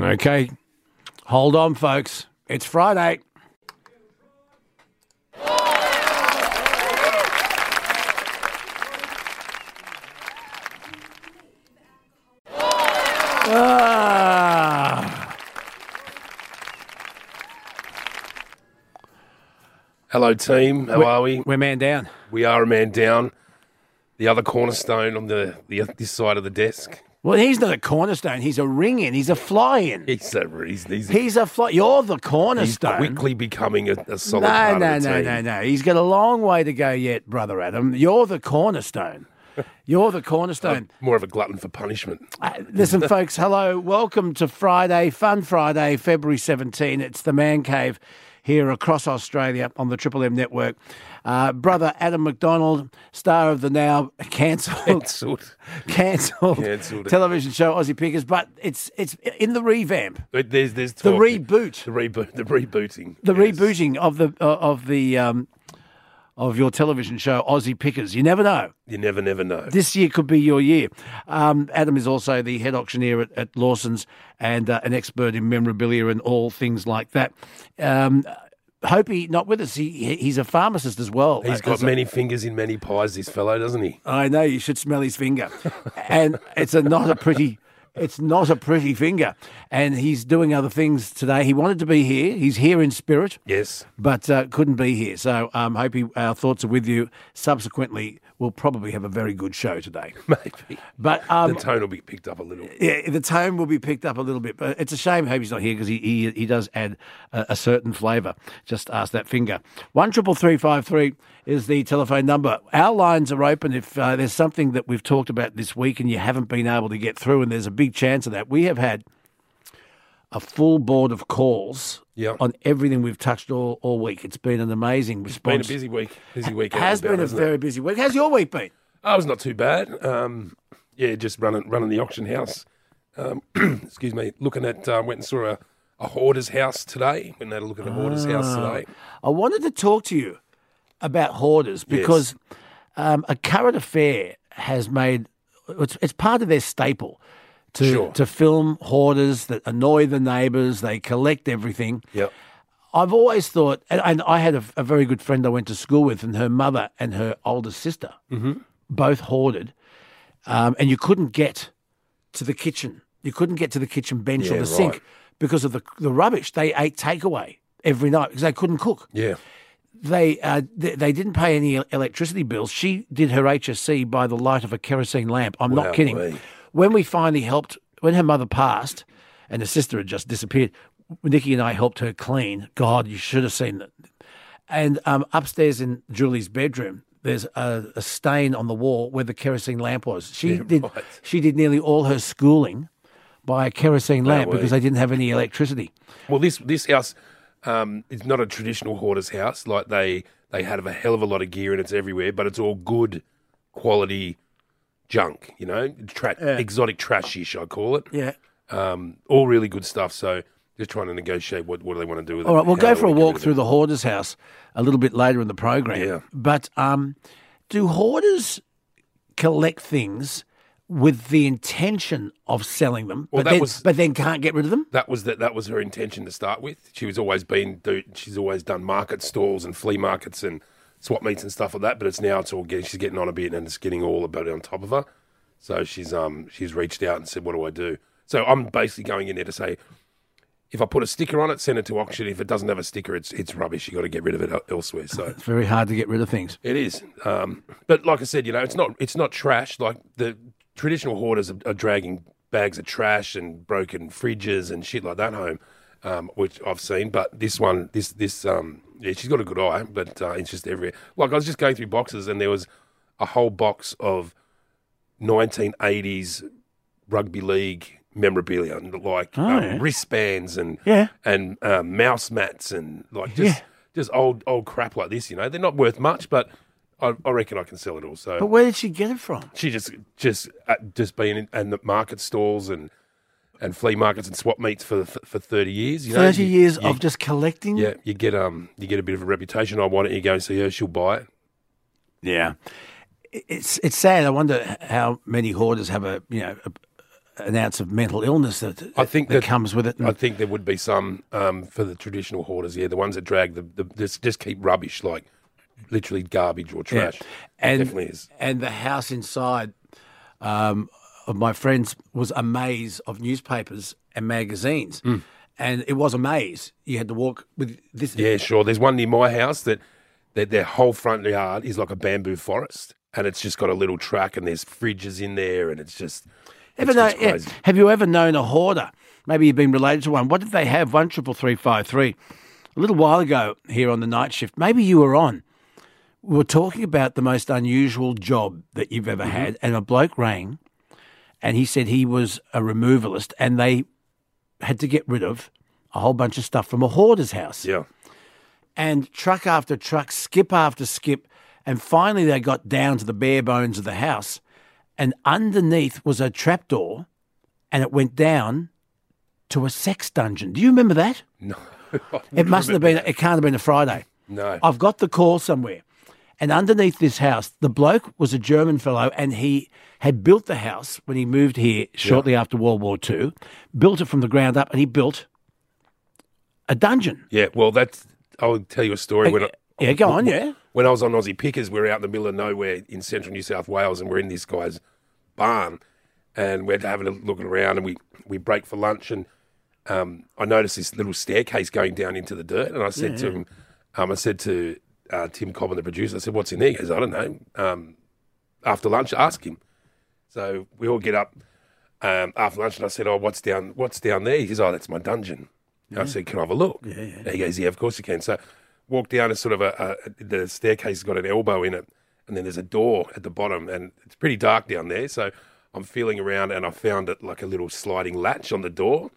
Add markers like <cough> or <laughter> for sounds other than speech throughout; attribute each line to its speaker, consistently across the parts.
Speaker 1: Okay. Hold on, folks. It's Friday. Ah.
Speaker 2: Hello, team. How are we?
Speaker 1: We're man down.
Speaker 2: We are a man down. The other cornerstone on the, the this side of the desk.
Speaker 1: Well, he's not a cornerstone. He's a ring in. He's a fly in.
Speaker 2: He's so he's, he's,
Speaker 1: He's a fly. You're the
Speaker 2: he's
Speaker 1: cornerstone.
Speaker 2: quickly becoming a, a solid
Speaker 1: No,
Speaker 2: part
Speaker 1: no,
Speaker 2: of the
Speaker 1: no,
Speaker 2: team.
Speaker 1: no, no. He's got a long way to go yet, brother Adam. You're the cornerstone. You're the cornerstone.
Speaker 2: <laughs> More of a glutton for punishment.
Speaker 1: Uh, listen, folks, hello. Welcome to Friday, Fun Friday, February 17. It's the Man Cave here across Australia on the Triple M network. Uh, brother Adam McDonald, star of the now <laughs> cancelled
Speaker 2: Cancelled.
Speaker 1: <laughs> cancelled
Speaker 2: Cancelled.
Speaker 1: television show Aussie Pickers, but it's it's in the revamp,
Speaker 2: But There's there's
Speaker 1: the
Speaker 2: talk.
Speaker 1: reboot,
Speaker 2: the reboot the rebooting
Speaker 1: the
Speaker 2: yes.
Speaker 1: rebooting of the uh, of the um, of your television show Aussie Pickers. You never know.
Speaker 2: You never never know.
Speaker 1: This year could be your year. Um, Adam is also the head auctioneer at, at Lawson's and uh, an expert in memorabilia and all things like that. Um, Hopi not with us. He he- he's a pharmacist as well. Uh,
Speaker 2: He's got
Speaker 1: As a-
Speaker 2: many fingers in many pies. This fellow doesn't he?
Speaker 1: I know you should smell his finger, and it's a, not a pretty. It's not a pretty finger, and he's doing other things today. He wanted to be here. He's here in spirit
Speaker 2: Yes.
Speaker 1: but uh, couldn't be here. So um, hope he, our thoughts are with you. Subsequently, we'll probably have a very good show today.
Speaker 2: <laughs> Maybe
Speaker 1: But
Speaker 2: the
Speaker 1: um,
Speaker 2: tone will be picked up a little.
Speaker 1: yeah, the tone will be picked up a little bit. But it's a shame Hobie's not here because he, he he does add a, a certain flavour. Just ask that finger. One triple three five three is the telephone number. Our lines are open. If uh, there's something that we've talked about this week and you haven't been able to get through, and there's a big chance of that, we have had a full board of calls
Speaker 2: Yeah.
Speaker 1: on everything we've touched all, all week. It's been an amazing response.
Speaker 2: Been a busy week. Busy week. out
Speaker 1: has
Speaker 2: and about,
Speaker 1: been a
Speaker 2: hasn't it?
Speaker 1: very busy week. How's your week been?
Speaker 2: I was not too bad. Um, yeah, just running running the auction house. Um, <clears throat> excuse me. Looking at uh, went and saw a, a hoarder's house today. Went and had a look at a hoarder's house today.
Speaker 1: Ah. I wanted to talk to you about hoarders because um, a current affair has made it's, it's part of their staple to
Speaker 2: Sure.
Speaker 1: to film hoarders that annoy the neighbours. They collect everything.
Speaker 2: Yep.
Speaker 1: I've always thought, and, and I had a, a very good friend I went to school with, and her mother and her older sister
Speaker 2: Mm-hmm.
Speaker 1: both hoarded, um, and you couldn't get to the kitchen. You couldn't get to the kitchen bench or
Speaker 2: Yeah, right.
Speaker 1: the sink because of the the rubbish they ate takeaway every night because they couldn't cook
Speaker 2: Yeah.
Speaker 1: they uh, th- they didn't pay any el- electricity bills. She did her HSC by the light of a kerosene lamp. I'm not
Speaker 2: Wow,
Speaker 1: kidding.
Speaker 2: wee.
Speaker 1: When we finally helped, when her mother passed, and her sister had just disappeared, Nikki and I helped her clean. God, you should have seen it. And um, upstairs in Julie's bedroom, there's a, a stain on the wall where the kerosene lamp was. She did
Speaker 2: right.
Speaker 1: she did nearly all her schooling by a kerosene lamp
Speaker 2: wee.
Speaker 1: because they didn't have any electricity.
Speaker 2: Well, this this house um, is not a traditional hoarder's house. Like they they had a hell of a lot of gear and it's everywhere, but it's all good quality junk. You know, Tra- exotic trashish. I call it.
Speaker 1: Yeah.
Speaker 2: Um, all really good stuff. So just trying to negotiate what, what do they want to do with it.
Speaker 1: All right, we'll
Speaker 2: how
Speaker 1: go
Speaker 2: they
Speaker 1: for a
Speaker 2: wanna get
Speaker 1: walk
Speaker 2: rid of
Speaker 1: through the hoarder's house a little bit later in the program.
Speaker 2: Yeah.
Speaker 1: But um, do hoarders collect things with the intention of selling them,
Speaker 2: Well, that
Speaker 1: but, then,
Speaker 2: was-
Speaker 1: but then can't get rid of them?
Speaker 2: that was that that was her intention to start with. She was always been do she's always done market stalls and flea markets and swap meets and stuff like that. But it's now it's all getting she's getting on a bit and it's getting all about it on top of her. So she's um she's reached out and said, "What do I do?" So I'm basically going in there to say, if I put a sticker on it, send it to auction. If it doesn't have a sticker, it's it's rubbish. You got to get rid of it el- elsewhere. So
Speaker 1: It's very hard to get rid of things.
Speaker 2: it is. Um, but like I said, you know, it's not it's not trash. Like the traditional hoarders are, are dragging bags of trash and broken fridges and shit like that home, um, which I've seen. But this one, this this um, yeah, she's got a good eye, but uh, it's just everywhere. Like I was just going through boxes and there was a whole box of 1980s rugby league memorabilia, and like um,
Speaker 1: Oh, yeah.
Speaker 2: wristbands and
Speaker 1: Yeah.
Speaker 2: and uh, mouse mats and like just
Speaker 1: Yeah.
Speaker 2: just old old crap like this. You know, they're not worth much, but I, I reckon I can sell it all. So
Speaker 1: But where did she get it from?
Speaker 2: she just just uh, just been in and the market stalls and and flea markets and swap meets for for, for thirty years. You know,
Speaker 1: 30
Speaker 2: You-
Speaker 1: years
Speaker 2: you-
Speaker 1: of just collecting?
Speaker 2: yeah, you get um you get a bit of a reputation. I want it. You go and see her. She'll buy it.
Speaker 1: Yeah. It's, it's sad. I wonder how many hoarders have a, you know, a, an ounce of mental illness that,
Speaker 2: I think
Speaker 1: that,
Speaker 2: that-
Speaker 1: comes with it.
Speaker 2: I think there would be some um, for the traditional hoarders. Yeah, the ones that drag the, the just, just keep rubbish like literally garbage or
Speaker 1: Yeah.
Speaker 2: trash.
Speaker 1: And,
Speaker 2: definitely is.
Speaker 1: And the house inside um, of my friends was a maze of newspapers and magazines.
Speaker 2: Mm.
Speaker 1: And it was a maze. You had to walk with this.
Speaker 2: Yeah, sure. There's one near my house that, that their whole front yard is like a bamboo forest, and it's just got a little track, and there's fridges in there, and it's just.
Speaker 1: Ever
Speaker 2: it's-
Speaker 1: know,
Speaker 2: it's
Speaker 1: yeah.
Speaker 2: crazy.
Speaker 1: Have you ever known a hoarder? Maybe you've been related to one. What did they have? One triple three five three. A little while ago here on the night shift, maybe you were on. We were talking about the most unusual job that you've
Speaker 2: Mm-hmm.
Speaker 1: ever had, and a bloke rang, and he said he was a removalist, and they had to get rid of a whole bunch of stuff from a hoarder's house
Speaker 2: Yeah.
Speaker 1: and truck after truck, skip after skip, and finally they got down to the bare bones of the house, and underneath was a trapdoor, and it went down to a sex dungeon. Do you remember that?
Speaker 2: No.
Speaker 1: It mustn't have been. It can't have been a Friday.
Speaker 2: No.
Speaker 1: I've got the call somewhere. And underneath this house, the bloke was a German fellow and he had built the house when he moved here shortly after World War II, built it from the ground up and he built a dungeon.
Speaker 2: Yeah, well, that's. I'll tell you a story. When I,
Speaker 1: Yeah, go on, yeah.
Speaker 2: when I was on Aussie Pickers, we were out in the middle of nowhere in central New South Wales, and we're in this guy's barn, and we're having a look around, and we we break for lunch, and um, I noticed this little staircase going down into the dirt, and I said to him, um, I said to uh, Tim Cobb the producer, I said, "What's in there?" He goes, "I don't know." Um, after lunch, ask him. So we all get up um, after lunch, and I said, "Oh, what's down? What's down there?" He goes, "Oh, that's my dungeon." And I said, "Can I have a look?" Yeah, yeah. He goes, "Yeah, of course you can." So walk down a sort of a, a the staircase has got an elbow in it, and then there's a door at the bottom, and it's pretty dark down there. So I'm feeling around, and I found it like a little sliding latch on the door.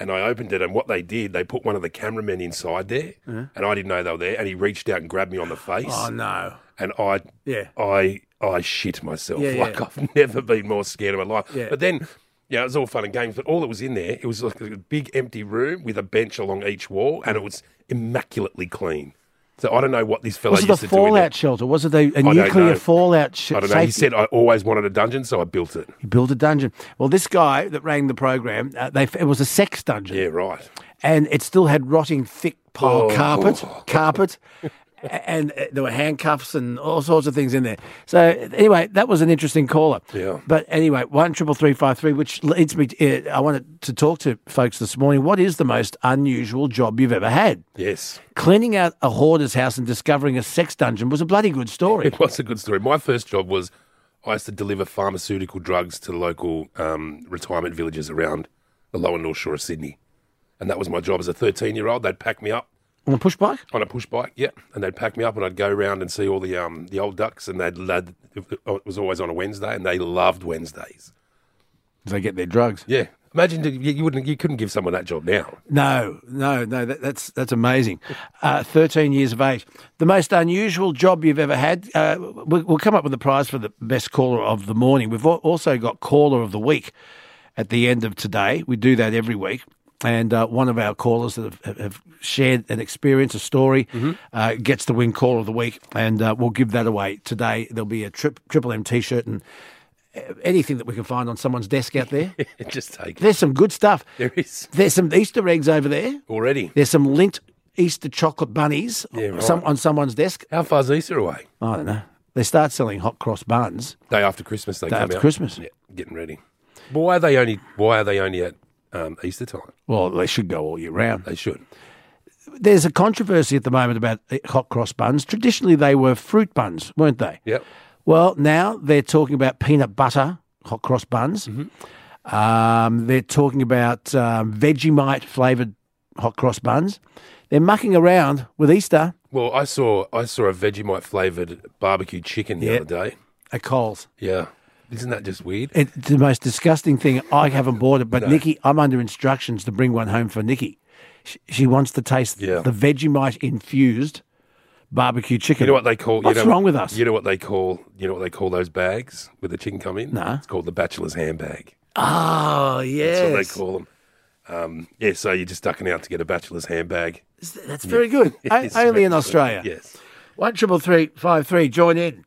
Speaker 2: And I opened it, and what they did, they put one of the cameramen inside there,
Speaker 1: Uh-huh.
Speaker 2: and I didn't know they were there. And he reached out and grabbed me on the face,
Speaker 1: Oh, no.
Speaker 2: and I
Speaker 1: Yeah.
Speaker 2: I I shit myself.
Speaker 1: Yeah,
Speaker 2: like
Speaker 1: yeah.
Speaker 2: I've never been more scared in my life.
Speaker 1: Yeah.
Speaker 2: But then, yeah, it was all fun and games. But all that was in there, it was like a big empty room with a bench along each wall, and it was immaculately clean. So I don't know what this fellow
Speaker 1: Was
Speaker 2: used
Speaker 1: it a
Speaker 2: to do. In there.
Speaker 1: fallout shelter? Was it a, a
Speaker 2: don't
Speaker 1: nuclear
Speaker 2: know.
Speaker 1: fallout sh-
Speaker 2: I don't know.
Speaker 1: safety?
Speaker 2: He said I always wanted a dungeon, so I built it.
Speaker 1: He built a dungeon. Well, this guy that rang the program, uh, they, it was a sex dungeon,
Speaker 2: Yeah, right.
Speaker 1: and it still had rotting thick pile
Speaker 2: Oh. <laughs>
Speaker 1: carpet, carpet, a- and uh, there were handcuffs and all sorts of things in there. So anyway, that was an interesting caller.
Speaker 2: Yeah.
Speaker 1: But anyway, one triple three five three, which leads me. To, uh, I wanted to talk to folks this morning. What is the most unusual job you've ever had?
Speaker 2: Yes,
Speaker 1: Cleaning out a hoarder's house and discovering a sex dungeon was a bloody good
Speaker 2: <laughs>
Speaker 1: story.
Speaker 2: it was a good story. My first job was I used to deliver pharmaceutical drugs to local um, retirement villages around the Lower North Shore of Sydney, and that was my job as a thirteen-year-old. They'd pack me up.
Speaker 1: On a push bike.
Speaker 2: on a push bike, yeah. And they'd pack me up, and I'd go round and see all the um the old ducks, and they'd, they'd it was always on a Wednesday, and they loved Wednesdays.
Speaker 1: They get their drugs.
Speaker 2: Yeah, imagine that you, you wouldn't you couldn't give someone that job now.
Speaker 1: No, no, no. That, that's that's amazing. Uh, Thirteen years of age. The most unusual job you've ever had. Uh, we, we'll come up with a prize for the best caller of the morning. We've al- also got caller of the week at the end of today. We do that every week. And uh, one of our callers that have, have shared an experience, a story, uh, gets to win call of the week, and uh, we'll give that away today. There'll be a trip, Triple M T-shirt and uh, anything that we can find on someone's desk out there.
Speaker 2: <laughs> Just take it.
Speaker 1: There's some good stuff.
Speaker 2: There is
Speaker 1: There's some Easter eggs over there.
Speaker 2: already.
Speaker 1: There's some lint Easter chocolate bunnies
Speaker 2: Yeah, right.
Speaker 1: some, on someone's desk.
Speaker 2: How far's Easter away?
Speaker 1: I don't know. They start selling hot cross buns
Speaker 2: Day after Christmas, they
Speaker 1: day
Speaker 2: come
Speaker 1: after
Speaker 2: out.
Speaker 1: Christmas.
Speaker 2: Yeah, getting ready. But why are they only Why are they only at um, Easter time?
Speaker 1: Well, they should go all year round.
Speaker 2: They should.
Speaker 1: There's a controversy at the moment about eh, hot cross buns. Traditionally, they were fruit buns, weren't they?
Speaker 2: Yep.
Speaker 1: Well, now they're talking about peanut butter hot cross buns. Um, they're talking about um, Vegemite flavored hot cross buns. They're mucking around with Easter
Speaker 2: Well, I saw I saw a Vegemite flavored barbecue chicken the
Speaker 1: Yeah.
Speaker 2: other day.
Speaker 1: at Coles.
Speaker 2: Yeah, isn't that just weird?
Speaker 1: It's the most disgusting thing.
Speaker 2: <laughs>
Speaker 1: I haven't bought it, but Nikki, I'm under instructions to bring one home for Nikki. She, she wants to taste
Speaker 2: Yeah.
Speaker 1: the Vegemite infused barbecue chicken.
Speaker 2: You know what they call?
Speaker 1: What's
Speaker 2: you know,
Speaker 1: wrong with us?
Speaker 2: You know what they call? You know what they call those bags with the chicken come in?
Speaker 1: No.
Speaker 2: it's called the bachelor's handbag.
Speaker 1: oh
Speaker 2: Ah, That's
Speaker 1: yes,
Speaker 2: what they call them. Um, yeah, so you're just ducking out to get a bachelor's handbag.
Speaker 1: that's
Speaker 2: <laughs>
Speaker 1: very good. O-
Speaker 2: It's
Speaker 1: only in
Speaker 2: very-
Speaker 1: Australia.
Speaker 2: Yes,
Speaker 1: One triple three five three. Join in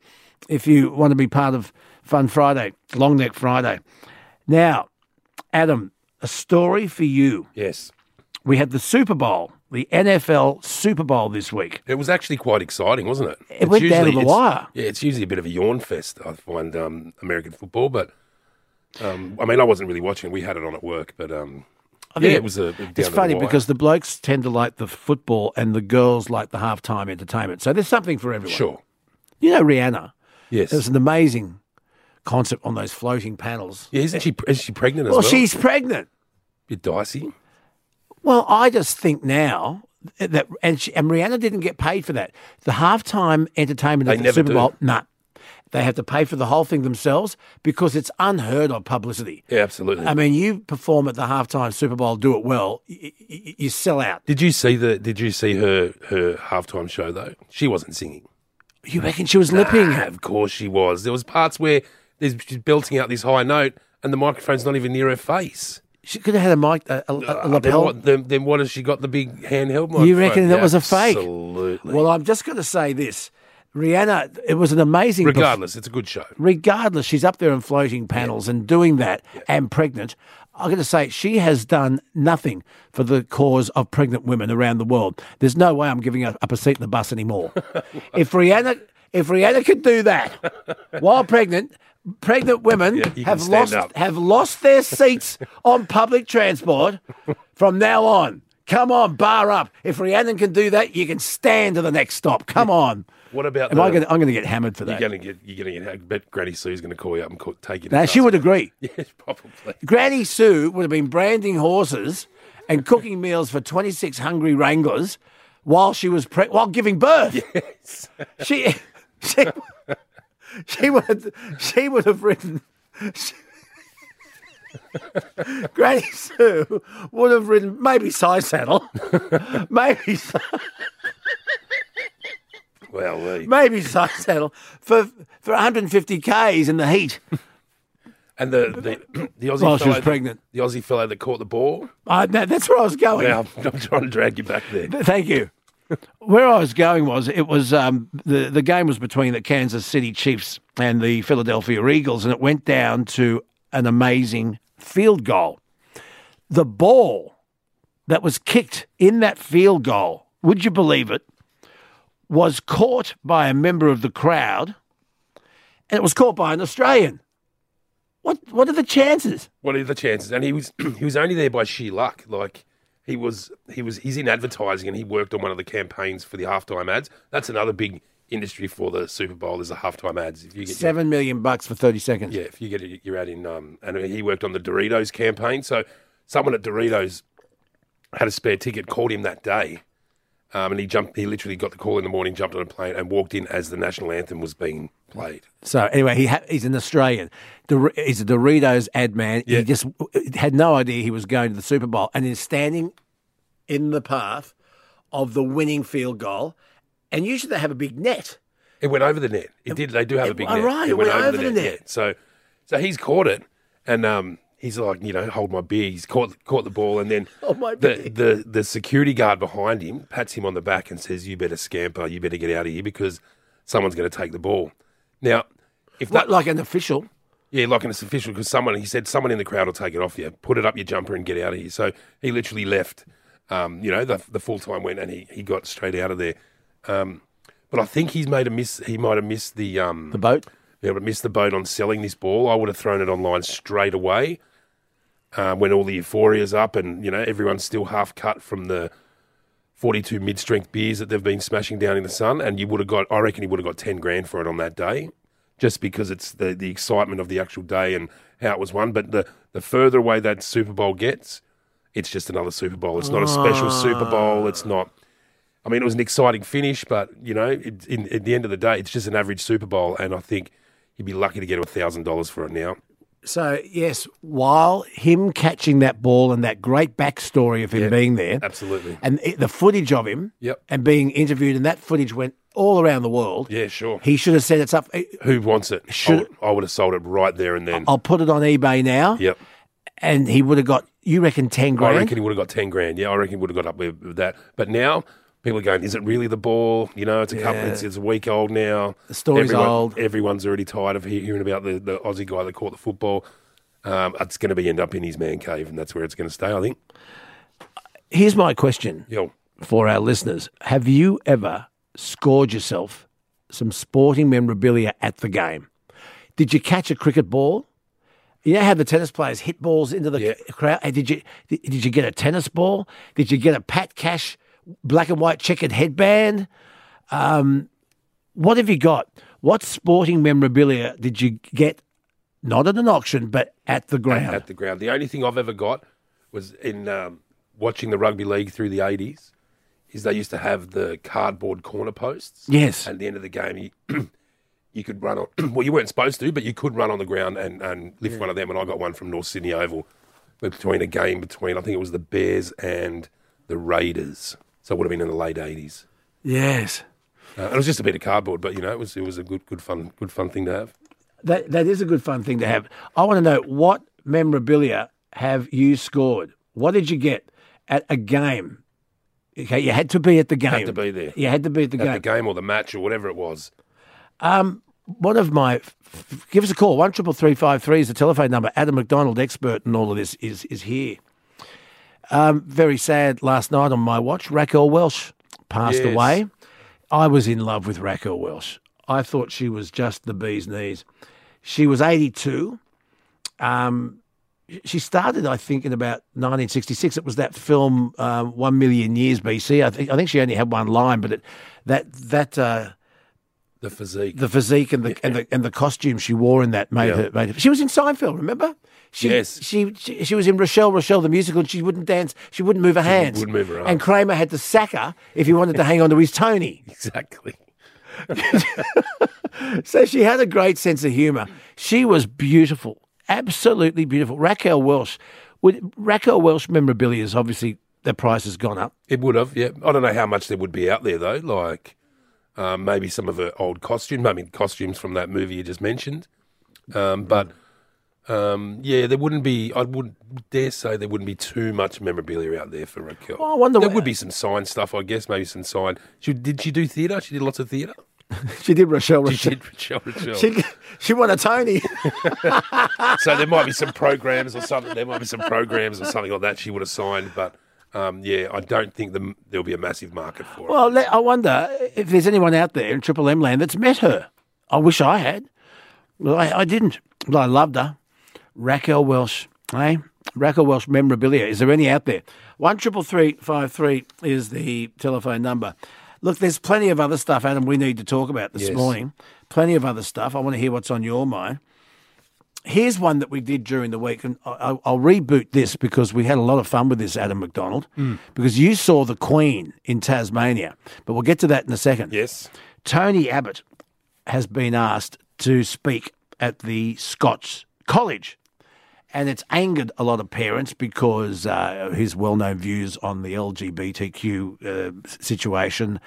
Speaker 1: if you want to be part of Fun Friday, Long Neck Friday. Now, Adam, a story for you.
Speaker 2: Yes.
Speaker 1: We had the Super Bowl, the NFL Super Bowl this week.
Speaker 2: It was actually quite exciting, wasn't it? It's
Speaker 1: went down to the
Speaker 2: it's-
Speaker 1: wire.
Speaker 2: Yeah, it's usually a bit of a yawn fest, I find, um, American football. But, um, I mean, I wasn't really watching. We had it on at work. But, um, yeah,
Speaker 1: think
Speaker 2: it was a. down to
Speaker 1: It's
Speaker 2: the
Speaker 1: funny
Speaker 2: wire.
Speaker 1: because the blokes tend to like the football and the girls like the halftime entertainment. So there's something for everyone.
Speaker 2: Sure.
Speaker 1: You know Rihanna.
Speaker 2: Yes.
Speaker 1: It was an amazing concept on those floating panels.
Speaker 2: yeah, isn't she, is she pregnant as
Speaker 1: Well,
Speaker 2: well?
Speaker 1: she's pregnant.
Speaker 2: bit dicey.
Speaker 1: Well, I just think now that and she, and Rihanna didn't get paid for that. The halftime entertainment
Speaker 2: They
Speaker 1: at the
Speaker 2: never
Speaker 1: Super
Speaker 2: do.
Speaker 1: Bowl, nah. They have to pay for the whole thing themselves because it's unheard of publicity.
Speaker 2: Yeah, absolutely.
Speaker 1: I mean, you perform at the halftime Super Bowl, do it well, y- y- y- you sell out.
Speaker 2: did you see the? Did you see her her halftime show though? She wasn't singing.
Speaker 1: You reckon she was lipping
Speaker 2: Ah,
Speaker 1: it?
Speaker 2: of course she was. There was parts where there's, she's belting out this high note, and the microphone's not even near her face.
Speaker 1: She could have had a mic, a, a, a
Speaker 2: Uh, Then
Speaker 1: lapel.
Speaker 2: what? Then, then what has she got? The big handheld microphone.
Speaker 1: reckon that was a fake?
Speaker 2: Absolutely.
Speaker 1: Well, I'm just going to say this. Rihanna, it was an amazing perf-
Speaker 2: Regardless, it's a good show.
Speaker 1: regardless, she's up there in floating panels and doing that and pregnant. I'm going to say she has done nothing for the cause of pregnant women around the world. There's no way I'm giving up, up a seat in the
Speaker 2: <laughs>
Speaker 1: bus anymore. if Rihanna, if Rihanna could do that while pregnant, pregnant women
Speaker 2: you can
Speaker 1: have
Speaker 2: stand
Speaker 1: lost
Speaker 2: up.
Speaker 1: have lost
Speaker 2: <laughs>
Speaker 1: their seats on public transport from now on. Come on, bar up. If Rihanna can do that, you can stand to the next stop. Come on.
Speaker 2: What about
Speaker 1: Am
Speaker 2: the,
Speaker 1: I gonna, I'm going to get hammered for
Speaker 2: You're
Speaker 1: that.
Speaker 2: going to get. You're going to get. I bet Granny Sue's going to call you up and call, take you. to
Speaker 1: now, she
Speaker 2: task.
Speaker 1: would agree.
Speaker 2: <laughs> Yes, probably.
Speaker 1: Granny Sue would have been branding horses and cooking meals for 26 hungry wranglers while she was pre- while giving birth.
Speaker 2: <laughs>
Speaker 1: She she she would she would have written <laughs> she- Granny Sue would have written maybe side saddle, <laughs> maybe
Speaker 2: Well, uh, we-
Speaker 1: <laughs> maybe side saddle for for 150 k's in the heat.
Speaker 2: and the the, <clears throat> the Aussie.
Speaker 1: Well, she
Speaker 2: fellow,
Speaker 1: was pregnant.
Speaker 2: The Aussie fellow that caught the ball.
Speaker 1: I, that- that's where I was going.
Speaker 2: Now I'm, I'm trying to drag you back there.
Speaker 1: Thank you. Where I was going was it was um, the the game was between the Kansas City Chiefs and the Philadelphia Eagles, and it went down to an amazing field goal. The ball that was kicked in that field goal, would you believe it, was caught by a member of the crowd, and it was caught by an Australian. What what are the chances?
Speaker 2: What are the chances? And he was <clears throat> he was only there by sheer luck. Like he was he was he's in advertising and he worked on one of the campaigns for the halftime ads. That's another big industry for the Super Bowl is the halftime ads. If you get your,
Speaker 1: Seven million bucks for thirty seconds.
Speaker 2: yeah, if you get it, you're out in um and he worked on the Doritos campaign. So someone at Doritos had a spare ticket, called him that day. Um, and he jumped. He literally got the call in the morning, jumped on a plane, and walked in as the national anthem was being played.
Speaker 1: So anyway, he ha- he's an Australian. Dor- he's a Doritos ad man.
Speaker 2: Yeah.
Speaker 1: He just had no idea he was going to the Super Bowl, and is standing in the path of the winning field goal. And usually they have a big net.
Speaker 2: It went over the net. It did. They do have a
Speaker 1: it-
Speaker 2: big
Speaker 1: all
Speaker 2: net.
Speaker 1: right, it went over the net.
Speaker 2: yeah. So, so he's caught it, and um, he's like, you know, hold my beer. He's caught caught the ball, and then
Speaker 1: <laughs> Hold Oh, my beer.
Speaker 2: the, the the security guard behind him pats him on the back and says, "You better scamper. You better get out of here because someone's going to take the ball." Now, if that
Speaker 1: Not like an official.
Speaker 2: yeah, like an official, because someone he said someone in the crowd will take it off you. Put it up your jumper and get out of here. So he literally left. Um, you know, the, the full time went and he, he got straight out of there. Um, but I think he's made a miss. He might have missed the um,
Speaker 1: The boat.
Speaker 2: yeah, but missed the boat on selling this ball. I would have thrown it online straight away um, when all the euphoria's up and you know everyone's still half cut from the 42 mid-strength beers that they've been smashing down in the sun. And you would have got, I reckon, you would have got 10 grand for it on that day, just because it's the the excitement of the actual day and how it was won. But the the further away that Super Bowl gets, it's just another Super Bowl. It's not a special Super Bowl. It's not. I mean, it was an exciting finish, but you know, it, in, at the end of the day, it's just an average Super Bowl, and I think you'd be lucky to get thousand dollars for it now.
Speaker 1: So yes, while him catching that ball and that great backstory of him being there,
Speaker 2: Absolutely.
Speaker 1: and it- the footage of him,
Speaker 2: Yep.
Speaker 1: and being interviewed, and that footage went all around the world.
Speaker 2: Yeah, sure.
Speaker 1: He should have said it's up.
Speaker 2: Who wants it? I,
Speaker 1: Should-
Speaker 2: would, I would have sold it right there and then.
Speaker 1: I'll put it on eBay now,
Speaker 2: Yep.
Speaker 1: and he would have got. You reckon ten grand?
Speaker 2: I reckon he would have got ten grand. Yeah, I reckon he would have got up with, with that. But now people are going, "Is it really the ball? You know, it's a couple. It's, it's a week old now. The
Speaker 1: story's old.
Speaker 2: Everyone's already tired of he- hearing about the, the Aussie guy that caught the football. Um, it's going to be end up in his man cave, and that's where it's going to stay. I think.
Speaker 1: Here's my question
Speaker 2: Yo,
Speaker 1: for our listeners: Have you ever scored yourself some sporting memorabilia at the game? Did you catch a cricket ball? You know how the tennis players hit balls into the
Speaker 2: Yeah.
Speaker 1: c- crowd. Hey, Did you did did you get a tennis ball? Did you get a Pat Cash black and white checkered headband? Um, what have you got? What sporting memorabilia did you get? Not at an auction, but at the ground.
Speaker 2: at the ground. The only thing I've ever got was in um, watching the rugby league through the eighties. Is they used to have the cardboard corner posts.
Speaker 1: Yes.
Speaker 2: At the end of the game, you <clears throat> you could run on. <clears throat> Well, you weren't supposed to, but you could run on the ground and and lift one of them. And I got one from North Sydney Oval between a game between I think it was the Bears and the Raiders. So it would have been in the late eighties.
Speaker 1: yes.
Speaker 2: Uh, it was just a bit of cardboard, but you know, it was it was a good good fun good fun thing to have.
Speaker 1: That that is a good fun thing to have. I want to know what memorabilia have you scored? What did you get at a game? Okay, you had to be at the game.
Speaker 2: to be there.
Speaker 1: You had to be at the
Speaker 2: At
Speaker 1: game.
Speaker 2: the game or the match or whatever it was.
Speaker 1: Um, One of my, f- f- give us a call. One triple three five three is the telephone number. Adam McDonald, expert in all of this, is is here. Um, very sad. Last night on my watch, Raquel Welsh passed
Speaker 2: Yes.
Speaker 1: away. I was in love with Raquel Welsh. I thought she was just the bee's knees. She was eighty two. she started, I think, in about 1966. It was that film um, One Million Years BC. I think I think she only had one line, but it, that that uh,
Speaker 2: The physique.
Speaker 1: the physique and the, and the and the costume she wore in that made
Speaker 2: Yeah.
Speaker 1: her made her. She was in Seinfeld, remember? She,
Speaker 2: Yes.
Speaker 1: She, she she was in Rochelle Rochelle the musical, and she wouldn't dance. She wouldn't move her hands.
Speaker 2: wouldn't move her
Speaker 1: And
Speaker 2: arms.
Speaker 1: Kramer had to sack her if he wanted to hang on to his
Speaker 2: <laughs>
Speaker 1: Tony.
Speaker 2: exactly.
Speaker 1: So she had a great sense of humour. She was beautiful, absolutely beautiful. Raquel Welsh, would Raquel Welsh memorabilia is obviously the price has
Speaker 2: <laughs>
Speaker 1: gone up.
Speaker 2: It would have, yeah. I don't know how much there would be out there though. Like um, maybe some of her old costumes, I mean costumes from that movie you just mentioned. Um, but um, yeah, there wouldn't be. I would dare say there wouldn't be too much memorabilia out there for Raquel.
Speaker 1: Well, I wonder
Speaker 2: There
Speaker 1: wh-
Speaker 2: would be some signed stuff, I guess. Maybe some signed. She did. She do theatre. She did lots of theatre. <laughs>
Speaker 1: She did Rochelle
Speaker 2: She
Speaker 1: Rochelle.
Speaker 2: did Rochelle. Rochelle.
Speaker 1: <laughs> She, she won a Tony.
Speaker 2: <laughs> so there might be some programs or something. There might be some programs or something like that she would have signed. But um, yeah, I don't think the, there'll be a massive market for it.
Speaker 1: Well, let- I wonder if there's anyone out there in Triple M land that's met her. I wish I had. Well, I, I didn't. But I loved her. Raquel Welsh, eh? Raquel Welsh memorabilia. Is there any out there? One triple three five three is the telephone number. Look, there's plenty of other stuff, Adam. We need to talk about this
Speaker 2: Yes.
Speaker 1: morning. Plenty of other stuff. I want to hear what's on your mind. Here's one that we did during the week, and I- I- I'll reboot this because we had a lot of fun with this, Adam McDonald,
Speaker 2: Mm.
Speaker 1: because you saw the Queen in Tasmania, but we'll get to that in a second.
Speaker 2: yes.
Speaker 1: Tony Abbott has been asked to speak at the Scots College, and it's angered a lot of parents because uh, his well known views on the LGBTQ uh, s- situation.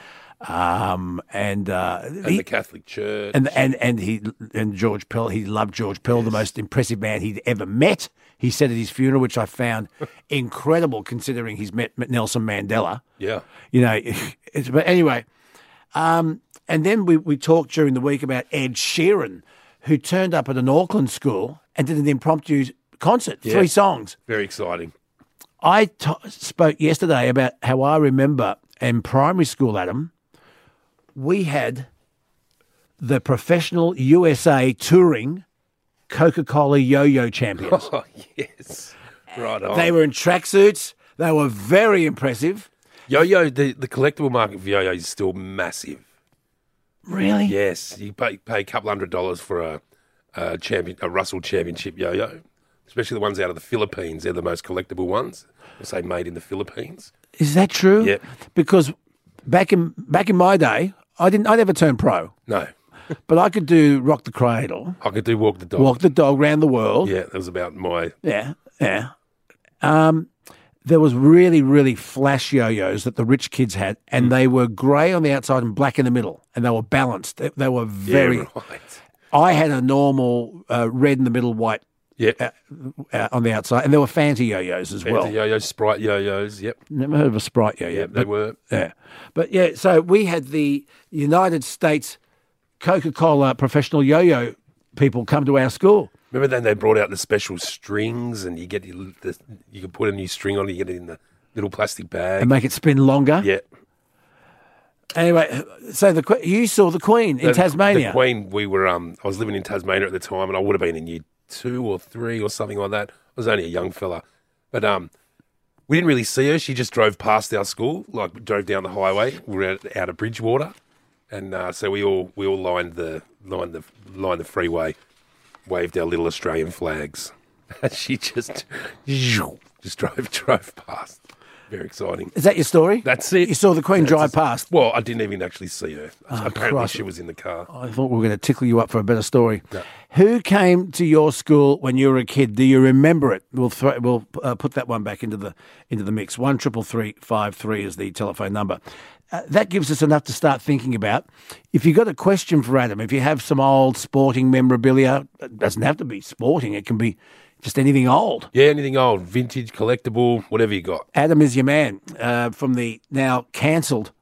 Speaker 1: Um, and uh,
Speaker 2: And the Catholic Church.
Speaker 1: and and and he and George Pell, he loved George Pell, the most impressive man he'd ever met. He said at his funeral, which I found incredible, considering he's met Nelson Mandela.
Speaker 2: yeah.
Speaker 1: You know, <laughs> it's, but anyway, um, and then we we talked during the week about Ed Sheeran, who turned up at an Auckland school and did an impromptu concert, three songs.
Speaker 2: Very exciting. <laughs>
Speaker 1: I t- spoke yesterday about how I remember in primary school, Adam, we had the professional USA touring Coca Cola yo yo champions.
Speaker 2: <laughs> Oh, yes. Right on.
Speaker 1: they were in tracksuits, they were very impressive.
Speaker 2: yo yo, the, the collectible market for yo yo is still massive.
Speaker 1: Really?
Speaker 2: Yes. You pay, pay a couple hundred dollars for a, a, champion, a Russell Championship yo yo, especially the ones out of the Philippines. They're the most collectible ones. They say made in the Philippines.
Speaker 1: Is that true?
Speaker 2: Yep.
Speaker 1: Because back in back in my day, I didn't I never
Speaker 2: <laughs>
Speaker 1: turned pro,
Speaker 2: No.
Speaker 1: but I could do rock the cradle,
Speaker 2: I could do walk the dog.
Speaker 1: walk the dog round the world.
Speaker 2: Yeah, that was about my
Speaker 1: Yeah, yeah. Um, there was really, really flash yo-yos that the rich kids had,
Speaker 2: Hmm.
Speaker 1: and they were grey on the outside and black in the middle, and they were balanced. They, they were very.
Speaker 2: Yeah, right.
Speaker 1: I had a normal uh, red in the middle, white
Speaker 2: Yeah.
Speaker 1: uh, on the outside, and there were fancy yo-yos as well.
Speaker 2: the yo-yo, Sprite yo-yos. Yep.
Speaker 1: Never heard of a Sprite yo-yo.
Speaker 2: Yep, they
Speaker 1: but-
Speaker 2: were.
Speaker 1: yeah. But yeah, so we had the United States Coca Cola professional yo yo people come to our school.
Speaker 2: Remember then they brought out the special strings, and you get your, the, you could put a new string on it. You get it in the little plastic bag.
Speaker 1: and make it spin longer.
Speaker 2: yeah,
Speaker 1: Anyway, so the que- you saw the Queen in
Speaker 2: The-
Speaker 1: Tasmania.
Speaker 2: The Queen, we were. Um, I was living in Tasmania at the time, and I would have been in year two or three or something like that. I was only a young fella, but um, we didn't really see her. She just drove past our school, like drove down the highway. We were out, out of Bridgewater, and uh, so we all we all lined the lined the lined the freeway, waved our little Australian flags, <laughs> and she just <laughs> just drove drove past. Very exciting.
Speaker 1: Is that your story?
Speaker 2: That's it.
Speaker 1: You saw the Queen drive past. Oh,
Speaker 2: Well, I didn't even actually see her. Apparently,
Speaker 1: Christ.
Speaker 2: she was in the car.
Speaker 1: I thought we were going to tickle you up for a better story. Who came to your school when you were a kid? Do you remember it? We'll throw, we'll uh, put that one back into the into the mix. One triple three five three is the telephone number. Uh, that gives us enough to start thinking about. If you've got a question for Adam, if you have some old sporting memorabilia, it doesn't have to be sporting. It can be just anything old.
Speaker 2: Yeah, anything old, vintage, collectible, whatever you got.
Speaker 1: Adam is your man uh, from the now cancelled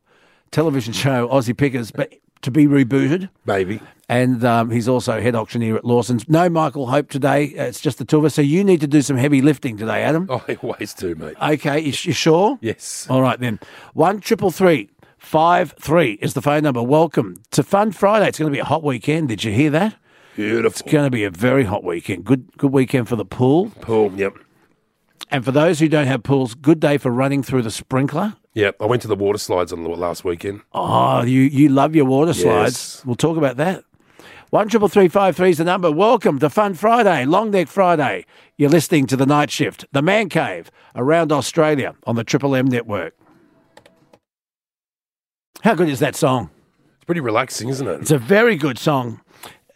Speaker 1: television show Aussie Pickers, but to be rebooted.
Speaker 2: Maybe.
Speaker 1: And um, he's also head auctioneer at Lawson's. No Michael Hope today. Uh, It's just the two of us. So you need to do some heavy lifting today, Adam.
Speaker 2: I Oh, always do, mate.
Speaker 1: Okay, you, you sure?
Speaker 2: Yes.
Speaker 1: All right then. One triple three five three is the phone number. Welcome to Fun Friday. It's going to be a hot weekend. Did you hear that?
Speaker 2: Beautiful.
Speaker 1: Going to be a very hot weekend. Good, good weekend for the pool.
Speaker 2: Pool. Yep.
Speaker 1: And for those who don't have pools, good day for running through the sprinkler.
Speaker 2: Yep. I went to the water slides on the last weekend.
Speaker 1: Oh, you, you love your water slides.
Speaker 2: Yes.
Speaker 1: We'll talk about that. One triple three five three is the number. Welcome to Fun Friday, Long Neck Friday. You're listening to the Night Shift, the Man Cave, around Australia on the Triple M network. How good is that song?
Speaker 2: It's pretty relaxing, isn't it?
Speaker 1: It's a very good song.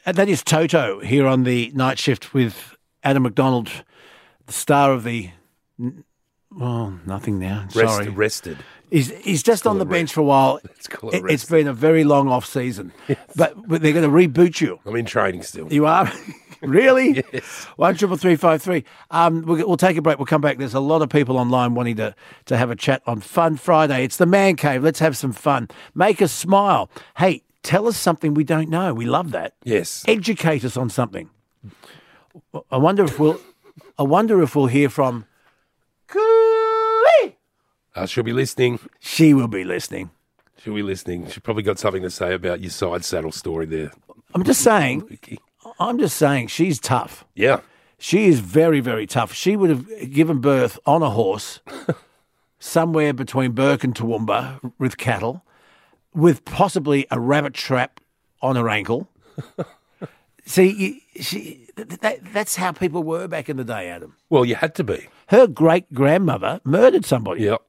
Speaker 1: And that is Toto here on the Night Shift with Adam McDonald, the star of the. Well, Oh, nothing now.
Speaker 2: Rest,
Speaker 1: Sorry,
Speaker 2: Rested.
Speaker 1: he's he's just on the bench for a while.
Speaker 2: It's called
Speaker 1: It,
Speaker 2: it
Speaker 1: has
Speaker 2: rested.
Speaker 1: been a very long
Speaker 2: <laughs>
Speaker 1: off season, but, but they're going to reboot you.
Speaker 2: I'm in training still.
Speaker 1: You are <laughs>
Speaker 2: <laughs>
Speaker 1: really one triple three five three. Um, we'll, we'll take a break. We'll come back. There's a lot of people online wanting to to have a chat on Fun Friday. It's the Man Cave. Let's have some fun. Make us smile. Hey, tell us something we don't know. We love that.
Speaker 2: Yes.
Speaker 1: Educate us on something. I wonder if we'll. I wonder if we'll hear from. Cooey.
Speaker 2: Uh, she'll be listening.
Speaker 1: She will be listening.
Speaker 2: She'll be listening. She probably got something to say about your side saddle story there.
Speaker 1: I'm just saying.
Speaker 2: Lukey.
Speaker 1: I'm just saying. She's tough.
Speaker 2: Yeah.
Speaker 1: She is very, very tough. She would have given birth on
Speaker 2: <laughs>
Speaker 1: a horse somewhere between Burke and Toowoomba with cattle, with possibly a rabbit trap on
Speaker 2: <laughs>
Speaker 1: her ankle. See, you, she, th- that, that's how people were back in the day, Adam.
Speaker 2: Well, you had to be.
Speaker 1: Her great grandmother murdered somebody.
Speaker 2: Yep.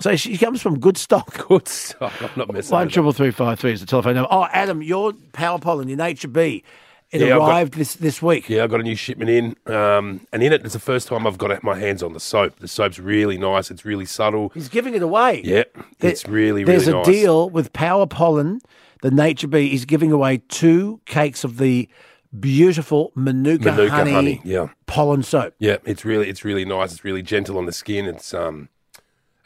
Speaker 1: So she comes from good stock.
Speaker 2: Good stuff. I'm not messing
Speaker 1: One
Speaker 2: with that.
Speaker 1: triple three five three is the telephone number. Oh, Adam, your power pollen, your nature bee, it
Speaker 2: Yeah, I've got-
Speaker 1: arrived this, this week.
Speaker 2: Yeah, I got a new shipment in, um, and in it, it's the first time I've got my hands on the soap. The soap's really nice. It's really subtle.
Speaker 1: He's giving it away.
Speaker 2: Yeah, it's
Speaker 1: There-
Speaker 2: really, really
Speaker 1: There's
Speaker 2: nice.
Speaker 1: a deal with Power Pollen, the Nature Bee is giving away two cakes of the beautiful Manuka,
Speaker 2: Manuka
Speaker 1: honey,
Speaker 2: honey, yeah.
Speaker 1: pollen soap.
Speaker 2: Yeah, it's really it's really nice. It's really gentle on the skin. It's um,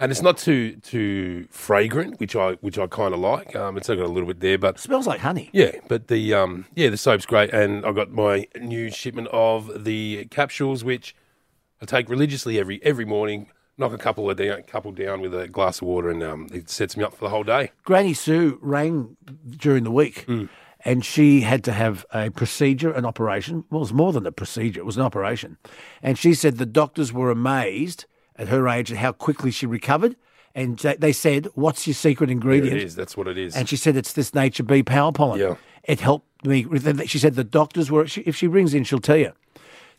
Speaker 2: and it's not too too fragrant, which I which I kind of like. Um, it's got a little bit there, but
Speaker 1: Smells like honey.
Speaker 2: yeah, but the um, yeah, the soap's great, and I got my new shipment of the capsules, which I take religiously every every morning. Knock a couple of down, couple down with a glass of water, and um, it sets me up for the whole day.
Speaker 1: Granny Sue rang during the week
Speaker 2: Hmm.
Speaker 1: and she had to have a procedure, an operation. Well, it was more than a procedure, it was an operation. And she said the doctors were amazed at her age at how quickly she recovered. And they they said, What's your secret
Speaker 2: It
Speaker 1: ingredient?
Speaker 2: is. That's what it is.
Speaker 1: and she said it's this nature bee power pollen.
Speaker 2: Yeah.
Speaker 1: It helped me. with- She said the doctors were. She, if she rings in, she'll tell you.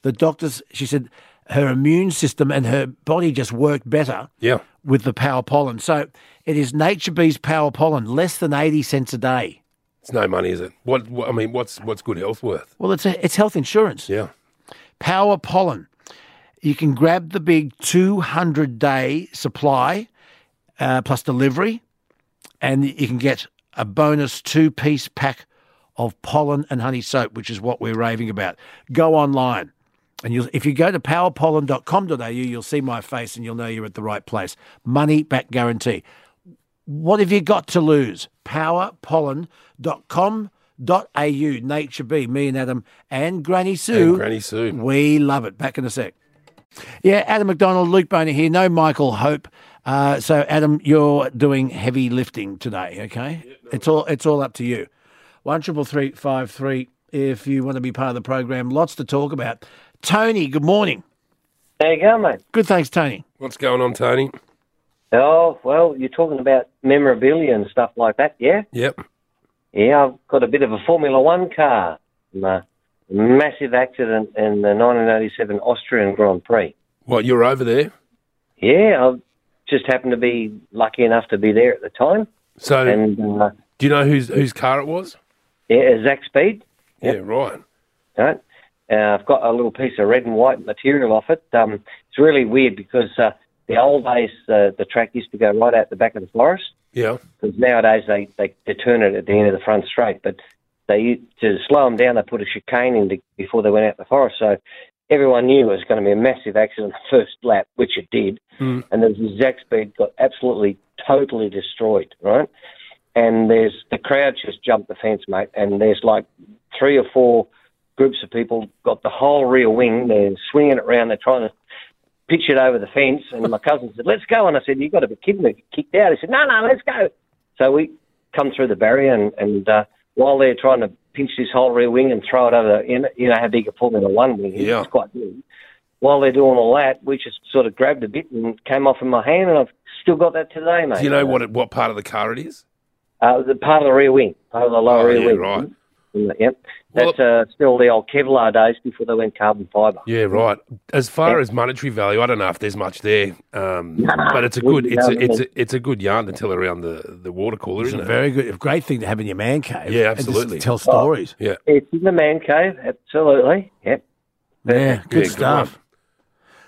Speaker 1: The doctors. She said her immune system and her body just worked better.
Speaker 2: Yeah.
Speaker 1: With the power pollen, so it is nature bees power pollen, less than eighty cents a day.
Speaker 2: It's no money, is it? What, what I mean, what's what's good health worth?
Speaker 1: Well, it's a, it's health insurance.
Speaker 2: Yeah,
Speaker 1: Power pollen. You can grab the big two hundred day supply uh, plus delivery, and you can get a bonus two piece pack of pollen and honey soap, which is what we're raving about. Go online. And you'll, if you go to powerpollen.com.au, you'll see my face and you'll know you're at the right place. Money back guarantee. What have you got to lose? Powerpollen.com.au. au. Nature B, me and Adam and Granny Sue.
Speaker 2: And Granny Sue.
Speaker 1: We love it. Back in a sec. Yeah, Adam McDonald, Luke Boner here. No Michael Hope. Uh, so Adam, you're doing heavy lifting today. Okay, it's all it's all up to you. One triple three five three. If you want to be part of the program, lots to talk about. Tony, good morning.
Speaker 3: There you go, mate.
Speaker 1: Good, thanks, Tony.
Speaker 2: What's going on, Tony?
Speaker 3: Oh, well, you're talking about memorabilia and stuff like that, yeah?
Speaker 2: Yep.
Speaker 3: Yeah, I've got a bit of a Formula One car. A massive accident in the 1987 Austrian Grand Prix.
Speaker 2: Well, you're over there.
Speaker 3: Yeah, I just happened to be lucky enough to be there at the time.
Speaker 2: So,
Speaker 3: And uh,
Speaker 2: do you know whose whose car it was?
Speaker 3: yeah, Zach Speed,
Speaker 2: Yeah, right.
Speaker 3: right? Uh, I've got a little piece of red and white material off it. Um, it's really weird because uh, the old days, uh, the track used to go right out the back of the forest.
Speaker 2: Yeah.
Speaker 3: because nowadays they, they, they turn it at the end of the front straight, but they u- to slow them down, they put a chicane in to, before they went out the forest. So everyone knew it was going to be a massive accident the first lap, which it did.
Speaker 2: Mm.
Speaker 4: Mm-hmm.
Speaker 3: And the Zach Speed got absolutely, totally destroyed, right? And there's the crowd just jumped the fence, mate, and there's like three or four groups of people got the whole rear wing, they're swinging it around, they're trying to pitch it over the fence. And my cousin said, "Let's go." And I said, "You've got to be kidding me!" Kicked out. He said, "No, no, let's go." So we come through the barrier, and, and uh, while they're trying to pinch this whole rear wing and throw it over, the, you know- you know how big a Formula One wing is.
Speaker 2: Yeah.
Speaker 3: It's quite big. While they're doing all that, we just sort of grabbed a bit and came off in my hand, and I've still got that today, mate.
Speaker 2: Do you know what it, what part of the car it is?
Speaker 3: Uh, the part of the rear wing, part of the lower
Speaker 2: Oh,
Speaker 3: rear
Speaker 2: yeah,
Speaker 3: wing.
Speaker 2: right.
Speaker 3: Mm, Yep.
Speaker 2: Well-
Speaker 3: That's uh, still the old Kevlar days before they went carbon fibre.
Speaker 2: Yeah, right. As far as monetary value, I don't know if there's much there, um, but it's a good it's a, it's a, it's a good yarn to tell around the, the water cooler,
Speaker 1: It's
Speaker 2: isn't
Speaker 1: a
Speaker 2: it?
Speaker 1: very good, a great thing to have in your man cave.
Speaker 2: Yeah,
Speaker 1: And just
Speaker 2: absolutely.
Speaker 1: tell stories.
Speaker 2: yeah,
Speaker 3: It's in the man cave, absolutely. Yep.
Speaker 1: Yeah,
Speaker 2: Yeah,
Speaker 1: good stuff.
Speaker 2: one.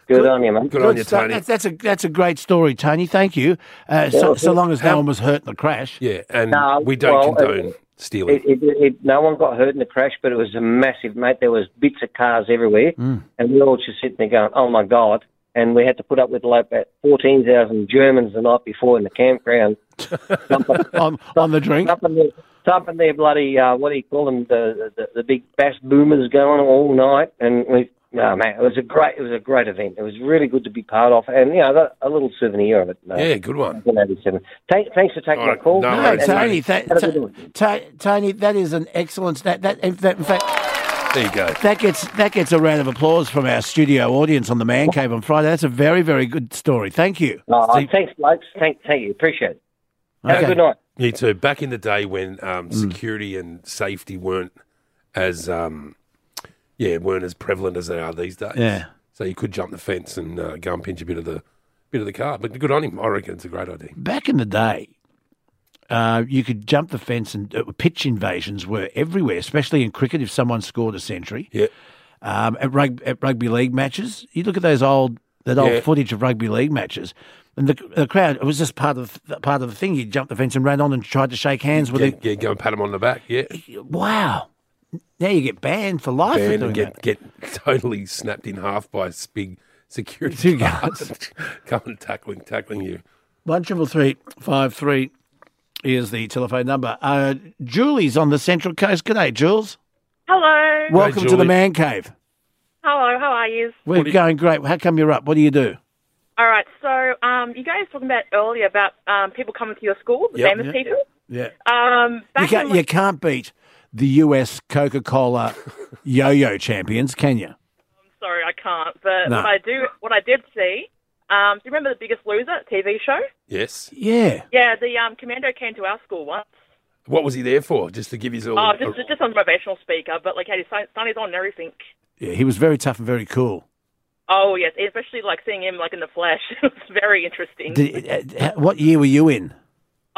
Speaker 3: Good, on you, mate.
Speaker 2: Good, on you,
Speaker 1: stuff.
Speaker 2: Tony.
Speaker 1: That's, that's a that's a great story, Tony. Thank you. Uh, so, so long as no one was hurt in the crash.
Speaker 2: Yeah, and
Speaker 3: No,
Speaker 2: we don't
Speaker 3: well,
Speaker 2: condone
Speaker 3: it-
Speaker 2: stealing.
Speaker 3: It, it, it, no one got hurt in the crash, but it was a massive, mate. There was bits of cars everywhere,
Speaker 1: Mm.
Speaker 3: and we were all just sitting there going, "Oh my god!" And we had to put up with like about fourteen thousand Germans the night before in the campground,
Speaker 1: <laughs>
Speaker 3: thumping,
Speaker 1: On, on the drink.
Speaker 3: thumping, their, thumping their bloody uh, what do you call them, the, the the big bass boomers going all night, and we. No man, it was a great, it was a great event. It was really good to be part of, and you know, I got a little souvenir of it. Uh,
Speaker 2: yeah, good one.
Speaker 3: 1987. Thank, thanks for taking
Speaker 2: All
Speaker 3: my
Speaker 2: right,
Speaker 3: call.
Speaker 2: no
Speaker 1: No,
Speaker 2: worries,
Speaker 1: Tony, tha-
Speaker 3: Have a
Speaker 1: ta-
Speaker 3: good one.
Speaker 1: ta- Tony, that is an excellent stat. That, in fact- in fact,
Speaker 2: There you go.
Speaker 1: that gets that gets a round of applause from our studio audience on the Man Cave on Friday. That's a very, very good story. Thank you.
Speaker 3: Oh,
Speaker 1: Steve-
Speaker 3: thanks, blokes. Thank, thank you. Appreciate it. Have
Speaker 1: Okay. Mm.
Speaker 3: a good night.
Speaker 2: Me too. Back in the day when um, security and safety weren't as um, yeah weren't as prevalent as they are these days.
Speaker 1: Yeah.
Speaker 2: So you could jump the fence and uh, go and pinch a bit of the bit of the car. But good on him. I reckon it's a great idea.
Speaker 1: Back in the day, uh, you could jump the fence, and uh, pitch invasions were everywhere, especially in cricket. If someone scored a century,
Speaker 2: Yeah.
Speaker 1: um, at, rug, at rugby league matches. You look at those old that old
Speaker 2: Yeah.
Speaker 1: footage of rugby league matches, and the, the crowd. It was just part of the, part of the thing. You jumped the fence and ran on and tried to shake hands with
Speaker 2: Yeah, yeah, go and pat him on the back. Yeah.
Speaker 1: it. Wow! Now you get banned for life for
Speaker 2: Banned
Speaker 1: doing
Speaker 2: and
Speaker 1: that.
Speaker 2: get, get <laughs> totally snapped in half by s- big security
Speaker 1: Two
Speaker 2: guards <laughs> coming tackling tackling you.
Speaker 1: One triple three five three is the telephone number. Uh, Julie's on the Central Coast. G'day, Jules.
Speaker 4: Hello.
Speaker 1: Welcome to the
Speaker 2: Julie.
Speaker 1: man cave.
Speaker 4: Hello. How are you?
Speaker 1: We're going great. How come you're up? What do you do?
Speaker 4: All right. So, um, you guys talking about earlier about um, people coming to your school, the
Speaker 2: Yep.
Speaker 4: famous people.
Speaker 1: Yeah,
Speaker 4: Um,
Speaker 1: you
Speaker 4: back in
Speaker 1: can't, you can't beat the U.S.
Speaker 2: <laughs>
Speaker 1: Coca-Cola yo-yo champions, can you?
Speaker 4: my- sorry, I can't. But
Speaker 1: No.
Speaker 4: what I do, what I did see. Um, do you remember the Biggest Loser TV show?
Speaker 2: Yes.
Speaker 1: Yeah.
Speaker 4: Yeah, the um, commando came to our school once.
Speaker 2: What was he there for? Just to give his all.
Speaker 4: Oh,
Speaker 2: <laughs>
Speaker 4: just just on motivational speaker, but like had his sun- sunnies on and everything.
Speaker 1: Yeah, he was very tough and very cool.
Speaker 4: Oh yes, especially like seeing him like in the flesh. <laughs> it was very interesting.
Speaker 1: Did, uh, what year were you in?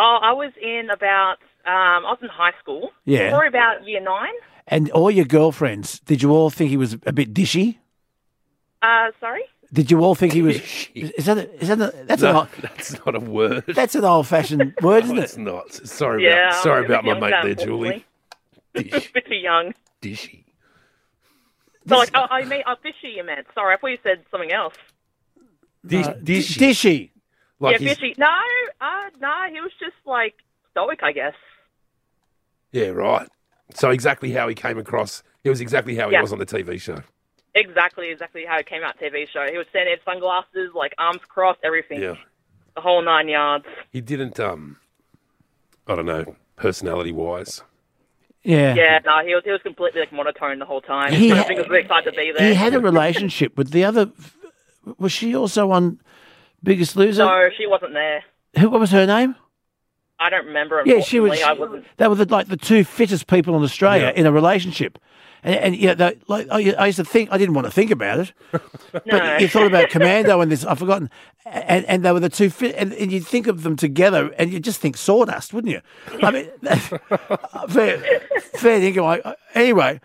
Speaker 4: oh, I was in about um, I was in high school.
Speaker 1: Yeah.
Speaker 4: Probably about year nine.
Speaker 1: And all your girlfriends, did you all think he was a bit dishy?
Speaker 4: Uh, sorry.
Speaker 1: Did you all think he was?
Speaker 2: Dishy.
Speaker 1: Is that a, is that a, that's an
Speaker 2: no,
Speaker 1: old,
Speaker 2: that's not a word.
Speaker 1: that's an old fashioned word,
Speaker 2: No, <laughs>
Speaker 1: isn't
Speaker 2: it's
Speaker 1: it?
Speaker 2: not. Sorry
Speaker 4: Yeah.
Speaker 2: about sorry
Speaker 4: I'm a
Speaker 2: about
Speaker 4: bit
Speaker 2: my mate
Speaker 4: young now,
Speaker 2: there, Julie.
Speaker 4: unfortunately.
Speaker 5: <laughs>
Speaker 2: <laughs> Dish,
Speaker 4: bit too young.
Speaker 2: dishy.
Speaker 4: So like, oh, I mean, oh, fishy you meant. Sorry, I thought you said something else.
Speaker 2: Dish,
Speaker 1: Uh, D-
Speaker 2: dishy.
Speaker 1: Dishy.
Speaker 2: Like
Speaker 4: yeah,
Speaker 2: he's-
Speaker 4: fishy. No, uh, no, he was just like stoic, I guess.
Speaker 2: Yeah, right. So exactly how he came across, it was exactly how he
Speaker 5: Yeah.
Speaker 2: was on the TV show.
Speaker 5: Exactly, exactly how it came out TV show. He was standing in sunglasses, like arms crossed, everything.
Speaker 2: Yeah.
Speaker 5: The whole nine yards.
Speaker 2: He didn't, um, I don't know, personality wise.
Speaker 1: Yeah.
Speaker 5: Yeah, no, he was he was completely like monotone the whole time.
Speaker 1: He
Speaker 5: I
Speaker 1: had-
Speaker 5: think he was really excited to be there.
Speaker 1: He had a relationship with the other. Was she also on Biggest Loser?
Speaker 5: no, she wasn't there.
Speaker 1: Who? What was her name?
Speaker 5: I don't remember.
Speaker 1: Yeah, she was.
Speaker 5: unfortunately. I wasn't.
Speaker 1: They were the, like the two fittest people in Australia
Speaker 2: Yeah.
Speaker 1: in a relationship. And, and yeah, they, like I, I used to think I didn't want to think
Speaker 5: <laughs>
Speaker 1: about it,
Speaker 5: No.
Speaker 1: but you
Speaker 5: <laughs>
Speaker 1: thought about Commando and this. I've forgotten, and and they were the two fit, and, and you'd think of them together, and you just think sawdust, wouldn't you? I mean, <laughs> uh, fair, fair dinkum. I, anyway,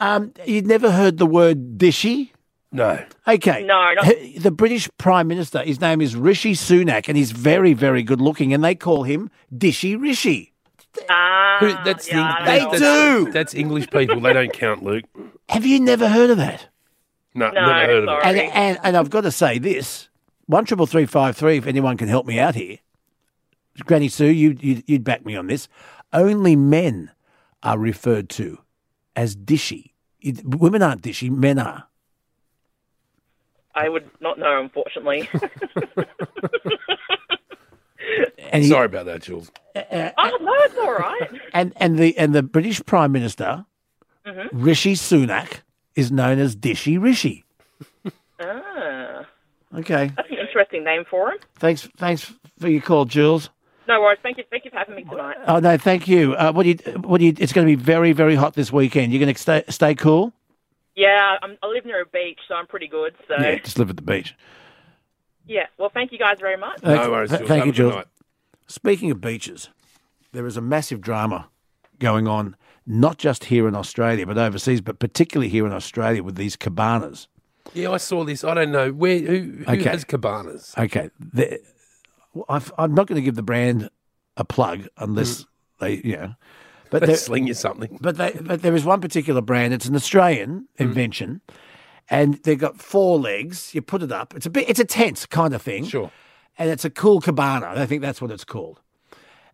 Speaker 1: um, you'd never heard the word dishy.
Speaker 2: No.
Speaker 1: Okay.
Speaker 5: No, not-
Speaker 1: H- The British Prime Minister, his name is Rishi Sunak, and he's very, very good looking, and they call him Dishy Rishi.
Speaker 5: Ah,
Speaker 2: Who, that's
Speaker 5: yeah,
Speaker 2: the,
Speaker 5: I
Speaker 1: They
Speaker 5: don't
Speaker 2: that's,
Speaker 5: know.
Speaker 1: do!
Speaker 2: That's English people. They don't count, Luke. <laughs>
Speaker 1: Have you never heard of that?
Speaker 2: No,
Speaker 5: No,
Speaker 2: never heard of
Speaker 5: sorry.
Speaker 2: it.
Speaker 1: And, and, and I've got to say this one triple three five three. If anyone can help me out here, Granny Sue, you, you you'd back me on this. Only men are referred to as dishy. It- women aren't dishy. Men are.
Speaker 5: I would not know,
Speaker 2: <laughs>
Speaker 5: unfortunately.
Speaker 1: And he- Uh,
Speaker 2: Sorry about that, Jules.
Speaker 5: oh no, it's all right.
Speaker 1: and and the and the British Prime Minister
Speaker 5: Mm-hmm.
Speaker 1: Rishi Sunak is known as Dishy Rishi.
Speaker 5: Ah,
Speaker 1: Okay,
Speaker 5: that's an interesting name for him.
Speaker 1: thanks thanks for your call, Jules.
Speaker 5: No worries. Thank you. Thank you for having me tonight.
Speaker 1: Oh no, thank you. Uh, what do you what do you? It's going to be very very hot this weekend. You're going to stay stay cool.
Speaker 5: Yeah, I'm, I live near a beach, so I'm pretty good. So yeah.
Speaker 1: just live at the beach.
Speaker 5: Well, thank you guys very much.
Speaker 1: Thank-
Speaker 2: No worries,
Speaker 1: th-
Speaker 2: Jules.
Speaker 1: Thank
Speaker 2: Have
Speaker 1: you,
Speaker 2: a good
Speaker 1: Jules.
Speaker 2: night.
Speaker 1: Speaking of beaches, there is a massive drama going on, not just here in Australia, but overseas, but particularly here in Australia with these cabanas.
Speaker 2: Yeah, I saw this. I don't know where who, who
Speaker 1: Okay.
Speaker 2: has cabanas.
Speaker 1: Okay, the, well, I've, I'm not going to give the brand a plug unless they, you know, but
Speaker 2: They
Speaker 1: there,
Speaker 2: sling you something. Mm.
Speaker 1: but they, but there is one particular brand. It's an Australian invention, and they've got four legs. You put it up. It's a bit. It's a tent kind of thing.
Speaker 2: Sure.
Speaker 1: And it's a cool cabana. I think that's what it's called.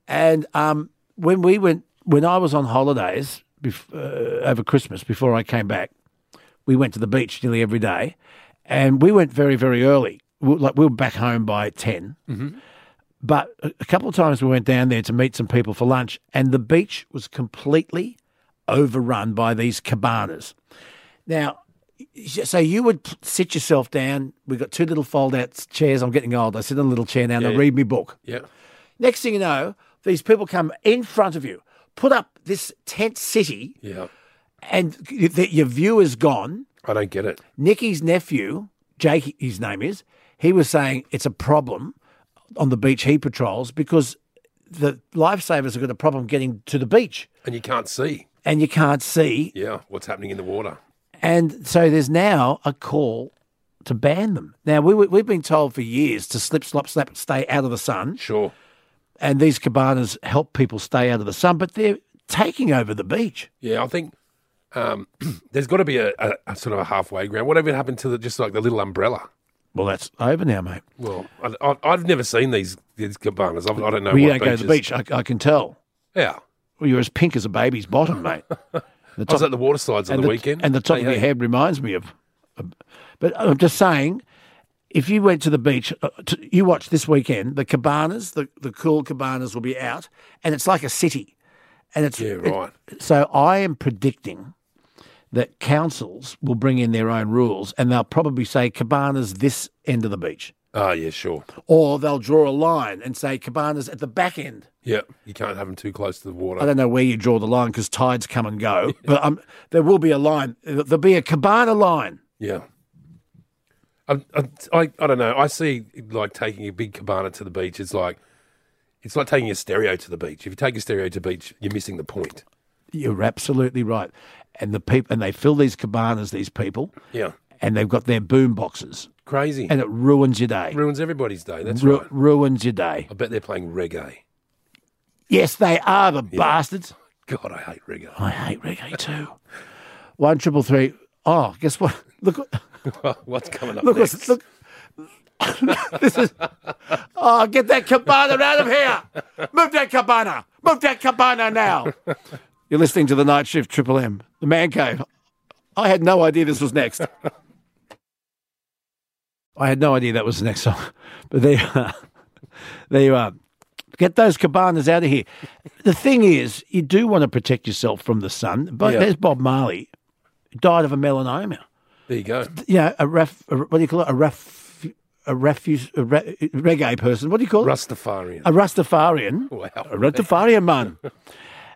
Speaker 1: And um, when we went, when I was on holidays bef- uh, over Christmas, before I came back, we went to the beach nearly every day, and we went very, very early. We, like we were back home by 10
Speaker 2: Mm-hmm.
Speaker 1: But a a couple of times we went down there to meet some people for lunch, and the beach was completely overrun by these cabanas. Now, so you would sit yourself down. We've got two little fold out chairs. I'm getting old. I sit in a little chair now and I
Speaker 2: Yeah.
Speaker 1: read me book.
Speaker 2: Yeah.
Speaker 1: Next thing you know, these people come in front of you, put up this tent city,
Speaker 2: Yeah.
Speaker 1: and y- the- your view is gone.
Speaker 2: I don't get it.
Speaker 1: Nicky's nephew, Jake, his name is, he was saying it's a problem on the beach he patrols because the lifesavers have got a problem getting to the beach
Speaker 2: And you can't see.
Speaker 1: and you can't see.
Speaker 2: Yeah. What's happening in the water?
Speaker 1: And so there's now a call to ban them. Now, we, we- we've been told for years to slip, slop, slap, stay out of the sun.
Speaker 2: Sure.
Speaker 1: And these cabanas help people stay out of the sun, but they're taking over the beach.
Speaker 2: Yeah, I think um, <clears throat> there's got to be a, a, a sort of a halfway ground. Whatever happened to the, just like the little umbrella?
Speaker 1: Well, that's over now, mate.
Speaker 2: Well, I, I, I've never seen these these cabanas. I've, I don't know.
Speaker 1: We
Speaker 2: what
Speaker 1: don't go to the
Speaker 2: beaches-
Speaker 1: beach. I, I can tell.
Speaker 2: Yeah,
Speaker 1: Well, you're as pink as a baby's
Speaker 2: <laughs>
Speaker 1: bottom, mate. The
Speaker 2: I was at the water slides on
Speaker 1: and
Speaker 2: the, weekend.
Speaker 1: And the top
Speaker 2: Hey,
Speaker 1: of your
Speaker 2: hey.
Speaker 1: head reminds me of. of- But I'm just saying, if you went to the beach, uh, to, you watch this weekend, the cabanas, the, the cool cabanas will be out, and it's like a city. And it's
Speaker 2: Yeah, right.
Speaker 1: so I am predicting that councils will bring in their own rules, and they'll probably say cabanas this end of the beach,
Speaker 2: Oh yeah, sure.
Speaker 1: or they'll draw a line and say cabanas at the back end.
Speaker 2: Yeah, you can't have them too close to the water.
Speaker 1: I don't know where you draw the line because tides come
Speaker 2: <laughs>
Speaker 1: and go, but um, there will be a line. There'll be a cabana line.
Speaker 2: Yeah. I, I, I, I don't know. I see like taking a big cabana to the beach. It's like it's like taking a stereo to the beach. If you take a stereo to the beach, you're missing the point.
Speaker 1: You're absolutely right. And the people and they fill these cabanas, these people,
Speaker 2: Yeah,
Speaker 1: and they've got their boom boxes,
Speaker 2: crazy.
Speaker 1: and it ruins your day.
Speaker 2: ruins everybody's day. That's
Speaker 1: Ru-
Speaker 2: right.
Speaker 1: Ruins your day.
Speaker 2: I bet they're playing reggae.
Speaker 1: Yes, they are the bastards.
Speaker 2: God, I hate reggae. <laughs>
Speaker 1: I hate reggae too. One triple three. Oh, guess what? <laughs>
Speaker 2: <laughs>
Speaker 1: Look, what-
Speaker 2: What's coming up
Speaker 1: look,
Speaker 2: next?
Speaker 1: what's look. this is. Oh, <laughs> get that cabana out of here! Move that cabana! Move that cabana now! You're listening to the Night Shift Triple M, <laughs> the Man Cave. I had no idea this was next. I had no idea that was the next <laughs> song, but there you <laughs> are. There you are. uh, Get those cabanas out of here. The thing is, you do want to protect yourself from the sun. But
Speaker 2: Yeah.
Speaker 1: there's Bob Marley, died of a melanoma.
Speaker 2: <laughs> There you go.
Speaker 1: You know, a ref, a, what do you call it? A ref, a refuse, a re, reggae person. What do you call it?
Speaker 2: Rastafarian.
Speaker 1: a Rastafarian.
Speaker 2: Wow.
Speaker 1: A Rastafarian man.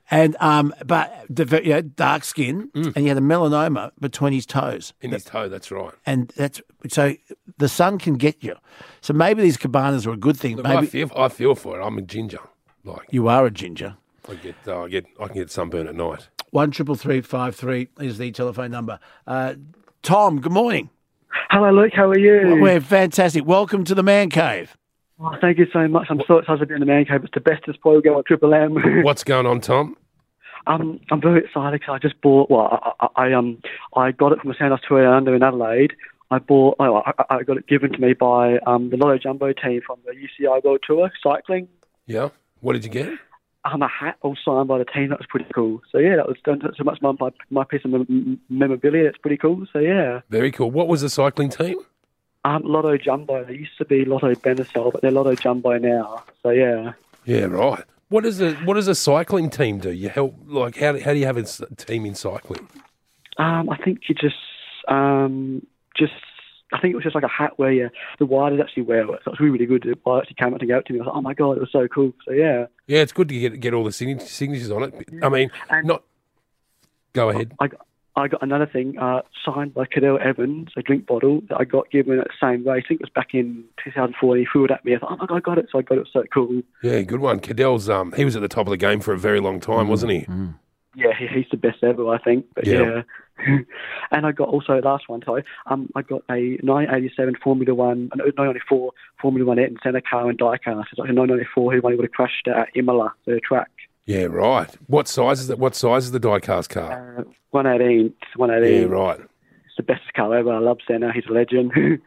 Speaker 1: And um, but the- you know, dark skin,
Speaker 2: Mm.
Speaker 1: and he had a melanoma between his toes,
Speaker 2: <laughs> In his toe, that's right.
Speaker 1: and that's so the sun can get you. So maybe these cabanas are a good thing.
Speaker 2: Look, I
Speaker 1: maybe
Speaker 2: feel I feel for it. I'm a ginger. Like
Speaker 1: you are a ginger.
Speaker 2: I get uh, I get I can get sunburn at night.
Speaker 1: One triple three five three is the telephone number. Uh, Tom, good morning.
Speaker 6: Hello, Luke. How are you?
Speaker 1: We're fantastic. Welcome to the man cave.
Speaker 6: Oh, thank you so much. I'm so excited to be in the man cave. It's the bestest program on Triple M. <laughs>
Speaker 2: What's going on, Tom?
Speaker 6: um, I'm very excited because I just bought. Well, I, I, I um, I got it from a Sandals Tour under in Adelaide. I bought. Oh, I, I- I got it given to me by um, the Lotto Jumbo team from the UCI World Tour cycling.
Speaker 2: Yeah. What did you get?
Speaker 6: Um, a hat all signed by the team. That was pretty cool. So yeah, that was done so much my my, my piece of mem- mem- memorabilia. That's pretty cool. So yeah.
Speaker 2: Very cool. What was the cycling team?
Speaker 6: Um, Lotto Jumbo. They used to be Lotto Benicel, but they're Lotto Jumbo now. So yeah.
Speaker 2: Yeah, right. What does a what does a cycling team do? You help like how, do- how do you have a s- team in cycling?
Speaker 6: Um, I think you just, um, just. I think it was just like a hat where you, the wire did actually wear it. So it was really, really good. The wire actually came up and gave it to me. I was like, oh my god, it was so cool. So yeah,
Speaker 2: Yeah, it's good to get get all the sign- signatures on it. I mean,
Speaker 6: And-
Speaker 2: not. Go ahead.
Speaker 6: I got, I got another thing uh, signed by Cadell Evans, a drink bottle that I got given at the same race. I think it was back in 2004. He threw it at me. I thought, oh my god, I got it. So I got it. It was so cool.
Speaker 2: Yeah, good one. Cadell's um he was at the top of the game for a very long time, wasn't he?
Speaker 6: Yeah, he, he's the best ever, I think. But
Speaker 2: Yeah.
Speaker 6: yeah. <laughs> and I got also last one, sorry, um, I got a 987 Formula One, no, 994 Formula One in Senna car and die car. So it's like a 994 who only would have crashed at Imola, the track.
Speaker 2: Yeah, right. What size is that? What size is the diecast car?
Speaker 6: Uh, 118,
Speaker 2: yeah,
Speaker 6: 118.
Speaker 2: right.
Speaker 6: It's the best car ever. I love Senna. He's a legend. <laughs>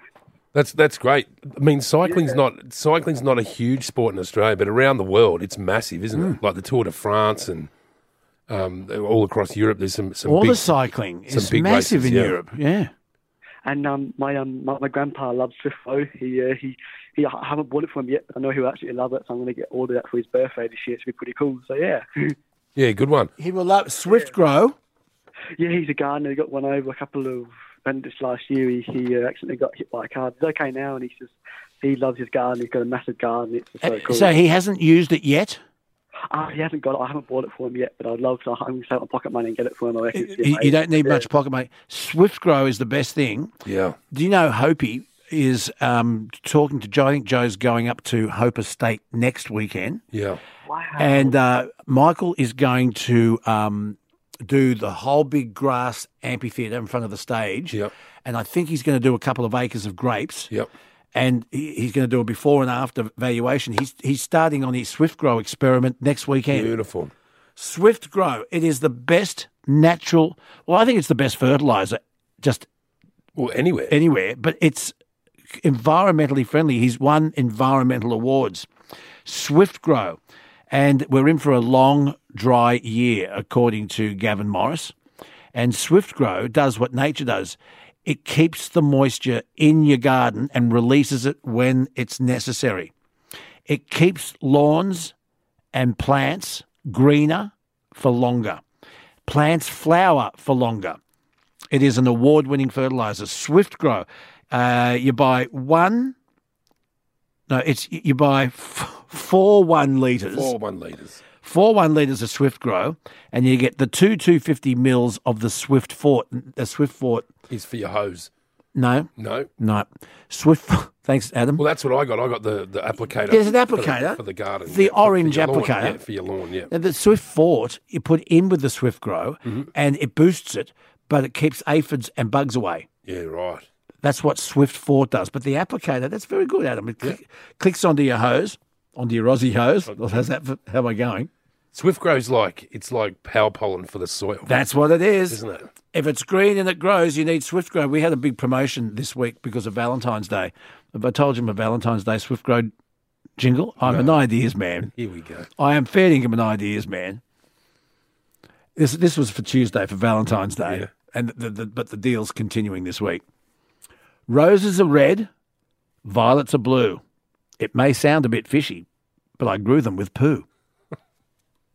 Speaker 2: That's that's great. I mean, cycling's not cycling's not a huge sport in Australia, but around the world, it's massive, isn't
Speaker 1: Hmm.
Speaker 2: it? Like the Tour de France and um, all across Europe. There's some some
Speaker 1: All
Speaker 2: big,
Speaker 1: the cycling is
Speaker 2: big
Speaker 1: massive
Speaker 2: races,
Speaker 1: in
Speaker 2: yeah.
Speaker 1: Europe. Yeah.
Speaker 6: And um, my um, my, my grandpa loves Swifto. He uh, he he. I haven't bought it for him yet, but I know he'll actually love it. So I'm going to get ordered that for his birthday this year. It's going to be pretty cool. So yeah.
Speaker 2: yeah, good one.
Speaker 1: He will love Swift Grow.
Speaker 6: Yeah, he's a gardener. He got one over a couple of and this last year. He, he uh, accidentally got hit by a car. He's okay now, and he's just he loves his garden. He's got a massive garden. It's just so cool.
Speaker 1: Uh, So he hasn't used it yet.
Speaker 6: Ah, he hasn't got it. I haven't bought it for him yet, but I'd love to. I'm going to save my pocket money and get it for him. I reckon.
Speaker 1: You, you don't need much pocket money. Swift Grow is the best thing.
Speaker 2: Yeah,
Speaker 1: Do you know Hopi is um, talking to Joe? I think Joe's going up to Hope Estate next weekend,
Speaker 2: yeah.
Speaker 6: Wow.
Speaker 1: and uh, Michael is going to um, do the whole big grass amphitheatre in front of the stage.
Speaker 2: Yep.
Speaker 1: And I think he's going to do a couple of acres of grapes.
Speaker 2: Yep.
Speaker 1: and he- he's going to do a before and after valuation. He's he's starting on his Swift Grow experiment next weekend.
Speaker 2: Beautiful.
Speaker 1: Swift Grow, it is the best natural. Well, I think it's the best fertilizer just
Speaker 2: Well, anywhere.
Speaker 1: anywhere, but it's environmentally friendly. He's won environmental awards. Swift Grow, and we're in for a long dry year, according to Gavin Morris. And Swift Grow does what nature does. It keeps the moisture in your garden and releases it when it's necessary. It keeps lawns and plants greener for longer. Plants flower for longer. It is an award winning fertilizer, Swift Grow. Uh, you buy one, no, it's you buy f- four one litres
Speaker 2: Four one liters.
Speaker 1: four one litres of Swift Grow, and you get the two 250 mils of the Swift Fort. The Swift Fort,
Speaker 2: is for your hose.
Speaker 1: no,
Speaker 2: No.
Speaker 1: no, Swift. <laughs> Thanks, Adam.
Speaker 2: Well, that's what I got. I got the, the applicator.
Speaker 1: There's an
Speaker 2: for the- for
Speaker 1: applicator.
Speaker 2: the, garden.
Speaker 1: The
Speaker 2: yeah, for- for
Speaker 1: orange
Speaker 2: your lawn,
Speaker 1: applicator.
Speaker 2: yeah, for your lawn. Yeah.
Speaker 1: Now, the Swift Fort you put in with the Swift Grow,
Speaker 2: Mm-hmm.
Speaker 1: and it boosts it, but it keeps aphids and bugs away.
Speaker 2: Yeah. Right.
Speaker 1: That's what Swift Fort does. But the applicator, that's very good, Adam. It cl- clicks onto your hose, onto your Aussie hose. How's that? For, how am I going?
Speaker 2: Swift grows like it's like power pollen for the soil,
Speaker 1: That's what it is.
Speaker 2: isn't it?
Speaker 1: if it's green and it grows, you need Swift Grow. We had a big promotion this week because of Valentine's Day. If I told you my Valentine's Day Swift Grow jingle, I'm an ideas man.
Speaker 2: Here we go.
Speaker 1: I am fair dinkum an ideas man. This this was for Tuesday for Valentine's Day, and the, the, but the deal's continuing this week. Roses are red, violets are blue. It may sound a bit fishy, but I grew them with poo. <laughs>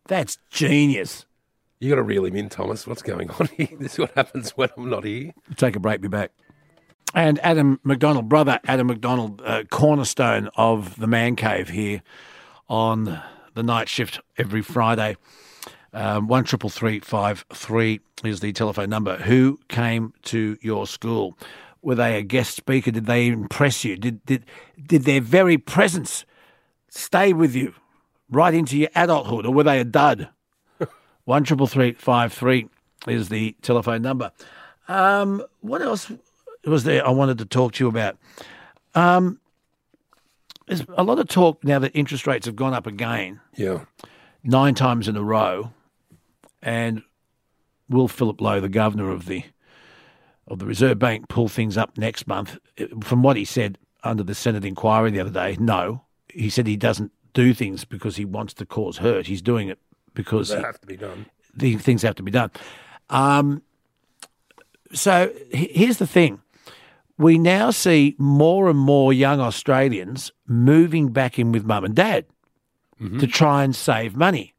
Speaker 1: That's genius.
Speaker 2: You got to reel him in, Thomas. What's going on here? <laughs> This is what happens when I'm not here.
Speaker 1: Take a break. Be back. And Adam McDonald, brother Adam McDonald, uh, cornerstone of the Man Cave here on the night shift every Friday. Um, one triple three five three is the telephone number. Who came to your school? Were they a guest speaker? Did they impress you? Did did did their very presence stay with you right into your adulthood, or were they a dud? <laughs> One triple three five three is the telephone number. Um, what else was there I wanted to talk to you about? Um, there's a lot of talk now that interest rates have gone up again,
Speaker 2: Yeah.
Speaker 1: nine times in a row, and will Philip Lowe, the governor of the of the Reserve Bank, pull things up next month? From what he said under the Senate inquiry the other day, no, he said he doesn't do things because he wants to cause hurt. He's doing it because
Speaker 2: They
Speaker 1: he,
Speaker 2: have to be done.
Speaker 1: these things have to be done. Um, so he- here's the thing. We now see more and more young Australians moving back in with mum and dad
Speaker 2: Mm-hmm.
Speaker 1: to try and save money.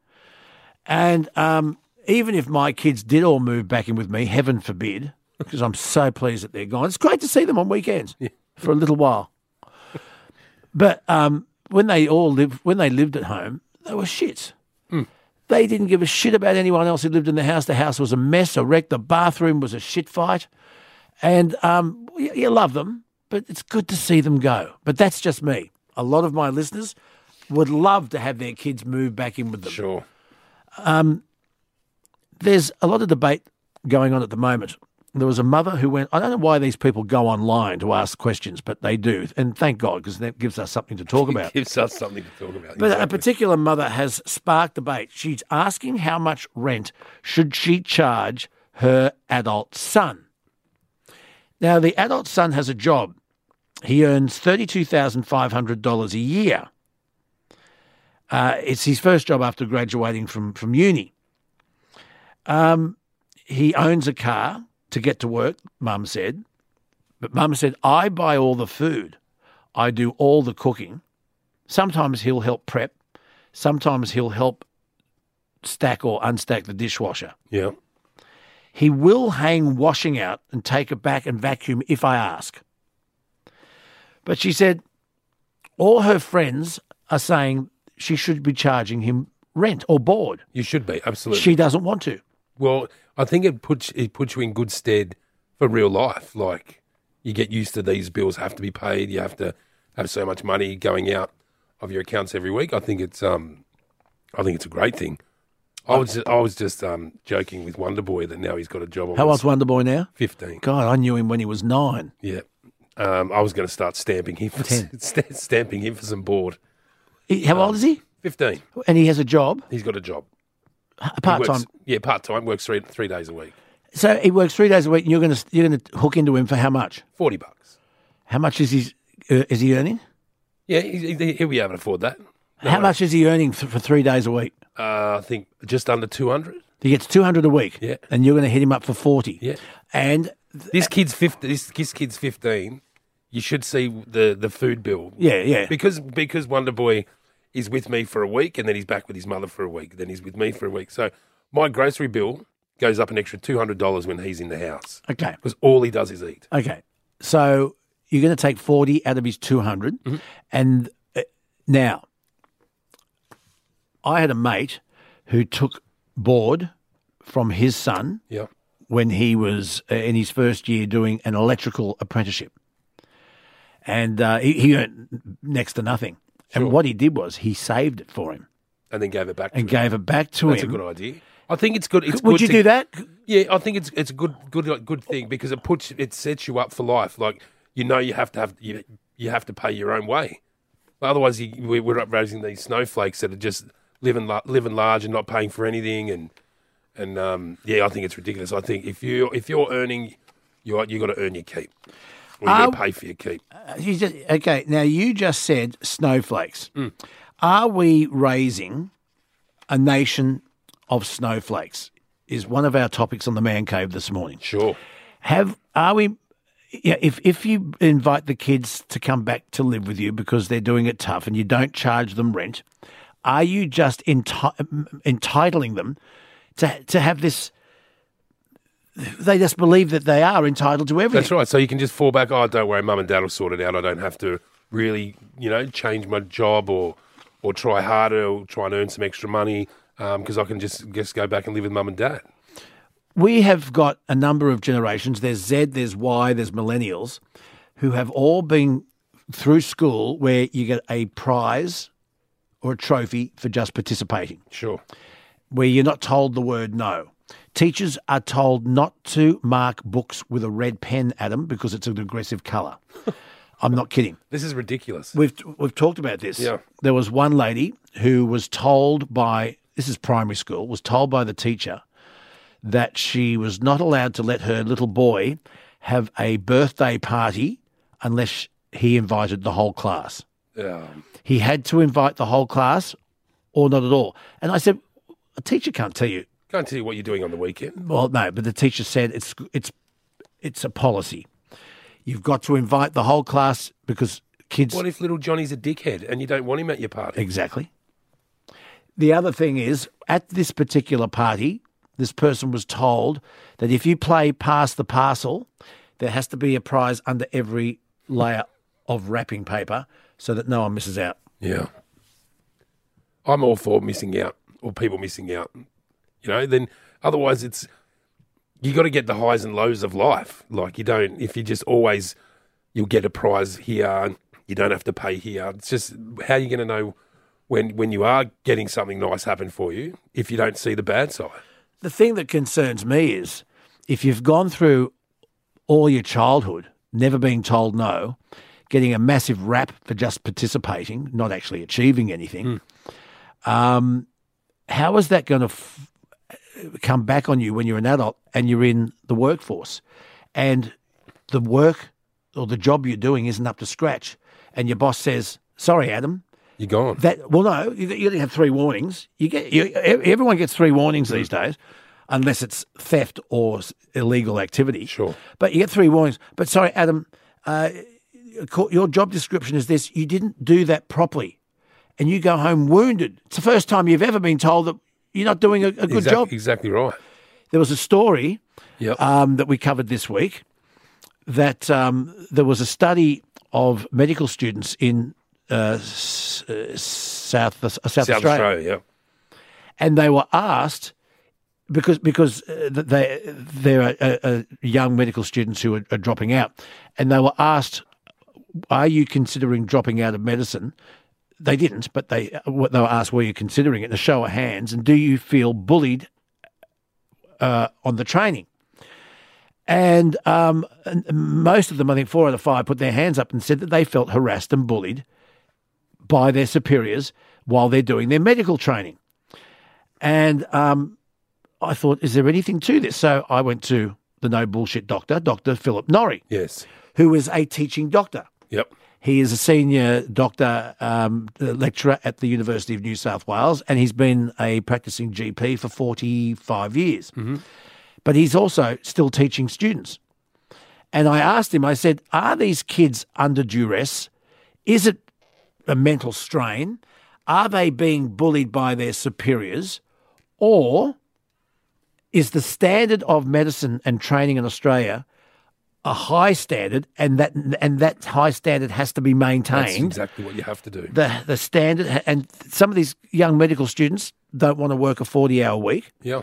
Speaker 1: And um, even if my kids did all move back in with me, heaven forbid, because I'm so pleased that they're gone. It's great to see them on weekends for a little while. But um, when they all lived, when they lived at home, they were shits. They didn't give a shit about anyone else who lived in the house. The house was a mess, a wreck. The bathroom was a shit fight. And um, you, you love them, but it's good to see them go. But that's just me. A lot of my listeners would love to have their kids move back in with them. Um,
Speaker 2: Sure.
Speaker 1: There's a lot of debate going on at the moment. There was a mother who went, I don't know why these people go online to ask questions, but they do. And thank God, because that gives us something
Speaker 2: <laughs>
Speaker 1: to talk about.
Speaker 2: Gives us something to talk about.
Speaker 1: But a
Speaker 2: Exactly.
Speaker 1: particular mother has sparked debate. She's asking how much rent should she charge her adult son. Now, the adult son has a job. He earns $32,500 a year. Uh, it's his first job after graduating from, from uni. Um, he owns a car to get to work, mum said. But mum said, I buy all the food, I do all the cooking. Sometimes he'll help prep. Sometimes he'll help stack or unstack the dishwasher.
Speaker 2: yeah.
Speaker 1: He will hang washing out and take it back and vacuum if I ask. But she said all her friends are saying she should be charging him rent or board.
Speaker 2: You should be absolutely.
Speaker 1: She doesn't want to.
Speaker 2: Well, I think it puts it puts you in good stead for real life. Like you get used to these bills have to be paid. You have to have so much money going out of your accounts every week. I think it's um, I think it's a great thing.
Speaker 1: Uh,
Speaker 2: I was just, I was just um, joking with Wonder Boy that now he's got a job. On
Speaker 1: How old's Wonder Boy now?
Speaker 2: Fifteen.
Speaker 1: God, I knew him when he was nine.
Speaker 2: Yeah. Um, I was going to start stamping him for
Speaker 1: Ten.
Speaker 2: <laughs> st- stamping him for some board. Um,
Speaker 1: He- How old is he?
Speaker 2: Fifteen.
Speaker 1: And he has a job,
Speaker 2: He's got a job.
Speaker 1: a
Speaker 2: He
Speaker 1: part
Speaker 2: works-
Speaker 1: time.
Speaker 2: Yeah, part time. Works three three days a week.
Speaker 1: So he works three days a week, and you're going to you're going to hook into him for how much?
Speaker 2: Forty bucks.
Speaker 1: How much is he uh, is he earning?
Speaker 2: Yeah, he, he- he'll be able to afford that.
Speaker 1: How much is he earning th- for three days a week?
Speaker 2: Uh, I think just under 200.
Speaker 1: He gets two hundred a week,
Speaker 2: Yeah.
Speaker 1: and you're going to hit him up for forty.
Speaker 2: Yeah.
Speaker 1: And th-
Speaker 2: This kid's 50, this, this kid's 15. You should see the, the food bill.
Speaker 1: yeah, yeah,
Speaker 2: Because because Wonder Boy is with me for a week and then he's back with his mother for a week, then he's with me for a week. So my grocery bill goes up an extra $200 when he's in the house
Speaker 1: okay,
Speaker 2: because all he does is eat.
Speaker 1: okay. So you're going to take forty out of his two
Speaker 2: Mm-hmm.
Speaker 1: and uh, now I had a mate who took board from his son
Speaker 2: Yeah.
Speaker 1: when he was uh, in his first year doing an electrical apprenticeship. And uh, he, he earned next to nothing. And what he did was he saved it for him
Speaker 2: And then gave it back
Speaker 1: and
Speaker 2: to him.
Speaker 1: gave it back to
Speaker 2: That's a
Speaker 1: him.
Speaker 2: good idea. I think it's good. It's
Speaker 1: Would
Speaker 2: good
Speaker 1: you
Speaker 2: to-
Speaker 1: do that?
Speaker 2: Yeah, I think it's it's a good good good thing because it puts it sets you up for life. Like you know, you have to have you, you have to pay your own way. Otherwise, you, we, we're raising these snowflakes that are just living la- living large and not paying for anything. And and um, yeah, I think it's ridiculous. I think if you if you're earning, you you got to earn your keep. Or you got to
Speaker 1: Uh,
Speaker 2: pay for your keep.
Speaker 1: Uh, You just, okay, now you just said snowflakes. Are we raising a nation of snowflakes? is one of our topics on the man cave this morning.
Speaker 2: Sure.
Speaker 1: Have are we? Yeah, if if you invite the kids to come back to live with you because they're doing it tough and you don't charge them rent, are you just enti- entitling them to to have this? They just believe that they are entitled to everything.
Speaker 2: <laughs> That's right. So you can just fall back. Oh, don't worry, mum and dad will sort it out. I don't have to really, you know, change my job or or try harder or try and earn some extra money because I can just just go back and live with mum and dad.
Speaker 1: we have got a number of generations. There's Z, there's Y, there's millennials, who have all been through school where you get a prize or a trophy for just participating,
Speaker 2: Sure.
Speaker 1: where you're not told the word no. Teachers are told not to mark books with a red pen, Adam, because it's an aggressive colour. I'm not kidding.
Speaker 2: This is ridiculous.
Speaker 1: We've we've talked about this.
Speaker 2: Yeah.
Speaker 1: There was one lady who was told by this is primary school was told by the teacher that she was not allowed to let her little boy have a birthday party unless he invited the whole class.
Speaker 2: Um,
Speaker 1: He had to invite the whole class or not at all. And I said a teacher can't tell you.
Speaker 2: can't tell you what you're doing on the weekend.
Speaker 1: Well, no, but the teacher said it's it's it's a policy. You've got to invite the whole class because kids
Speaker 2: What if little Johnny's a dickhead and you don't want him at your party?
Speaker 1: Exactly. The other thing is, at this particular party, this person was told that if you play pass the parcel, there has to be a prize under every layer of wrapping paper so that no one misses out.
Speaker 2: Yeah. I'm all for missing out or people missing out. You know, then otherwise it's you got to get the highs and lows of life. Like you don't if you just always you'll get a prize here and you don't have to pay here. It's just how you going to know when when you are getting something nice happen for you if you don't see the bad side.
Speaker 1: The thing that concerns me is if you've gone through all your childhood never being told no, getting a massive rap for just participating, not actually achieving anything, um, how is that going to f- come back on you when you're an adult and you're in the workforce and the work or the job you're doing isn't up to scratch and your boss says, Sorry, Adam,
Speaker 2: You're gone.
Speaker 1: that well, no, you, you only have three warnings. You get you, e- everyone gets three warnings these
Speaker 2: Mm.
Speaker 1: days, unless it's theft or s- illegal activity.
Speaker 2: Sure.
Speaker 1: but you get three warnings. But sorry, Adam, uh, co- your job description is this: you didn't do that properly, and you go home wounded. It's the first time you've ever been told that you're not doing a, a good
Speaker 2: Exac-
Speaker 1: job.
Speaker 2: Exactly right.
Speaker 1: There was a story
Speaker 2: Yeah.
Speaker 1: um, that we covered this week that um, there was a study of medical students in uh, s- uh, South, uh, South,
Speaker 2: South
Speaker 1: Australia,
Speaker 2: Australia. yeah.
Speaker 1: and they were asked because because uh, th- they there are uh, uh, young medical students who are, are dropping out, and they were asked, "Are you considering dropping out of medicine?" They didn't, but they uh, what they were asked, "Were you considering it?" And a show of hands, and do you feel bullied uh, on the training? And, um, and most of them, I think four out of five, put their hands up and said that they felt harassed and bullied by their superiors while they're doing their medical training. And um, I thought, is there anything to this? So I went to the no bullshit doctor, Dr. Philip Norrie,
Speaker 2: Yes.
Speaker 1: who is a teaching doctor.
Speaker 2: Yep.
Speaker 1: He is a senior doctor um, lecturer at the University of New South Wales, and he's been a practicing GP for 45 years. But he's also still teaching students. And I asked him, I said, Are these kids under duress? Is it a mental strain? Are they being bullied by their superiors? Or is the standard of medicine and training in Australia a high standard and that and that high standard has to be
Speaker 2: That's
Speaker 1: maintained?
Speaker 2: exactly what you have to do.
Speaker 1: The the standard ha- and some of these young medical students don't want to work a 40-hour week
Speaker 2: Yeah.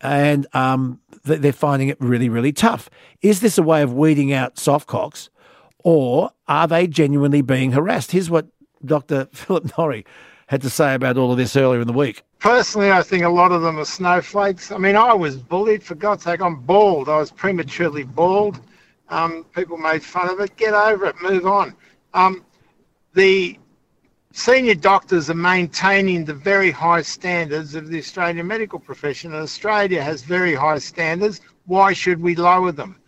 Speaker 1: and um, th- they're finding it really, really tough. Is this a way of weeding out softcocks, or are they genuinely being harassed? Here's what Dr. <laughs> Philip Norrie had to say about all of this earlier in the week.
Speaker 7: Personally, I think a lot of them are snowflakes. I mean, I was bullied, for God's sake. I'm bald. I was prematurely bald. Um, people made fun of it. Get over it. Move on. Um, the senior doctors are maintaining the very high standards of the Australian medical profession, and Australia has very high standards. Why should we lower them?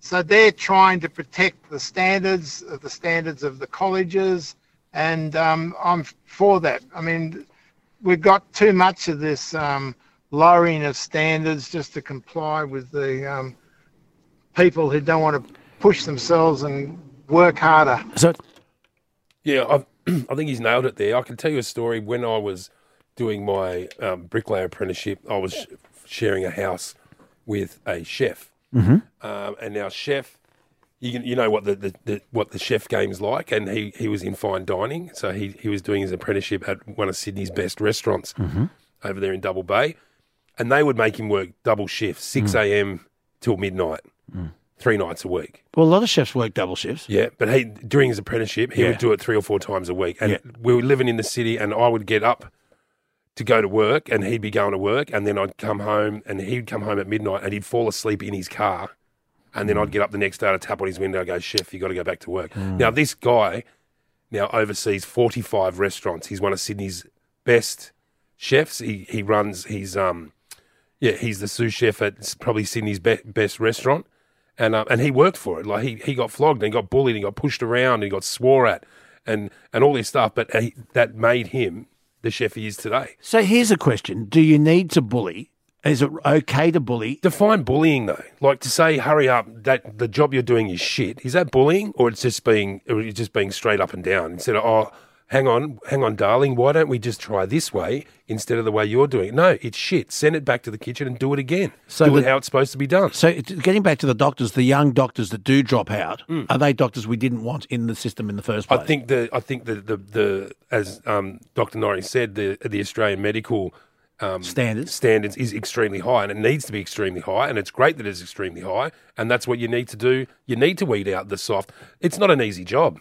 Speaker 7: So they're trying to protect the standards, the standards of the colleges, and um, I'm for that. I mean, we've got too much of this um, lowering of standards just to comply with the um, people who don't want to push themselves and work harder.
Speaker 1: So,
Speaker 2: yeah, I've, <clears throat> I think he's nailed it there. I can tell you a story. When I was doing my um, bricklayer apprenticeship, I was sh- sharing a house with a chef,
Speaker 1: Mhm.
Speaker 2: um, and now chef, you can, you know what the, the, the what the chef game's like, and he, he was in fine dining, so he he was doing his apprenticeship at one of Sydney's best restaurants over there in Double Bay, and they would make him work double shifts, six a.m. till midnight, three nights a week.
Speaker 1: well, a lot of chefs work double shifts.
Speaker 2: Yeah, but he during his apprenticeship, he
Speaker 1: Yeah.
Speaker 2: would do it three or four times a week. And
Speaker 1: Yeah.
Speaker 2: we were living in the city, and I would get up to go to work, and he'd be going to work, and then I'd come home, and he'd come home at midnight, and he'd fall asleep in his car, and then I'd
Speaker 1: Hmm.
Speaker 2: get up the next day to tap on his window, and go, "Chef, you got to go back to work." Now this guy now oversees forty-five restaurants. He's one of Sydney's best chefs. He he runs he's um yeah he's the sous chef at s- probably Sydney's be- best restaurant and um, and he worked for it. Like he, he got flogged and he got bullied and he got pushed around and he got swore at and and all this stuff. But he, that made him the chef he is today.
Speaker 1: So here's a question: Do you need to bully? Is it okay to bully?
Speaker 2: Define bullying though. Like to say, hurry up, that the job you're doing is shit. Is that bullying or it's just being or it's just being straight up and down instead of oh. Hang on, hang on, darling. Why don't we just try this way instead of the way you're doing it? No, it's shit. Send it back to the kitchen and do it again.
Speaker 1: So
Speaker 2: do it
Speaker 1: the-
Speaker 2: how it's supposed to be done.
Speaker 1: So it's- getting back to the doctors, the young doctors that do drop out, are they doctors we didn't want in the system in the first place?
Speaker 2: Mm. I think the I think the the, the as um, Dr. Norrie said, the the Australian medical um,
Speaker 1: Standards.
Speaker 2: standards is extremely high, and it needs to be extremely high, and it's great that it's extremely high, and that's what you need to do. You need to weed out the soft. It's not an easy job.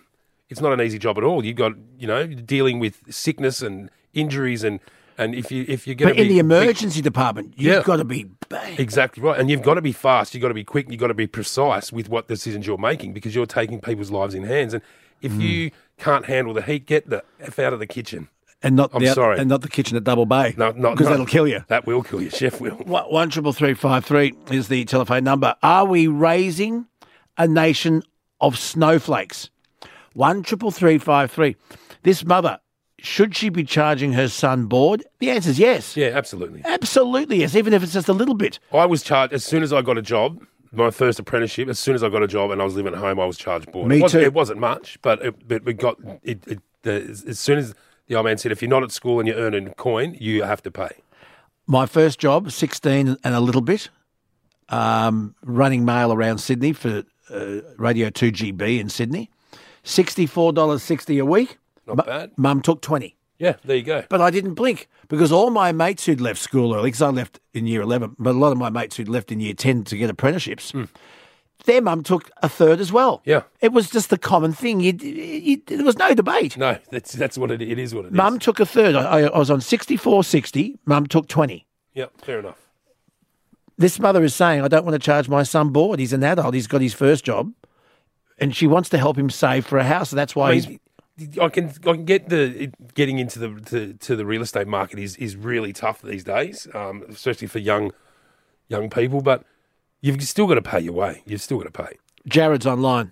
Speaker 2: It's not an easy job at all. You've got you know dealing with sickness and injuries, and and if you if you're going
Speaker 1: But
Speaker 2: to
Speaker 1: in
Speaker 2: be
Speaker 1: the emergency department, you've
Speaker 2: Yeah.
Speaker 1: got to be bang.
Speaker 2: Exactly right. And you've got to be fast, you've got to be quick, and you've got to be precise with what decisions you're making because you're taking people's lives in hands. And
Speaker 1: Hmm.
Speaker 2: if you can't handle the heat, get the F out of the kitchen.
Speaker 1: and not
Speaker 2: I'm
Speaker 1: the,
Speaker 2: sorry.
Speaker 1: and not the kitchen at Double Bay.
Speaker 2: No, not
Speaker 1: because
Speaker 2: no.
Speaker 1: that'll kill you.
Speaker 2: That will kill you. <laughs> Chef will.
Speaker 1: One one triple three five three is the telephone number. Are we raising a nation of snowflakes? One triple three five three. This mother should she be charging her son board? The answer is yes.
Speaker 2: Yeah, absolutely.
Speaker 1: Absolutely yes. Even if it's just a little bit.
Speaker 2: I was charged as soon as I got a job. My first apprenticeship. As soon as I got a job and I was living at home, I was charged board.
Speaker 1: Me
Speaker 2: it wasn't,
Speaker 1: too.
Speaker 2: It wasn't much, but it, but we got it. it the, as soon as the old man said, "If you're not at school and you're earning coin, you have to pay."
Speaker 1: My first job, 16 and a little bit, um, running mail around Sydney for uh, Radio 2GB in Sydney. $64.60 a week.
Speaker 2: Not
Speaker 1: Mu-
Speaker 2: bad.
Speaker 1: Mum took 20.
Speaker 2: Yeah, there you go.
Speaker 1: But I didn't blink because all my mates who'd left school early, because I left in year 11, but a lot of my mates who'd left in year 10 to get apprenticeships, their mum took a third as well.
Speaker 2: Hmm. Yeah.
Speaker 1: It was just the common thing. You, you, there was no debate.
Speaker 2: No, that's that's what it, it is. What it is.
Speaker 1: Mum took a third. I, I I was on 64.60. Mum took 20.
Speaker 2: Yeah, fair enough.
Speaker 1: this mother is saying, I don't want to charge my son board. He's an adult. He's got his first job. And she wants to help him save for a house. And that's why
Speaker 2: I
Speaker 1: he's.
Speaker 2: mean, I can I can get the it- getting into the to, to the real estate market is is really tough these days, um, especially for young young people. But you've still got to pay your way. You've still got to pay.
Speaker 1: Jared's online.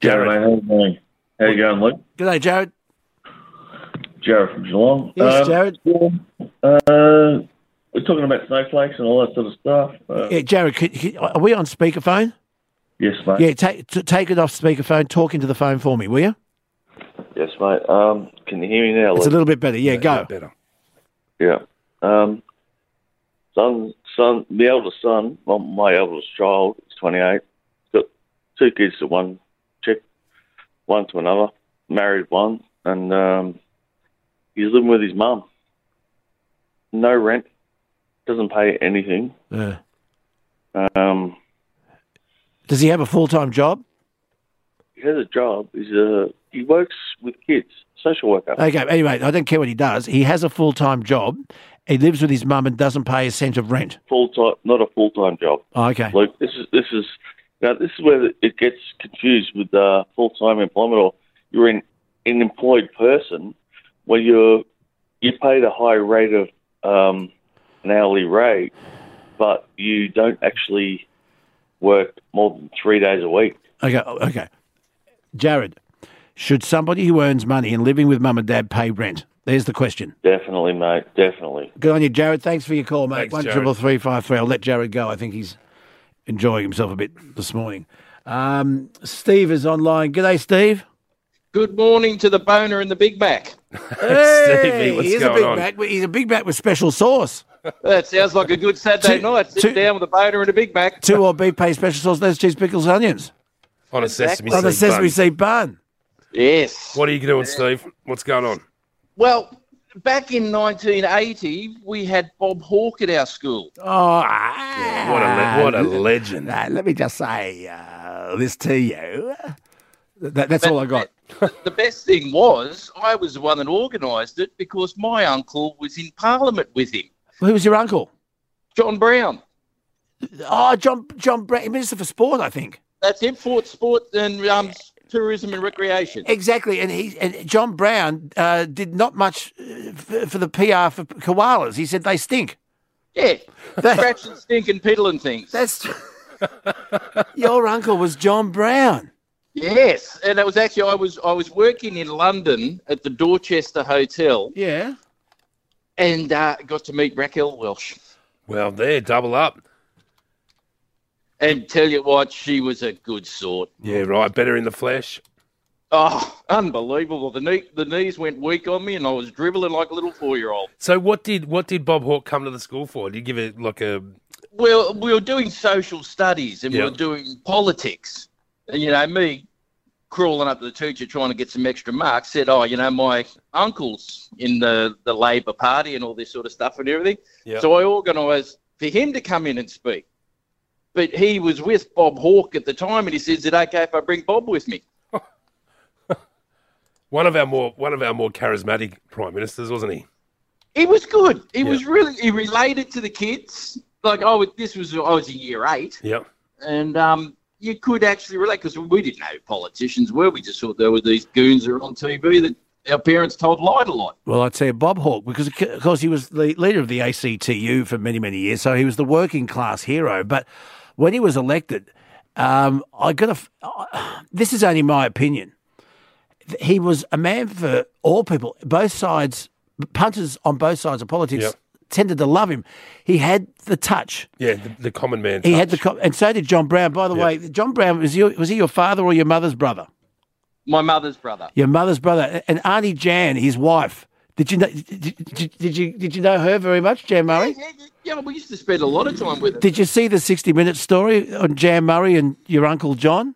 Speaker 8: Jared, mate, how you going? How you going, Luke?
Speaker 1: G'day, Jared.
Speaker 8: Jared from Geelong.
Speaker 1: Yes,
Speaker 8: Um,
Speaker 1: Jared.
Speaker 8: Uh, we're talking about snowflakes and all that sort of stuff. Uh,
Speaker 1: Yeah, Jared, could, could- are we on speakerphone?
Speaker 8: Yes, mate.
Speaker 1: Yeah, take, t- take it off speakerphone. Talk into the phone for me, will you?
Speaker 8: Yes, mate. Um, can you hear me now,
Speaker 1: It's a
Speaker 8: Luke?
Speaker 1: little bit better. Yeah,
Speaker 2: Yeah,
Speaker 1: go.
Speaker 2: better.
Speaker 8: yeah. Um, son, son, the eldest son, my, my eldest child, is 28. Got two kids to one chick, one to another. Married one, and um, he's living with his mum. No rent. Doesn't pay anything.
Speaker 1: Uh,
Speaker 8: Um,
Speaker 1: does he have a full time job?
Speaker 8: he has a job. He's a he works with kids, social worker.
Speaker 1: Okay, anyway, I don't care what he does. He has a full time job. He lives with his mum and doesn't pay a cent of rent.
Speaker 8: Full time, not a full time job.
Speaker 1: Oh, okay.
Speaker 8: Luke, this is this is now this is where it gets confused with uh, full time employment or you're an an employed person where you're you paid a high rate of um, an hourly rate, but you don't actually work more than three days a week.
Speaker 1: Okay, okay. Jared, should somebody who earns money and living with mum and dad pay rent? There's the question.
Speaker 8: Definitely, mate. Definitely.
Speaker 1: Good on you, Jared. Thanks for your call, mate.
Speaker 8: Thanks,
Speaker 1: One
Speaker 8: Jared.
Speaker 1: triple three five three. I'll let Jared go. I think he's enjoying himself a bit this morning. Um, Steve is online.
Speaker 2: <laughs>
Speaker 1: G'day, Steve.
Speaker 9: Good morning to the boner and the Big Mac.
Speaker 1: <laughs> Hey, he is a big back. He's a big back with special sauce.
Speaker 9: That sounds like a good Saturday
Speaker 1: Two-
Speaker 9: night. Sit
Speaker 1: two-
Speaker 9: down with a boner and a Big Mac.
Speaker 1: Two or <laughs> beef paste special sauce, lettuce, cheese, pickles, and onions.
Speaker 2: On a sesame
Speaker 1: On a
Speaker 2: seed
Speaker 1: sesame
Speaker 2: bun.
Speaker 1: seed bun.
Speaker 9: Yes.
Speaker 2: What are you doing, Steve? What's going on?
Speaker 9: Well, back in 1980, we had Bob Hawke at our school.
Speaker 1: Oh,
Speaker 2: Ah, What a le- what a
Speaker 1: Uh,
Speaker 2: legend.
Speaker 1: uh, let me just say uh, this to you. That, that's all I got.
Speaker 9: The best thing was, I was the one that organised it because my uncle was in Parliament with him,
Speaker 1: Who was your uncle?
Speaker 9: John Brown.
Speaker 1: Oh, John John Brett, Minister for Sport, I think.
Speaker 9: That's him, Fort Sport and um, Tourism and Recreation.
Speaker 1: Exactly, and he and John Brown uh, did not much uh, for, for the PR for koalas. He said they stink. <laughs>
Speaker 9: Yeah.
Speaker 1: That-
Speaker 9: Scratch and stink and piddling things.
Speaker 1: That's your uncle was John Brown.
Speaker 9: Yes, and it was actually I was I was working in London at the Dorchester Hotel
Speaker 1: Yeah,
Speaker 9: and uh, got to meet Raquel Welsh.
Speaker 2: Well, there, double up.
Speaker 9: And tell you what, she was a good sort.
Speaker 2: Yeah, right. Better in the flesh.
Speaker 9: Oh, unbelievable! The knee the knees went weak on me, and I was dribbling like a little four year old.
Speaker 2: So, what did what did Bob Hawke come to the school for? Did you give it like a
Speaker 9: Well, we were doing social studies and we
Speaker 2: Yeah.
Speaker 9: were doing politics, and you know me crawling up to the teacher trying to get some extra marks said oh you know my uncle's in the the labour party and all this sort of stuff and everything
Speaker 2: Yeah.
Speaker 9: So I organised for him to come in and speak. But he was with Bob Hawke at the time, and he says, "Is it okay if I bring Bob with me?"
Speaker 2: one of our more one of our more charismatic prime ministers, wasn't he?
Speaker 9: He was good. He
Speaker 2: Yeah.
Speaker 9: was really he related to the kids. Like I was, this was I was a year eight,
Speaker 2: Yeah.
Speaker 9: and um, you could actually relate because we didn't know who politicians were. We just thought there were these goons that were on TV that our parents told lied a lot.
Speaker 1: Well, I'd say Bob Hawke, because of course he was the leader of the ACTU for many, many years, so he was the working class hero. But when he was elected, um, I got a. f- This is only my opinion. He was a man for all people. Both sides, punters on both sides of politics
Speaker 2: Yep.
Speaker 1: tended to love him. He had the touch.
Speaker 2: Yeah, the, the common man.
Speaker 1: He had the,
Speaker 2: touch.
Speaker 1: co- and so did John Brown. By the way, John Brown was your, was he your father or your mother's brother?
Speaker 9: My mother's brother.
Speaker 1: Your mother's brother and Auntie Jan, his wife. Did you know? Did, did, did you did you know her very much, Jan
Speaker 9: Yeah,
Speaker 1: Murray?
Speaker 9: yeah, yeah, yeah, we used to spend a lot of time with her.
Speaker 1: Did you see the sixty minute story on Jan Murray and your uncle John?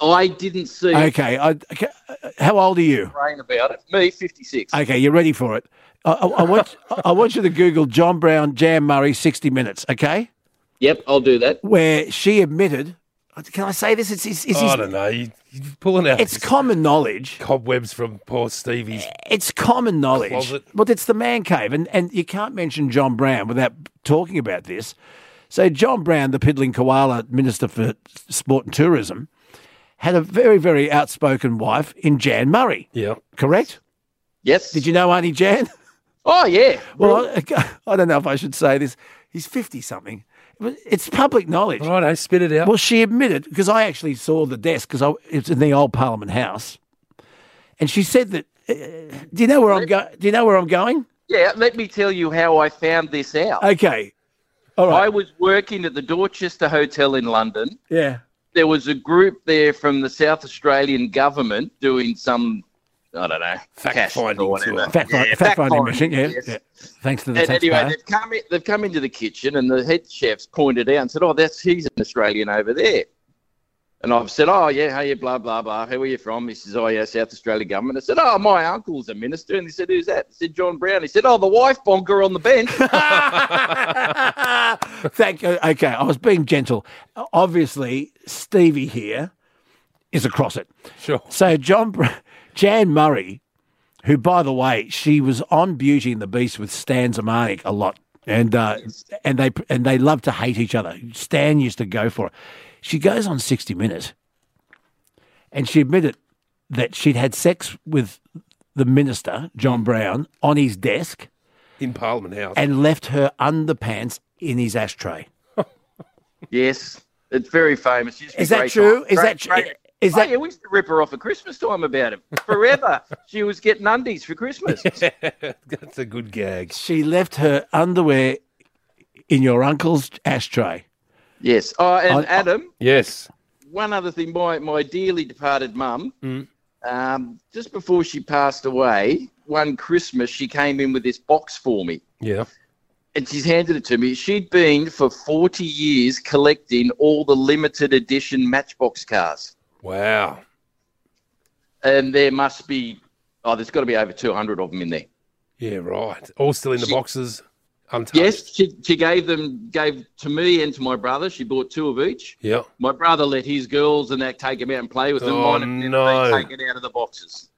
Speaker 9: I didn't see a
Speaker 1: Okay, I, okay, uh, how old are you?
Speaker 9: brain about it. Me, fifty-six.
Speaker 1: Okay, you're ready for it. I, I, I want I want you to Google John Brown Jan Murray sixty minutes. Okay,
Speaker 9: Yep, I'll do that.
Speaker 1: where she admitted. Can I say this? It's it's, it's,
Speaker 2: I don't know. You, you're pulling out
Speaker 1: it's
Speaker 2: these
Speaker 1: common knowledge.
Speaker 2: cobwebs from poor Stevie's.
Speaker 1: it's common knowledge.
Speaker 2: Closet.
Speaker 1: But it's the man cave, and, and you can't mention John Brown without talking about this. So John Brown, the piddling koala minister for sport and tourism, had a very very outspoken wife in Jan Murray.
Speaker 2: Yeah.
Speaker 1: Correct?
Speaker 9: Yes.
Speaker 1: Did you know Auntie Jan? <laughs>
Speaker 9: Oh yeah.
Speaker 1: Well, I, <laughs> I don't know if I should say this. He's fifty something. It's public knowledge.
Speaker 2: Right, I spit it out.
Speaker 1: Well, she admitted because I actually saw the desk because it's in the old Parliament House, and she said that. Uh, do you know where I'm going? Do you know where I'm going?
Speaker 9: Yeah, let me tell you how I found this out.
Speaker 1: Okay. All right.
Speaker 9: I was working at the Dorchester Hotel in London.
Speaker 1: yeah.
Speaker 9: There was a group there from the South Australian government doing some, I don't know,
Speaker 2: Fact
Speaker 9: test
Speaker 2: finding
Speaker 9: or whatever.
Speaker 2: tour.
Speaker 1: Fact,
Speaker 9: Yeah,
Speaker 1: finding
Speaker 9: fact
Speaker 1: finding
Speaker 9: finding,
Speaker 1: machine. Yeah.
Speaker 9: yes.
Speaker 1: yeah. Thanks to the
Speaker 9: And anyway,
Speaker 1: taxpayer.
Speaker 9: they've come, in, they've come into the kitchen and the head chef's pointed out and said, Oh, that's he's an Australian over there. And I've said, Oh, yeah, how you, blah, blah, blah. Who are you from? He says, Oh, yeah, South Australian government. I said, Oh, my uncle's a minister. And he said, Who's that? I said, John Brown. He said, Oh, the wife bonker on the bench.
Speaker 1: Thank you. Okay, I was being gentle. Obviously, Stevie here is across it.
Speaker 2: Sure.
Speaker 1: So John, Br- Jan Murray, who by the way, she was on Beauty and the Beast with Stan Zamanik a lot, and uh, and they and they love to hate each other. Stan used to go for it. She goes on sixty minutes, and she admitted that she'd had sex with the minister John Brown on his desk
Speaker 2: In Parliament House.
Speaker 1: and left her underpants in his ashtray.
Speaker 9: Yes, it's very famous. Used to be
Speaker 1: Is that
Speaker 9: great
Speaker 1: true?
Speaker 9: time.
Speaker 1: Is
Speaker 9: Great-
Speaker 1: that tr-
Speaker 9: great-
Speaker 1: Is that
Speaker 9: Oh, yeah, we used to rip her off at Christmas time about it
Speaker 1: <laughs>
Speaker 9: forever. she was getting undies for Christmas.
Speaker 2: That's a good gag.
Speaker 1: she left her underwear in your uncle's ashtray?
Speaker 9: Yes. Oh, and
Speaker 1: I-
Speaker 9: Adam,
Speaker 2: Yes.
Speaker 9: one other thing. My my dearly departed mum,
Speaker 1: Mm.
Speaker 9: um, just before she passed away, one Christmas she came in with this box for me,
Speaker 2: Yeah.
Speaker 9: and she's handed it to me. She'd been for forty years collecting all the limited edition Matchbox cars,
Speaker 2: Wow.
Speaker 9: and there must be oh, there's got to be over two hundred of them in there.
Speaker 2: Yeah, right. All still in the
Speaker 9: She-
Speaker 2: boxes, untouched.
Speaker 9: Yes, she she gave them gave to me and to my brother. She bought two of each.
Speaker 2: Yeah.
Speaker 9: My brother let his girls and that take them out and play with them.
Speaker 2: Oh,
Speaker 9: Mine have
Speaker 2: no.
Speaker 9: never been taken out of the boxes.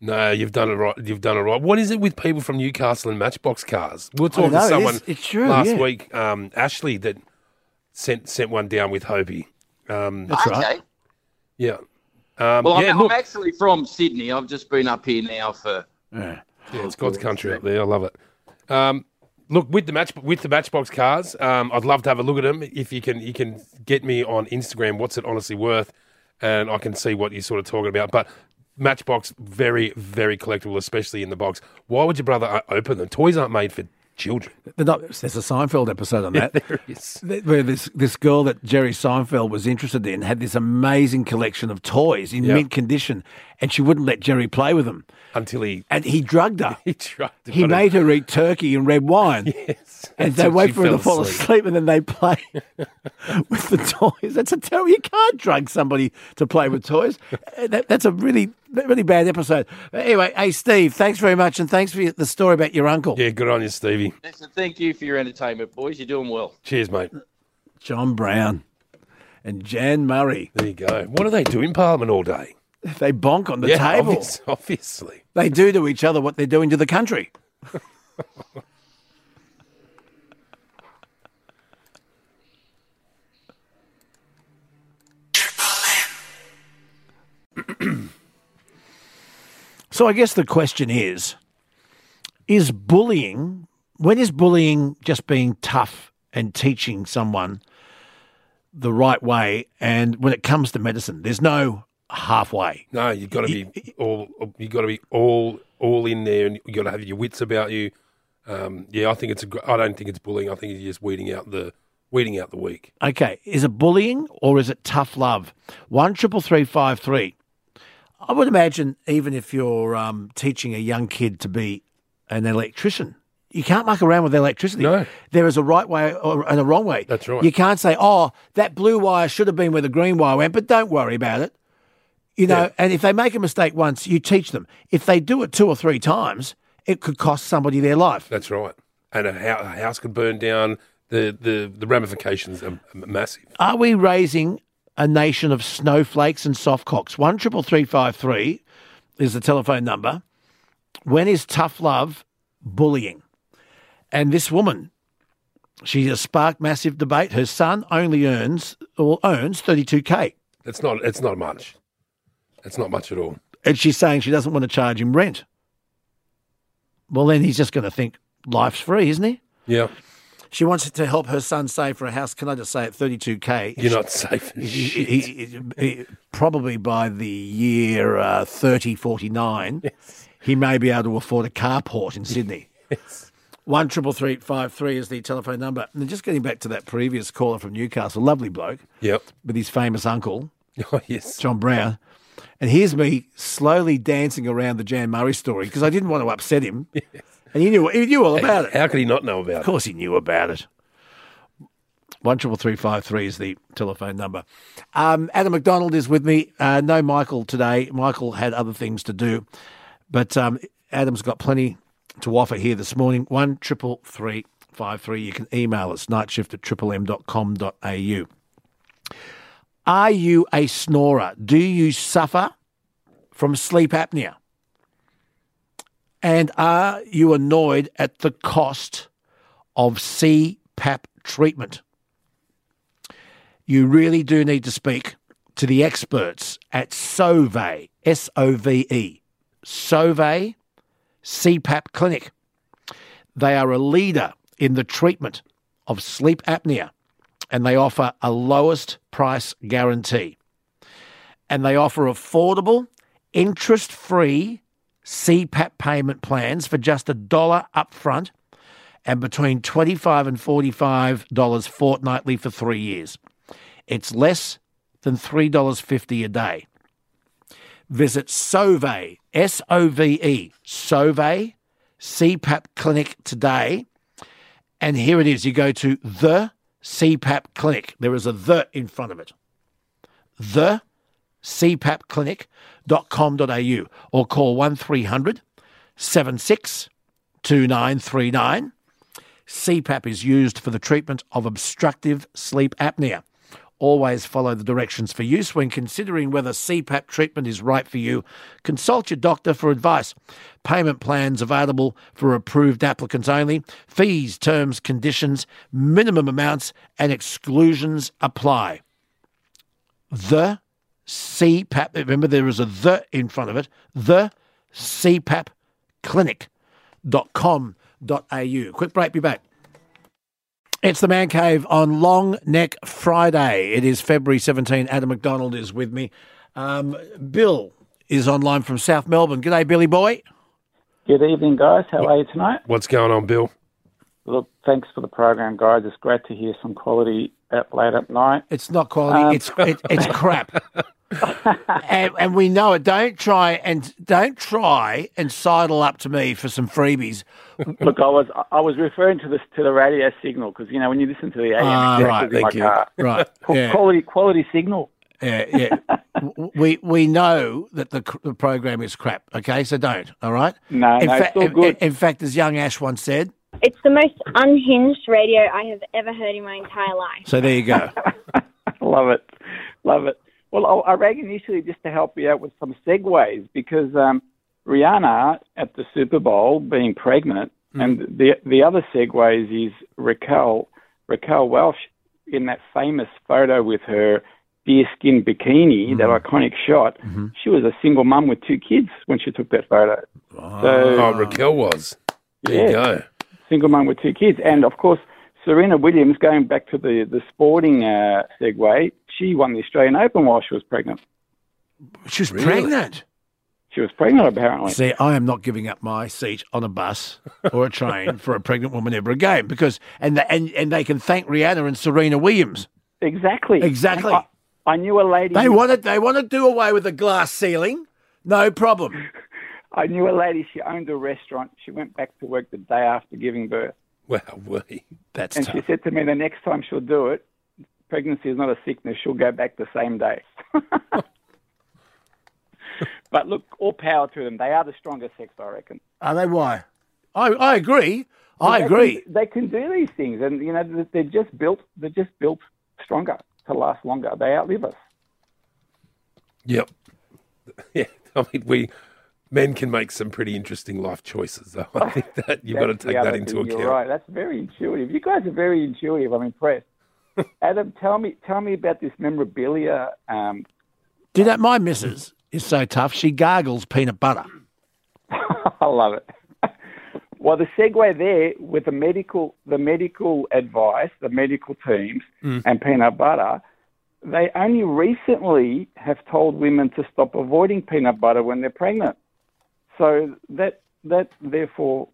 Speaker 2: No, you've done it right. You've done it right. What is it with people from Newcastle and Matchbox cars? We were
Speaker 1: I
Speaker 2: talking
Speaker 1: know, it
Speaker 2: to
Speaker 1: is-
Speaker 2: someone
Speaker 1: it's true,
Speaker 2: last
Speaker 1: yeah.
Speaker 2: week, um, Ashley, that sent sent one down with Hopi. Um,
Speaker 1: That's
Speaker 9: okay.
Speaker 1: right.
Speaker 2: yeah. Um,
Speaker 9: Well,
Speaker 2: yeah,
Speaker 9: I'm,
Speaker 2: look,
Speaker 9: I'm actually from Sydney. I've just been up here now for.
Speaker 1: Yeah.
Speaker 2: Yeah, it's God's country up there. I love it. Um, look with the match with the Matchbox cars. Um, I'd love to have a look at them. If you can, you can get me on Instagram. What's it honestly worth? And I can see what you're sort of talking about. But Matchbox very very collectible, especially in the box. Why would your brother uh, open them? Toys aren't made for children.
Speaker 1: They're not- there's a Seinfeld episode <laughs> on that.
Speaker 2: There is.
Speaker 1: th- where this this girl that Jerry Seinfeld was interested in had this amazing collection of toys in
Speaker 2: Yeah.
Speaker 1: mint condition, and she wouldn't let Jerry play with them,
Speaker 2: Until he
Speaker 1: and he drugged her.
Speaker 2: <laughs> he tried. To
Speaker 1: He
Speaker 2: put it- <laughs>
Speaker 1: made her eat turkey and red wine,
Speaker 2: Yes.
Speaker 1: and they
Speaker 2: Until
Speaker 1: wait
Speaker 2: she
Speaker 1: for her to
Speaker 2: fell
Speaker 1: fall asleep. and then
Speaker 2: <laughs>
Speaker 1: they play with the toys. That's a terrible. You can't drug somebody to play with toys. Uh, that- that's a really really bad episode. But anyway, hey Steve, thanks very much, and thanks for your, the story about your uncle
Speaker 2: Yeah, good on you, Stevie.
Speaker 9: Listen, thank you for your entertainment, boys. You're doing well.
Speaker 2: Cheers, mate.
Speaker 1: John Brown and Jan Murray.
Speaker 2: There you go. What do they do in Parliament all day?
Speaker 1: They bonk on the table.
Speaker 2: obvious- <laughs> obviously.
Speaker 1: They do to each other what they're doing to the country. <clears throat> so I guess the question is is bullying when is bullying just being tough and teaching someone the right way and when it comes to medicine there's no halfway
Speaker 2: No, you've got to be all. You've got to be all all in there, and you've got to have your wits about you. Um, yeah, I think it's. A, gr- I don't think it's bullying. I think it's just weeding out the weeding out the weak.
Speaker 1: Okay, is it bullying or is it tough love? One triple three five three. I would imagine even if you're um, teaching a young kid to be an electrician, you can't muck around with electricity.
Speaker 2: No.
Speaker 1: There is a right way or, and a wrong way.
Speaker 2: That's right.
Speaker 1: You can't say, "Oh, that blue wire should have been where the green wire went," but don't worry about it. You know, and if they make a mistake once, you teach them. If they do it two or three times, it could cost somebody their life.
Speaker 2: That's right. And a, hou- a house could burn down. The the the ramifications are m- massive.
Speaker 1: Are we raising a nation of snowflakes and softcocks? One triple three five three is the telephone number. When is tough love bullying? And this woman, she has sparked massive debate. Her son only earns or owns thirty two k,
Speaker 2: It's not. It's not much. It's not much at all.
Speaker 1: and she's saying she doesn't want to charge him rent. Well, then he's just going to think life's free, isn't he?
Speaker 2: Yeah,
Speaker 1: She wants to help her son save for a house. Can I just say, at thirty two k,
Speaker 2: you're not safe. as
Speaker 1: he-
Speaker 2: shit.
Speaker 1: he- he- he- probably by the year uh, 30, 49, he may be able to afford a carport in Sydney. One triple three five three is the telephone number. And just getting back to that previous caller from Newcastle, lovely bloke
Speaker 2: Yep.
Speaker 1: with his famous uncle,
Speaker 2: <laughs> Oh yes.
Speaker 1: John Brown. And here's me slowly dancing around the Jan Murray story because I didn't want to upset
Speaker 2: <laughs>
Speaker 1: him. And he knew he knew all about it.
Speaker 2: How could he not know about
Speaker 1: Of course, he knew about it. One triple three five three is the telephone number. Um, Adam McDonald is with me. Uh, no Michael today. Michael had other things to do, but um, Adam's got plenty to offer here this morning. One triple three five three. You can email us nightshift at triple m dot com dot au. Are you a snorer? Do you suffer from sleep apnea? And are you annoyed at the cost? of CPAP treatment. You really do need to speak to the experts at SOVE, S O V E, SOVE CPAP Clinic. They are a leader in the treatment of sleep apnea and they offer a lowest price guarantee. and they offer affordable, interest free CPAP payment plans for just a dollar upfront and between $25 and $45 fortnightly for three years. It's less than $3.50 a day. Visit Sove, S O V E, Sove CPAP Clinic today. And here it is. You go to the CPAP Clinic. There is a the in front of it. The cpapclinic.com.au or call 1300 76 2939. CPAP is used for the treatment of obstructive sleep apnea. Always follow the directions for use when considering whether CPAP treatment is right for you. Consult your doctor for advice. Payment plans available for approved applicants only. Fees, terms, conditions, minimum amounts, and exclusions apply. The CPAP, remember there is a the in front of it, the CPAP clinic.com.au. Quick break, be back. It's the Man Cave on Long Neck Friday. It is February 17. Adam McDonald is with me. Um, Bill is online from South Melbourne. G'day, Billy boy.
Speaker 10: Good evening, guys. How are you tonight?
Speaker 2: What's going on, Bill?
Speaker 10: Look, thanks for the program, guys. It's great to hear some quality at late at night.
Speaker 1: It's not quality.
Speaker 10: Um,
Speaker 1: it's it, it's
Speaker 10: <laughs>
Speaker 1: crap, and, and we know it. Don't try and don't try and sidle up to me for some freebies. <laughs>
Speaker 10: Look, I was I was referring to this to the radio signal because you know when you listen to the AM,
Speaker 1: Ah,
Speaker 10: it
Speaker 1: right,
Speaker 10: crashes in my
Speaker 1: thank you.
Speaker 10: car.
Speaker 1: Right,
Speaker 10: <laughs> Qu-
Speaker 1: yeah.
Speaker 10: quality quality signal.
Speaker 1: Yeah, yeah. W- we we know that the, cr- the program is crap. Okay, so don't. All right.
Speaker 10: No,
Speaker 1: in
Speaker 10: no, it's all
Speaker 1: in-
Speaker 10: good.
Speaker 1: In, fact, as young Ash once said.
Speaker 11: <laughs> It's the most unhinged radio I have ever heard in my entire life.
Speaker 1: So there you go.
Speaker 10: <laughs> Love it, <laughs> love it. Well, I, I rang initially just to help you out with some segues because um, Rihanna at the Super Bowl being pregnant, and the the other segues is Raquel Raquel Welsh in that famous photo with her deerskin bikini, that iconic shot. She was a single mum with two kids when she took that photo. So-
Speaker 2: oh, Raquel was. There you
Speaker 10: Yeah.
Speaker 2: go.
Speaker 10: single mum with two kids. And of course, Serena Williams, going back to the, the sporting uh, segue, she won the Australian Open while she was pregnant.
Speaker 1: She was
Speaker 2: Really?
Speaker 1: pregnant.
Speaker 10: She was pregnant, apparently.
Speaker 1: See, I am not giving up my seat on a bus or a train for a pregnant woman ever again because and the, and and they can thank Rihanna and Serena Williams.
Speaker 10: Exactly.
Speaker 1: Exactly.
Speaker 10: I, I knew a lady.
Speaker 1: They want to they want to do away with the glass ceiling. No problem.
Speaker 10: I knew a lady. She owned a restaurant. She went back to work the day after giving birth,
Speaker 2: Wow, we.
Speaker 1: That's
Speaker 10: and
Speaker 1: tough.
Speaker 10: she said to me, "The next time she'll do it, pregnancy is not a sickness. She'll go back the same day." <laughs> but look, all power to them. They are the stronger sex, I reckon.
Speaker 1: Are they why? I I agree. I
Speaker 10: They
Speaker 1: agree.
Speaker 10: can- They can do these things, and you know th- they're just built. They're just built stronger to last longer. They outlive us.
Speaker 2: Yep. <laughs> Yeah, I mean, we men can make some pretty interesting life choices, though. I
Speaker 10: <laughs>
Speaker 2: think that you've got to
Speaker 10: That's the
Speaker 2: take that
Speaker 10: other
Speaker 2: into
Speaker 10: thing.
Speaker 2: account.
Speaker 10: You're right. That's very intuitive. You guys are very intuitive.
Speaker 2: <laughs>
Speaker 10: I'm impressed. Adam, tell me, tell me about this memorabilia. Um,
Speaker 1: Do that. My missus is so tough. She gargles peanut butter.
Speaker 10: <laughs> I love it. Well, the segue there with the medical, the medical advice, the medical teams,
Speaker 1: Mm. Mm-hmm.
Speaker 10: and peanut butter. They only recently have told women to stop avoiding peanut butter when they're pregnant. So that that therefore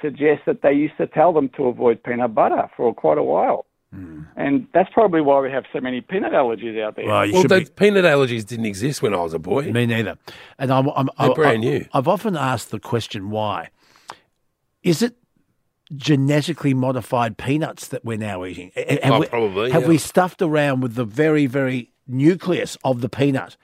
Speaker 10: suggests that they used to tell them to avoid peanut butter for quite a while,
Speaker 1: Hmm.
Speaker 10: and that's probably why we have so many peanut allergies out there.
Speaker 1: Well, you
Speaker 2: Well,
Speaker 1: should
Speaker 2: those
Speaker 1: be.
Speaker 2: peanut allergies didn't exist when I was a boy.
Speaker 1: Me neither. And I'm, I'm I-
Speaker 2: They're brand
Speaker 1: I-
Speaker 2: new.
Speaker 1: I've often asked the question why. Is it genetically modified peanuts that we're now eating? A- a- Have
Speaker 2: Oh,
Speaker 1: we,
Speaker 2: probably,
Speaker 1: Have
Speaker 2: yeah.
Speaker 1: we stuffed around with the very, very nucleus of the peanut?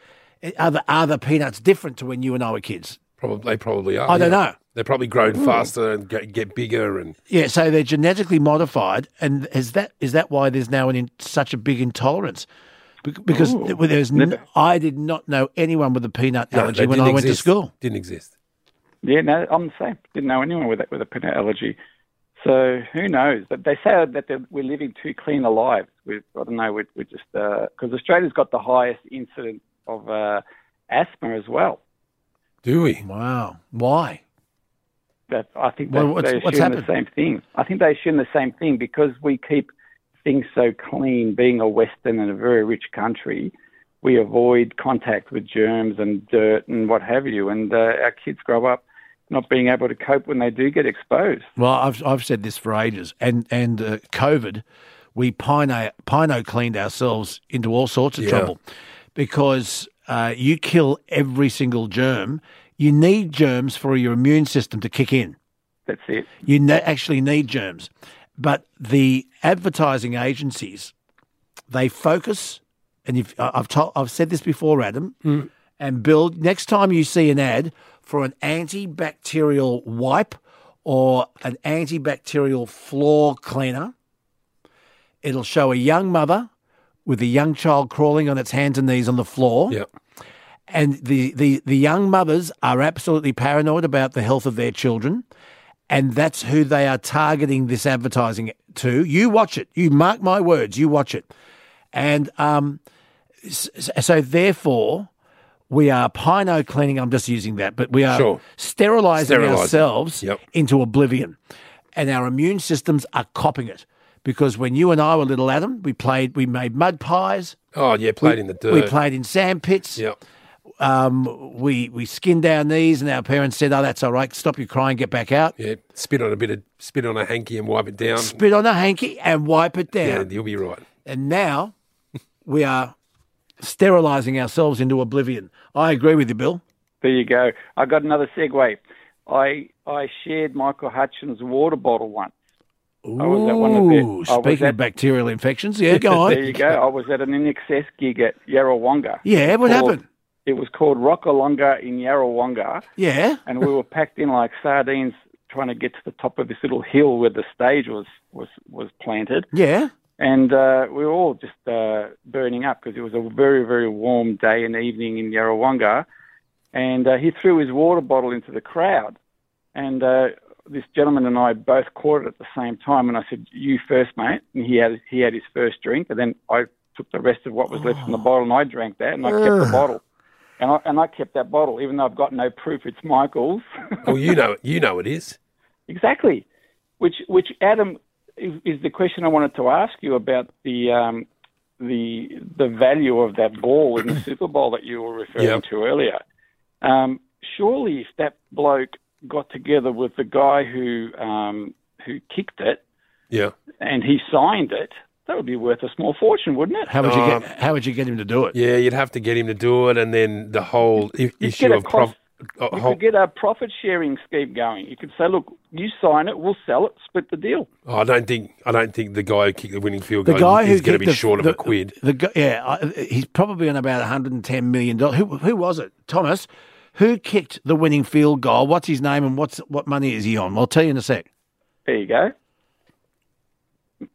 Speaker 1: Are the, are the peanuts different to when you and I were kids?
Speaker 2: Probably, they probably are.
Speaker 1: I don't
Speaker 2: yeah.
Speaker 1: know.
Speaker 2: They're probably grown
Speaker 10: Hmm.
Speaker 2: faster and get, get bigger, and
Speaker 1: Yeah, so they're genetically modified, and is that is that why there's now an in, such a big intolerance? Be- Because th- there's, n- I did not know anyone with a peanut
Speaker 2: No,
Speaker 1: allergy
Speaker 2: they
Speaker 1: when I
Speaker 2: didn't
Speaker 1: went to
Speaker 2: exist.
Speaker 1: school.
Speaker 2: Didn't exist.
Speaker 10: Yeah, no, I'm the same. Didn't know anyone with a, with a peanut allergy. So who knows? But they say that they're- we're living too clean a lives. We've, I don't know. We're, we're just because Australia's got the highest incidence of uh, asthma as well.
Speaker 2: Do we?
Speaker 1: Wow, why?
Speaker 10: That I think they,
Speaker 1: Well, what's-
Speaker 10: they
Speaker 1: what's
Speaker 10: assume the
Speaker 1: happened?
Speaker 10: same thing. I think they assume the same thing because we keep things so clean. Being a Western and a very rich country, we avoid contact with germs and dirt and what have you. And uh, our kids grow up not being able to cope when they do get exposed.
Speaker 1: Well, I've I've said this for ages, and and uh, COVID, we pino pino cleaned ourselves into all sorts of
Speaker 2: Yeah.
Speaker 1: trouble because uh, you kill every single germ. You need germs for your immune system to kick in.
Speaker 10: That's it.
Speaker 1: You ne- actually need germs, but the advertising agencies they focus, and you've, I- I've told I've said this before, Adam, and build. Next time you see an ad for an antibacterial wipe or an antibacterial floor cleaner, it'll show a young mother with a young child crawling on its hands and knees on the floor.
Speaker 2: Yep.
Speaker 1: And the, the, the young mothers are absolutely paranoid about the health of their children. And that's who they are targeting this advertising to. You watch it. You mark my words, you watch it. And um, s- s- so, therefore, we are pino cleaning. I'm just using that, but we are
Speaker 2: Sure.
Speaker 1: sterilizing,
Speaker 2: Sterilising.
Speaker 1: ourselves
Speaker 2: Yep.
Speaker 1: into oblivion. And our immune systems are copping it. Because when you and I were little, Adam, we played, we made mud pies.
Speaker 2: Oh yeah, played in the dirt.
Speaker 1: We played in sand pits.
Speaker 2: Yep.
Speaker 1: Um, we we skinned our knees, and our parents said, "Oh, that's all right. Stop your crying. Get back out.
Speaker 2: Yeah, spit on a bit of spit on a hanky and wipe it down.
Speaker 1: Spit on a hanky and wipe it down."
Speaker 2: yeah, you'll be right.
Speaker 1: And now <laughs> we are sterilizing ourselves into oblivion. I agree with you, Bill.
Speaker 10: There you go. I got another segue. I I shared Michael Hutchins' water bottle once. I was at Oh, one of the-
Speaker 1: Ooh,
Speaker 10: I was
Speaker 1: speaking of
Speaker 10: at-
Speaker 1: bacterial infections,
Speaker 10: <laughs>
Speaker 1: yeah, go on.
Speaker 10: there you go. I was at an in excess gig at Yarrawonga.
Speaker 1: Yeah, what
Speaker 10: Called-
Speaker 1: happened?
Speaker 10: It was called Rockalonga in Yarrawonga,
Speaker 1: Yeah,
Speaker 10: and we were packed in like sardines trying to get to the top of this little hill where the stage was was was planted,
Speaker 1: yeah.
Speaker 10: and uh, we were all just uh, burning up because it was a very very warm day and evening in Yarrawonga, and uh, he threw his water bottle into the crowd, and uh, this gentleman and I both caught it at the same time, and I said, "You first, mate." And he had he had his first drink, and then I took the rest of what was left from the bottle, and I drank that, and I kept the
Speaker 1: Ugh.
Speaker 10: bottle, and I and I kept that bottle, even though I've got no proof it's Michael's.
Speaker 2: Well, you know, you know it is.
Speaker 10: exactly, which which Adam is, is the question I wanted to ask you about the. Um, the the value of that ball in the Super Bowl that you were referring
Speaker 2: Yep.
Speaker 10: to earlier. Um, surely, if that bloke got together with the guy who um, who kicked it
Speaker 2: Yeah.
Speaker 10: and he signed it, that would be worth a small fortune, wouldn't it?
Speaker 1: How would you
Speaker 2: Um,
Speaker 1: get? How would you get him to do it?
Speaker 2: Yeah, you'd have to get him to do it, and then the whole i-
Speaker 10: You'd
Speaker 2: issue
Speaker 10: get a
Speaker 2: of prof- uh,
Speaker 10: You
Speaker 2: whole,
Speaker 10: could get a profit sharing scheme going. You could say, look, you sign it, we'll sell it, split the deal.
Speaker 2: I don't think I don't think the guy who kicked the winning field
Speaker 1: The
Speaker 2: goal
Speaker 1: guy who
Speaker 2: is going to
Speaker 1: kicked
Speaker 2: be
Speaker 1: the-
Speaker 2: short of
Speaker 1: the,
Speaker 2: a quid.
Speaker 1: The, gu- yeah, I, he's probably on about 110 million dollars. Who, who was it? Thomas, who kicked the winning field goal? What's his name and what's what money is he on? I'll tell you in a sec.
Speaker 10: There you go.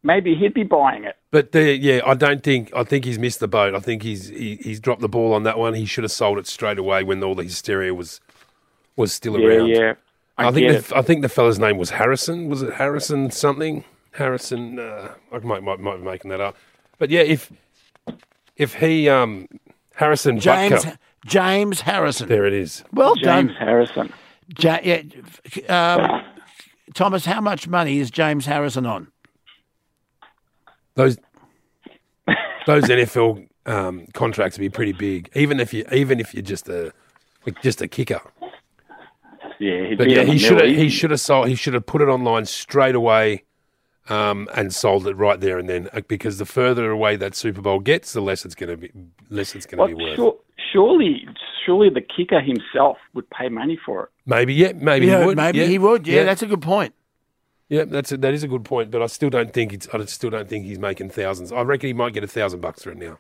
Speaker 10: Maybe he'd be buying it.
Speaker 2: But the, yeah, I don't think I think he's missed the boat. I think he's he, he's dropped the ball on that one. He should have sold it straight away when all the hysteria was was still around.
Speaker 10: Yeah, yeah. I,
Speaker 2: I,
Speaker 10: get
Speaker 2: think
Speaker 10: it.
Speaker 2: the, I think the fella's name was Harrison. Was it Harrison something? Harrison. Uh, I might, might might be making that up. But yeah, if if he um Harrison
Speaker 1: James
Speaker 2: Butker,
Speaker 1: James Harrison.
Speaker 2: there it is.
Speaker 1: Well
Speaker 10: James
Speaker 1: done,
Speaker 10: Harrison.
Speaker 1: ja- yeah, f- um, Thomas. How much money is James Harrison on?
Speaker 2: Those those NFL um, contracts would be pretty big, even if you even if you're just a like just a kicker.
Speaker 10: Yeah, he'd
Speaker 2: But
Speaker 10: be
Speaker 2: yeah,
Speaker 10: on the
Speaker 2: he should have
Speaker 10: mill.
Speaker 2: he should have sold he should have put it online straight away, um, and sold it right there and then uh, because the further away that Super Bowl gets, the less it's going to be less it's going
Speaker 10: But
Speaker 2: to be worth.
Speaker 10: sure, surely, surely the kicker himself would pay money for it.
Speaker 2: Maybe yeah, maybe
Speaker 1: yeah,
Speaker 2: he would.
Speaker 1: maybe
Speaker 2: yeah,
Speaker 1: he would. Yeah, that's a good point.
Speaker 2: yeah, that's a, that is a good point. But I still don't think it's. I still don't think he's making thousands. I reckon he might get a thousand bucks for it now.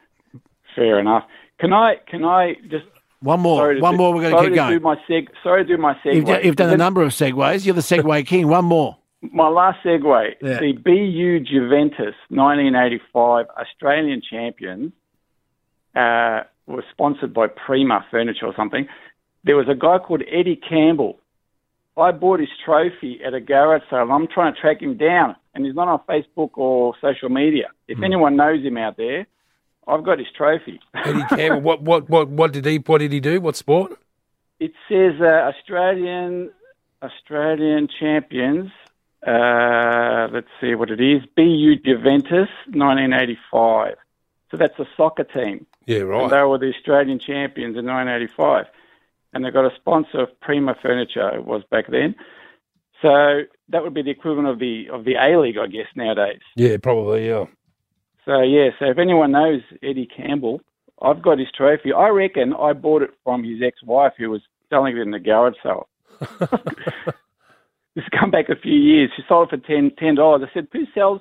Speaker 10: Fair enough. Can I? Can I just?
Speaker 1: One more,
Speaker 10: Sorry to
Speaker 1: one
Speaker 10: do-
Speaker 1: more. We're going to
Speaker 10: sorry
Speaker 1: keep
Speaker 10: Do
Speaker 1: going.
Speaker 10: my seg- sorry to do my segue.
Speaker 1: You've, done- you've done a
Speaker 10: Then
Speaker 1: number of segues. You're the
Speaker 10: <laughs>
Speaker 1: segue king. One more.
Speaker 10: My last segue.
Speaker 1: Yeah.
Speaker 10: The BU Juventus 1985 Australian champions uh, were sponsored by Prima Furniture or something. There was a guy called Eddie Campbell. I bought his trophy at a garage sale. I'm trying to track him down, and he's not on Facebook or social media. If anyone knows him out there, I've got his trophy. <laughs>
Speaker 2: Eddie Campbell, what what what what did he what did he do? What sport?
Speaker 10: It says uh, Australian Australian champions. Uh, let's see what it is. BU Juventus, 1985. So that's the soccer team.
Speaker 2: Yeah,
Speaker 10: And
Speaker 2: right.
Speaker 10: they were the Australian champions in 1985. And they got a sponsor of Prima Furniture, it was back then. So that would be the equivalent of the of the A League, I guess, nowadays.
Speaker 2: Yeah, probably. Yeah.
Speaker 10: So yeah, so if anyone knows Eddie Campbell, I've got his trophy. I reckon I bought it from his ex-wife, who was selling it in the garage sale. this has come back a few years. She sold it for ten ten dollars. I said, "Who sells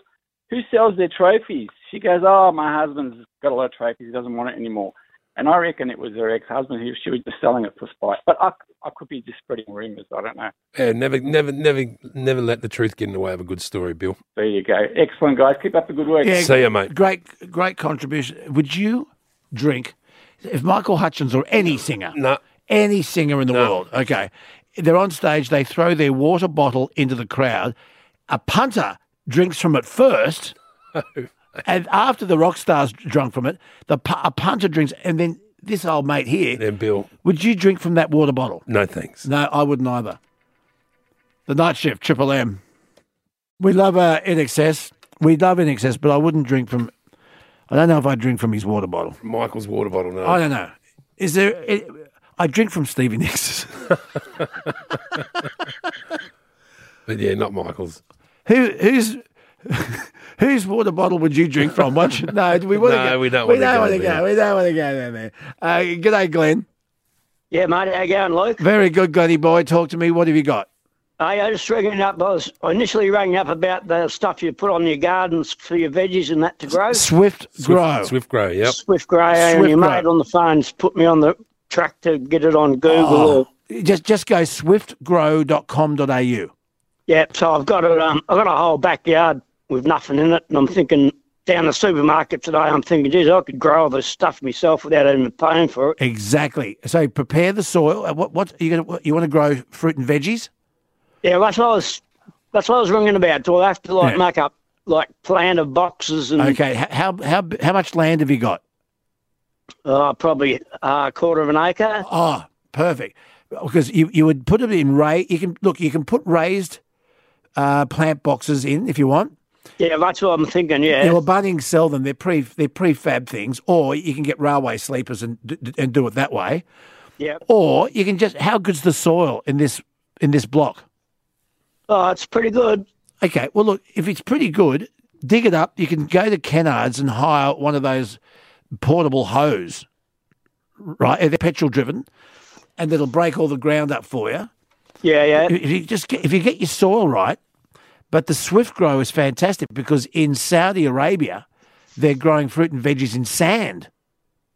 Speaker 10: who sells their trophies?" She goes, "Oh, my husband's got a lot of trophies. He doesn't want it anymore." And I reckon it was her ex-husband. who She was just selling it for spite. But I, I could be just spreading rumours. I don't know.
Speaker 2: Yeah, never, never, never, never let the truth get in the way of a good story, Bill.
Speaker 10: There you go. Excellent, guys. Keep up the good work.
Speaker 2: See you, mate.
Speaker 1: Great, great contribution. Would you drink if Michael Hutchins or any singer,
Speaker 2: no.
Speaker 1: any singer in the world, okay, they're on stage, they throw their water bottle into the crowd, a punter drinks from it
Speaker 2: <laughs>
Speaker 1: first, and after the rock star's drunk from it, the pu- a punter drinks, and then this old mate here.
Speaker 2: Then Bill.
Speaker 1: Would you drink from that water bottle?
Speaker 2: No thanks.
Speaker 1: No, I wouldn't either. The night shift, Triple M. We love uh, in excess. We love in excess, but I wouldn't drink from. I don't know if I drink from his water bottle.
Speaker 2: Michael's water bottle. No.
Speaker 1: I don't know. Is there? It, I drink from Stevie <laughs> Nicks.
Speaker 2: But yeah, not Michael's.
Speaker 1: Who? Who's? <laughs> Whose water bottle would you drink from? Once no, do we want to
Speaker 2: No,
Speaker 1: go?
Speaker 2: we don't
Speaker 1: We
Speaker 2: wanna
Speaker 1: don't
Speaker 2: go
Speaker 1: want to
Speaker 2: there.
Speaker 1: go. We don't want to go down there. Uh, good day, Glenn.
Speaker 12: Yeah, mate, how you going, Luke?
Speaker 1: Very good, Glenny boy. Talk to me. What have you got?
Speaker 12: Hey, I just ringing up. I was I initially rang up about the stuff you put on your gardens for your veggies and that to grow.
Speaker 1: Swift, grow.
Speaker 2: Swift grow. Yep.
Speaker 12: Swift Grey, and
Speaker 1: Swift
Speaker 12: your
Speaker 1: Grey.
Speaker 12: mate on the phone's put me on the track to get it on Google.
Speaker 1: Oh.
Speaker 12: Or,
Speaker 1: Just just go swiftgrow.com.au.
Speaker 12: yeah, so I've got it. Um, I've got a whole backyard with nothing in it, and I'm thinking down the supermarket today. I'm thinking, geez, I could grow all this stuff myself without even paying for it.
Speaker 1: Exactly. So prepare the soil. Uh, What what you gonna you want to grow fruit and veggies?
Speaker 12: Yeah, that's what I was. That's what I was ringing about. Do I have to like
Speaker 1: Yeah.
Speaker 12: make up like planter boxes and
Speaker 1: Okay. h- How how how much land have you got?
Speaker 12: uh, probably uh, a quarter of an acre?
Speaker 1: Oh, perfect. Because you, you would put it in ray. You can look. You can put raised uh, plant boxes in if you want.
Speaker 12: Yeah, that's what I'm thinking. Yeah,
Speaker 1: Yeah, well, Bunnings sell them. They're pre they're prefab things, or you can get railway sleepers and d- d- and do it that way.
Speaker 12: yeah.
Speaker 1: Or you can just how good's the soil in this in this block?
Speaker 12: Oh, it's pretty good.
Speaker 1: Okay. Well, look, if it's pretty good, dig it up. You can go to Kennards and hire one of those portable hose, right? They're petrol driven, and that'll break all the ground up for you.
Speaker 12: Yeah, yeah.
Speaker 1: If you just get, if you get your soil right, but the swift grow is fantastic because in Saudi Arabia, they're growing fruit and veggies in sand.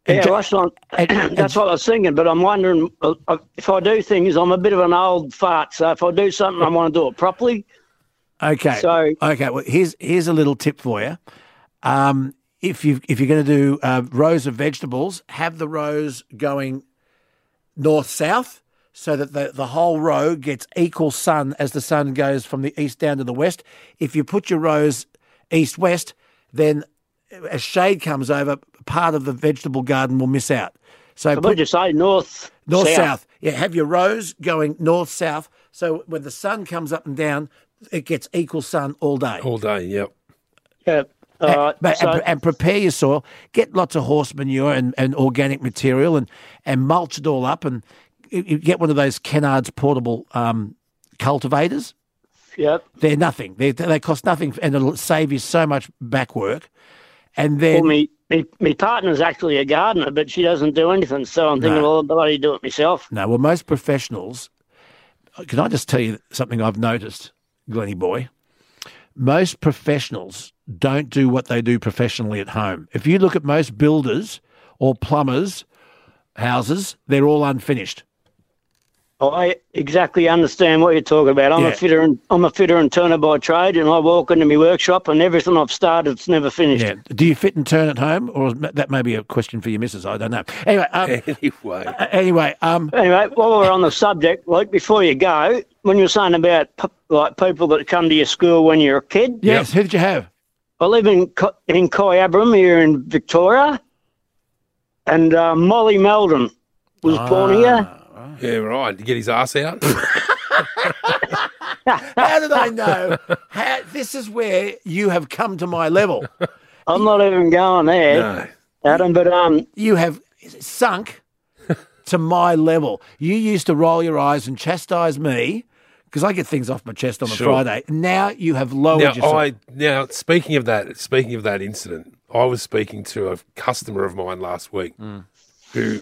Speaker 1: And
Speaker 12: Yeah,
Speaker 1: ju-
Speaker 12: that's what,
Speaker 1: <coughs>
Speaker 12: <coughs>
Speaker 1: and- and-
Speaker 12: that's what I was thinking, but I'm wondering uh, uh, if I do things, I'm a bit of an old fart, so if I do something, I want to do it properly.
Speaker 1: Okay.
Speaker 12: So-
Speaker 1: okay. Well, here's here's a little tip for you. Um, if you if you're going to do uh, rows of vegetables, have the rows going north south, so that the the whole row gets equal sun as the sun goes from the east down to the west. If you put your rows east west, then as shade comes over, part of the vegetable garden will miss out. So
Speaker 12: But what
Speaker 1: put,
Speaker 12: did you say? North,
Speaker 1: North south. Yeah, have your rows going north south. So when the sun comes up and down, it gets equal sun all day.
Speaker 2: All day. Yep.
Speaker 12: Yeah.
Speaker 1: And-
Speaker 12: All right.
Speaker 1: but-
Speaker 12: So,
Speaker 1: and, and prepare your soil. Get lots of horse manure and, and organic material and, and mulch it all up. And you you get one of those Kennards portable um, cultivators.
Speaker 12: yep.
Speaker 1: They're nothing. They, they cost nothing and it'll save you so much back work. And then.
Speaker 12: Well, me, me, me partner's actually a gardener, but she doesn't do anything, so I'm thinking,
Speaker 1: No.
Speaker 12: well, I'll bloody do it myself.
Speaker 1: No, well, most professionals. uh, Can I just tell you something I've noticed, Glenny boy? Most professionals don't do what they do professionally at home. If you look at most builders or plumbers' houses, they're all unfinished.
Speaker 12: Oh, I exactly understand what you're talking about. I'm
Speaker 1: Yeah.
Speaker 12: a fitter and I'm a fitter and turner by trade, and I walk into my workshop, and everything I've started's never finished.
Speaker 1: Yeah. Do you fit and turn at home, or is- that may be a question for your missus? I don't know. Anyway, um,
Speaker 2: Anyway.
Speaker 1: uh, anyway, um,
Speaker 12: Anyway, while we're on the subject, Luke, before you go, when you were saying about p- like people that come to your school when you're a kid,
Speaker 1: yes. Who did you have?
Speaker 12: I live in Co- in Coabram here in Victoria, and uh, Molly Meldon was
Speaker 1: Ah.
Speaker 12: born here.
Speaker 2: Yeah, right. To get his ass
Speaker 1: <laughs>
Speaker 2: out.
Speaker 1: How did I know? How, this is where you have come to my level.
Speaker 12: I'm not even going there.
Speaker 2: no.
Speaker 12: Adam. But um,
Speaker 1: you have sunk to my level. You used to roll your eyes and chastise me because I get things off my chest on a
Speaker 2: Sure.
Speaker 1: Friday. Now you have lowered
Speaker 2: now,
Speaker 1: yourself.
Speaker 2: I now speaking of that, speaking of that incident, I was speaking to a customer of mine last week
Speaker 1: Mm.
Speaker 2: who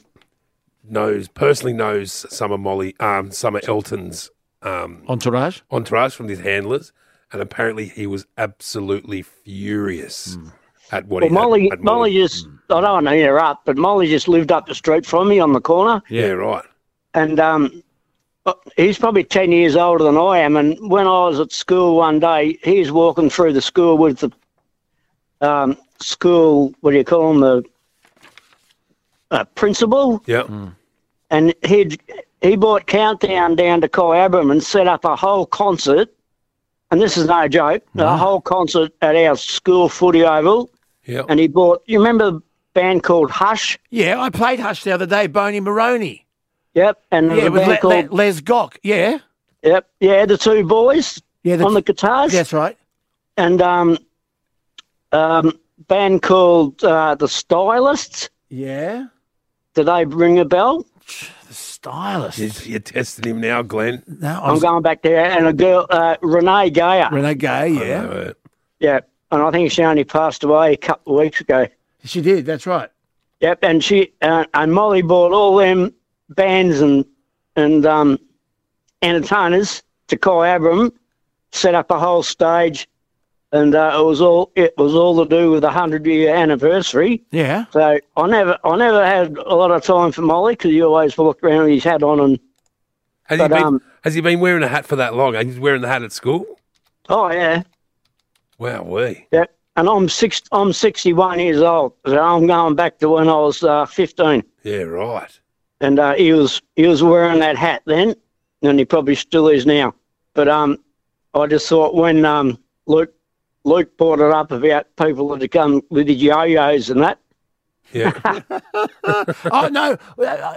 Speaker 2: knows personally knows Summer Molly, um, Summer Elton's um,
Speaker 1: Entourage.
Speaker 2: entourage from his handlers, and apparently he was absolutely furious
Speaker 1: Hmm.
Speaker 2: at what he
Speaker 12: well,
Speaker 2: had-
Speaker 12: Molly,
Speaker 2: had Hmm.
Speaker 12: Molly just, I don't know, you're right, but Molly just lived up the street from me on the corner.
Speaker 2: Yeah, right.
Speaker 12: and um, uh, he's probably 10 years older than I am. And when I was at school one day, he was walking through the school with the um, school, what do you call him, the uh, principal.
Speaker 2: Yeah.
Speaker 12: And he'd, he brought Countdown down to Kyabram and set up a whole concert. And this is no joke, a whole concert at our school footy oval.
Speaker 2: Yeah.
Speaker 12: And he bought, you remember the band called Hush?
Speaker 1: Yeah, I played Hush the other day, Boney Maroney.
Speaker 12: Yep, and
Speaker 1: yeah,
Speaker 12: there's a
Speaker 1: with
Speaker 12: band
Speaker 1: Le-
Speaker 12: called
Speaker 1: Le- Les Gok. Yeah,
Speaker 12: Yep. Yeah, the two boys
Speaker 1: yeah,
Speaker 12: on the guitars. That's
Speaker 1: right.
Speaker 12: And um, um, band called uh, the Stylists.
Speaker 1: Yeah.
Speaker 12: Do they ring a bell?
Speaker 1: Stylist.
Speaker 2: You're, you're testing him now, Glenn.
Speaker 1: No,
Speaker 12: I'm going back there, and a girl, uh, Renee Gayer.
Speaker 1: Renee Gayer, yeah.
Speaker 12: Yeah, and I think she only passed away a couple of weeks ago.
Speaker 1: She did. That's right.
Speaker 12: Yep, and she uh, and Molly bought all them bands and and um, entertainers to Kai Abram, set up a whole stage, and uh, it was all it was all to do with the hundred year anniversary.
Speaker 2: <laughs>
Speaker 1: Yeah.
Speaker 12: So I never I never had a lot of time for Molly because he always walked around with his hat on and
Speaker 2: Has
Speaker 12: But,
Speaker 2: he been
Speaker 12: um,
Speaker 2: has he been wearing a hat for that long? He's wearing the hat at school.
Speaker 12: oh yeah
Speaker 2: Wow, we.
Speaker 12: yeah. And I'm six I'm sixty one years old, so I'm going back to when I was uh, fifteen.
Speaker 2: Yeah, right.
Speaker 12: and uh, he was he was wearing that hat then, and he probably still is now. But um, I just thought when um Luke Luke brought it up about people that had come with the yo-yos and that.
Speaker 2: Yeah.
Speaker 1: oh no,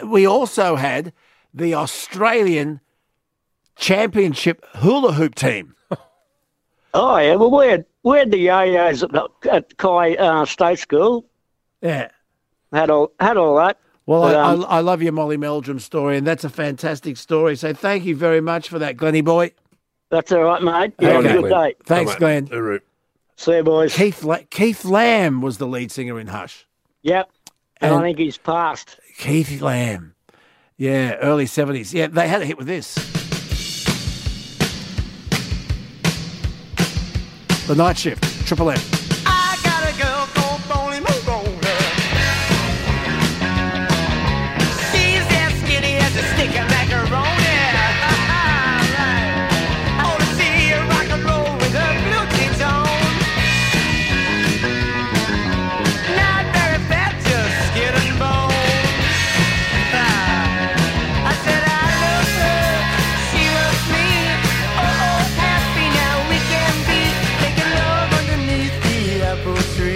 Speaker 1: we also had the Australian Championship hula hoop team.
Speaker 12: Oh yeah, well we had we had the yo-yos at, the- at Kai uh, State School.
Speaker 1: Yeah.
Speaker 12: Had all had all that.
Speaker 1: Well,
Speaker 12: But,
Speaker 1: I,
Speaker 12: um,
Speaker 1: I, I love your Molly Meldrum story, and that's a fantastic story. So thank you very much for that, Glenny boy.
Speaker 12: That's all right, mate. You have a good day.
Speaker 1: Thanks, Glenn.
Speaker 12: See you, boys.
Speaker 1: Keith La- Keith Lamb was the lead singer in Hush.
Speaker 12: Yep. And, I
Speaker 1: And-
Speaker 12: think he's passed.
Speaker 1: Keith Lamb. Yeah, early 70s. Yeah, they had a hit with this. The Night Shift, Triple M.
Speaker 13: I got a girl called Bonnie Marona. She's as skinny as a stick of macaroni. <laughs> I wanna see her rock and roll with her blue jeans on. Not very fat, just skin and bone. I said I love her, she loves me. Oh, oh, happy now we can be making love underneath the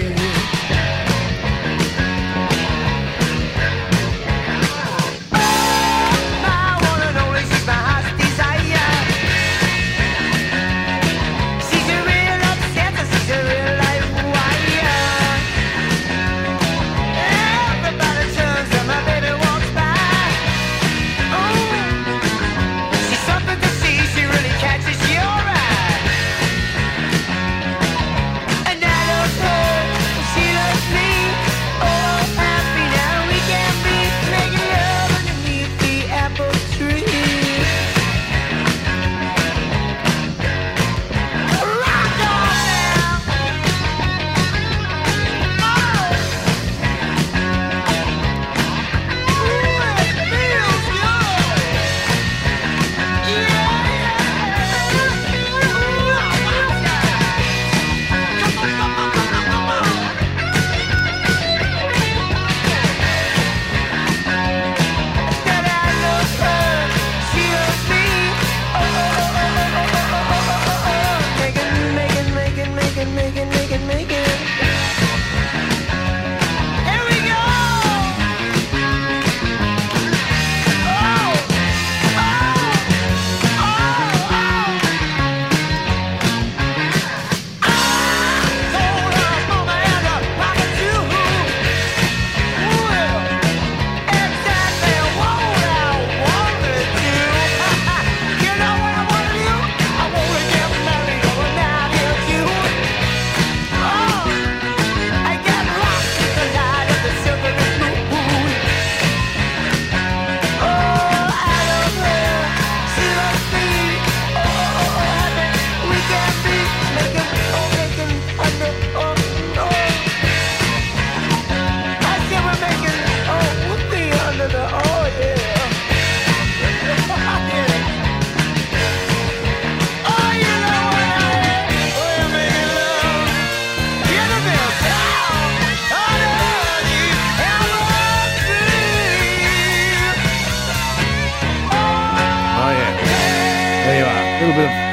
Speaker 1: Oh,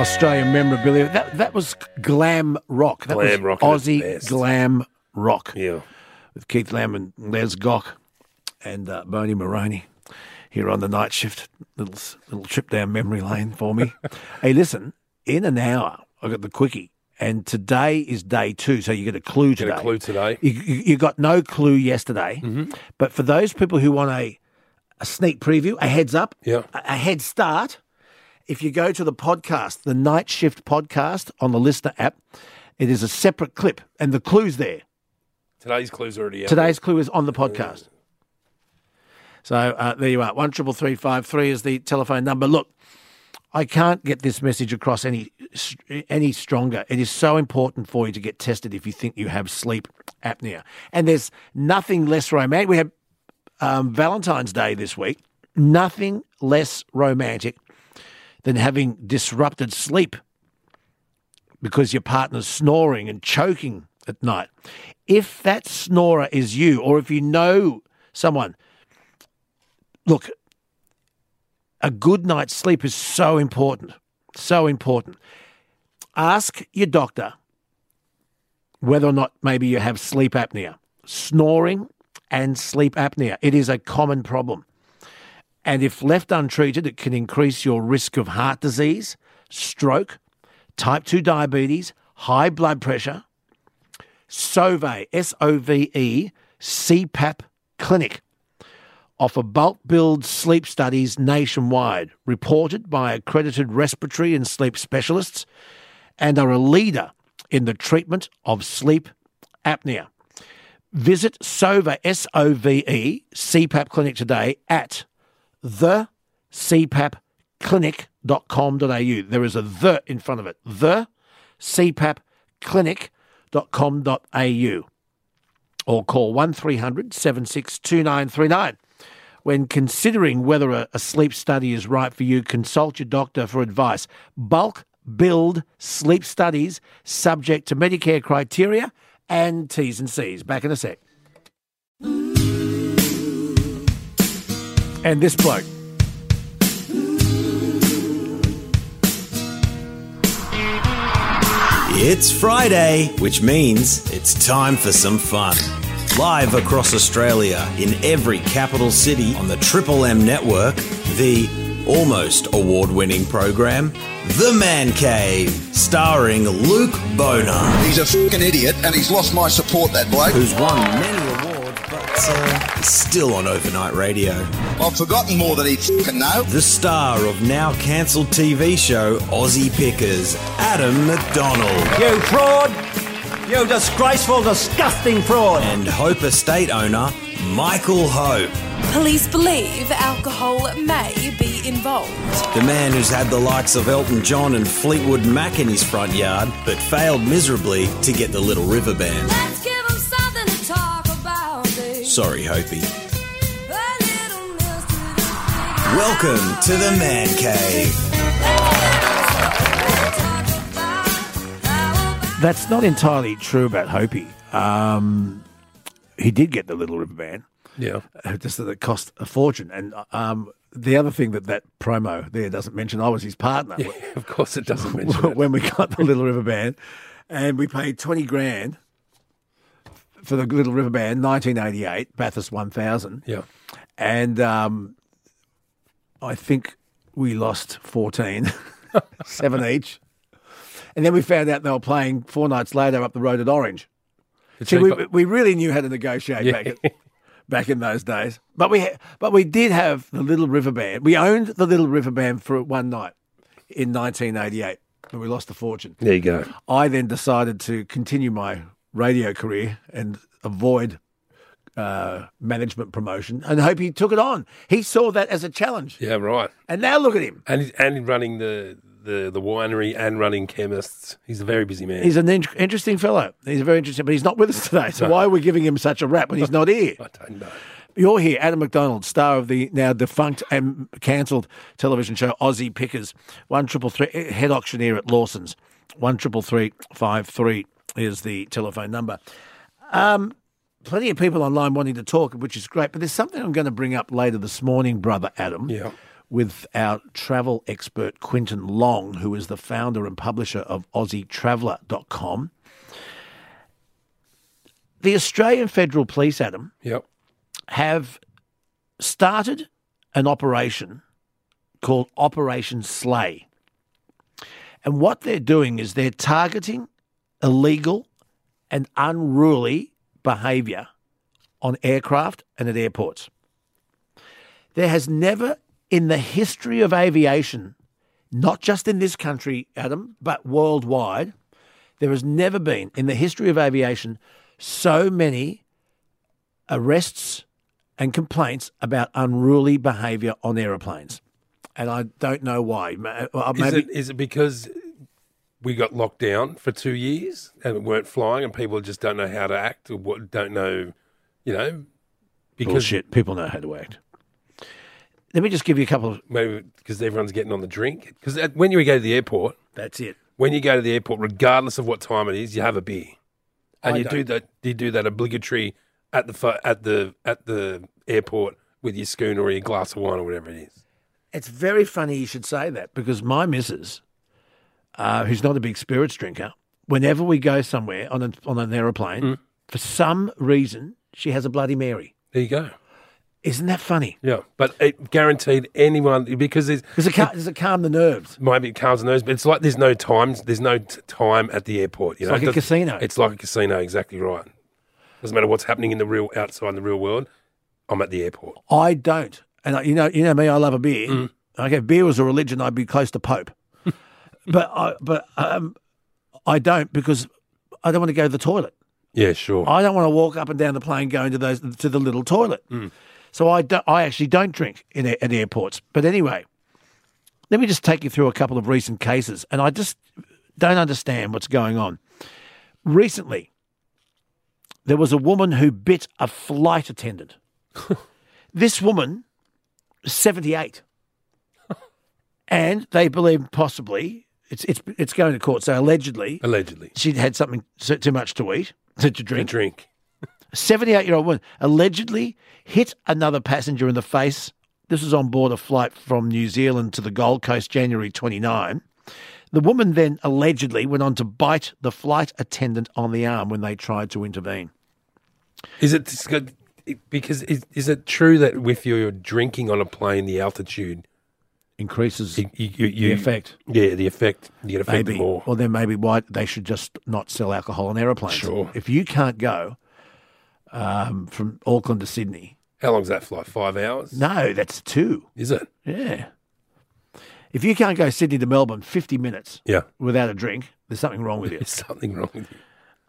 Speaker 1: Australian memorabilia. That that was glam rock. That was
Speaker 2: Glam rock at its
Speaker 1: Aussie
Speaker 2: best.
Speaker 1: glam rock.
Speaker 2: Yeah.
Speaker 1: With Keith Lamb and Les Gock and uh, Boney Maroney here on the night shift. Little s- little trip down memory lane
Speaker 2: <laughs>
Speaker 1: for me. hey, listen, in an hour I got the quickie. And today is day two, so you get a clue
Speaker 2: Get
Speaker 1: today.
Speaker 2: a clue today. Mm-hmm.
Speaker 1: You, you you got no clue yesterday, but for those people who want a, a sneak preview, a heads up,
Speaker 2: Yeah.
Speaker 1: a, a head start, if you go to the podcast, the Night Shift podcast on the Listener app, it is a separate clip, and the clue's there.
Speaker 2: Today's clue's already out.
Speaker 1: Today's clue is on the podcast. So uh, there you are. One triple three five three is the telephone number. Look, I can't get this message across any any stronger. It is so important for you to get tested if you think you have sleep apnea. And there's nothing less romantic. We had um, Valentine's Day this week. Nothing less romantic than having disrupted sleep because your partner's snoring and choking at night. If that snorer is you, or if you know someone, look, a good night's sleep is so important. So important. Ask your doctor whether or not maybe you have sleep apnea, snoring and sleep apnea. It is a common problem. And if left untreated, it can increase your risk of heart disease, stroke, type 2 diabetes, high blood pressure. SOVE, S O V E, CPAP Clinic offer bulk billed sleep studies nationwide, reported by accredited respiratory and sleep specialists, and are a leader in the treatment of sleep apnea. Visit SOVE, S O V E, CPAP Clinic today at the thecpapclinic.com.au. There is a the in front of it. The thecpapclinic.com.au or call 1300 762939. When considering whether a, a sleep study is right for you, consult your doctor for advice. Bulk build sleep studies subject to Medicare criteria and T's and C's. Back in a sec. And this bloke.
Speaker 14: It's Friday, which means it's time for some fun. Live across Australia, in every capital city on the Triple M network, the almost award winning program, The Man Cave, starring Luke Boner. He's a fucking idiot and he's lost my support, that bloke. Who's won many awards, but uh, is still on overnight radio. I've forgotten more than he fucking know. The star of now cancelled TV show Aussie Pickers, Adam McDonald.
Speaker 15: You fraud! You disgraceful, disgusting fraud!
Speaker 14: And Hope Estate owner, Michael Hope.
Speaker 4: Police believe alcohol may be involved.
Speaker 14: The man who's had the likes of Elton John and Fleetwood Mac in his front yard, but failed miserably to get the Little River Band.
Speaker 4: Let's give them something to talk about. babe.
Speaker 14: Sorry, Hopey. Welcome to the Man Cave.
Speaker 1: That's not entirely true about Hopi. Um, he did get the Little River Band.
Speaker 2: Yeah.
Speaker 1: Uh, Just that it cost a fortune. And um, the other thing that that promo there doesn't mention, I was his partner.
Speaker 2: <laughs> of course, it doesn't
Speaker 1: <laughs>
Speaker 2: mention it.
Speaker 1: when we got the Little River Band, and we paid twenty grand for the Little River Band, nineteen eighty eight, Bathurst one thousand.
Speaker 2: Yeah.
Speaker 1: and um, I think we lost 14, <laughs> seven each, and then we found out they were playing four nights later up the road at Orange.
Speaker 2: The
Speaker 1: See, we,
Speaker 2: cheaper-
Speaker 1: we really knew how to negotiate
Speaker 2: Yeah.
Speaker 1: back at, back in those days. But we ha- but we did have the Little River Band. We owned the Little River Band for one night in 1988, but we lost a fortune.
Speaker 2: There you go.
Speaker 1: I then decided to continue my radio career and avoid uh, management promotion, and hope he took it on. He saw that as a challenge,
Speaker 2: Yeah, right.
Speaker 1: and now look at him.
Speaker 2: And he's- and running the, the, the winery and running chemists. He's a very busy man.
Speaker 1: He's an in- interesting fellow. He's very interesting, but he's not with us today. So
Speaker 2: No.
Speaker 1: why are we giving him such a rap when he's
Speaker 2: <laughs>
Speaker 1: not here?
Speaker 2: I don't know.
Speaker 1: You're here, Adam McDonald, star of the now defunct and cancelled television show Aussie Pickers. One triple three eh, head auctioneer at Lawson's. One triple three five three is the telephone number. Um, plenty of people online wanting to talk, which is great. But there's something I'm going to bring up later this morning, brother Adam. Yeah. with our travel expert, Quinton Long, who is the founder and publisher of AussieTraveller.com. The Australian Federal Police, Adam,
Speaker 2: Yep.
Speaker 1: have started an operation called Operation Slay. And what they're doing is they're targeting illegal and unruly behaviour on aircraft and at airports. There has never in the history of aviation, not just in this country, Adam, but worldwide, there has never been in the history of aviation so many arrests and complaints about unruly behaviour on aeroplanes. And I don't know why. Ma- uh,
Speaker 2: Is
Speaker 1: Maybe,
Speaker 2: it, is it because we got locked down for two years and weren't flying, and people just don't know how to act or what, don't know, you know?
Speaker 1: Bullshit. People know how to act. Let me just give you a couple of.
Speaker 2: Maybe because everyone's getting on the drink. Because when you go to the airport,
Speaker 1: that's it.
Speaker 2: When you go to the airport, regardless of what time it is, you have a beer, and
Speaker 1: I
Speaker 2: you do
Speaker 1: don't.
Speaker 2: that. You do that obligatory at the fu- at the at the airport with your schooner or your glass of wine or whatever it is.
Speaker 1: It's very funny you should say that because my missus, uh, who's not a big spirits drinker, whenever we go somewhere on, a, on an aeroplane, for some reason, she has a Bloody Mary.
Speaker 2: There you go.
Speaker 1: Isn't that funny?
Speaker 2: Yeah, but it guaranteed anyone because there's
Speaker 1: Does it, cal- does it calm the nerves?
Speaker 2: Maybe it calms the nerves, but it's like there's no times. There's no t- time at the airport. You
Speaker 1: It's
Speaker 2: know,
Speaker 1: like
Speaker 2: It
Speaker 1: a
Speaker 2: doesn't-
Speaker 1: casino.
Speaker 2: It's like a casino. Exactly right. Doesn't matter what's happening in the real outside in the real world. I'm at the airport.
Speaker 1: I don't. And I, you know, you know me. I love a beer. Okay, if beer was a religion, I'd be close to <laughs> Pope. but I, but um, I don't because I don't want to go to the toilet.
Speaker 2: Yeah, sure.
Speaker 1: I don't want to walk up and down the plane going to those to the little toilet.
Speaker 2: Mm.
Speaker 1: So I do, I actually don't drink in a- at airports. But anyway, let me just take you through a couple of recent cases, and I just don't understand what's going on. Recently, there was a woman who bit a
Speaker 2: <laughs>
Speaker 1: flight attendant. this woman, seventy eight, and they believe possibly it's it's it's going to court. So allegedly,
Speaker 2: allegedly,
Speaker 1: she'd had something so- too much to eat <laughs> to drink.
Speaker 2: To drink.
Speaker 1: 78 year old woman allegedly hit another passenger in the face. This was on board a flight from New Zealand to the Gold Coast, January 29. The woman then allegedly went on to bite the flight attendant on the arm when they tried to intervene.
Speaker 2: Is it it's good- it- because is, is it true that if you're drinking on a plane, the altitude
Speaker 1: increases
Speaker 2: you-
Speaker 1: the effect.
Speaker 2: Yeah, the effect. You get affected
Speaker 1: maybe,
Speaker 2: more.
Speaker 1: Well, then maybe why they should just not sell alcohol on airplanes.
Speaker 2: Sure.
Speaker 1: If you can't go um, from Auckland to Sydney,
Speaker 2: How long's that flight? Five hours?
Speaker 1: no, that's two.
Speaker 2: Is it?
Speaker 1: Yeah. If you can't go Sydney to Melbourne 50 minutes
Speaker 2: Yeah.
Speaker 1: without a drink, there's something wrong with
Speaker 2: <laughs>
Speaker 1: you.
Speaker 2: There's something wrong with you.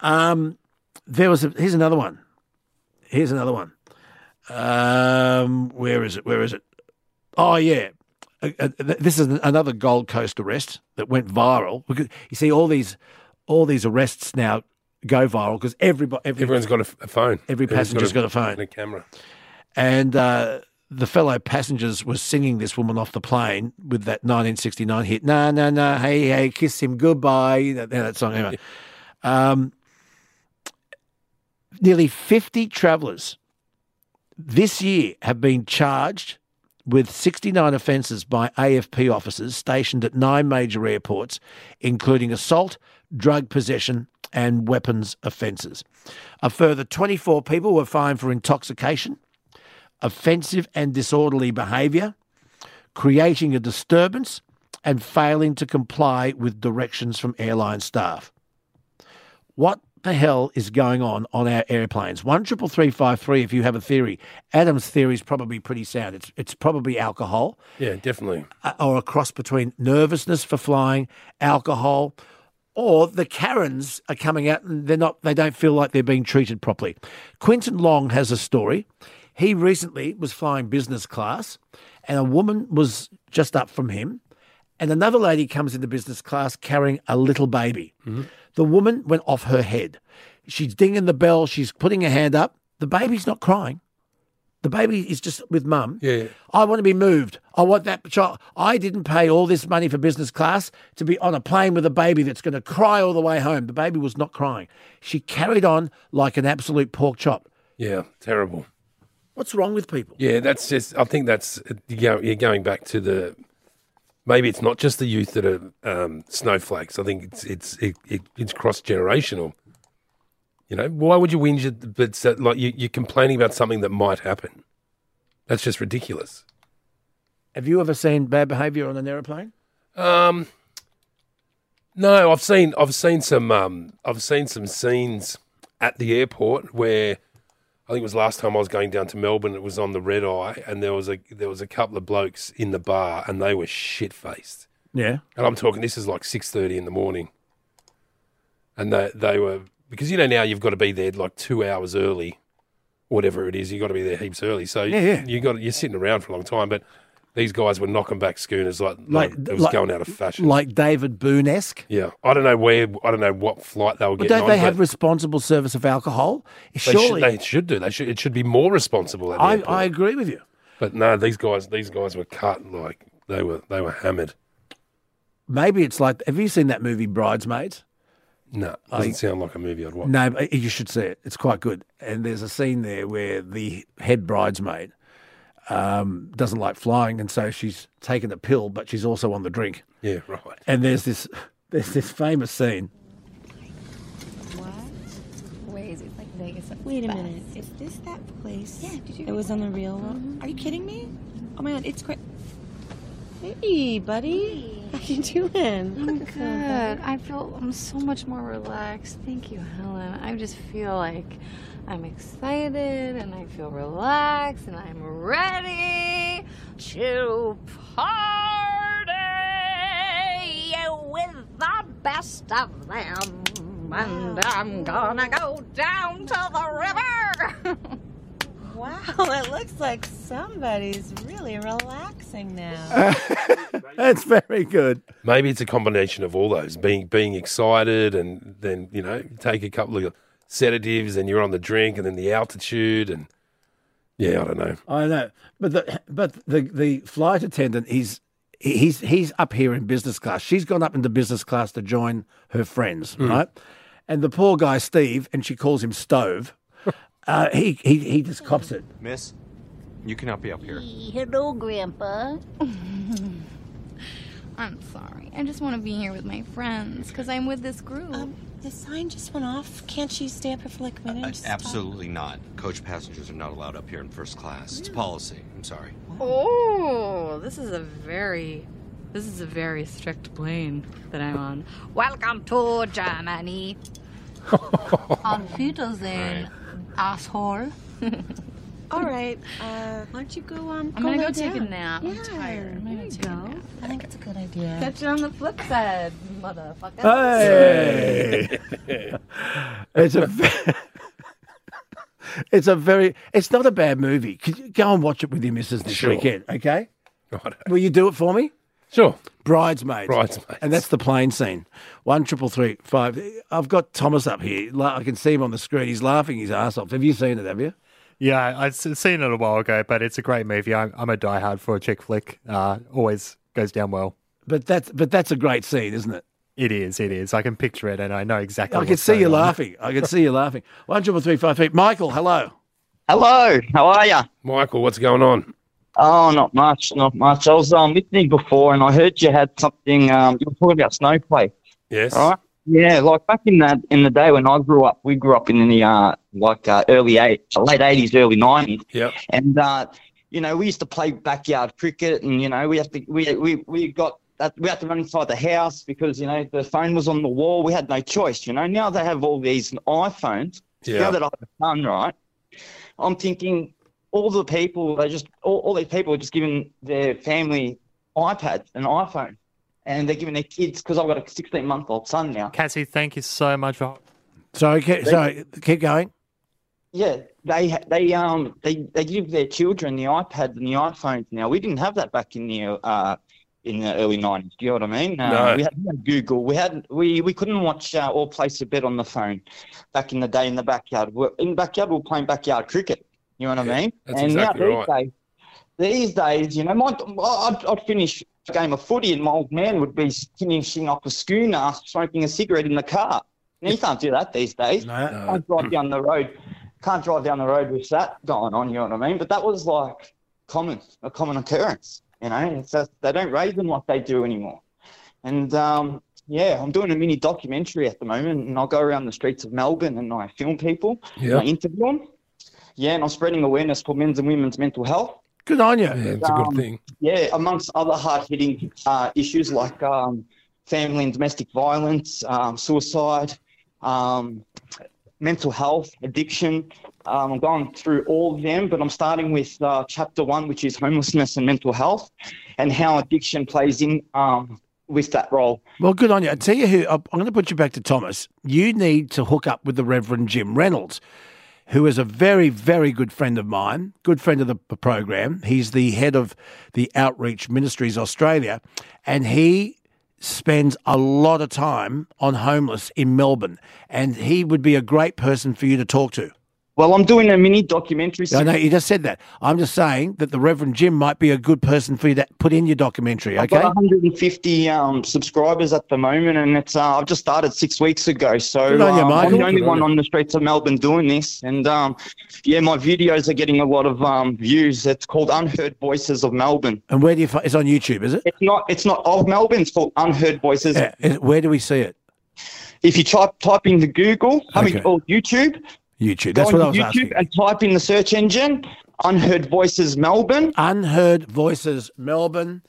Speaker 1: Um, there was a, here's another one. Here's another one. Um, where is it? Where is it? Oh yeah, Uh, uh, th- this is another Gold Coast arrest that went viral because you see all these all these arrests now go viral because everybody every,
Speaker 2: Everyone's got a, f- a phone.
Speaker 1: Every
Speaker 2: Everyone's
Speaker 1: passenger's got a phone.
Speaker 2: and a camera.
Speaker 1: and uh, the fellow passengers were singing this woman off the plane with that 1969 hit. Nah, nah, nah, hey, hey, kiss him goodbye. You know, that song. Anyway. Um, nearly 50 travellers this year have been charged with 69 offences by AFP officers stationed at nine major airports, including assault, drug possession, and weapons offences. A further 24 people were fined for intoxication, offensive and disorderly behaviour, creating a disturbance, and failing to comply with directions from airline staff. What the hell is going on on our airplanes? One triple three five three. If you have a theory, Adam's theory is probably pretty sound. It's it's probably alcohol
Speaker 2: Yeah, definitely.
Speaker 1: uh, or a cross between nervousness for flying, alcohol, or the Karens are coming out and they're not they don't feel like they're being treated properly. Quinton Long has a story. He recently was flying business class and a woman was just up from him and another lady comes into business class carrying a little baby. The woman went off her head. She's dinging the bell, she's putting her hand up. The baby's not crying. The baby is just with mum.
Speaker 2: Yeah.
Speaker 1: I want to be moved. I want that child. I didn't pay all this money for business class to be on a plane with a baby that's going to cry all the way home. The baby was not crying. She carried on like an absolute pork chop.
Speaker 2: Yeah. Terrible.
Speaker 1: What's wrong with people?
Speaker 2: Yeah, that's just. I think that's you go, you're going back to the. Maybe it's not just the youth that are um, snowflakes. I think it's it's it, it, it's cross generational. You know, why would you whinge? At, but so, like you, you're complaining about something that might happen. That's just ridiculous.
Speaker 1: Have you ever seen bad behaviour on an aeroplane?
Speaker 2: Um, no, I've seen I've seen some um, I've seen some scenes at the airport where I think it was last time I was going down to Melbourne. It was on the red eye, and there was a there was a couple of blokes in the bar, and they were shit faced.
Speaker 1: Yeah.
Speaker 2: And I'm talking this is like six thirty in the morning, and they they were because you know now you've got to be there like two hours early, whatever it is. You've got to be there heaps early, so
Speaker 1: Yeah, yeah.
Speaker 2: you got you're sitting around for a long time, but. These guys were knocking back schooners like, like,
Speaker 1: Like-
Speaker 2: it was
Speaker 1: like-
Speaker 2: going out of fashion.
Speaker 1: Like David Boone esque.
Speaker 2: Yeah, I don't know where, I don't know what flight they were
Speaker 1: But
Speaker 2: Oh, getting
Speaker 1: don't they
Speaker 2: on,
Speaker 1: have
Speaker 2: but
Speaker 1: responsible service of alcohol?
Speaker 2: they
Speaker 1: Surely.
Speaker 2: should, they should do. They should. It should be more responsible. At the
Speaker 1: I,
Speaker 2: airport.
Speaker 1: I agree with you.
Speaker 2: but no, these guys, these guys were cut like they were, they were hammered.
Speaker 1: Maybe it's like, have you seen that movie Bridesmaids?
Speaker 2: No,
Speaker 1: I-
Speaker 2: doesn't sound like a movie I'd watch.
Speaker 1: No, but you should see it. It's quite good. And there's a scene there where the head bridesmaid um, doesn't like flying, and so she's taken a pill, but she's also on the drink.
Speaker 2: Yeah, right.
Speaker 1: And there's this <laughs> there's this famous scene.
Speaker 4: Wait, is it like Vegas?
Speaker 16: Wait a minute. Is this that place? Yeah. Did you?
Speaker 4: It was on the real world.
Speaker 16: Are you kidding me? Oh my god, it's cra Hey, buddy. How you doing?
Speaker 4: I'm
Speaker 16: So
Speaker 4: good. I feel I'm so much more relaxed. Thank you, Helen. I just feel like I'm excited and I feel relaxed and I'm ready to party with the best of them. And I'm gonna go down to the river.
Speaker 16: Wow, <laughs> it looks like somebody's really relaxing now.
Speaker 1: <laughs> That's very good.
Speaker 2: Maybe it's a combination of all those being being excited and then you know take a couple of sedatives and you're on the drink and then the altitude and yeah, I don't know.
Speaker 1: I know, but the but the the flight attendant he's he's he's up here in business class. She's gone up into business class to join her friends,
Speaker 2: Hmm.
Speaker 17: Mm.
Speaker 1: right? And the poor guy Steve, and she calls him Stove. <laughs> uh, he he he just cops it.
Speaker 17: Miss, you cannot be up here.
Speaker 4: Hello, Grandpa. <laughs> I'm sorry. I just want to be here with my friends because I'm with this group.
Speaker 16: Um, the sign just went off. Can't she stay up here for like a minute? and just talk?
Speaker 17: Uh, Absolutely not. Coach passengers are not allowed up here in first class. It's policy. I'm sorry.
Speaker 4: Oh, this is a very, this is a very strict plane that I'm on. Welcome to Germany. Auf Wiedersehen, <laughs> asshole.
Speaker 16: All right. Uh, why don't you go? Um,
Speaker 4: I'm gonna
Speaker 16: lay
Speaker 4: go take a
Speaker 16: down.
Speaker 4: nap.
Speaker 16: Yeah.
Speaker 4: I'm tired. I'm gonna take a nap.
Speaker 16: I think it's a good idea.
Speaker 4: Catch you on the flip side, motherfucker.
Speaker 18: <laughs>
Speaker 1: Hey, <laughs> it's a ve- it's a very it's not a bad movie. Could you go and watch it with your missus this
Speaker 2: Sure.
Speaker 1: weekend, okay?
Speaker 2: Right.
Speaker 1: Will you do it for me?
Speaker 2: Sure.
Speaker 1: Bridesmaids.
Speaker 2: Bridesmaids.
Speaker 1: And that's the plane scene. One triple three five. I've got Thomas up here. La- I can see him on the screen. He's laughing his ass off. Have you seen it? Have you?
Speaker 19: Yeah, I've s- seen it a while ago, but it's a great movie. I'm, I'm a diehard for a chick flick. Uh, always goes down well.
Speaker 1: But that's but that's a great scene, isn't it?
Speaker 19: It is. It is. I can picture it, and I know exactly.
Speaker 1: I can see you laughing. I can see you laughing. <laughs> One triple three five three. Michael, hello.
Speaker 20: Hello, how are you?
Speaker 2: Michael, what's going on?
Speaker 20: Oh, not much, not much. I was um, listening before and I heard you had something, um, you were talking about snowflake.
Speaker 2: Yes.
Speaker 20: Right? Yeah, like back in that in the day when I grew up, we grew up in the uh, like uh, early eight, late eighties, early nineties.
Speaker 2: Yep.
Speaker 20: And uh, you know, we used to play backyard cricket, and you know, we have to we we we got that we had to run inside the house because you know the phone was on the wall. We had no choice. You know, now they have all these iPhones.
Speaker 2: Yeah.
Speaker 20: Now that I have a son, right? I'm thinking all the people they just all, all these people are just giving their family iPads and iPhone, and they're giving their kids because I've got a 16 month old son now.
Speaker 19: Cassie, thank you so much for.
Speaker 1: Sorry, keep, sorry. Keep going.
Speaker 20: Yeah, they they um they, they give their children the iPads and the iPhones now. We didn't have that back in the uh in the early nineties. Do you know what I mean? Uh,
Speaker 21: No.
Speaker 20: We had we had Google. We had we, we couldn't watch uh, or place a bet on the phone back in the day in the backyard. We're, in the backyard, we were playing backyard cricket. You know what I mean?
Speaker 2: that's
Speaker 20: and
Speaker 2: exactly
Speaker 20: now
Speaker 2: right.
Speaker 20: these days, these days, you know, my I'd, I'd finish a game of footy and my old man would be finishing off a schooner, smoking a cigarette in the car. And you can't do that these days.
Speaker 1: No.
Speaker 20: I'd drive down the road can't drive down the road with that going on. You know what I mean? But that was like common, a common occurrence. You know, it's just, they don't raise them like they do anymore. And um, yeah, I'm doing a mini documentary at the moment, and I'll go around the streets of Melbourne and I film people,
Speaker 2: Yeah.
Speaker 20: and I interview them. Yeah, and I'm spreading awareness for men's and women's mental health.
Speaker 1: Good on you.
Speaker 2: Yeah, it's a good
Speaker 20: Um,
Speaker 2: thing.
Speaker 20: Yeah, amongst other hard hitting uh, issues like um, family and domestic violence, um, suicide, um, mental health, addiction. Um, I'm going through all of them, but I'm starting with uh, chapter one, which is homelessness and mental health and how addiction plays in um, with that role.
Speaker 1: Well, good on you. I tell you who, I'm going to put you back to Thomas. You need to hook up with the Reverend Jim Reynolds, who is a very, very good friend of mine, good friend of the p- program. He's the head of the Outreach Ministries Australia, and he spends a lot of time on homeless in Melbourne. And he would be a great person for you to talk to.
Speaker 20: Well, I'm doing a mini documentary.
Speaker 1: I know you just said that. I'm just saying that the Reverend Jim might be a good person for you to put in your documentary.
Speaker 20: I've
Speaker 1: Okay.
Speaker 20: got 150 um, subscribers at the moment, and it's uh, I've just started six weeks ago. So
Speaker 1: Good on you,
Speaker 20: um,
Speaker 1: mate.
Speaker 20: I'm
Speaker 1: Good
Speaker 20: the only
Speaker 1: on
Speaker 20: one
Speaker 1: you.
Speaker 20: on the streets of Melbourne doing this, and um, yeah, my videos are getting a lot of um, views. It's called Unheard Voices of Melbourne.
Speaker 1: And where do you find? It's on YouTube, is it?
Speaker 20: It's not. It's not of Melbourne. It's called Unheard Voices.
Speaker 1: Is- Where do we see it?
Speaker 20: If you type type into Google, I mean, or YouTube,
Speaker 1: YouTube. That's
Speaker 20: go
Speaker 1: what I was
Speaker 20: onto YouTube
Speaker 1: asking.
Speaker 20: and type in the search engine Unheard Voices Melbourne.
Speaker 1: Unheard Voices Melbourne.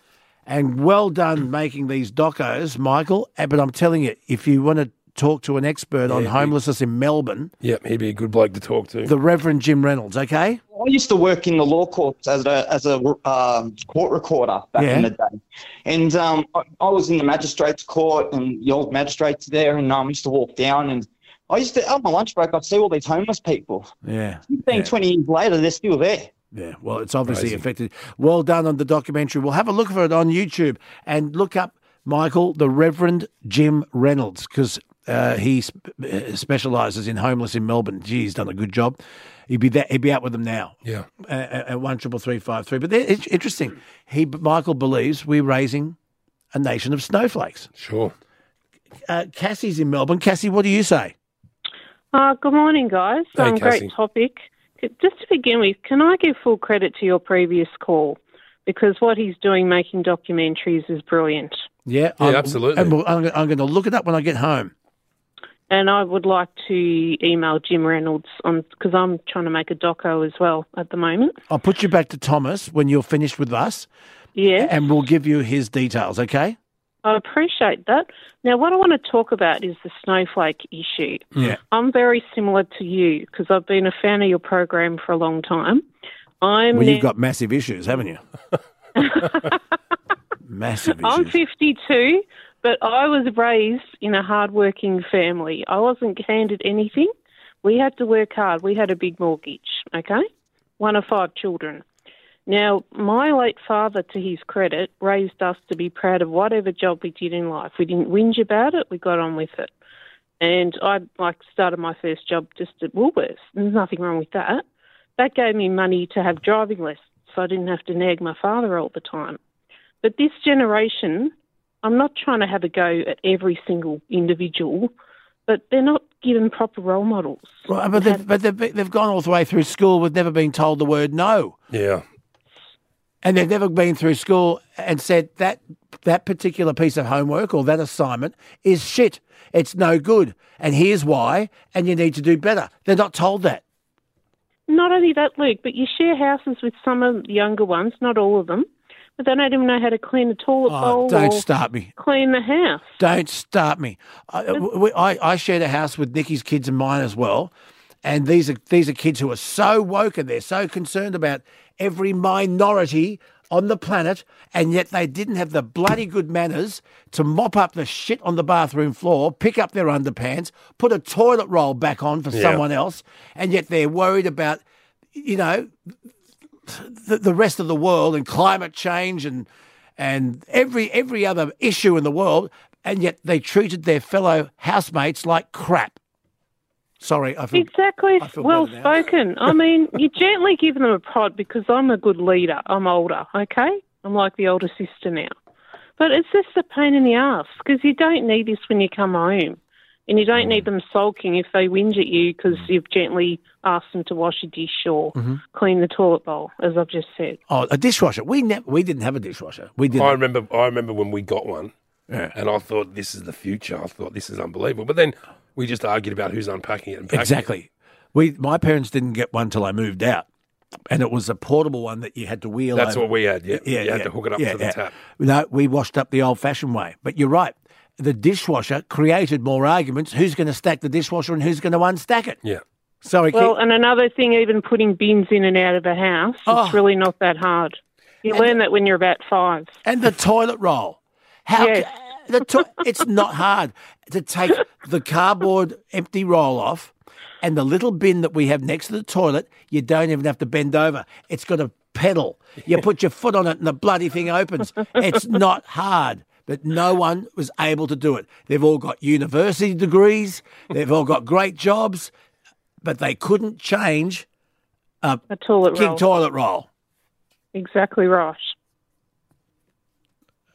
Speaker 1: And well done making these docos, Michael. Eh, But I'm telling you, if you want to talk to an expert on
Speaker 2: Yeah,
Speaker 1: homelessness in Melbourne,
Speaker 2: Yep, he'd be a good bloke to talk to.
Speaker 1: the Reverend Jim Reynolds, okay?
Speaker 20: I used to work in the law courts as a as a um, court recorder back
Speaker 1: Yeah.
Speaker 20: in the day, and um, I, I was in the magistrates court and the old magistrates there, and um, I used to walk down and I used to on my lunch break I'd see all these homeless people.
Speaker 1: Yeah.
Speaker 20: 15, 20 years later, they're still there.
Speaker 1: Yeah, well, it's obviously
Speaker 20: Crazy.
Speaker 1: affected. Well done on the documentary. We'll have a look for it on YouTube and look up Michael, the Reverend Jim Reynolds, because uh, he sp- uh, specialises in homeless in Melbourne. Gee, he's done a good job. He'd be that, he'd be out with them now.
Speaker 2: Yeah.
Speaker 1: uh, at one triple three five three. But they're- it's interesting. He Michael believes we're raising a nation of snowflakes.
Speaker 2: Sure.
Speaker 1: Uh, Cassie's in Melbourne. Cassie, what do you say?
Speaker 22: Uh, good morning, guys.
Speaker 1: Hey,
Speaker 22: um,
Speaker 1: Cassie.
Speaker 22: great topic. Just to begin with, can I give full credit to your previous call? Because what he's doing making documentaries is brilliant.
Speaker 1: Yeah,
Speaker 2: Yeah,
Speaker 1: I'm-
Speaker 2: absolutely.
Speaker 1: and we'll- I'm, I'm going to look it up when I get home.
Speaker 22: And I would like to email Jim Reynolds because I'm trying to make a doco as well at the moment.
Speaker 1: I'll put you back to Thomas when you're finished with us,
Speaker 22: Yeah.
Speaker 1: and we'll give you his details. Okay?
Speaker 22: I appreciate that. Now, what I want to talk about is the snowflake issue.
Speaker 1: Yeah.
Speaker 22: I'm very similar to you because I've been a fan of your program for a long time. I'm
Speaker 1: Well,
Speaker 22: now-
Speaker 1: you've got massive issues, haven't
Speaker 22: <laughs>
Speaker 1: you? massive issues.
Speaker 22: I'm 52, but I was raised in a hardworking family. I wasn't handed anything. We had to work hard. We had a big mortgage, okay? One of five children. Now, my late father, to his credit, raised us to be proud of whatever job we did in life. We didn't whinge about it. We got on with it. And I
Speaker 4: <laughs>
Speaker 22: like started my first job just at Woolworths. There's nothing wrong with that. That gave me money to have driving lessons, so I didn't have to nag my father all the time. But this generation, I'm not trying to have a go at every single individual, but they're not given proper role models.
Speaker 1: Well, but they've, but they've, they've gone all the way through school with never been told the word no.
Speaker 2: Yeah.
Speaker 1: and they've never been through school and said that that particular piece of homework or that assignment is shit. It's no good, and here's why, and you need to do better. They're not told that.
Speaker 22: Not only that, Luke, but you share houses with some of the younger ones, not all of them, but they don't even know how to clean a toilet
Speaker 1: Oh,
Speaker 22: bowl
Speaker 1: don't
Speaker 22: or
Speaker 1: start me.
Speaker 22: clean the house.
Speaker 1: Don't start me. I, we- I, I shared a house with Nikki's kids and mine as well, and these are these are kids who are so woke and they're so concerned about every minority on the planet, and yet they didn't have the bloody good manners to mop up the shit on the bathroom floor, pick up their underpants, put a toilet roll back on for
Speaker 2: Yeah.
Speaker 1: someone else, and yet they're worried about, you know, the, the rest of the world and climate change and and every every other issue in the world, and yet they treated their fellow housemates like crap. Sorry, I feel
Speaker 22: Exactly.
Speaker 1: I feel
Speaker 22: Well
Speaker 1: better now.
Speaker 22: spoken.
Speaker 1: <laughs>
Speaker 22: I mean, you gently give them a prod because I'm a good leader. I'm older, okay? I'm like the older sister now. But it's just a pain in the ass because you don't need this when you come home. And you don't
Speaker 1: Mm.
Speaker 22: need them sulking if they whinge at you because you've gently asked them to wash a dish or
Speaker 1: Mhm.
Speaker 22: clean the toilet bowl, as I've just said.
Speaker 1: Oh, a dishwasher. We never. We didn't have a dishwasher. We didn't.
Speaker 2: I remember. I remember when we got one,
Speaker 1: Yeah.
Speaker 2: and I thought this is the future. I thought this is unbelievable. But then we just argued about who's unpacking it. And packing it.
Speaker 1: Exactly. We my parents didn't get one till I moved out, and it was a portable one that you had to wheel.
Speaker 2: That's
Speaker 1: over.
Speaker 2: what we had, yeah. You had to hook it up to the tap.
Speaker 1: No, we washed up the old-fashioned way. But you're right. The dishwasher created more arguments. Who's going to stack the dishwasher and who's going to unstack it?
Speaker 2: Yeah.
Speaker 1: So we
Speaker 22: well,
Speaker 1: keep,
Speaker 22: and another thing, even putting bins in and out of the house,
Speaker 1: Oh.
Speaker 22: it's really not that hard. You learn that when you're about five.
Speaker 1: And the toilet roll. How ca- the to- it's not hard to take the cardboard empty roll off and the little bin that we have next to the toilet, you don't even have to bend over. It's got a pedal. You put your foot on it and the bloody thing opens. It's not hard. But no one was able to do it. They've all got university degrees. They've all got great jobs, but they couldn't change a,
Speaker 22: toilet
Speaker 1: king
Speaker 22: roll.
Speaker 1: toilet roll.
Speaker 22: Exactly right.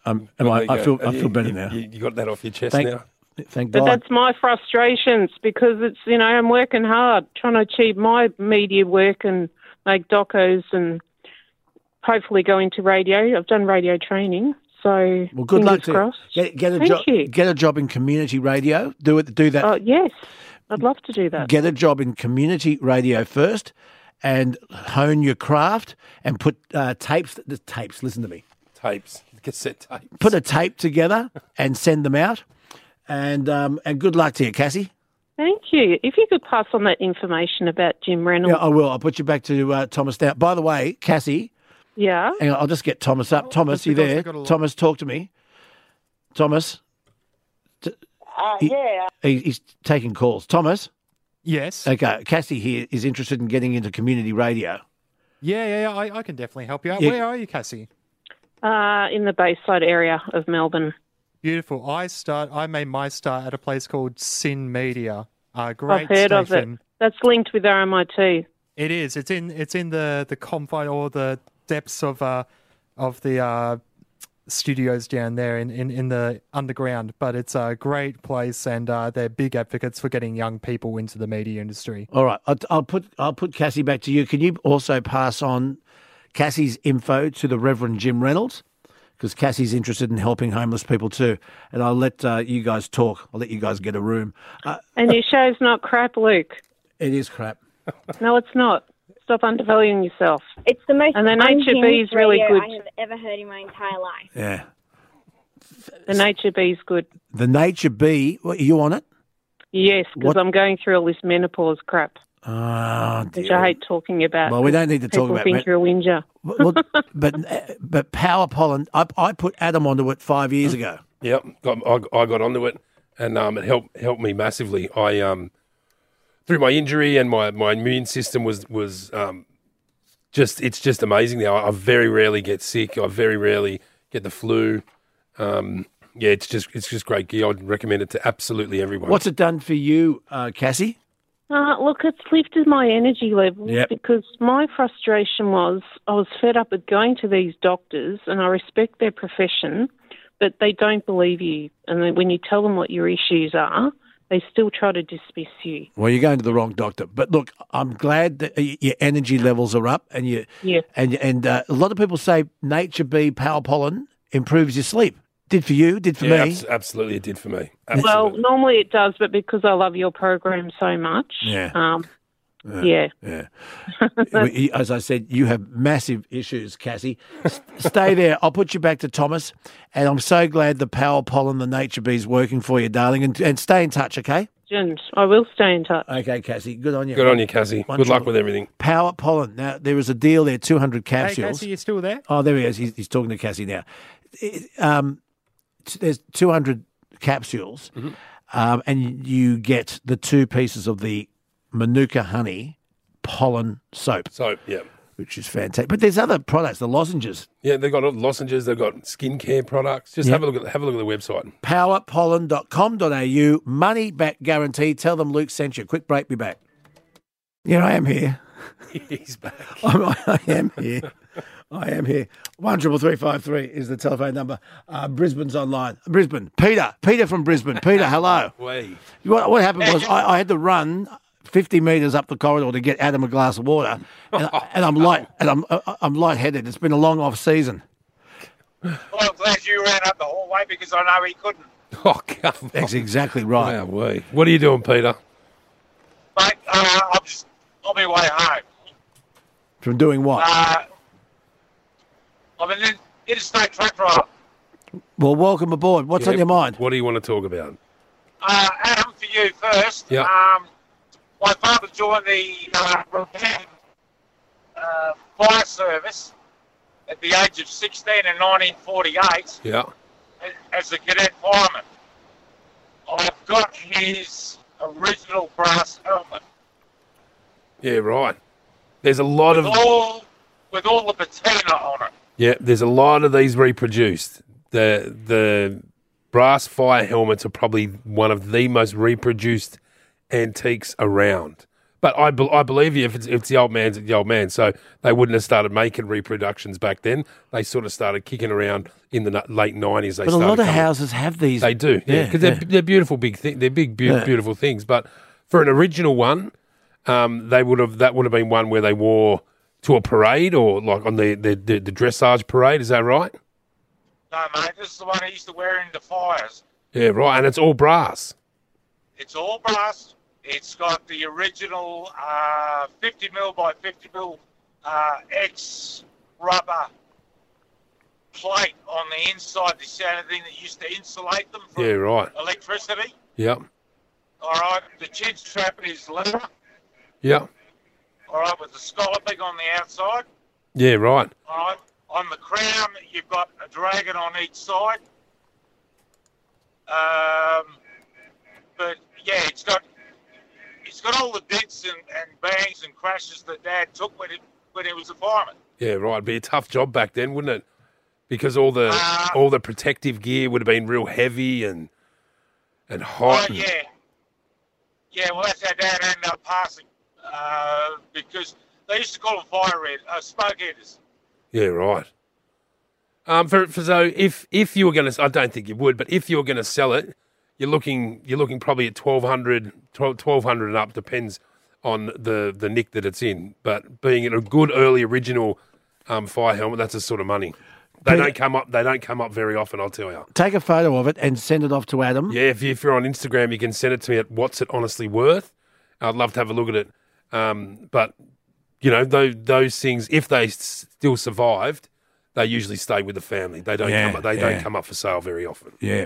Speaker 1: Um, am I,
Speaker 2: There you
Speaker 1: I feel
Speaker 2: go.
Speaker 1: I
Speaker 2: You-
Speaker 1: feel better
Speaker 2: you-
Speaker 1: now.
Speaker 2: You, you got that off your chest
Speaker 1: Thank-
Speaker 2: now.
Speaker 1: Thank
Speaker 22: But
Speaker 1: God.
Speaker 22: that's my frustrations because it's you know I'm working hard trying to achieve my media work and make docos and hopefully go into radio. I've done radio training, so
Speaker 1: Well, good
Speaker 22: fingers
Speaker 1: luck to you.
Speaker 22: crossed.
Speaker 1: Get, get a
Speaker 22: Thank
Speaker 1: job.
Speaker 22: you.
Speaker 1: Get a job in community radio. Do it. Do that.
Speaker 22: Oh yes, I'd love to do that.
Speaker 1: Get a job in community radio first, and hone your craft and put uh, tapes. The tapes. Listen to me.
Speaker 2: Tapes, cassette tape.
Speaker 1: Put a tape together <laughs> and send them out. And um, and good luck to you, Cassie.
Speaker 22: Thank you. If you could pass on that information about Jim
Speaker 1: Yeah,
Speaker 22: Reynolds,
Speaker 1: I will. I'll put you back to uh, Thomas now. By the way, Cassie,
Speaker 22: yeah,
Speaker 1: hang on, I'll just get Thomas up. Thomas, you there? Thomas, talk to me. Thomas. T- he-
Speaker 23: yeah.
Speaker 1: he- he's taking calls. Thomas.
Speaker 19: Yes.
Speaker 1: Okay, Cassie here is interested in getting into community radio.
Speaker 19: Yeah, yeah, yeah. I, I can definitely help you out.
Speaker 1: Yeah.
Speaker 19: Where are you, Cassie?
Speaker 22: uh, in the Bayside area of Melbourne.
Speaker 19: Beautiful. I start. I made my start at a place called Sin Media. Uh, great
Speaker 22: I've heard
Speaker 19: station.
Speaker 22: of it. That's linked with RMIT.
Speaker 19: It is. It's in. It's in the the confine or the depths of uh of the uh studios down there in in, in the underground. But it's a great place, and uh, they're big advocates for getting young people into the media industry.
Speaker 1: All right, I'll, I'll put I'll put Cassie back to you. Can you also pass on Cassie's info to the Reverend Jim Reynolds? Because Cassie's interested in helping homeless people too, and I'll let uh, you guys talk. I'll let you guys get a room. Uh,
Speaker 22: And your show's not crap, Luke.
Speaker 1: it is crap.
Speaker 22: <laughs> No, it's not. Stop undervaluing yourself.
Speaker 11: It's the most
Speaker 22: And the
Speaker 12: E
Speaker 22: nature
Speaker 11: unhinged
Speaker 22: bee's really
Speaker 11: radio
Speaker 22: good.
Speaker 11: I have ever heard in my entire life.
Speaker 1: Yeah,
Speaker 22: The nature bee's good.
Speaker 1: the Nature Bee. What, are you on it?
Speaker 22: Yes, because
Speaker 1: What-
Speaker 22: I'm going through all this menopause crap,
Speaker 1: Oh,
Speaker 22: which
Speaker 1: dear.
Speaker 22: I hate talking about.
Speaker 1: Well, we don't need to talk
Speaker 22: People
Speaker 1: about
Speaker 22: think
Speaker 1: men-
Speaker 22: you're a whinger.
Speaker 1: Well, but but power pollen. I, I put Adam onto it five years ago.
Speaker 2: Yep, got, I, I got onto it, and um, it helped helped me massively. I um, through my injury and my, my immune system was was um, just it's just amazing now. I very rarely get sick. I very rarely get the flu. Um, yeah, it's just it's just great gear. I'd recommend it to absolutely everyone.
Speaker 1: What's it done for you, uh, Cassie?
Speaker 22: Uh, look, it's lifted my energy levels
Speaker 1: Yep.
Speaker 22: because my frustration was I was fed up with going to these doctors, and I respect their profession, but they don't believe you. And then when you tell them what your issues are, they still try to dismiss you.
Speaker 1: Well, you're going to the wrong doctor. But look, I'm glad that y- your energy levels are up, and you
Speaker 22: Yeah.
Speaker 1: and and uh, a lot of people say nature bee power pollen improves your sleep. Did for you, did for
Speaker 2: yeah,
Speaker 1: me.
Speaker 2: abs- absolutely, it did for me.
Speaker 22: Well, normally it does, but because I love your program so much,
Speaker 1: Yeah.
Speaker 22: um, yeah.
Speaker 1: yeah.
Speaker 22: <laughs>
Speaker 1: We- you- As I said, you have massive issues, Cassie. S- Stay there. I'll put you back to Thomas, and I'm so glad the power pollen, the nature bee's working for you, darling. And and stay in touch, okay?
Speaker 22: Legend. I will stay in touch.
Speaker 1: Okay, Cassie. Good on you.
Speaker 2: Good on you, Cassie.
Speaker 1: One
Speaker 2: Good luck
Speaker 1: trouble.
Speaker 2: with everything.
Speaker 1: Power pollen. Now there is a deal there, 200
Speaker 19: Hey,
Speaker 1: capsules.
Speaker 19: Cassie, you still there?
Speaker 1: Oh, there he is. He's, he's talking to Cassie now. It- um, t- there's 200 capsules,
Speaker 2: Mm-hmm.
Speaker 1: um, and you get the two pieces of the Manuka honey pollen soap,
Speaker 2: Soap, yeah,
Speaker 1: which is fantastic. But there's other products, the lozenges,
Speaker 2: yeah. They've got lozenges. They've got skincare products. Just
Speaker 1: Yeah.
Speaker 2: have a look at have a look at the website.
Speaker 1: powerpollen.com.au, money back guarantee. Tell them Luke sent you. Quick break, be back. Yeah, I am here.
Speaker 2: <laughs>
Speaker 1: <laughs>
Speaker 2: He's back.
Speaker 1: I'm, I am here. I am here. One triple three five three is the telephone number. Uh, Brisbane's online. Brisbane. Peter. Peter from Brisbane. Peter,
Speaker 2: <laughs>
Speaker 1: hello.
Speaker 2: Wee.
Speaker 1: What, what happened was I, I had to run fifty metres up the corridor to get Adam a glass of water, and,
Speaker 2: <laughs> Oh,
Speaker 1: I, and I'm light and I'm I- I'm lightheaded. It's been a long off season.
Speaker 18: Well, I'm glad you ran up the hallway because I know he couldn't.
Speaker 2: Oh, come
Speaker 1: That's exactly right.
Speaker 2: Wow, wee. What are you doing, Peter?
Speaker 18: Mate, uh, I'm just on my way home.
Speaker 1: From doing what?
Speaker 18: Uh, I'm an in- interstate truck driver.
Speaker 1: well, welcome aboard. What's
Speaker 2: Yeah,
Speaker 1: on your mind?
Speaker 2: What do you want to talk about?
Speaker 18: Uh, Adam, for you first.
Speaker 2: Yeah.
Speaker 18: Um, my father joined the uh, Roseanne, uh, fire service at the age of 16 in 1948
Speaker 2: Yeah.
Speaker 18: a- as a cadet fireman. I've got his original brass helmet
Speaker 2: Yeah, right. There's a lot
Speaker 18: with
Speaker 2: of
Speaker 18: all with all the patina on it.
Speaker 2: yeah. There's a lot of these reproduced. The the brass fire helmets are probably one of the most reproduced antiques around. But I, bel I believe you if it's, if it's the old man's it's the old man. So they wouldn't have started making reproductions back then. They sort of started kicking around in the n- late nineties. They
Speaker 1: But a
Speaker 2: started
Speaker 1: lot of
Speaker 2: coming-
Speaker 1: houses have these.
Speaker 2: They do, yeah, because they're, they're beautiful big thing. They're big, beau-
Speaker 1: Yeah.
Speaker 2: beautiful things. But for an original one, um, they would have that would have been one where they wore to a parade or like on the the, the, the dressage parade. Is that right?
Speaker 18: No, mate, this is the one I used to wear in the fires.
Speaker 2: Yeah, right. And it's all brass.
Speaker 18: It's all brass. It's got the original uh, 50 mil by 50 mil uh, X rubber plate on the inside. This the only thing that used to insulate them from
Speaker 2: Yeah, right.
Speaker 18: electricity.
Speaker 2: Yep,
Speaker 18: All right, the chin strap is leather.
Speaker 2: yep,
Speaker 18: All right, with the scalloping on the outside.
Speaker 2: yeah, right.
Speaker 18: All right, on the crown you've got a dragon on each side. Um, but yeah, it's got it's got all the dents and, and bangs and crashes that Dad took when it when he was a fireman.
Speaker 2: Yeah, right. It'd be a tough job back then, wouldn't it? Because all the all the protective gear would have been real heavy and and
Speaker 18: Oh
Speaker 2: hot. and-
Speaker 18: yeah, yeah. Well, that's how Dad ended up passing uh, because they used to call them fire red, uh, smoke eaters.
Speaker 2: Yeah, right. Um, for, for so if if you were going to, I don't think you would, but if you were going to sell it, you're looking you're looking probably at 1200, 12, 1200 and up depends on the the nick that it's in. But being in a good early original um, fire helmet, that's the sort of money. They
Speaker 1: Peter-
Speaker 2: don't come up. They don't come up very often. I'll tell you.
Speaker 1: Take a photo of it and send it off to Adam.
Speaker 2: Yeah, if, you, if you're on Instagram, you can send it to me at what's it honestly worth. I'd love to have a look at it. Um, but you know, those, those things, if they s- still survived, they usually stay with the family. They don't
Speaker 1: Yeah,
Speaker 2: come. Up, they
Speaker 1: yeah.
Speaker 2: don't come up for sale very often.
Speaker 1: Yeah,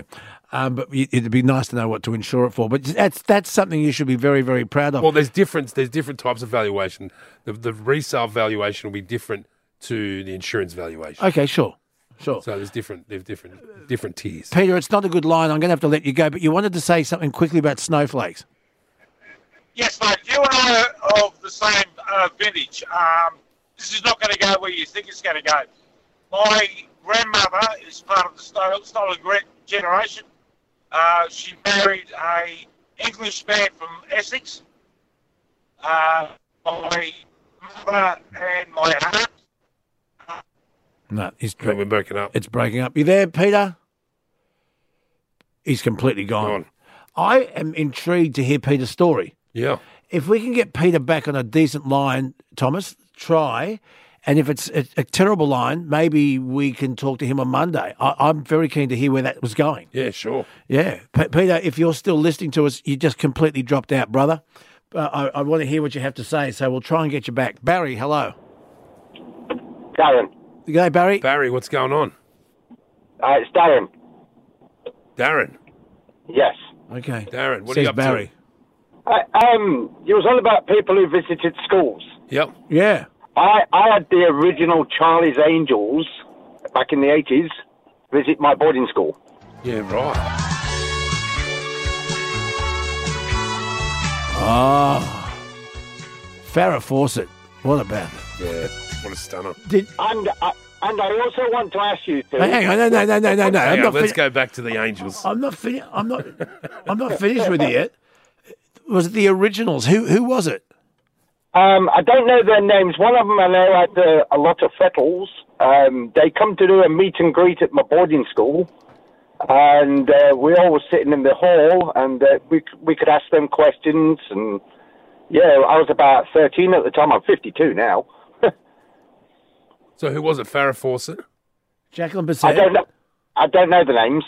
Speaker 1: um, but y- it'd be nice to know what to insure it for. But that's that's something you should be very very proud of.
Speaker 2: Well, there's different. There's different types of valuation. The, the resale valuation will be different to the insurance valuation.
Speaker 1: okay, sure. Sure.
Speaker 2: So there's different. There's different different tiers.
Speaker 1: Peter, it's not a good line. I'm going to have to let you go. But you wanted to say something quickly about snowflakes.
Speaker 18: Yes, mate. You and I are of the same uh, vintage. Um, this is not going to go where you think it's going to go. My grandmother is part of the Sto- stolen Gre- generation. Uh, she married a English man from Essex. Uh, my mother and my aunt.
Speaker 1: No, he's
Speaker 2: we're breaking up.
Speaker 1: It's breaking up. You there, Peter? He's completely gone. I am intrigued to hear Peter's story.
Speaker 2: Yeah.
Speaker 1: If we can get Peter back on a decent line, Thomas, try. And if it's a, a terrible line, maybe we can talk to him on Monday. I, I'm very keen to hear where that was going.
Speaker 2: Yeah. Sure.
Speaker 1: Yeah, P- Peter, if you're still listening to us, you just completely dropped out, brother. Uh, I, I want to hear what you have to say, so we'll try and get you back. Barry, hello.
Speaker 24: Darren.
Speaker 1: G'day, Barry.
Speaker 2: Barry, what's going on?
Speaker 24: Uh, it's Darren.
Speaker 2: Darren.
Speaker 24: Yes.
Speaker 1: Okay.
Speaker 2: Darren, what
Speaker 1: Says
Speaker 2: are you up
Speaker 1: Barry.
Speaker 24: I, um, you was on about people who visited schools.
Speaker 2: Yep.
Speaker 1: Yeah.
Speaker 24: I, I had the original Charlie's Angels back in the 80s visit my boarding school.
Speaker 2: to? Yeah. Right.
Speaker 1: Oh. Farrah Fawcett. What about it?
Speaker 2: Yeah. What a stunner.
Speaker 24: And, I, and I also want to ask you to.
Speaker 1: Hey, hang on, no, no, no, no, no, no.
Speaker 2: Hang
Speaker 1: I'm
Speaker 2: on,
Speaker 1: not,
Speaker 2: let's
Speaker 1: fin-
Speaker 2: go back to the Angels.
Speaker 1: I'm not finished. I'm not. I'm not finished with you yet. Was it the originals? Who who was it?
Speaker 24: Um, I don't know their names. One of them I know had uh, a lot of fettles. Um, they come to do a meet and greet at my boarding school, and uh, we all were sitting in the hall, and uh, we c- we could ask them questions. And yeah, I was about thirteen at the time. I'm fifty-two now.
Speaker 2: So who was it? Farrah Fawcett?
Speaker 1: Jacqueline
Speaker 24: I don't know. I don't know the names.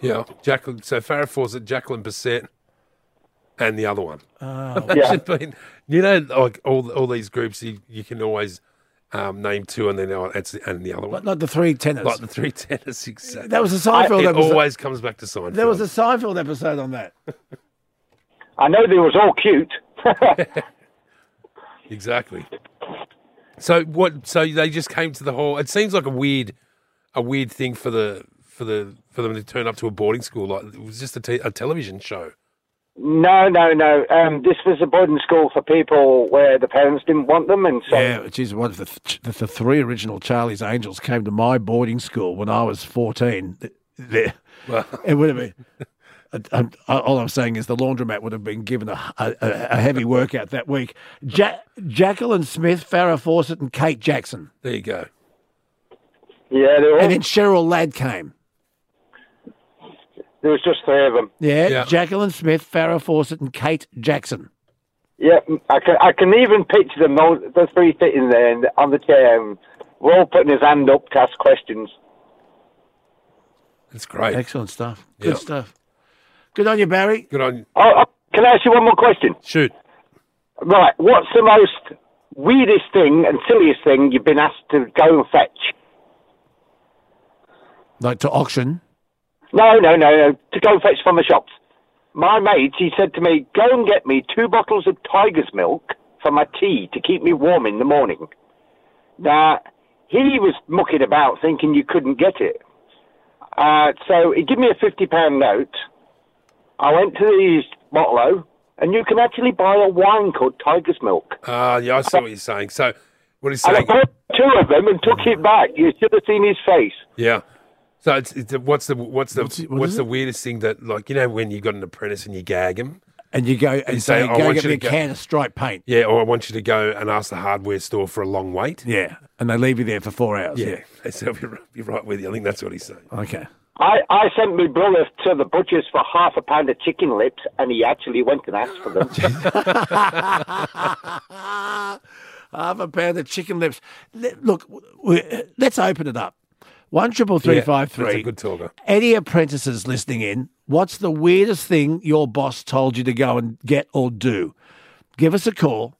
Speaker 2: Yeah. Jacqueline. So Farrah Fawcett, Jacqueline Bissett, and the other one. <laughs>
Speaker 1: Oh.
Speaker 2: Imagine being- you know, like all all these groups, you, you can always um, name two, and then oh, that's and the other one.
Speaker 1: Like, like the three tenors.
Speaker 2: Like the three <laughs> tenors, exactly.
Speaker 1: That was a Seinfeld
Speaker 2: It
Speaker 1: episode.
Speaker 2: always comes back to Seinfeld.
Speaker 1: There was a Seinfeld episode on that.
Speaker 24: I know they was all cute.
Speaker 2: Exactly. So what? So they just came to the hall. It seems like a weird, a weird thing for the for the for them to turn up to a boarding school. Like it was just a, te- a television show.
Speaker 24: No, no, no. Um, this was a boarding school for people where the parents didn't want them, and so
Speaker 1: Yeah, which is one of the, th- the, the three original Charlie's Angels came to my boarding school when I was 14. Th- There, it would have been. I, I, all I'm saying is the laundromat would have been given a, a, a heavy workout that week. Ja- Jacqueline Smith, Farrah Fawcett, and Kate Jackson.
Speaker 2: There you go.
Speaker 24: Yeah, they were.
Speaker 1: And then Cheryl Ladd came.
Speaker 24: there was just three of them.
Speaker 1: Yeah, Jacqueline Smith, Farrah Fawcett, and Kate Jackson.
Speaker 24: Yeah, I can, I can even picture them, all, the three sitting there and on the chair. And we're all putting his hand up to ask questions.
Speaker 2: It's great.
Speaker 1: Excellent stuff. Good stuff. Good on you, Barry.
Speaker 2: Good on you.
Speaker 24: Oh, oh, can I ask you one more question?
Speaker 2: Shoot.
Speaker 24: Right, what's the most weirdest thing and silliest thing you've been asked to go and fetch?
Speaker 1: Like to auction.
Speaker 24: No, no, no, no, to go and fetch from the shops. My mate, he said to me, go and get me two bottles of tiger's milk for my tea to keep me warm in the morning. Now, he was mucking about thinking you couldn't get it. Uh, so he gave me a £50 note. I went to the bottle and you can actually buy a wine called tiger's milk.
Speaker 2: Ah, yeah, I see what you're saying. So what he's
Speaker 24: And I
Speaker 2: saying,
Speaker 24: bought two of them and took it back. You should have seen his face.
Speaker 2: yeah. So it's, it's what's the what's the what's, the weirdest thing that like you know when you got an apprentice and you gag him.
Speaker 1: And you go and
Speaker 2: You say,
Speaker 1: say,
Speaker 2: "I
Speaker 1: go
Speaker 2: want
Speaker 1: get
Speaker 2: you
Speaker 1: me a
Speaker 2: to go-
Speaker 1: can of stripe paint.
Speaker 2: Yeah, or I want you to go and ask the hardware store for a long wait.
Speaker 1: Yeah. And they leave you there for four hours.
Speaker 2: Yeah, they said be right, be right with you. I think that's what he's saying.
Speaker 1: Okay.
Speaker 24: I, I sent my brother to the butcher's for half a pound of chicken lips, and he actually went and asked
Speaker 1: <laughs>
Speaker 24: for them.
Speaker 1: <laughs> Half a pound of chicken lips. Let- Look, w- w- let's open it up. One triple three
Speaker 2: Yeah,
Speaker 1: five
Speaker 2: That's
Speaker 1: three.
Speaker 2: a good talker.
Speaker 1: Any apprentices listening in? What's the weirdest thing your boss told you to go and get or do? Give us a call.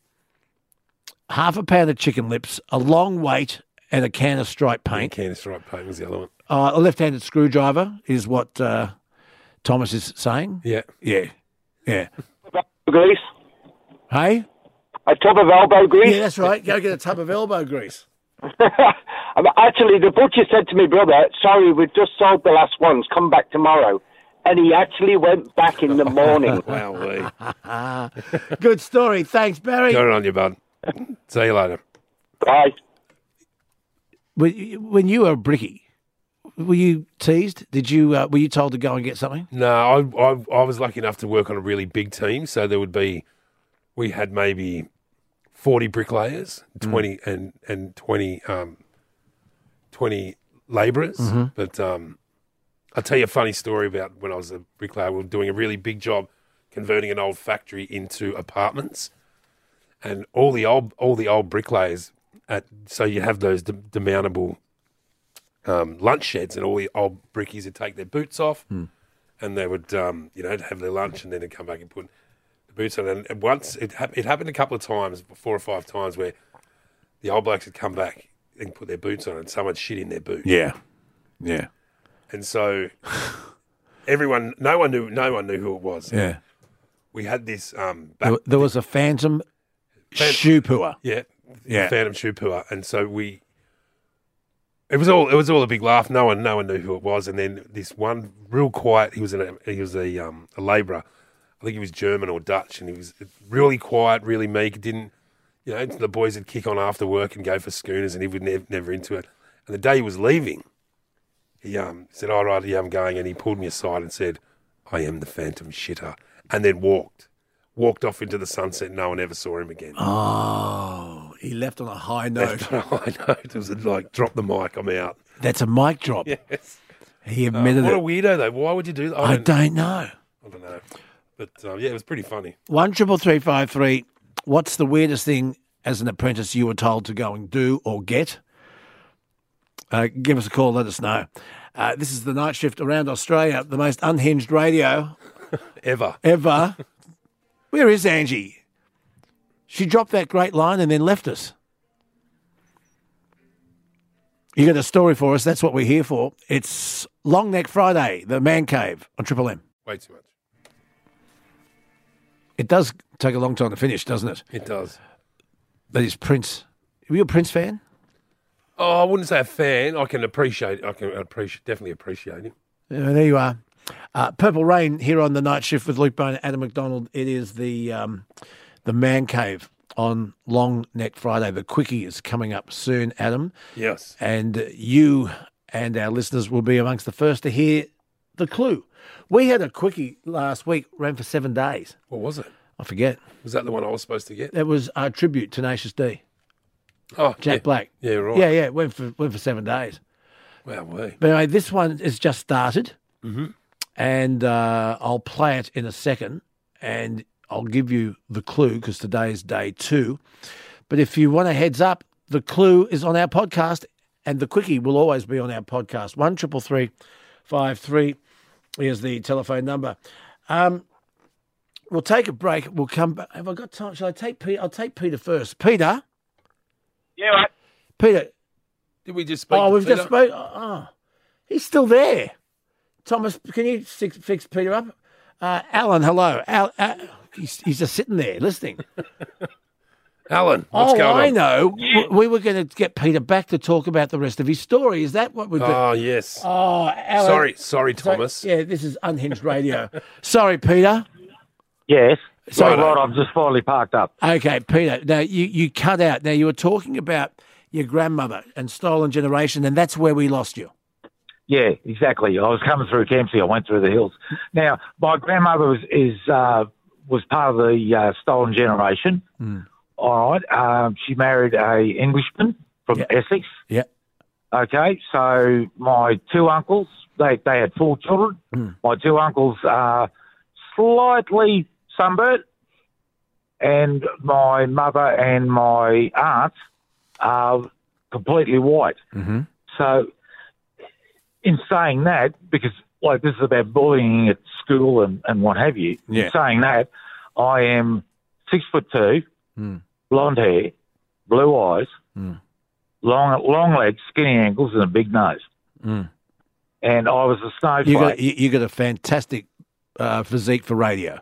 Speaker 1: Half a pound of chicken lips, a long wait, and a can of stripe paint.
Speaker 2: Can of stripe paint was the other one.
Speaker 1: Uh, a left-handed screwdriver is what uh, Thomas is saying.
Speaker 2: Yeah.
Speaker 1: Yeah.
Speaker 2: <laughs>
Speaker 1: Yeah.
Speaker 24: Grease.
Speaker 1: Hey?
Speaker 24: A tub of elbow grease.
Speaker 1: Yeah, that's right. Go get a tub of elbow grease.
Speaker 24: Um, actually, the butcher said to me, brother, sorry, we've just sold the last ones. Come back tomorrow. And he actually went back in the morning. <laughs>
Speaker 2: wow,
Speaker 1: <laughs> Good story. Thanks, Barry.
Speaker 2: Going on you, bud. See you later.
Speaker 24: Bye.
Speaker 1: When you- when you were bricky, were you teased? Did you uh, were you told to go and get something?
Speaker 2: No, I, I I was lucky enough to work on a really big team, so there would be we had maybe forty bricklayers, twenty and and twenty um twenty labourers.
Speaker 5: Mhm.
Speaker 2: But um, I'll tell you a funny story about when I was a bricklayer. We were doing a really big job converting an old factory into apartments, and all the old all the old bricklayers at so you have those de- demountable um, lunch sheds, and all the old brickies would take their boots off and they would, um, you know, have their lunch and then they'd come back and put the boots on. And and once it, hap- it happened a couple of times, four or five times, where the old blokes would come back and put their boots on and someone shit in their boot.
Speaker 1: Yeah.
Speaker 2: And so everyone, no one knew, no one knew who it was.
Speaker 1: Yeah.
Speaker 2: We had this, um, back,
Speaker 1: There, there was a phantom shoe pooer.
Speaker 2: yeah,
Speaker 1: Yeah.
Speaker 2: Phantom Shoe Pooer. And so we, it was all, it was all a big laugh. No one, no one knew who it was. And then this one, real quiet. He was an, he was a, um, a labourer. I think he was German or Dutch, and he was really quiet, really meek. Didn't, you know, the boys would kick on after work and go for schooners, and he was never, never into it. And the day he was leaving, he um, said, "All right, yeah, I'm going," and he pulled me aside and said, "I am the Phantom Shitter," and then walked, walked off into the sunset. No one ever saw him again.
Speaker 1: Oh, he left on a
Speaker 2: <laughs>
Speaker 1: high note.
Speaker 2: Left on a high note. It was like, drop the mic, I'm out.
Speaker 1: That's a mic
Speaker 2: <laughs>
Speaker 1: drop.
Speaker 2: Yes.
Speaker 1: He
Speaker 2: Uh,
Speaker 1: admitted
Speaker 2: what
Speaker 1: it.
Speaker 2: a weirdo, though. Why would you do that?
Speaker 1: I don't know.
Speaker 2: I don't know. But uh, yeah, it was pretty funny.
Speaker 1: One triple three five three. What's the weirdest thing as an apprentice you were told to go and do or get? Uh, give us a call. Let us know. Uh, this is the night shift around Australia, the most unhinged radio
Speaker 2: ever.
Speaker 1: Ever. Where is Angie? She dropped that great line and then left us. You got a story for us? That's what we're here for. It's Long Neck Friday, the Man Cave on Triple M.
Speaker 2: Way too much.
Speaker 1: It does take a long time to finish, doesn't it?
Speaker 2: It does.
Speaker 1: That is Prince. Were you a Prince fan?
Speaker 2: Oh, I wouldn't say a fan. I can appreciate. I can appreciate. Definitely appreciate him.
Speaker 1: Yeah, there you are. Uh, Purple Rain here on the night shift with Luke Bone and Adam McDonald. It is the um, the man cave on Long Neck Friday. The quickie is coming up soon, Adam.
Speaker 2: Yes.
Speaker 1: And you and our listeners will be amongst the first to hear the clue. We had a quickie last week, ran for seven days.
Speaker 2: What was it?
Speaker 1: I forget.
Speaker 2: Was that the one I was supposed to get?
Speaker 1: That was our tribute, Tenacious D.
Speaker 2: Oh,
Speaker 1: Jack
Speaker 2: yeah.
Speaker 1: Black.
Speaker 2: Yeah, right.
Speaker 1: Yeah, yeah. Went for went for seven days.
Speaker 2: Wow, we.
Speaker 1: But anyway, this one has just started,
Speaker 2: Mhm.
Speaker 1: and uh, I'll play it in a second, and I'll give you the clue because today is day two. But if you want a heads up, the clue is on our podcast, and the quickie will always be on our podcast. One triple three, five three, is the telephone number. Um, we'll take a break. We'll come back. Have I got time? Shall I take Peter? I'll take Peter first. Peter,
Speaker 25: Yeah, right.
Speaker 1: Peter.
Speaker 2: Did we just speak?
Speaker 1: Oh,
Speaker 2: to
Speaker 1: we've just
Speaker 2: Peter?
Speaker 1: spoke. Oh, he's still there. Thomas, can you fix, fix Peter up? Uh, Alan, hello. Al, uh, he's, he's just sitting there listening.
Speaker 2: <laughs> Alan, what's
Speaker 1: oh,
Speaker 2: going
Speaker 1: I
Speaker 2: on?
Speaker 1: know. W- We were going to get Peter back to talk about the rest of his story. Is that what we've been?
Speaker 2: Oh, yes.
Speaker 1: Oh, Alan.
Speaker 2: Sorry, sorry, Thomas.
Speaker 1: Yeah, this is unhinged radio. <laughs> Sorry, Peter.
Speaker 26: Yes. So
Speaker 1: Righto.
Speaker 26: right, I've just finally parked up.
Speaker 1: Okay, Peter. Now you, you cut out. Now you were talking about your grandmother and stolen generation, and that's where we lost you.
Speaker 26: Yeah, exactly. I was coming through Kempsey. I went through the hills. Now, my grandmother was is uh, was part of the uh, stolen generation. All right. Um, she married a Englishman from Essex.
Speaker 1: Yeah.
Speaker 26: Okay. So my two uncles, they they had four children.
Speaker 1: Hmm.
Speaker 26: My two uncles are slightly sunburnt, and my mother and my aunt are completely white.
Speaker 1: Mm-hmm.
Speaker 26: So, in saying that, because like this is about bullying at school and, and what have you,
Speaker 27: Yeah.
Speaker 26: in saying that, I am six foot two,
Speaker 1: Hmm.
Speaker 27: Mm.
Speaker 26: blonde hair, blue eyes, long long legs, skinny ankles, and a big nose.
Speaker 1: Mm.
Speaker 26: And I was a snowflake.
Speaker 1: You got you, you got a fantastic uh, physique for radio.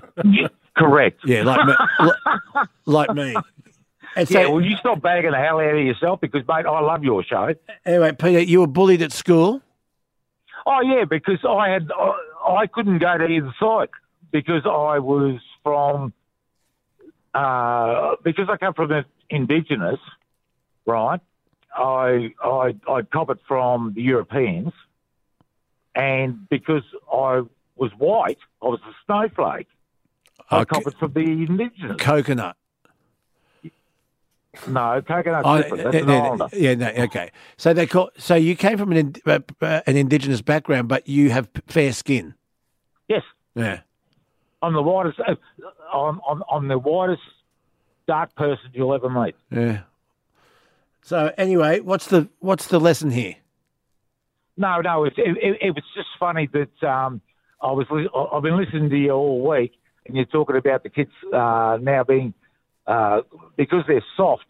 Speaker 26: <laughs> Correct.
Speaker 1: Yeah,
Speaker 26: <laughs>
Speaker 1: like me. li- like me. And so,
Speaker 26: yeah, well, you stop bagging the hell out of yourself because, mate, I love your show.
Speaker 1: anyway, Peter, you were bullied at school.
Speaker 26: Oh yeah, because I had I, I couldn't go to either side because I was from uh, because I come from the indigenous, right? I I I cop it from the Europeans, and because I was white, I was a snowflake. I
Speaker 1: Okay.
Speaker 26: cop it from the indigenous.
Speaker 1: Coconut.
Speaker 26: No, coconut.
Speaker 1: Oh,
Speaker 26: different. That's
Speaker 1: yeah,
Speaker 26: an
Speaker 1: yeah,
Speaker 26: islander.
Speaker 1: yeah, no, okay. So they call. So you came from an ind- uh, uh, an indigenous background, but you have p- fair skin.
Speaker 26: Yes.
Speaker 1: Yeah.
Speaker 26: I'm the whitest. uh, I'm, I'm, I'm the whitest dark person you'll ever meet.
Speaker 1: Yeah. So anyway, what's the what's the lesson here?
Speaker 26: No, no, it, it, it, it was just funny that um, I was. li- I- I've been listening to you all week, and you're talking about the kids uh, now being uh, because they're soft,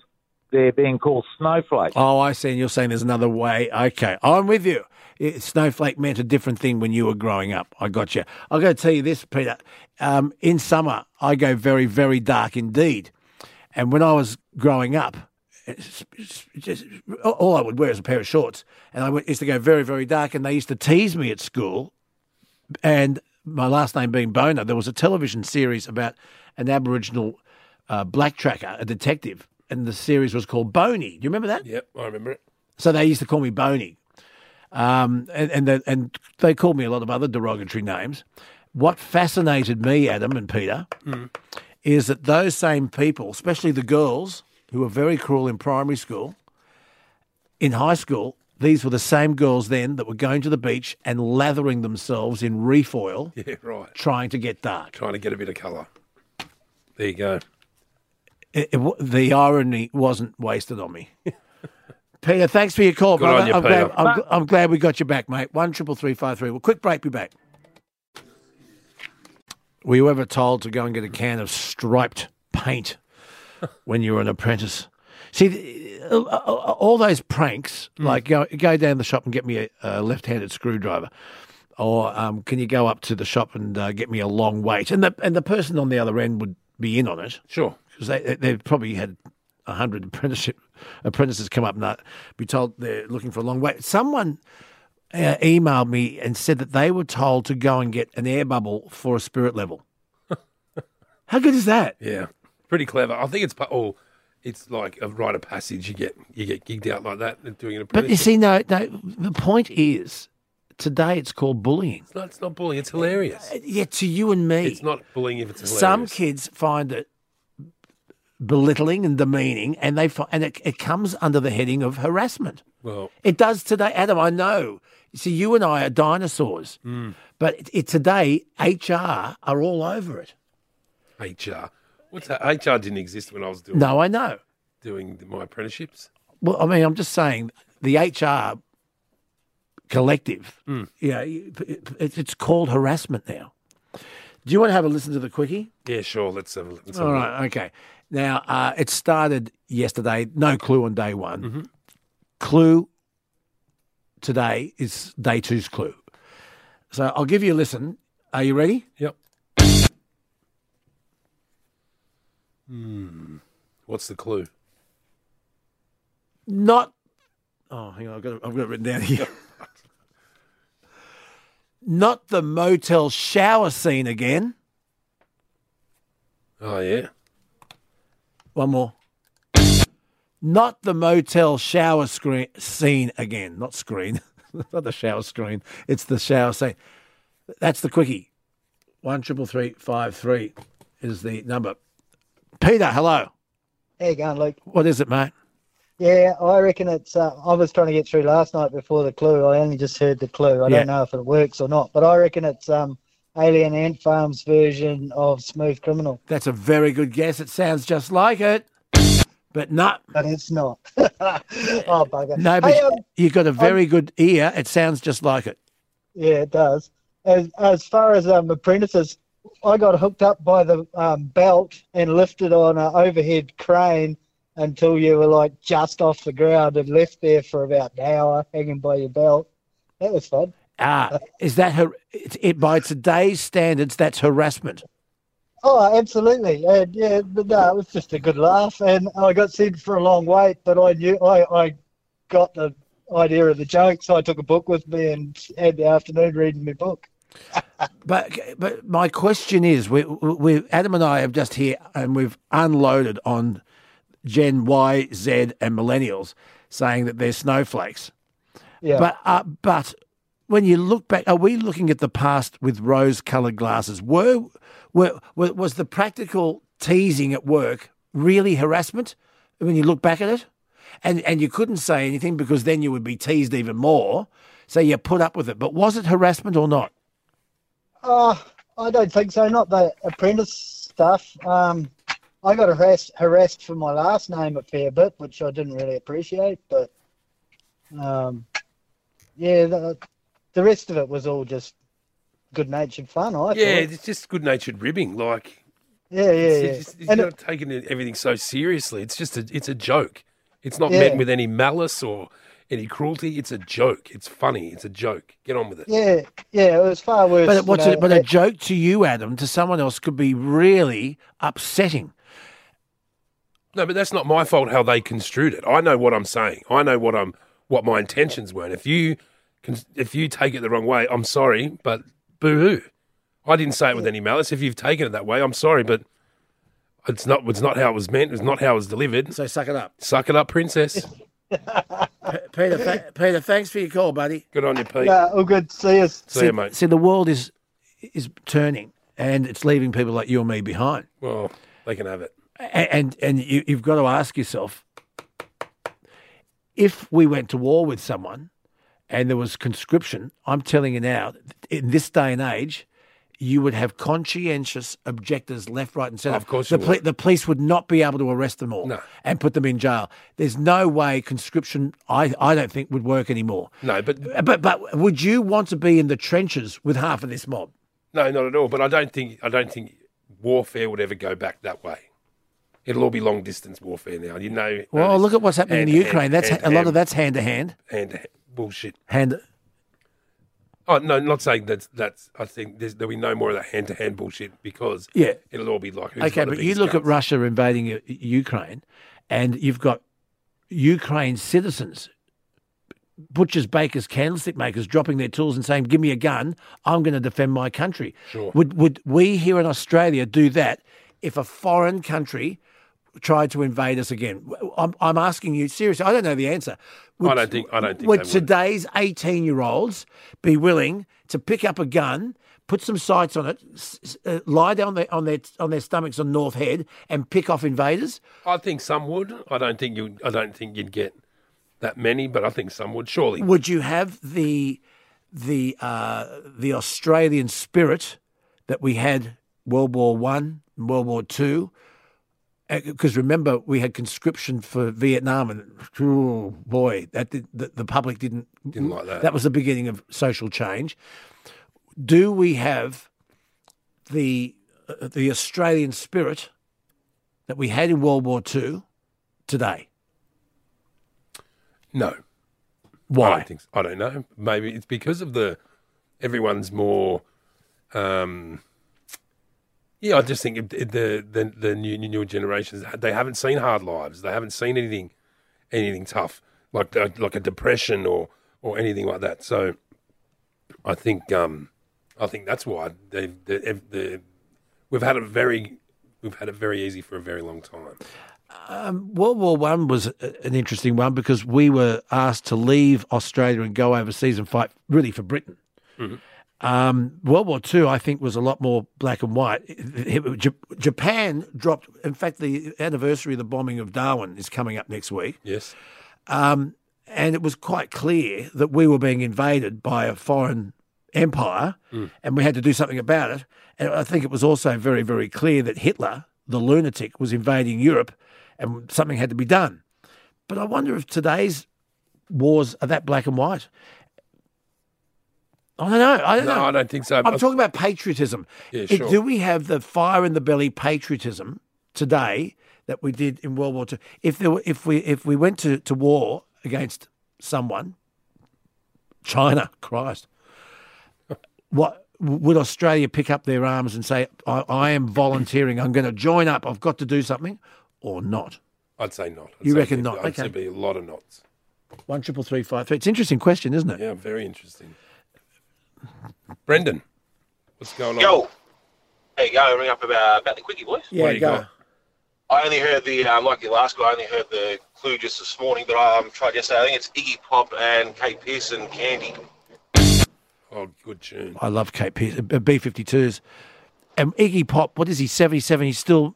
Speaker 26: they're being called snowflakes.
Speaker 1: Oh, I see. And you're saying there's another way. Okay, I'm with you. It, snowflake meant a different thing when you were growing up. I got you. I got to tell you this, Peter. Um, in summer, I go very, very dark indeed. And when I was growing up, it's, it's just all I would wear is a pair of shorts, and I would- used to go very, very dark. And they used to tease me at school and my last name being Boner, there was a television series about an Aboriginal uh, black tracker, a detective, and the series was called Boney. Do you remember that?
Speaker 2: Yep, I remember it.
Speaker 1: So they used to call me Boney, um, and and they, and they called me a lot of other derogatory names. What fascinated me, Adam and Peter,
Speaker 28: Mm.
Speaker 1: is that those same people, especially the girls who were very cruel in primary school, in high school, these were the same girls then that were going to the beach and lathering themselves in reef oil,
Speaker 2: <laughs> Yeah, right.
Speaker 1: trying to get dark.
Speaker 2: Trying to get a bit of colour. There you go.
Speaker 1: It- it wa- the irony wasn't wasted on me. Peter, thanks for your call,
Speaker 2: Good
Speaker 1: brother.
Speaker 2: on you,
Speaker 1: I'm, Glad,
Speaker 2: Peter.
Speaker 1: I'm, gl- I'm glad we got you back, mate. One triple three five three. Well, quick break. Be back. Were you ever told to go and get a can of striped paint when you were an apprentice? See, th- uh, uh, uh, all those pranks, like go, go down the shop and get me a, a left-handed screwdriver, or um, can you go up to the shop and uh, get me a long weight? And the and the person on the other end would be in on it,
Speaker 2: sure,
Speaker 1: because they they- they've probably had a hundred apprenticeship apprentices come up and uh, be told they're looking for a long weight. Someone uh, emailed me and said that they were told to go and get an air bubble for a
Speaker 2: <laughs>
Speaker 1: spirit level. How good is that?
Speaker 2: Yeah, pretty clever. I think it's pa- oh, it's like a rite of passage. You get you get gigged out like that and doing an
Speaker 1: But you
Speaker 2: apprenticeship.
Speaker 1: see, no, no. The point is, today it's called bullying.
Speaker 2: it's, not, it's not bullying. It's hilarious.
Speaker 1: Uh, Yeah, to you and me.
Speaker 2: It's not bullying if it's hilarious.
Speaker 1: Some kids find it belittling and demeaning, and they fi- and it, it comes under the heading of harassment.
Speaker 2: well,
Speaker 1: It does today, Adam. I know. You See, you and I are dinosaurs,
Speaker 2: Mm.
Speaker 1: but it, it, today HR are all over it.
Speaker 2: HR. What's that? HR didn't exist when I was doing
Speaker 1: No, I know.
Speaker 2: doing my apprenticeships.
Speaker 1: Well, I mean, I'm just saying the HR collective.
Speaker 2: Mm.
Speaker 1: Yeah, you- it, it, it's called harassment now. Do you want to have a listen to the quickie?
Speaker 2: Yeah, sure. Let's have a let's have a
Speaker 1: All
Speaker 2: look.
Speaker 1: right, okay. Now uh, it started yesterday. No clue on day one.
Speaker 2: Mm-hmm.
Speaker 1: Clue today is day two's clue. So I'll give you a listen. Are you ready?
Speaker 2: Yep. Hmm. What's the clue?
Speaker 1: Not. Oh, hang on. I've got it, I've got it written down here. <laughs> Not the motel shower scene again.
Speaker 2: Oh yeah.
Speaker 1: One more. Not the motel shower screen scene again. Not screen. <laughs> Not the shower screen. It's the shower scene. That's the quickie. One triple three five three is the number. Peter, hello.
Speaker 29: How you going, Luke?
Speaker 1: What is it, mate?
Speaker 29: Yeah, I reckon it's. Uh, I was trying to get through last night before the clue. I only just heard the clue. I
Speaker 1: Yeah.
Speaker 29: don't know if it works or not, but I reckon it's um, Alien Ant Farm's version of Smooth Criminal. <laughs>
Speaker 1: That's a very good guess. It sounds just like it, but not.
Speaker 29: But it's not. oh bugger!
Speaker 1: No, but
Speaker 29: Hey, um,
Speaker 1: you've got a very good ear. It sounds just like it.
Speaker 29: Yeah, it does. As as far as um, apprentices, I got hooked up by the um, belt and lifted on an overhead crane until you were like just off the ground and left there for about an hour hanging by your belt. That was fun.
Speaker 1: Ah, is that har- it, it by today's standards? That's harassment.
Speaker 29: Oh, absolutely. And yeah, but no, it was just a good laugh. And I got sent for a long wait, but I knew I, I got the idea of the joke, so I took a book with me and had the afternoon reading my book.
Speaker 1: But but my question is, we we Adam and I have just here and we've unloaded on Gen Y, Z, and millennials, saying that they're snowflakes.
Speaker 29: Yeah.
Speaker 1: But uh, but when you look back, are we looking at the past with rose-colored glasses? Were, were, were was the practical teasing at work really harassment? When you look back at it, and and you couldn't say anything because then you would be teased even more. So you put up with it. But was it harassment or not?
Speaker 29: Oh, I don't think so. Not the apprentice stuff. Um, I got harassed, harassed for my last name a fair bit, which I didn't really appreciate. But um, yeah, the, the rest of it was all just good-natured fun. I
Speaker 2: yeah,
Speaker 29: thought.
Speaker 2: it's just good natured ribbing. Like
Speaker 29: Yeah, yeah,
Speaker 2: it's,
Speaker 29: yeah.
Speaker 2: It's, it's
Speaker 29: And
Speaker 2: not taking it- everything so seriously. It's just a it's a joke. It's not
Speaker 29: Yeah.
Speaker 2: meant with any malice or any cruelty. It's a joke. It's funny. It's a joke. Get on with it.
Speaker 29: Yeah, yeah, it was far worse.
Speaker 1: But
Speaker 29: you
Speaker 1: it, what's
Speaker 29: know,
Speaker 1: it, but a joke to you, Adam, to someone else could be really upsetting.
Speaker 2: No, but that's not my fault how they construed it. I know what I'm saying. I know what I'm what my intentions were. And if you can, if you take it the wrong way, I'm sorry, but boo hoo. I didn't say it with any malice. If you've taken it that way, I'm sorry, but it's not it's not how it was meant. It's not how it was delivered.
Speaker 1: So suck it up.
Speaker 2: Suck it up, princess.
Speaker 1: Peter, Peter, thanks for your call, buddy.
Speaker 2: Good on you, Pete.
Speaker 29: Nah, all good. See us.
Speaker 2: See you, mate.
Speaker 1: See, the world is is turning and it's leaving people like you and me behind.
Speaker 2: Well, they can have it.
Speaker 1: A- And and you, you've got to ask yourself if we went to war with someone and there was conscription, I'm telling you now, in this day and age, you would have conscientious objectors left, right, and centre.
Speaker 2: Of course
Speaker 1: the,
Speaker 2: you
Speaker 1: poli-
Speaker 2: would.
Speaker 1: the police would not be able to arrest them all and put them in jail. There's no way conscription, I, I don't think, would work anymore.
Speaker 2: No, but
Speaker 1: But but would you want to be in the trenches with half of this mob?
Speaker 2: No, not at all. But I don't think I don't think warfare would ever go back that way. It'll all be long distance warfare now. You know.
Speaker 1: Well, look at what's happening in
Speaker 2: hand-
Speaker 1: the Ukraine. That's
Speaker 2: hand-
Speaker 1: a lot of
Speaker 2: hand-
Speaker 1: that's hand to hand.
Speaker 2: Hand to hand bullshit.
Speaker 1: Hand.
Speaker 2: Oh no, not saying that's that's. I think there's, there'll be no more of that hand to hand bullshit because
Speaker 1: Yeah.
Speaker 2: it'll all be like who's
Speaker 1: Okay,
Speaker 2: got the
Speaker 1: but you
Speaker 2: biggest
Speaker 1: look
Speaker 2: gun.
Speaker 1: at Russia invading U- Ukraine, and you've got Ukraine citizens, butchers, bakers, candlestick makers, dropping their tools and saying, "Give me a gun. I'm going to defend my country."
Speaker 2: Sure.
Speaker 1: Would would we here in Australia do that if a foreign country tried to invade us again? W- I'm, I'm asking you seriously. I don't know the answer.
Speaker 2: I don't think. I don't think.
Speaker 1: Would
Speaker 2: they would.
Speaker 1: today's 18 year olds be willing to pick up a gun, put some sights on it, s- s- uh, lie down their, on, their, on their stomachs on North Head and pick off invaders?
Speaker 2: I think some would. I don't think you. I don't think you'd get that many, but I think some would. Surely.
Speaker 1: Would you have the, the, uh, the Australian spirit that we had World War One, World War Two? Because remember, we had conscription for Vietnam, and oh boy, that did, the, the public didn't
Speaker 2: Didn't like that.
Speaker 1: That was the beginning of social change. Do we have the uh, the Australian spirit that we had in World War Two today?
Speaker 2: No.
Speaker 1: Why?
Speaker 2: I don't, think so. I don't know. Maybe it's because of the everyone's more. Um, yeah, I just think it- it- the the the new newer generations they haven't seen hard lives. They haven't seen anything anything tough like the- like a depression or or anything like that. So I think um, I think that's why they've the, the we've had a very we've had it very easy for a very long time.
Speaker 1: Um, World War One was a- an interesting one because we were asked to leave Australia and go overseas and fight really for Britain. Um, World War Two, I think, was a lot more black and white. It- it- Jap- Japan dropped. In fact, the anniversary of the bombing of Darwin is coming up next week.
Speaker 2: Yes.
Speaker 1: Um, and it was quite clear that we were being invaded by a foreign empire
Speaker 2: Mm.
Speaker 1: and we had to do something about it. And I think it was also very, very clear that Hitler, the lunatic, was invading Europe and something had to be done. But I wonder if today's wars are that black and white. I don't know. I don't
Speaker 2: No,
Speaker 1: know.
Speaker 2: I don't think so.
Speaker 1: I'm talking about patriotism.
Speaker 2: Yeah,
Speaker 1: It-
Speaker 2: sure.
Speaker 1: Do we have the fire in the belly patriotism today that we did in World War II? If there were, if we if we went to, to war against someone, China, <laughs> Christ, what would Australia pick up their arms and say, "I, I am volunteering. I'm going to join up. I've got to do something," or not?
Speaker 2: I'd say not. I'd
Speaker 1: You
Speaker 2: say
Speaker 1: reckon
Speaker 2: there'd-
Speaker 1: not?
Speaker 2: I'd say
Speaker 1: Okay.
Speaker 2: be a lot of knots.
Speaker 1: One triple three five three. It's an interesting question, isn't it?
Speaker 2: Yeah, very interesting. Brendan, what's going on?
Speaker 7: Yo, there you go. Ring up about about the quickie boys.
Speaker 2: What do you got?
Speaker 7: I only heard the um, like your last guy. I only heard the clue just this morning, but I um, tried yesterday. I think it's Iggy Pop and Kate Pearson, Candy.
Speaker 2: Oh, good tune.
Speaker 1: I love Kate Pearson, B 52s. And Iggy Pop, what is he, 77? He's still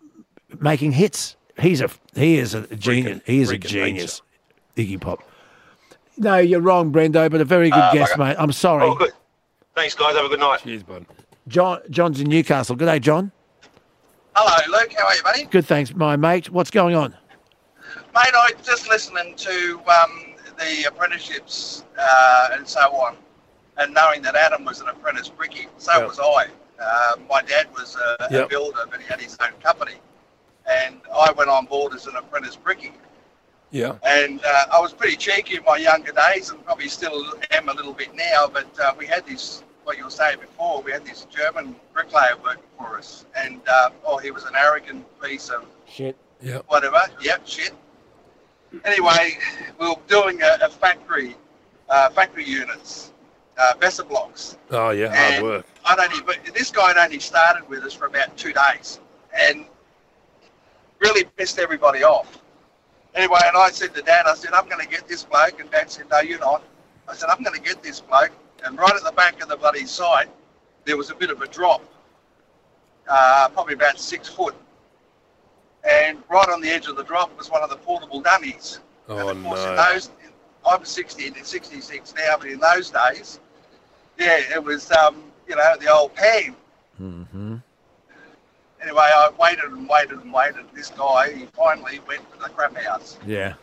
Speaker 1: making hits. He's a He is a genius. He is a
Speaker 2: freaking
Speaker 1: genius. Iggy Pop. No, you're wrong, Brendo, but a very good
Speaker 2: Ah,
Speaker 7: Uh,
Speaker 1: guess,
Speaker 7: bugger.
Speaker 1: mate. I'm sorry.
Speaker 7: Oh, good. Thanks, guys. Have a good night.
Speaker 2: Cheers, bud.
Speaker 1: John, John's in Newcastle. Good day, John.
Speaker 8: Hello, Luke. How are you, buddy?
Speaker 1: Good, thanks, my mate. What's going on?
Speaker 8: Mate, I just listening to um, the apprenticeships uh, and so on, and knowing that Adam was an apprentice brickie, so
Speaker 2: Yeah.
Speaker 8: was I. Uh, my dad was a,
Speaker 2: Yeah.
Speaker 8: a builder, but he had his own company, and I went on board as an apprentice brickie.
Speaker 2: Yeah.
Speaker 8: And uh, I was pretty cheeky in my younger days, and probably still am a little bit now. But uh, we had this, what you were saying before, we had this German bricklayer working for us, and uh, oh, he was an arrogant piece of
Speaker 1: Shit.
Speaker 2: Yeah.
Speaker 8: whatever. Yep, shit. Anyway, we were doing a, a factory, uh, factory units, uh, Besser blocks.
Speaker 2: Oh, yeah,
Speaker 8: And
Speaker 2: hard work.
Speaker 8: I'd only, but this guy had only started with us for about two days and really pissed everybody off. Anyway, and I said to Dad, I said, I'm going to get this bloke. And Dad said, No, you're not. I said, I'm going to get this bloke. And right at the back of the bloody site, there was a bit of a drop, uh, probably about six foot. And right on the edge of the drop was one of the portable dummies.
Speaker 2: Oh
Speaker 8: In
Speaker 2: no!
Speaker 8: those, I'm 60, and 66 now, but in those days, yeah, it was, um, you know, the old pan.
Speaker 1: Mm-hmm.
Speaker 8: Anyway, I waited and waited and waited. This guy, he finally went to the crap house.
Speaker 1: Yeah.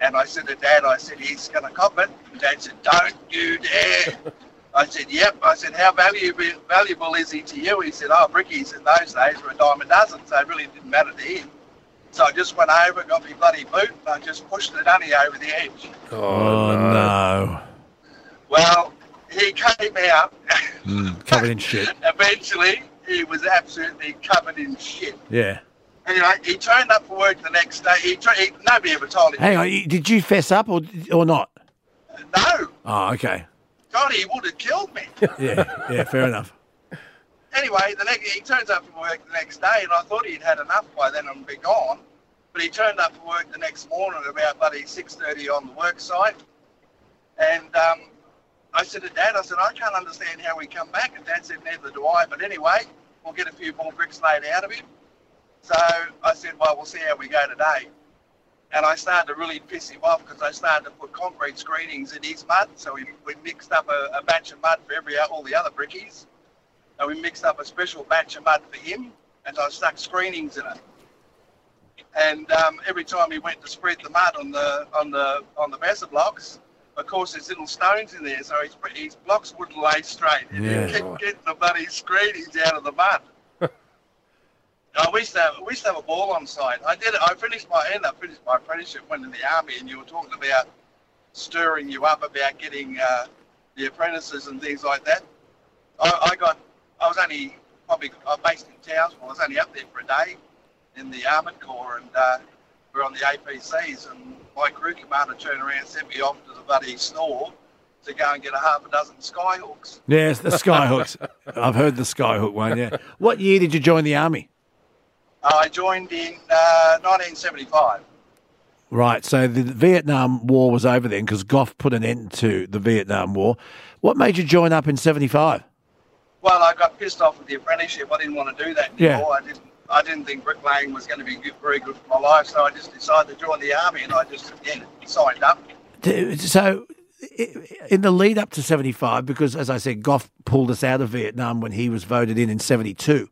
Speaker 8: And I said to Dad, I said, he's going to cop it. And Dad said, don't
Speaker 1: <laughs>
Speaker 8: you dare. I said, yep. I said, how valuable, valuable is he to you? He said, oh, brickies in those days were a dime a dozen, so it really didn't matter to him. So I just went over, got me bloody boot, and I just pushed the dunny over the edge.
Speaker 1: Oh, no.
Speaker 8: Well, he came out.
Speaker 1: Mm, covered in shit.
Speaker 8: Eventually, he was absolutely covered in shit.
Speaker 1: Yeah.
Speaker 8: Anyway, he turned up for work the next day. He, tr- he nobody ever told him.
Speaker 1: Hang on, y- did you fess up or or not?
Speaker 8: No,
Speaker 1: Oh, okay.
Speaker 8: God, he would have killed me.
Speaker 1: Yeah, yeah, fair enough.
Speaker 8: Anyway, the next, he turns up for work the next day, and I thought he'd had enough by then and be gone. But he turned up for work the next morning at about bloody six thirty on the work site, and um, I said to Dad, I said I can't understand how he come back, and Dad said neither do I. But anyway, we'll get a few more bricks laid out of him. So I said, well, we'll see how we go today. And I started to really piss him off because I started to put concrete screenings in his mud. So we, we mixed up a, a batch of mud for every all the other brickies. And we mixed up a special batch of mud for him, and I stuck screenings in it. And um, every time he went to spread the mud on the on the on the basser blocks, of course there's little stones in there, so his, his blocks wouldn't lay straight. And
Speaker 2: Yeah.
Speaker 8: he kept getting the bloody screenings out of the mud. I we used to have, we used to have a ball on site. I did it. I finished my end. I finished my apprenticeship. Went in the army, and you were talking about stirring you up about getting uh, the apprentices and things like that. I, I got. I was only probably. I'm based in Townsville. I was only up there for a day in the Armoured Corps, and uh, we we're on the APCs. And my crew commander turned around, and sent me off to the bloody snore to go and get a half a dozen skyhawks.
Speaker 1: Yes, the skyhooks. I've heard the skyhook one. Yeah. What year did you join the army?
Speaker 8: I joined in uh, 1975.
Speaker 1: Right. So the Vietnam War was over then because Gough put an end to the Vietnam War. What made you join up in '75?
Speaker 8: Well, I got pissed off with the apprenticeship. I didn't want to do that
Speaker 1: Yeah.
Speaker 8: anymore. I didn't. I didn't think bricklaying was going to be good, very good for my life, so I just decided to join the army, and I just yeah, signed up.
Speaker 1: D- So, i- in the lead up to 75, because as I said, Gough pulled us out of Vietnam when he was voted in in 72,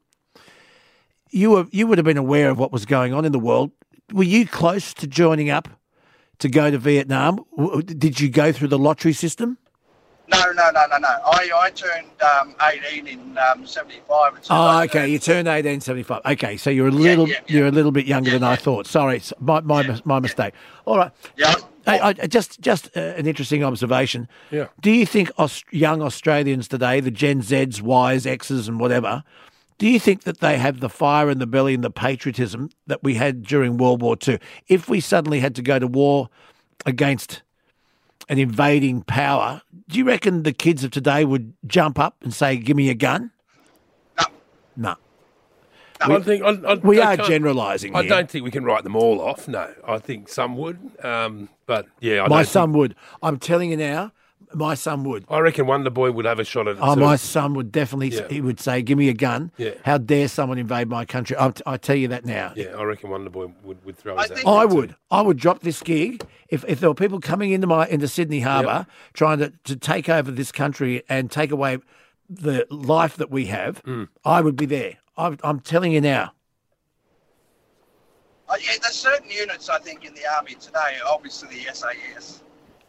Speaker 1: you, were, you would have been aware of what was going on in the world. Were you close to joining up to go to Vietnam? W- Did you go through the lottery system?
Speaker 8: No, no, no, no, no. I, I turned um, 18 in um, 75. And so
Speaker 1: Oh, okay. You turned 18, 75. Okay, so you're a little, you're a little bit younger than I thought. Sorry, it's my my, mis- my mistake. All right.
Speaker 8: Yeah.
Speaker 1: Hey, I, I- just just uh, an interesting observation.
Speaker 2: Yeah.
Speaker 1: Do you think Aus- young Australians today, the Gen Zs, Ys, Xs, and whatever, do you think that they have the fire in the belly and the patriotism that we had during World War II? If we suddenly had to go to war against an invading power, do you reckon the kids of today would jump up and say, "Give me a gun"? No.
Speaker 2: No,
Speaker 1: We-
Speaker 2: I think I, I,
Speaker 1: we
Speaker 2: I
Speaker 1: are
Speaker 2: can't-
Speaker 1: generalising
Speaker 2: I
Speaker 1: here.
Speaker 2: don't think we can write them all off. No, I think some would, um, but yeah, I
Speaker 1: my
Speaker 2: don't
Speaker 1: son would. I'm telling you now, my son would.
Speaker 2: Think, I reckon Wonder Boy would have a shot at it.
Speaker 1: Oh,
Speaker 2: too.
Speaker 1: my son would definitely.
Speaker 2: Yeah.
Speaker 1: He would say, "Give me a gun."
Speaker 2: Yeah.
Speaker 1: How dare someone invade my country? I, I tell you that now.
Speaker 2: Yeah, I reckon Wonder Boy would, would throw his. hat
Speaker 1: I
Speaker 2: in too.
Speaker 1: would. I would drop this gig if, if there were people coming into my into Sydney Harbour trying to, to take over this country and take away the life that we have. I would be there. I, I'm telling you now.
Speaker 8: Uh, yeah, there's certain units I think in the army today. Obviously, the SAS.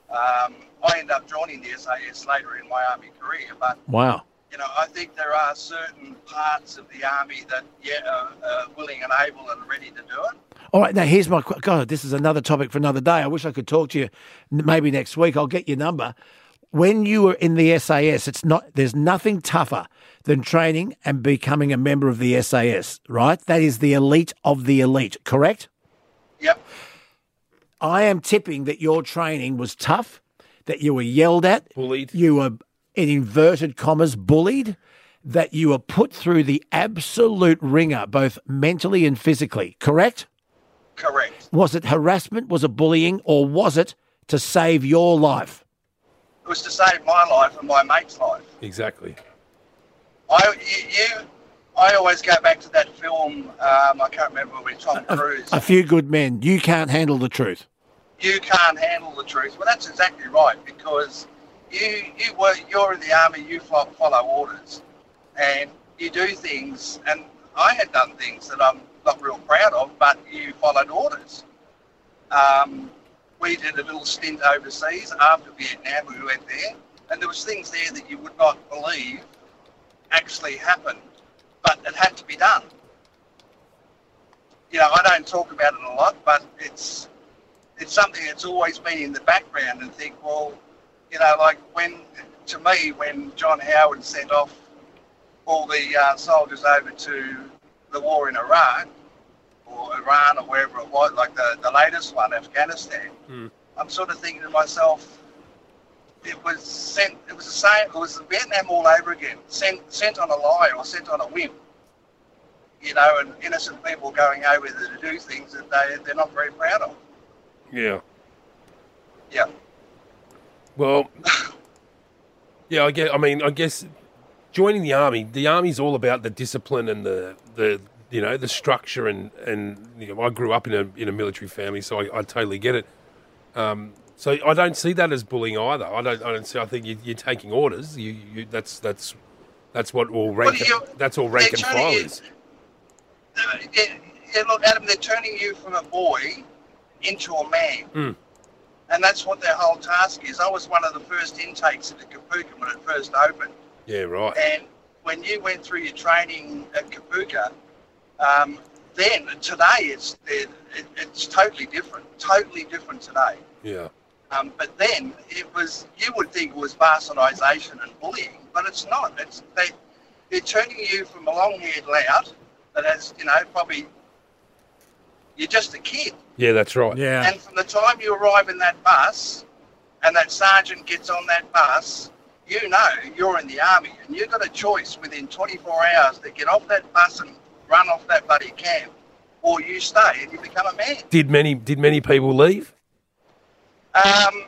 Speaker 8: Um, I end up joining the SAS later in my army career, but
Speaker 1: Wow.
Speaker 8: you know I think there are certain parts of the army that yeah are, are willing and able and ready to do it.
Speaker 1: All right, now here's my qu- God. This is another topic for another day. I wish I could talk to you. N- Maybe next week I'll get your number. When you were in the SAS, it's not. There's nothing tougher than training and becoming a member of the SAS. Right? That is the elite of the elite. Correct?
Speaker 8: Yep.
Speaker 1: I am tipping that your training was tough. That you were yelled at,
Speaker 2: bullied.
Speaker 1: You were in inverted commas bullied. That you were put through the absolute ringer, both mentally and physically. Correct?
Speaker 8: Correct.
Speaker 1: Was it harassment? Was it bullying? Or was it to save your life?
Speaker 8: It was to save my life and my mate's life.
Speaker 2: Exactly.
Speaker 8: I you, you I always go back to that film. Um, I can't remember with Tom Cruise.
Speaker 1: A few good men. You can't handle the truth.
Speaker 8: you can't handle the truth. Well, that's exactly right because you you work, you're in the army, you fo- follow orders, and you do things. And I had done things that I'm not real proud of, but you followed orders. Um, we did a little stint overseas after Vietnam. We went there, and there was things there that you would not believe actually happened, but it had to be done. You know, I don't talk about it a lot, but it's it's something that's always been in the background and think, well, you know, like when, to me, when John Howard sent off all the uh, soldiers over to the war in Iraq or Iran or wherever it was, like the, the latest one, Afghanistan, I'm sort of thinking to myself, it was sent, it was the same, it was Vietnam all over again, sent, sent on a lie or sent on a whim. You know, and innocent people going over there to do things that they, they're not very proud of.
Speaker 2: Yeah.
Speaker 8: Yeah.
Speaker 2: Well, yeah, I guess, I mean, I guess joining the army, the army's all about the discipline and the, the you know, the structure and, and you know, I grew up in a, in a military family, so I, I totally get it. Um, so I don't see that as bullying either. I don't, I don't see, I think you, you're taking orders. You, you, that's, that's, that's what all rank,
Speaker 8: you-
Speaker 2: that's all rank
Speaker 8: they're
Speaker 2: and
Speaker 8: trying to
Speaker 2: file
Speaker 8: get-
Speaker 2: is.
Speaker 8: yeah, yeah, look, Adam, they're turning you from a boy into a man,
Speaker 2: Mm.
Speaker 8: and that's what their whole task is. I was one of the first intakes into Kapuka when it first opened,
Speaker 2: Yeah, right.
Speaker 8: and when you went through your training at Kapuka, um, then today it's it, it, it's totally different, totally different today.
Speaker 2: Yeah.
Speaker 8: Um, but then it was you would think it was bastardisation and bullying, but it's not. It's they they're turning you from a long-haired lout that has you know probably you're just a kid,
Speaker 2: Yeah, that's right.
Speaker 8: and from the time you arrive in that bus and that sergeant gets on that bus, you know you're in the army and you've got a choice within 24 hours to get off that bus and run off that bloody camp, or you stay and you become a man.
Speaker 2: Did many, did many people leave?
Speaker 8: Um,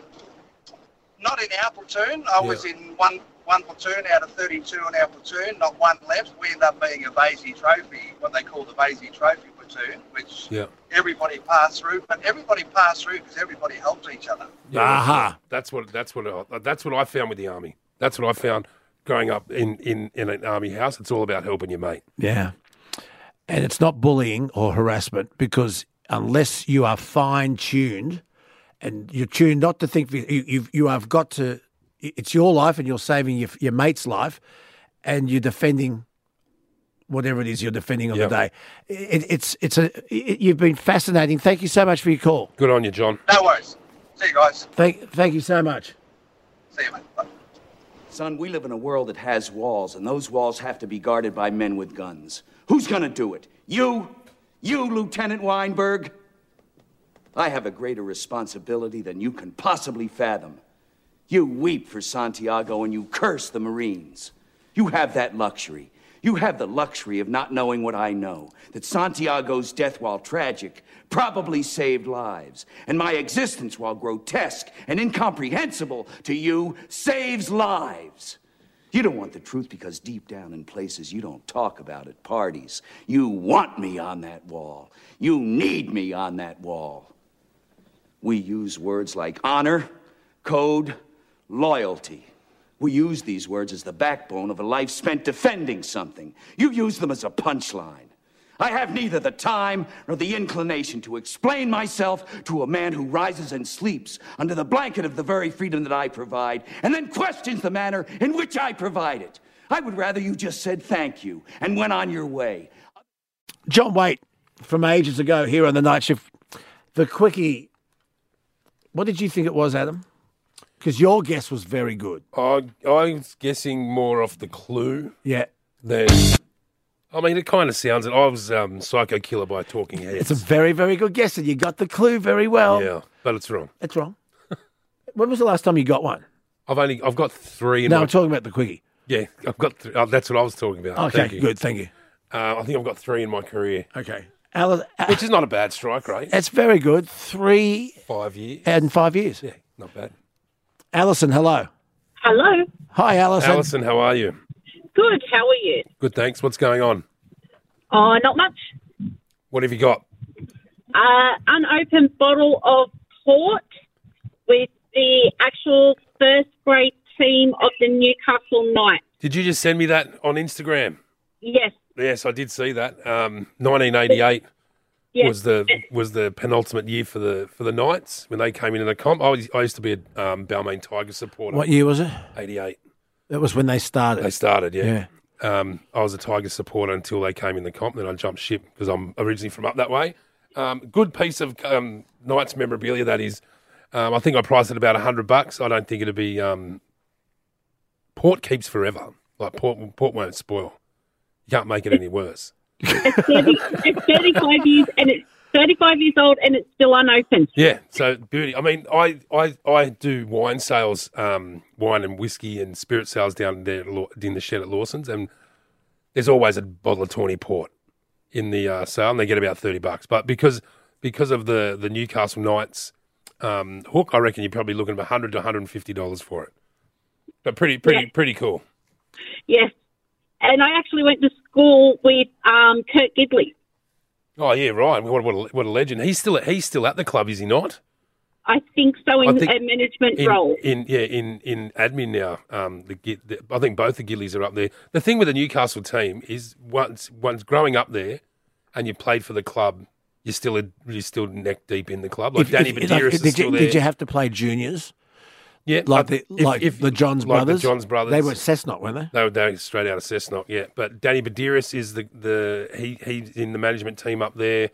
Speaker 8: not in our platoon. I was in one one platoon out of 32 in our platoon. Not one left. We ended up being a Vasey Trophy, what they call the Vasey Trophy platoon, which
Speaker 2: Yeah.
Speaker 8: everybody passed through. But everybody passed through because everybody helped each other.
Speaker 2: Yeah, that's- That's what that's what I, that's what I found with the army. That's what I found growing up in, in, in an army house. It's all about helping your mate.
Speaker 1: Yeah. And it's not bullying or harassment because unless you are fine tuned and you're tuned not to think, you, you, you have got to, it's your life and you're saving your, your mate's life and you're defending whatever it is you're defending on
Speaker 2: Yeah.
Speaker 1: the day. It, it's, it's a, it, you've been fascinating. Thank you so much for your call.
Speaker 2: Good on you, John.
Speaker 8: No worries. See you guys.
Speaker 1: Thank, thank you so much.
Speaker 30: Son, we live in a world that has walls, and those walls have to be guarded by men with guns. Who's gonna do it? You? You, Lieutenant Weinberg? I have a greater responsibility than you can possibly fathom. You weep for Santiago and you curse the Marines. You have that luxury. You have the luxury of not knowing what I know that Santiago's death, while tragic, probably saved lives, and my existence, while grotesque and incomprehensible to you, saves lives. You don't want the truth because deep down in places you don't talk about at parties, you want me on that wall. You need me on that wall. We use words like honor, code, loyalty. We use these words as the backbone of a life spent defending something. You use them as a punchline. I have neither the time nor the inclination to explain myself to a man who rises and sleeps under the blanket of the very freedom that I provide and then questions the manner in which I provide it. I would rather you just said thank you and went on your way.
Speaker 1: John Waite from ages ago here on the night shift. The quickie. What did you think it was, Adam? Because your guess was very good.
Speaker 2: I I was guessing more off the clue
Speaker 1: Yeah.
Speaker 2: than I mean it kind of sounds it. I was um, psycho killer by talking heads.
Speaker 1: It's a very, very good guess, and you got the clue very well.
Speaker 2: yeah, but it's wrong. <laughs>
Speaker 1: It's wrong. when was the last time you got one?
Speaker 2: I've only I've got three. In
Speaker 1: no,
Speaker 2: my,
Speaker 1: I'm talking about the quickie.
Speaker 2: yeah, I've got three. Oh, that's what I was talking about.
Speaker 1: Okay, good, thank you.
Speaker 2: Uh, I think I've got three in my career.
Speaker 1: Okay, Alice,
Speaker 2: which is not a bad strike rate.
Speaker 1: It's very good. Three
Speaker 2: Five years.
Speaker 1: and five years.
Speaker 2: Yeah, not bad.
Speaker 1: Alison, hello.
Speaker 11: Hello.
Speaker 1: Hi, Alison.
Speaker 2: Alison, how are you?
Speaker 12: Good. How are you?
Speaker 2: Good, thanks. What's going on?
Speaker 12: Oh, not much.
Speaker 2: What have you got?
Speaker 12: Uh, unopened bottle of port with the actual first grade team of the Newcastle Knights.
Speaker 2: Did you just send me that on Instagram?
Speaker 12: Yes.
Speaker 2: Yes, I did see that. Um, 1988
Speaker 12: Yes.
Speaker 2: was the was the penultimate year for the for the Knights when they came into the comp. I, was, I used to be a um, Balmain Tiger supporter.
Speaker 1: What year was it?
Speaker 2: 88.
Speaker 1: That was when they started.
Speaker 2: They started, yeah. Um, I was a Tiger supporter until they came in the comp. Then I jumped ship because I'm originally from up that way. Um, good piece of um, Knights memorabilia that is. Um, I think I priced it about hundred bucks. I don't think it'd be. Um, port keeps forever. Like port, port won't spoil. You can't make it any worse.
Speaker 12: It's 35 years and it's 35 years old and it's still unopened.
Speaker 2: Yeah, so beauty. I mean, I I, I do wine sales, um, wine and whiskey and spirit sales down there at Law- in the shed at Lawson's, and there's always a bottle of tawny port in the uh, sale, and they get about thirty bucks. But because because of the the Newcastle Knights um, hook, I reckon you're probably looking at hundred to hundred and fifty dollars for it. But pretty pretty pretty cool.
Speaker 12: Yes. And I actually went to school with um, Kurt Gidley.
Speaker 2: Oh yeah, right. What what a, what a legend. He's still he's still at the club, is he not?
Speaker 12: I think so
Speaker 2: I
Speaker 12: in
Speaker 2: think
Speaker 12: a management
Speaker 2: in,
Speaker 12: role.
Speaker 2: In yeah, in in admin now. Um, the, Gi- the I think both the Gillies are up there. The thing with the Newcastle team is once once growing up there, and you played for the club, you're still a, you're still neck deep in the club. Like
Speaker 1: If-
Speaker 2: Danny
Speaker 1: if- like,
Speaker 2: Badiris is
Speaker 1: did,
Speaker 2: still
Speaker 1: you,
Speaker 2: there.
Speaker 1: did you have to play juniors?
Speaker 2: Yeah,
Speaker 1: like
Speaker 2: I-
Speaker 1: the like the Johns
Speaker 2: like
Speaker 1: brothers.
Speaker 2: The Johns brothers.
Speaker 1: They were Cessnock, weren't they?
Speaker 2: They were, they were straight out of Cessnock, yeah. But Danny Badiris is the, the he he's in the management team up there,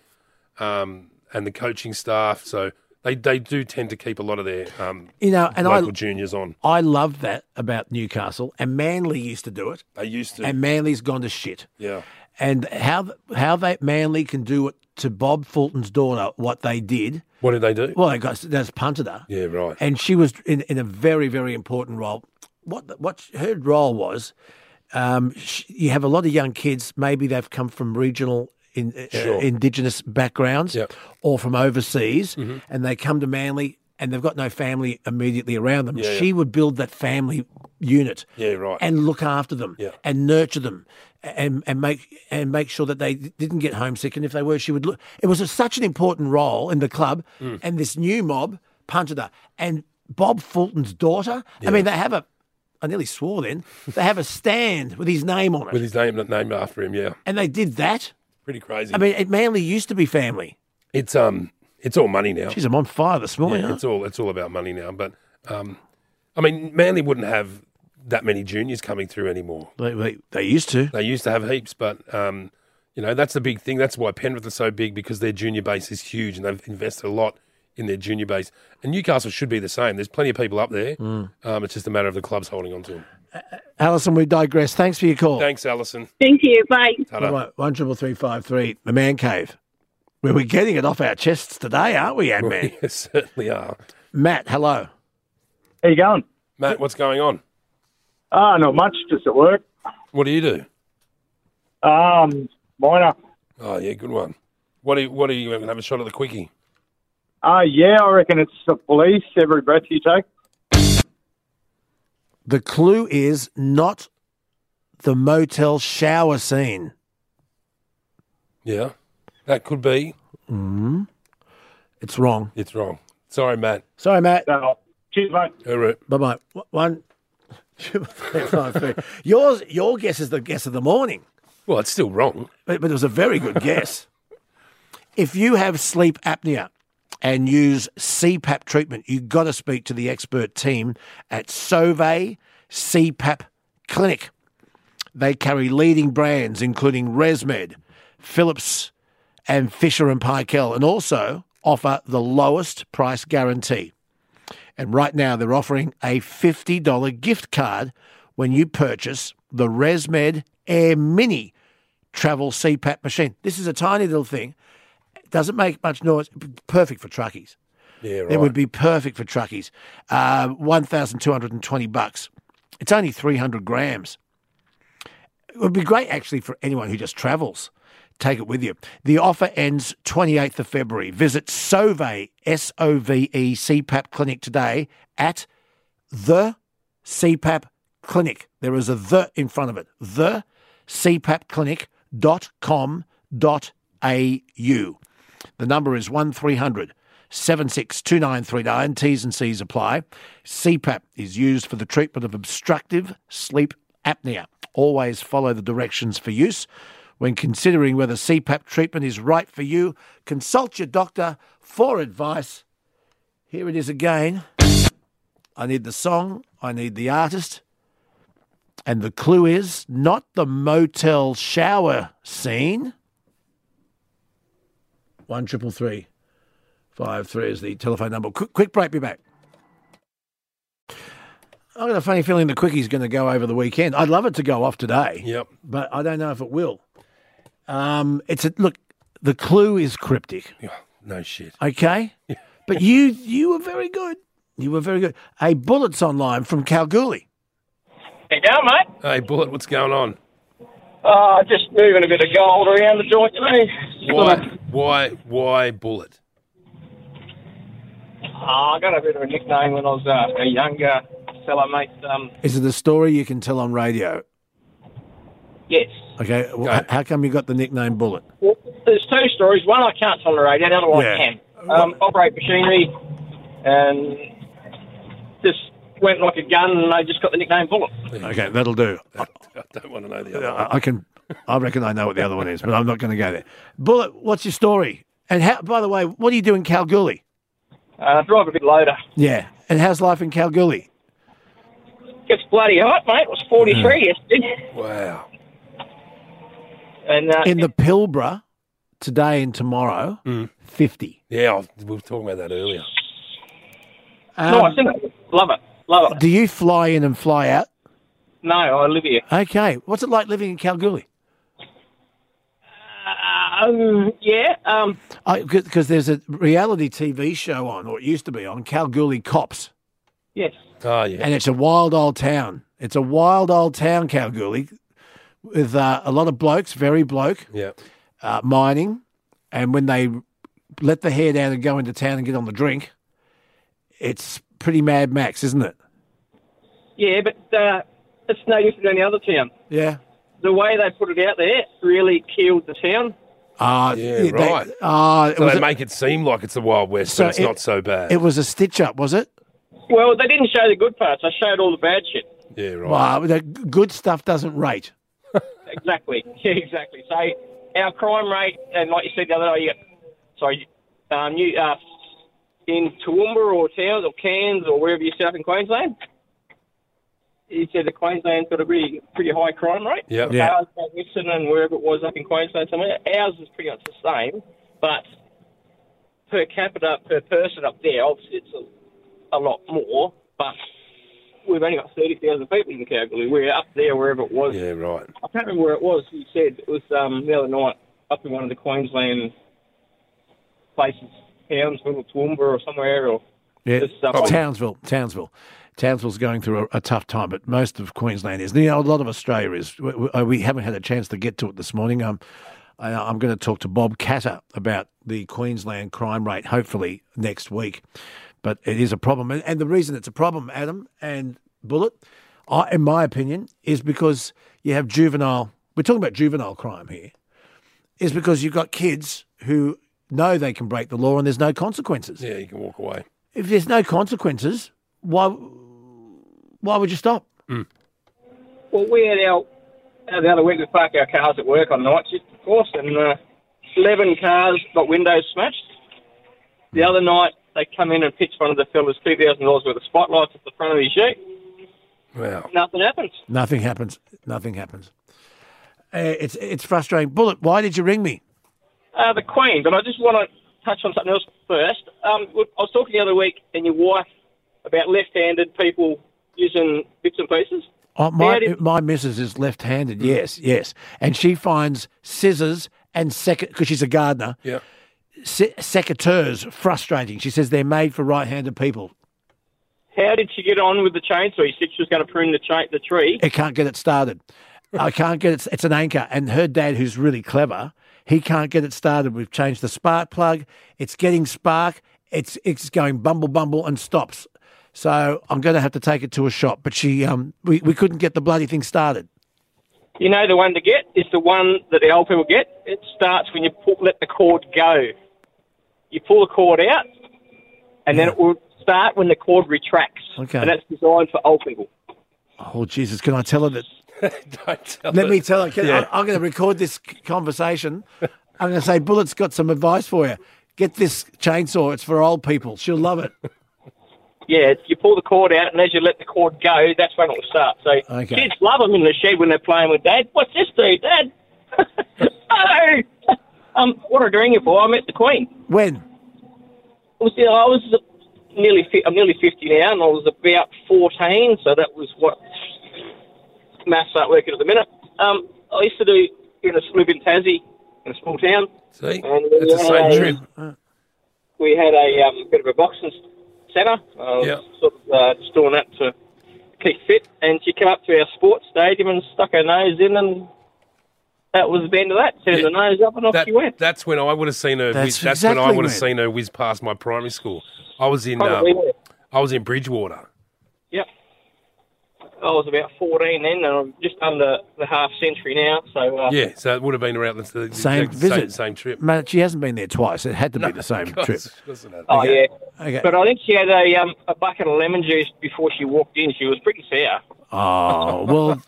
Speaker 2: um, and the coaching staff. So they, they do tend to keep a lot of their um,
Speaker 1: You know, and I-
Speaker 2: local juniors on.
Speaker 1: I love that about Newcastle, and Manly used to do it.
Speaker 2: They used to.
Speaker 1: and Manly's gone to shit.
Speaker 2: Yeah.
Speaker 1: And how how they Manly can do it to Bob Fulton's daughter, what they did.
Speaker 2: What did they do?
Speaker 1: Well, they got that's punted her,
Speaker 2: Yeah, right.
Speaker 1: and she was in, in a very very important role. What the- what her role was, um, sh you have a lot of young kids. Maybe they've come from regional. In, uh,
Speaker 2: Sure.
Speaker 1: indigenous backgrounds or from overseas
Speaker 2: Mm-hmm.
Speaker 1: and they come to Manly and they've got no family immediately around them.
Speaker 2: Yeah, yeah.
Speaker 1: she would build that family unit
Speaker 2: Yeah, right.
Speaker 1: and look after them
Speaker 2: Yeah.
Speaker 1: and nurture them and and make and make sure that they didn't get homesick and if they were she would look it was a, such an important role in the club
Speaker 2: Mm.
Speaker 1: and this new mob punted her and Bob Fulton's daughter I mean they have a I nearly swore then they have a stand with his name on it
Speaker 2: with his name named after him. Yeah,
Speaker 1: and they did that
Speaker 2: pretty crazy.
Speaker 1: I mean it mainly used to be family
Speaker 2: it's um, it's all money now.
Speaker 1: Jeez, I'm on fire this morning
Speaker 2: Yeah,
Speaker 1: huh?
Speaker 2: it's all it's all about money now. But um, I mean, Manly wouldn't have that many juniors coming through anymore.
Speaker 1: They, they, they used to.
Speaker 2: They used to have heaps, but um, you know that's the big thing. That's why Penrith are so big because their junior base is huge, and they've invested a lot in their junior base. And Newcastle should be the same. There's plenty of people up there.
Speaker 1: Mm.
Speaker 2: Um, it's just a matter of the clubs holding on to them.
Speaker 1: Alison we digress thanks for your call
Speaker 2: Thanks, Alison. <laughs>
Speaker 12: Thank you. Bye.
Speaker 2: Ta-ra.
Speaker 1: One triple three five three, the man cave. Where we're getting it off our chests today, aren't we, Ant Man?
Speaker 2: We certainly are.
Speaker 1: Matt, hello.
Speaker 14: How you going?
Speaker 2: Matt, what's going on?
Speaker 14: Ah, not much, just at work.
Speaker 2: What do you do?
Speaker 14: Um, minor.
Speaker 2: Oh yeah, good one. What are you, what are you going to have a shot at the quickie?
Speaker 14: Ah, yeah, I reckon it's the police every breath you take.
Speaker 1: The clue is not the motel shower scene.
Speaker 2: Yeah, that could be.
Speaker 1: Mm. It's wrong.
Speaker 2: It's wrong. Sorry, Matt.
Speaker 1: Sorry, Matt.
Speaker 14: Cheers, mate.
Speaker 2: All right.
Speaker 1: Bye bye. One, <laughs> two, three, five, three. Yours, your guess is the guess of the morning.
Speaker 2: Well, it's still wrong.
Speaker 1: But, but it was a very good guess. if you have sleep apnea and use CPAP treatment, you've got to speak to the expert team at Sove CPAP Clinic. They carry leading brands including ResMed, Philips, and Fisher and Paykel, and also offer the lowest price guarantee. And right now, they're offering a $50 gift card when you purchase the ResMed Air Mini travel CPAP machine. This is a tiny little thing. It doesn't make much noise. Perfect for truckies.
Speaker 2: Yeah, right.
Speaker 1: It would be perfect for truckies. Uh, 1,220 bucks. It's only 300 grams. It would be great actually for anyone who just travels. Take it with you. The offer ends 28th of February. Visit Sove, S O V E, CPAP clinic today at the CPAP Clinic. There is a the in front of it. The cpapclinic.com.au. The number is 1300 762939. T's and C's apply. CPAP is used for the treatment of obstructive sleep apnea. Always follow the directions for use. When considering whether CPAP treatment is right for you, consult your doctor for advice. Here it is again. I need the song, I need the artist. And the clue is not the motel shower scene. One triple three five three is the telephone number. Quick, quick break, be back. I've got a funny feeling the quickie's going to go over the weekend. I'd love it to go off today. Yep. But I don't know if it will. Um, it's a, look. The clue is cryptic.
Speaker 2: No shit.
Speaker 1: Okay. but you you were very good. You were very good. A bullet's online from Kalgoorlie.
Speaker 31: Hey, down, mate.
Speaker 2: Hey, Bullet, what's going on?
Speaker 31: Uh, just moving a bit of gold around the joint today.
Speaker 2: Why, why, why Bullet?
Speaker 31: Uh, I got a bit of a nickname when I was uh, a younger fella, mate. Um,
Speaker 1: Is it a story you can tell on radio?
Speaker 31: yes.
Speaker 1: Okay. Well, h- how come you got the nickname Bullet?
Speaker 31: Well, there's two stories. One I can't tolerate, and the other one
Speaker 1: Yeah.
Speaker 31: I can. Um, operate machinery, and just went like a gun, and I just got the nickname
Speaker 2: <laughs>
Speaker 31: Bullet.
Speaker 1: Okay, that'll do. I,
Speaker 2: I don't want to know the other. one.
Speaker 1: I can. I reckon I know what the other one is, but I'm not going to go there. Bullet, what's your story? And how, by the way, what do you do in Kalgoorlie?
Speaker 31: Uh, drive a bit loader.
Speaker 1: Yeah. And how's life in Kalgoorlie?
Speaker 31: Gets bloody hot, mate. It was 43 yesterday.
Speaker 2: Mm. Wow.
Speaker 31: And uh,
Speaker 1: In the Pilbara, today and tomorrow, 50.
Speaker 2: Yeah, I've, we were talking about that earlier.
Speaker 31: nice, isn't it? Love it. Love it.
Speaker 1: Um, Do you fly in and fly out?
Speaker 31: No, I live here.
Speaker 1: Okay. What's it like living in Kalgoorlie?
Speaker 31: Um, yeah. Um,
Speaker 1: Because there's a reality TV show on, or it used to be on, Kalgoorlie Cops.
Speaker 31: yes.
Speaker 2: Oh, yeah.
Speaker 1: And it's a wild old town. It's a wild old town, Kalgoorlie, with uh, a lot of blokes, very bloke,
Speaker 2: Yeah.
Speaker 1: uh, mining. And when they let the hair down and go into town and get on the drink, it's pretty Mad Max, isn't it?
Speaker 31: Yeah, but uh, it's no different than any other town.
Speaker 1: Yeah.
Speaker 31: The way they put it out there really killed the town.
Speaker 1: Uh,
Speaker 2: Yeah,
Speaker 1: they-
Speaker 2: right.
Speaker 1: uh, it
Speaker 2: so
Speaker 1: was
Speaker 2: they
Speaker 1: a-
Speaker 2: make it seem like it's the Wild West,
Speaker 1: So
Speaker 2: but it's
Speaker 1: it-
Speaker 2: not so bad.
Speaker 1: It was a stitch up, was it?
Speaker 31: Well, they didn't show the good parts. They showed all the bad shit.
Speaker 2: yeah, right.
Speaker 1: Wow, the g- good stuff doesn't rate.
Speaker 31: Exactly. <laughs> Yeah, exactly. So our crime rate, and like you said the other day, you got, sorry, um, you uh, in Toowoomba or Towns or Cairns or wherever you set up in Queensland, he said that Queensland's got a pretty pretty high crime rate.
Speaker 2: Yep.
Speaker 31: Ours,
Speaker 2: Yeah.
Speaker 31: uh, Western and wherever it was up in Queensland somewhere, ours is pretty much the same, but per capita per person up there, obviously it's a, a lot more, but. We've only got 30,000 people in Kalgoorlie. We're up there wherever it was.
Speaker 2: Yeah, right.
Speaker 31: I can't remember where it was. You said it was um, the other night up in one of the Queensland places, towns, little Toowoomba or somewhere. Or
Speaker 1: Yeah,
Speaker 31: just, uh,
Speaker 1: Townsville, Townsville, Townsville's going through a, a tough time, but most of Queensland is. You know, a lot of Australia is. We, we- we haven't had a chance to get to it this morning. Um, I, I'm going to talk to Bob Catter about the Queensland crime rate, hopefully next week. But it is a problem, and, and the reason it's a problem, Adam and Bullet, I, in my opinion, is because you have juvenile. We're talking about juvenile crime here, is because you've got kids who know they can break the law and there's no consequences
Speaker 2: Yeah, you can walk away.
Speaker 1: if there's no consequences, why why would you stop?
Speaker 31: Well, we had our uh, the other week we parked our cars at work on night shift, of course, and uh, eleven cars got windows smashed. The other night they come in and pitched one of the fellas two thousand dollars worth of spotlights at the front of his Jeep.
Speaker 2: Wow.
Speaker 31: Nothing happens.
Speaker 1: Nothing happens. Nothing happens. Uh, it's it's frustrating. Bullet, why did you ring me?
Speaker 31: Uh, the Queen, but I just want to touch on something else first. Um, look, I was talking the other week and your wife about left-handed people using bits and pieces.
Speaker 1: Oh, my
Speaker 31: How did-
Speaker 1: my missus is left-handed. Yes, yes, and she finds scissors and second because she's a gardener.
Speaker 2: Yeah.
Speaker 1: Se- secateurs frustrating. She says they're made for right-handed people.
Speaker 31: How did she get on with the chainsaw? You said she was going to prune the, cha- the tree.
Speaker 1: It can't get it started. I can't get it. It's an anchor. And her dad, who's really clever, he can't get it started. We've changed the spark plug. It's getting spark. It's it's going bumble bumble and stops. So I'm going to have to take it to a shop. But she, um, we, we couldn't get the bloody thing started.
Speaker 31: You know the one to get is the one that the old people get. It starts when you pull, let the cord go. You pull the cord out, and then it will start when the cord retracts.
Speaker 1: Okay.
Speaker 31: And that's designed for old people.
Speaker 1: Oh Jesus! Can I tell her that?
Speaker 2: <laughs> Don't tell
Speaker 1: Let
Speaker 2: her.
Speaker 1: me tell her. Can,
Speaker 2: Yeah.
Speaker 1: I, am going to record this c- conversation. I'm going to say, Bullet's got some advice for you. Get this chainsaw. It's for old people. She'll love it.
Speaker 31: Yeah, it's- you pull the cord out, and as you let the cord go, that's when it will start. So
Speaker 1: Okay.
Speaker 31: kids love them in the shed when they're playing with Dad. What's this do, Dad? <laughs> oh, um, what are you doing it for? I met the Queen.
Speaker 1: When?
Speaker 31: It was, I was nearly fi- I'm nearly 50 now, and I was about 14, so that was what maths aren't working at the minute. Um, I used to do in a live in Tassie, in a small town.
Speaker 2: See,
Speaker 31: and uh, we
Speaker 2: that's the
Speaker 31: had
Speaker 2: same
Speaker 31: a-
Speaker 2: trip.
Speaker 31: We had a um, bit of a boxing centre. I was
Speaker 2: Yeah.
Speaker 31: sort of uh, just doing that to keep fit, and she came up to our sports stadium and stuck her nose in, and that was the end of that. Turned the nose up, and off
Speaker 2: That-
Speaker 31: she went.
Speaker 2: That's when I would have seen her.
Speaker 31: That's
Speaker 2: whiz, that's when
Speaker 31: exactly
Speaker 2: I would have
Speaker 31: when.
Speaker 2: seen her whiz past my primary school. I was in.
Speaker 31: Probably,
Speaker 2: um,
Speaker 31: yeah.
Speaker 2: I was in Bridgewater.
Speaker 31: Yep. I was about 14 then, and I'm just under the half century now. So uh,
Speaker 2: Yeah, so it would have been around the, the
Speaker 1: Same
Speaker 2: exact
Speaker 1: visit.
Speaker 2: same, same trip.
Speaker 1: Man, she hasn't been there twice. It had to
Speaker 2: No,
Speaker 1: be
Speaker 2: <laughs>
Speaker 1: the same
Speaker 2: of course,
Speaker 1: trip.
Speaker 2: of course it had.
Speaker 31: Oh
Speaker 1: Okay.
Speaker 31: yeah.
Speaker 1: Okay.
Speaker 31: But I think she had a um, a bucket of lemon juice before she walked in. She was pretty sour.
Speaker 2: <laughs>
Speaker 1: Oh well.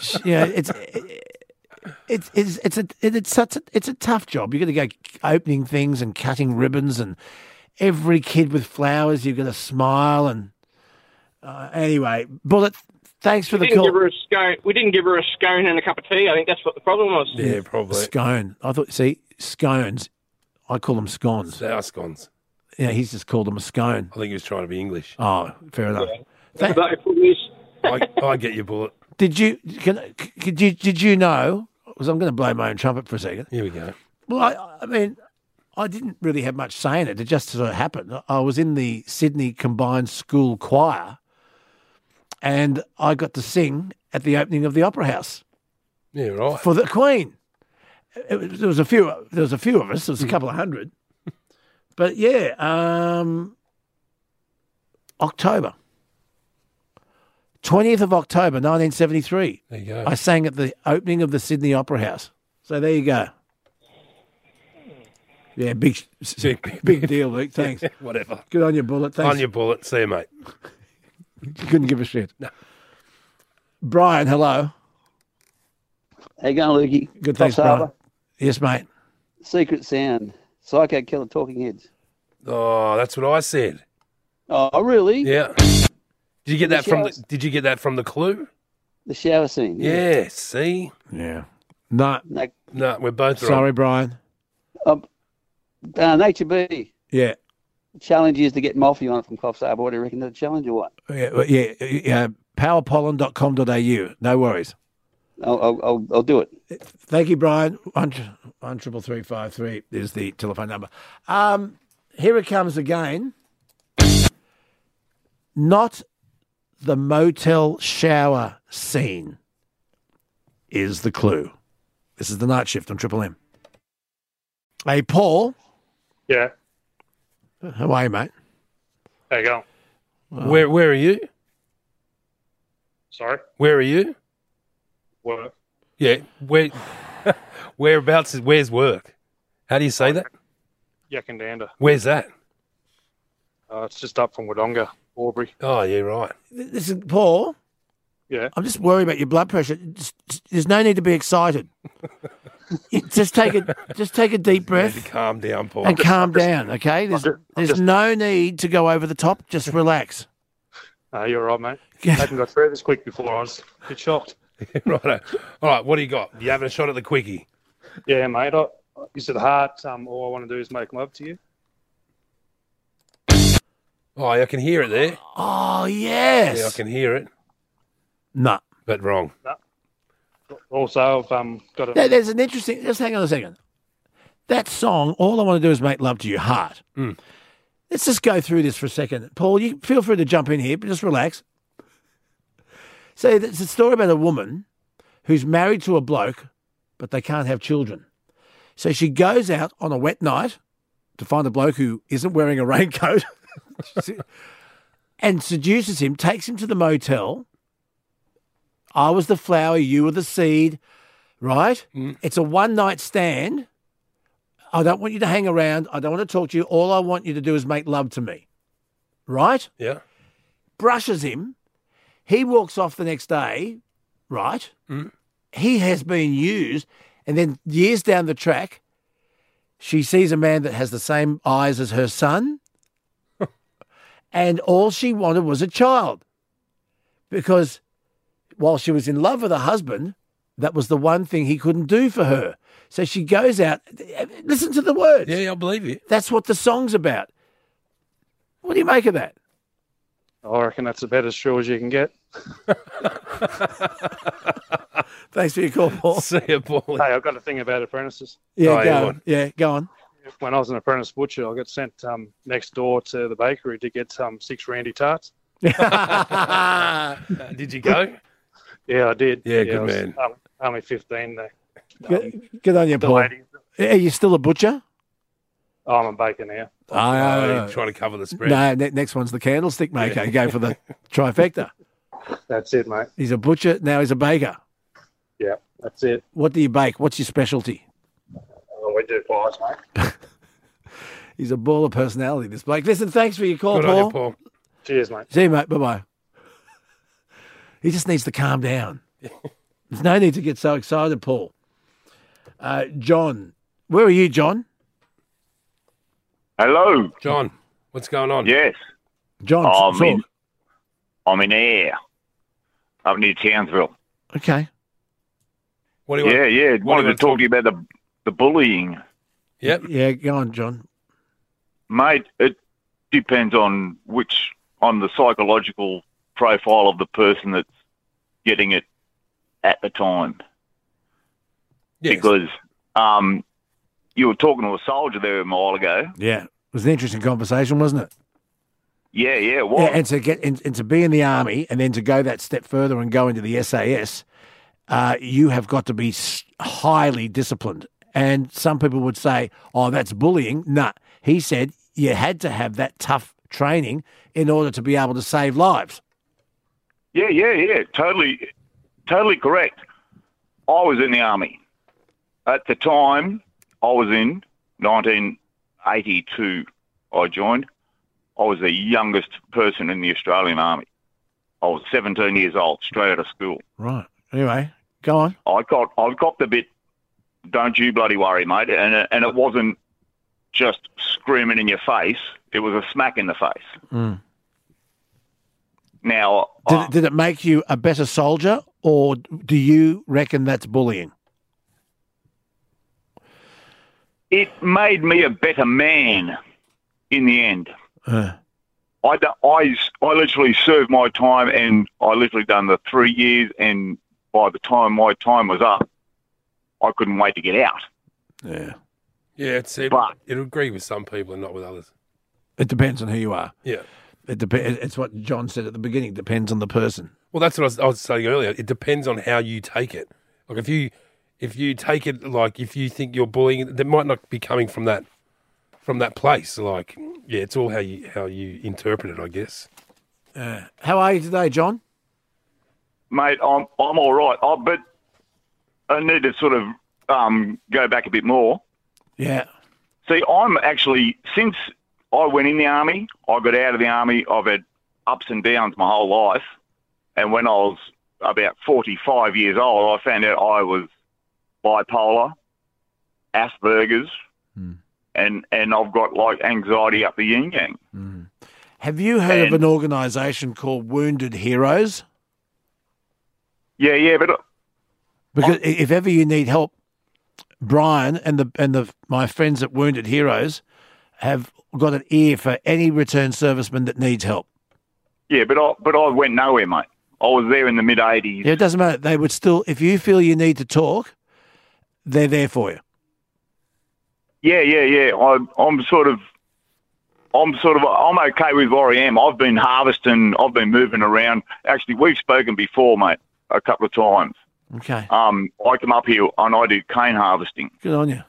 Speaker 1: sh- yeah, it's it's it's it's a it's such a, it's a tough job. You're going to go opening things and cutting ribbons, and every kid with flowers. You're going to smile and uh, anyway, bullet. Thanks for
Speaker 31: We
Speaker 1: the
Speaker 31: didn't give
Speaker 1: call.
Speaker 31: her a scone. We didn't give her a scone and a cup of tea. I think that's what the problem was.
Speaker 1: Scone. I thought. See, scones. I call them scones.
Speaker 2: Sour scones.
Speaker 1: Yeah, he's just called them a scone.
Speaker 2: I think he was trying to be English.
Speaker 1: Oh, fair enough.
Speaker 31: Thank-
Speaker 2: I, I get your bullet.
Speaker 1: Did you can, could you did you know? Because I'm going to blow my own trumpet for a second.
Speaker 2: Here we go.
Speaker 1: Well, I, I mean, I didn't really have much say in it. It just sort of happened. I was in the Sydney Combined School Choir, and I got to sing at the opening of the Opera House
Speaker 2: Yeah, right.
Speaker 1: for the Queen. It was, there was a few. There was a few of us.
Speaker 2: Hmm.
Speaker 1: There was a couple of hundred. But yeah, um, October twentieth of October, nineteen seventy three.
Speaker 2: There you go.
Speaker 1: I sang at the opening of the Sydney Opera House. So there you go. Yeah, big,
Speaker 2: <laughs>
Speaker 1: big, big deal, Luke. Thanks.
Speaker 2: Whatever.
Speaker 1: Good on your bullet. Thanks.
Speaker 2: On your bullet. See you, mate.
Speaker 1: Couldn't give a shit. Brian, hello.
Speaker 29: How you going, Lukey?
Speaker 1: Good, thanks,
Speaker 29: Coffs
Speaker 1: Brian.
Speaker 29: Harbour.
Speaker 1: Yes, mate.
Speaker 29: Secret Sound, Psycho Killer Talking Heads.
Speaker 2: Oh, that's what I said.
Speaker 29: Oh, really?
Speaker 2: Yeah. Did you get
Speaker 29: The
Speaker 2: that from?
Speaker 29: showers.
Speaker 2: The, did you get that from the clue?
Speaker 29: The shower scene.
Speaker 2: Yeah. See.
Speaker 1: Yeah. No.
Speaker 29: No,
Speaker 2: No, we're both
Speaker 1: Sorry,
Speaker 2: wrong.
Speaker 1: Brian.
Speaker 29: um, uh, Nature B.
Speaker 1: Yeah.
Speaker 29: Challenge is to get Moffy on it from Coffs Harbour. What do you reckon? The challenge or what?
Speaker 1: Yeah. well, yeah, yeah uh, powerpollen.com.au. No worries.
Speaker 29: I'll, I'll, I'll, I'll do it.
Speaker 1: Thank you, Brian. One, tr- one triple three five three is the telephone number. Um, here it comes again. Not the motel shower scene is the clue. This is the night shift on Triple M. Hey, Paul.
Speaker 17: Yeah.
Speaker 1: How uh, are you, mate?
Speaker 17: There you go.
Speaker 2: Where Where are you?
Speaker 17: Sorry.
Speaker 2: Where are you?
Speaker 17: Work.
Speaker 2: Yeah. Where <laughs> Whereabouts is Where's work? How do you say that?
Speaker 17: Yakandanda.
Speaker 2: Where's that?
Speaker 17: Uh, it's just up from Wodonga, Aubrey.
Speaker 2: Oh yeah, right.
Speaker 1: This is Paul.
Speaker 17: Yeah.
Speaker 1: I'm just worried about your blood pressure. Just- There's no need to be excited. You just take a just take a deep breath.
Speaker 2: Calm down, Paul.
Speaker 1: and calm down, okay? There's, there's no need to go over the top. Just relax.
Speaker 17: Uh, you're all right, mate. I haven't got through this quick before. I was a bit shocked.
Speaker 2: <laughs> Righto. All right, what do you got? You having a shot at the quickie?
Speaker 17: Yeah, mate. I, is it heart? Um, all I want to do is make love to you.
Speaker 2: Oh, I can hear it there.
Speaker 1: Oh, yes.
Speaker 2: Yeah, I can hear it.
Speaker 1: No.
Speaker 2: But wrong.
Speaker 17: Also, I've um, got a.
Speaker 1: Now, there's an interesting. Just hang on a second. That song, all I want to do is make love to your heart. Let's just go through this for a second, Paul. You feel free to jump in here, but just relax. So it's a story about a woman who's married to a bloke, but they can't have children. So she goes out on a wet night to find a bloke who isn't wearing a raincoat. <laughs> and seduces him, takes him to the motel. I was the flower, you were the seed, right? It's a one night stand. I don't want you to hang around. I don't want to talk to you. All I want you to do is make love to me, right?
Speaker 2: Yeah.
Speaker 1: Brushes him. He walks off the next day, right? He has been used. And then years down the track, she sees a man that has the same eyes as her son. and all she wanted was a child. Because while she was in love with her husband, that was the one thing he couldn't do for her. So she goes out. Listen to the words. Yeah,
Speaker 2: I believe you.
Speaker 1: That's what the song's about. What do you make of that?
Speaker 17: I reckon that's about as sure as you can get.
Speaker 1: <laughs> Thanks for your call, Paul.
Speaker 2: See you, Paul.
Speaker 17: Hey, I've got a thing about apprentices.
Speaker 1: Yeah, go on. Yeah, go <laughs> on.
Speaker 17: When I was an apprentice butcher, I got sent um, next door to the bakery to get um, six randy tarts.
Speaker 2: <laughs> did you go?
Speaker 17: Yeah, I did.
Speaker 2: Yeah, good
Speaker 17: I was,
Speaker 2: man.
Speaker 17: um, only 15 though.
Speaker 1: Good, good on you,
Speaker 17: the
Speaker 1: Paul.
Speaker 17: lady-
Speaker 1: Are you still a butcher?
Speaker 17: Oh, I'm a baker now.
Speaker 1: Ah,
Speaker 2: trying to cover the spread.
Speaker 1: No, ne- next one's the candlestick maker. Go for the trifecta.
Speaker 17: That's it, mate.
Speaker 1: He's a butcher, now he's a baker.
Speaker 17: Yeah, that's it.
Speaker 1: What do you bake? What's your specialty?
Speaker 17: Oh, we do pies, mate.
Speaker 1: He's a baller personality, this bloke. Listen, thanks for your call,
Speaker 17: Good on
Speaker 1: Paul.
Speaker 17: you, Paul. Cheers, mate.
Speaker 1: See you, mate. Bye bye. He just needs to calm down. There's no need to get so excited, Paul. Uh, John, where are you, John?
Speaker 32: Hello,
Speaker 2: John. What's going on?
Speaker 32: Yes,
Speaker 1: John.
Speaker 32: I'm
Speaker 1: talk.
Speaker 32: in. I'm in air up near Townsville.
Speaker 1: Okay.
Speaker 2: What
Speaker 1: do you
Speaker 32: yeah,
Speaker 1: want- what
Speaker 32: yeah.
Speaker 1: do you
Speaker 32: wanted to
Speaker 1: want to
Speaker 32: talk to you about the the bullying,
Speaker 2: Yep.
Speaker 1: Yeah, go on, John.
Speaker 32: mate. It depends on which on the psychological profile of the person that's getting it at the time. Because um, you were talking to a soldier there a while ago.
Speaker 1: Yeah. It was an interesting conversation, wasn't it?
Speaker 32: Yeah, yeah, it was.
Speaker 1: Yeah, and to get and, and to be in the army and then to go that step further and go into the SAS, uh, you have got to be s- highly disciplined. And some people would say, "Oh, that's bullying." Nah, he said you had to have that tough training in order to be able to save lives.
Speaker 32: Yeah, yeah, yeah. Totally, totally correct. I was in the army at the time. I was in 1982. I joined. I was the youngest person in the Australian Army. I was 17 years old, straight out of school.
Speaker 1: Right. Anyway, go on.
Speaker 32: I got, I got the bit. Don't you bloody worry, mate. And it- and it wasn't just screaming in your face. It was a smack in the face.
Speaker 1: Mm.
Speaker 32: Now,
Speaker 1: Did, it did it make you a better soldier, or do you reckon that's bullying?
Speaker 32: it made me a better man in the end.
Speaker 1: Uh.
Speaker 32: I, d- I, I literally served my time and I literally done the three years and by the time my time was up, I couldn't wait to get out.
Speaker 1: Yeah.
Speaker 2: Yeah, it's, it,
Speaker 32: But-
Speaker 2: it'll agree with some people and not with others.
Speaker 1: It depends on who you are.
Speaker 2: Yeah.
Speaker 1: It dep- It's what John said at the beginning. Depends on the person.
Speaker 2: Well, that's what I was, I was saying earlier. It depends on how you take it. Like if you if you take it like if you think you're bullying, that might not be coming from that from that place. Like yeah, it's all how you how you interpret it, I guess.
Speaker 1: Uh, how are you today, John?
Speaker 32: Mate, I'm, I'm all right. I, but I need to sort of um, go back a bit more.
Speaker 1: Yeah.
Speaker 32: See, I'm actually, since I went in the army, I got out of the army, I've had ups and downs my whole life. And when I was about 45 years old, I found out I was bipolar, Asperger's, and, and I've got like anxiety up the yin yang.
Speaker 1: Have you heard of an organisation called Wounded Heroes?
Speaker 32: Yeah, yeah, but
Speaker 1: Because i if ever you need help, Brian and the and the my friends at Wounded Heroes have got an ear for any return serviceman that needs help.
Speaker 32: yeah, but I, but I went nowhere, mate. I was there in the mid 80s.
Speaker 1: Yeah, it doesn't matter. They would still, if you feel you need to talk, they're there for you.
Speaker 32: Yeah, yeah, yeah. I, I'm sort of, I'm sort of, I'm okay with where I am. I've been harvesting, I've been moving around. Actually, we've spoken before, mate, a couple of times.
Speaker 1: Okay,
Speaker 32: Um, I come up here and I do cane harvesting,
Speaker 1: good on you.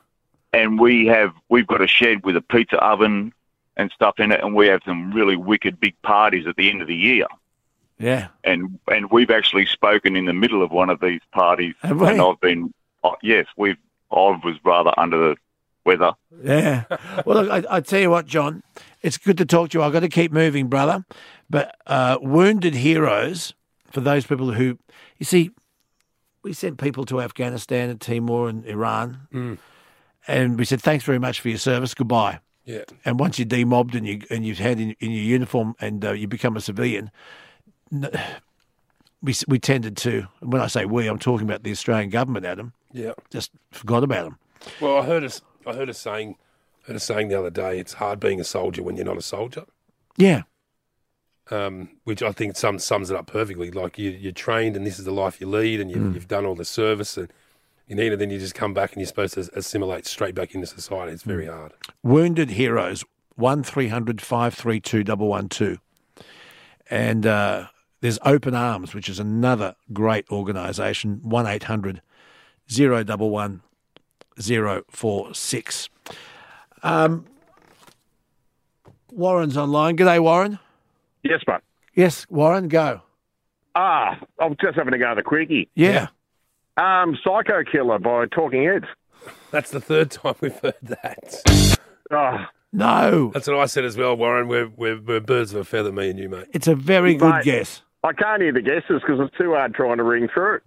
Speaker 32: and we have, we've got a shed with a pizza oven, and stuff in it, and we have some really wicked big parties at the end of the year.
Speaker 1: Yeah.
Speaker 32: And and we've actually spoken in the middle of one of these parties,
Speaker 1: Have we?
Speaker 32: and I've been oh, yes, we've I was rather under the weather.
Speaker 1: Yeah. Well, look, I, I tell you what, John, it's good to talk to you. I've got to keep moving, brother. But uh, Wounded Heroes, for those people who, you see, we sent people to Afghanistan and Timor and Iran, and we said, thanks very much for your service. Goodbye.
Speaker 2: Yeah.
Speaker 1: And once you're demobbed and you and you've had in, in your uniform and uh, you become a civilian, n- we s- we tended to. and When I say we, I'm talking about the Australian government, Adam.
Speaker 2: Yeah.
Speaker 1: Just forgot about them.
Speaker 2: Well, I heard us. I heard a saying. Heard a saying the other day. It's hard being a soldier when you're not a soldier.
Speaker 1: Yeah.
Speaker 2: um, which I think sum, sums it up perfectly. Like you, you're trained, and this is the life you lead, and you've,
Speaker 1: Mm.
Speaker 2: you've done all the service, and you need it. Then you just come back, and you're supposed to assimilate straight back into society. It's very
Speaker 1: Mm.
Speaker 2: hard.
Speaker 1: Wounded Heroes, 1300 532 112. And uh, there's Open Arms, which is another great organisation, 1 800 011 046. Um, Warren's online. G'day, Warren.
Speaker 4: Yes, mate.
Speaker 1: Yes, Warren, go.
Speaker 4: Ah, I was just having a go at the quickie.
Speaker 1: Yeah.
Speaker 4: Um, Psycho Killer by Talking Heads.
Speaker 2: That's the third <laughs> time we've heard that.
Speaker 4: Ah.
Speaker 1: No.
Speaker 2: that's what I said as well, Warren. We're, we're, we're birds of a feather, me and you, mate.
Speaker 1: It's a very good guess.
Speaker 4: I can't hear the guesses because it's too hard trying to ring through.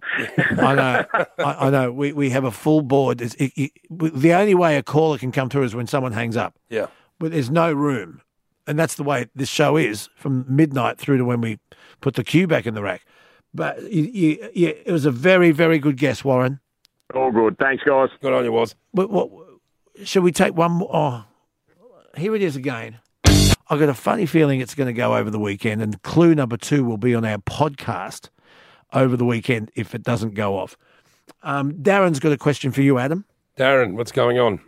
Speaker 1: I know. I, I know. We, we have a full board. It's, it, it, the only way a caller can come through is when someone hangs up.
Speaker 2: Yeah.
Speaker 1: but there's no room. And that's the way this show is from midnight through to when we put the queue back in the rack. But you, you, you, it was a very, very good guess, Warren.
Speaker 4: All good. Thanks, guys.
Speaker 2: Good on you, was.
Speaker 1: But what should we take one more? Oh, here it is again. I've got a funny feeling it's going to go over the weekend, and clue number two will be on our podcast over the weekend if it doesn't go off. Um, Darren's got a question for you, Adam.
Speaker 2: Darren, what's going on?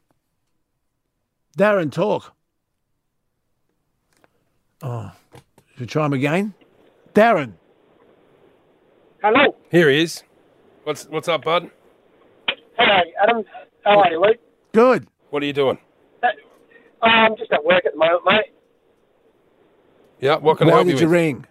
Speaker 1: Darren, talk. Oh, should we try him again? Darren.
Speaker 33: Hello.
Speaker 2: Here he is. What's what's up, bud?
Speaker 33: Hello, Adam. How are you, Luke?
Speaker 1: Good.
Speaker 2: What are you doing?
Speaker 33: Uh, I'm just at work at the moment, mate.
Speaker 2: Yeah. What can I
Speaker 1: Why
Speaker 2: help
Speaker 1: did
Speaker 2: you
Speaker 1: you
Speaker 2: with?
Speaker 1: ring?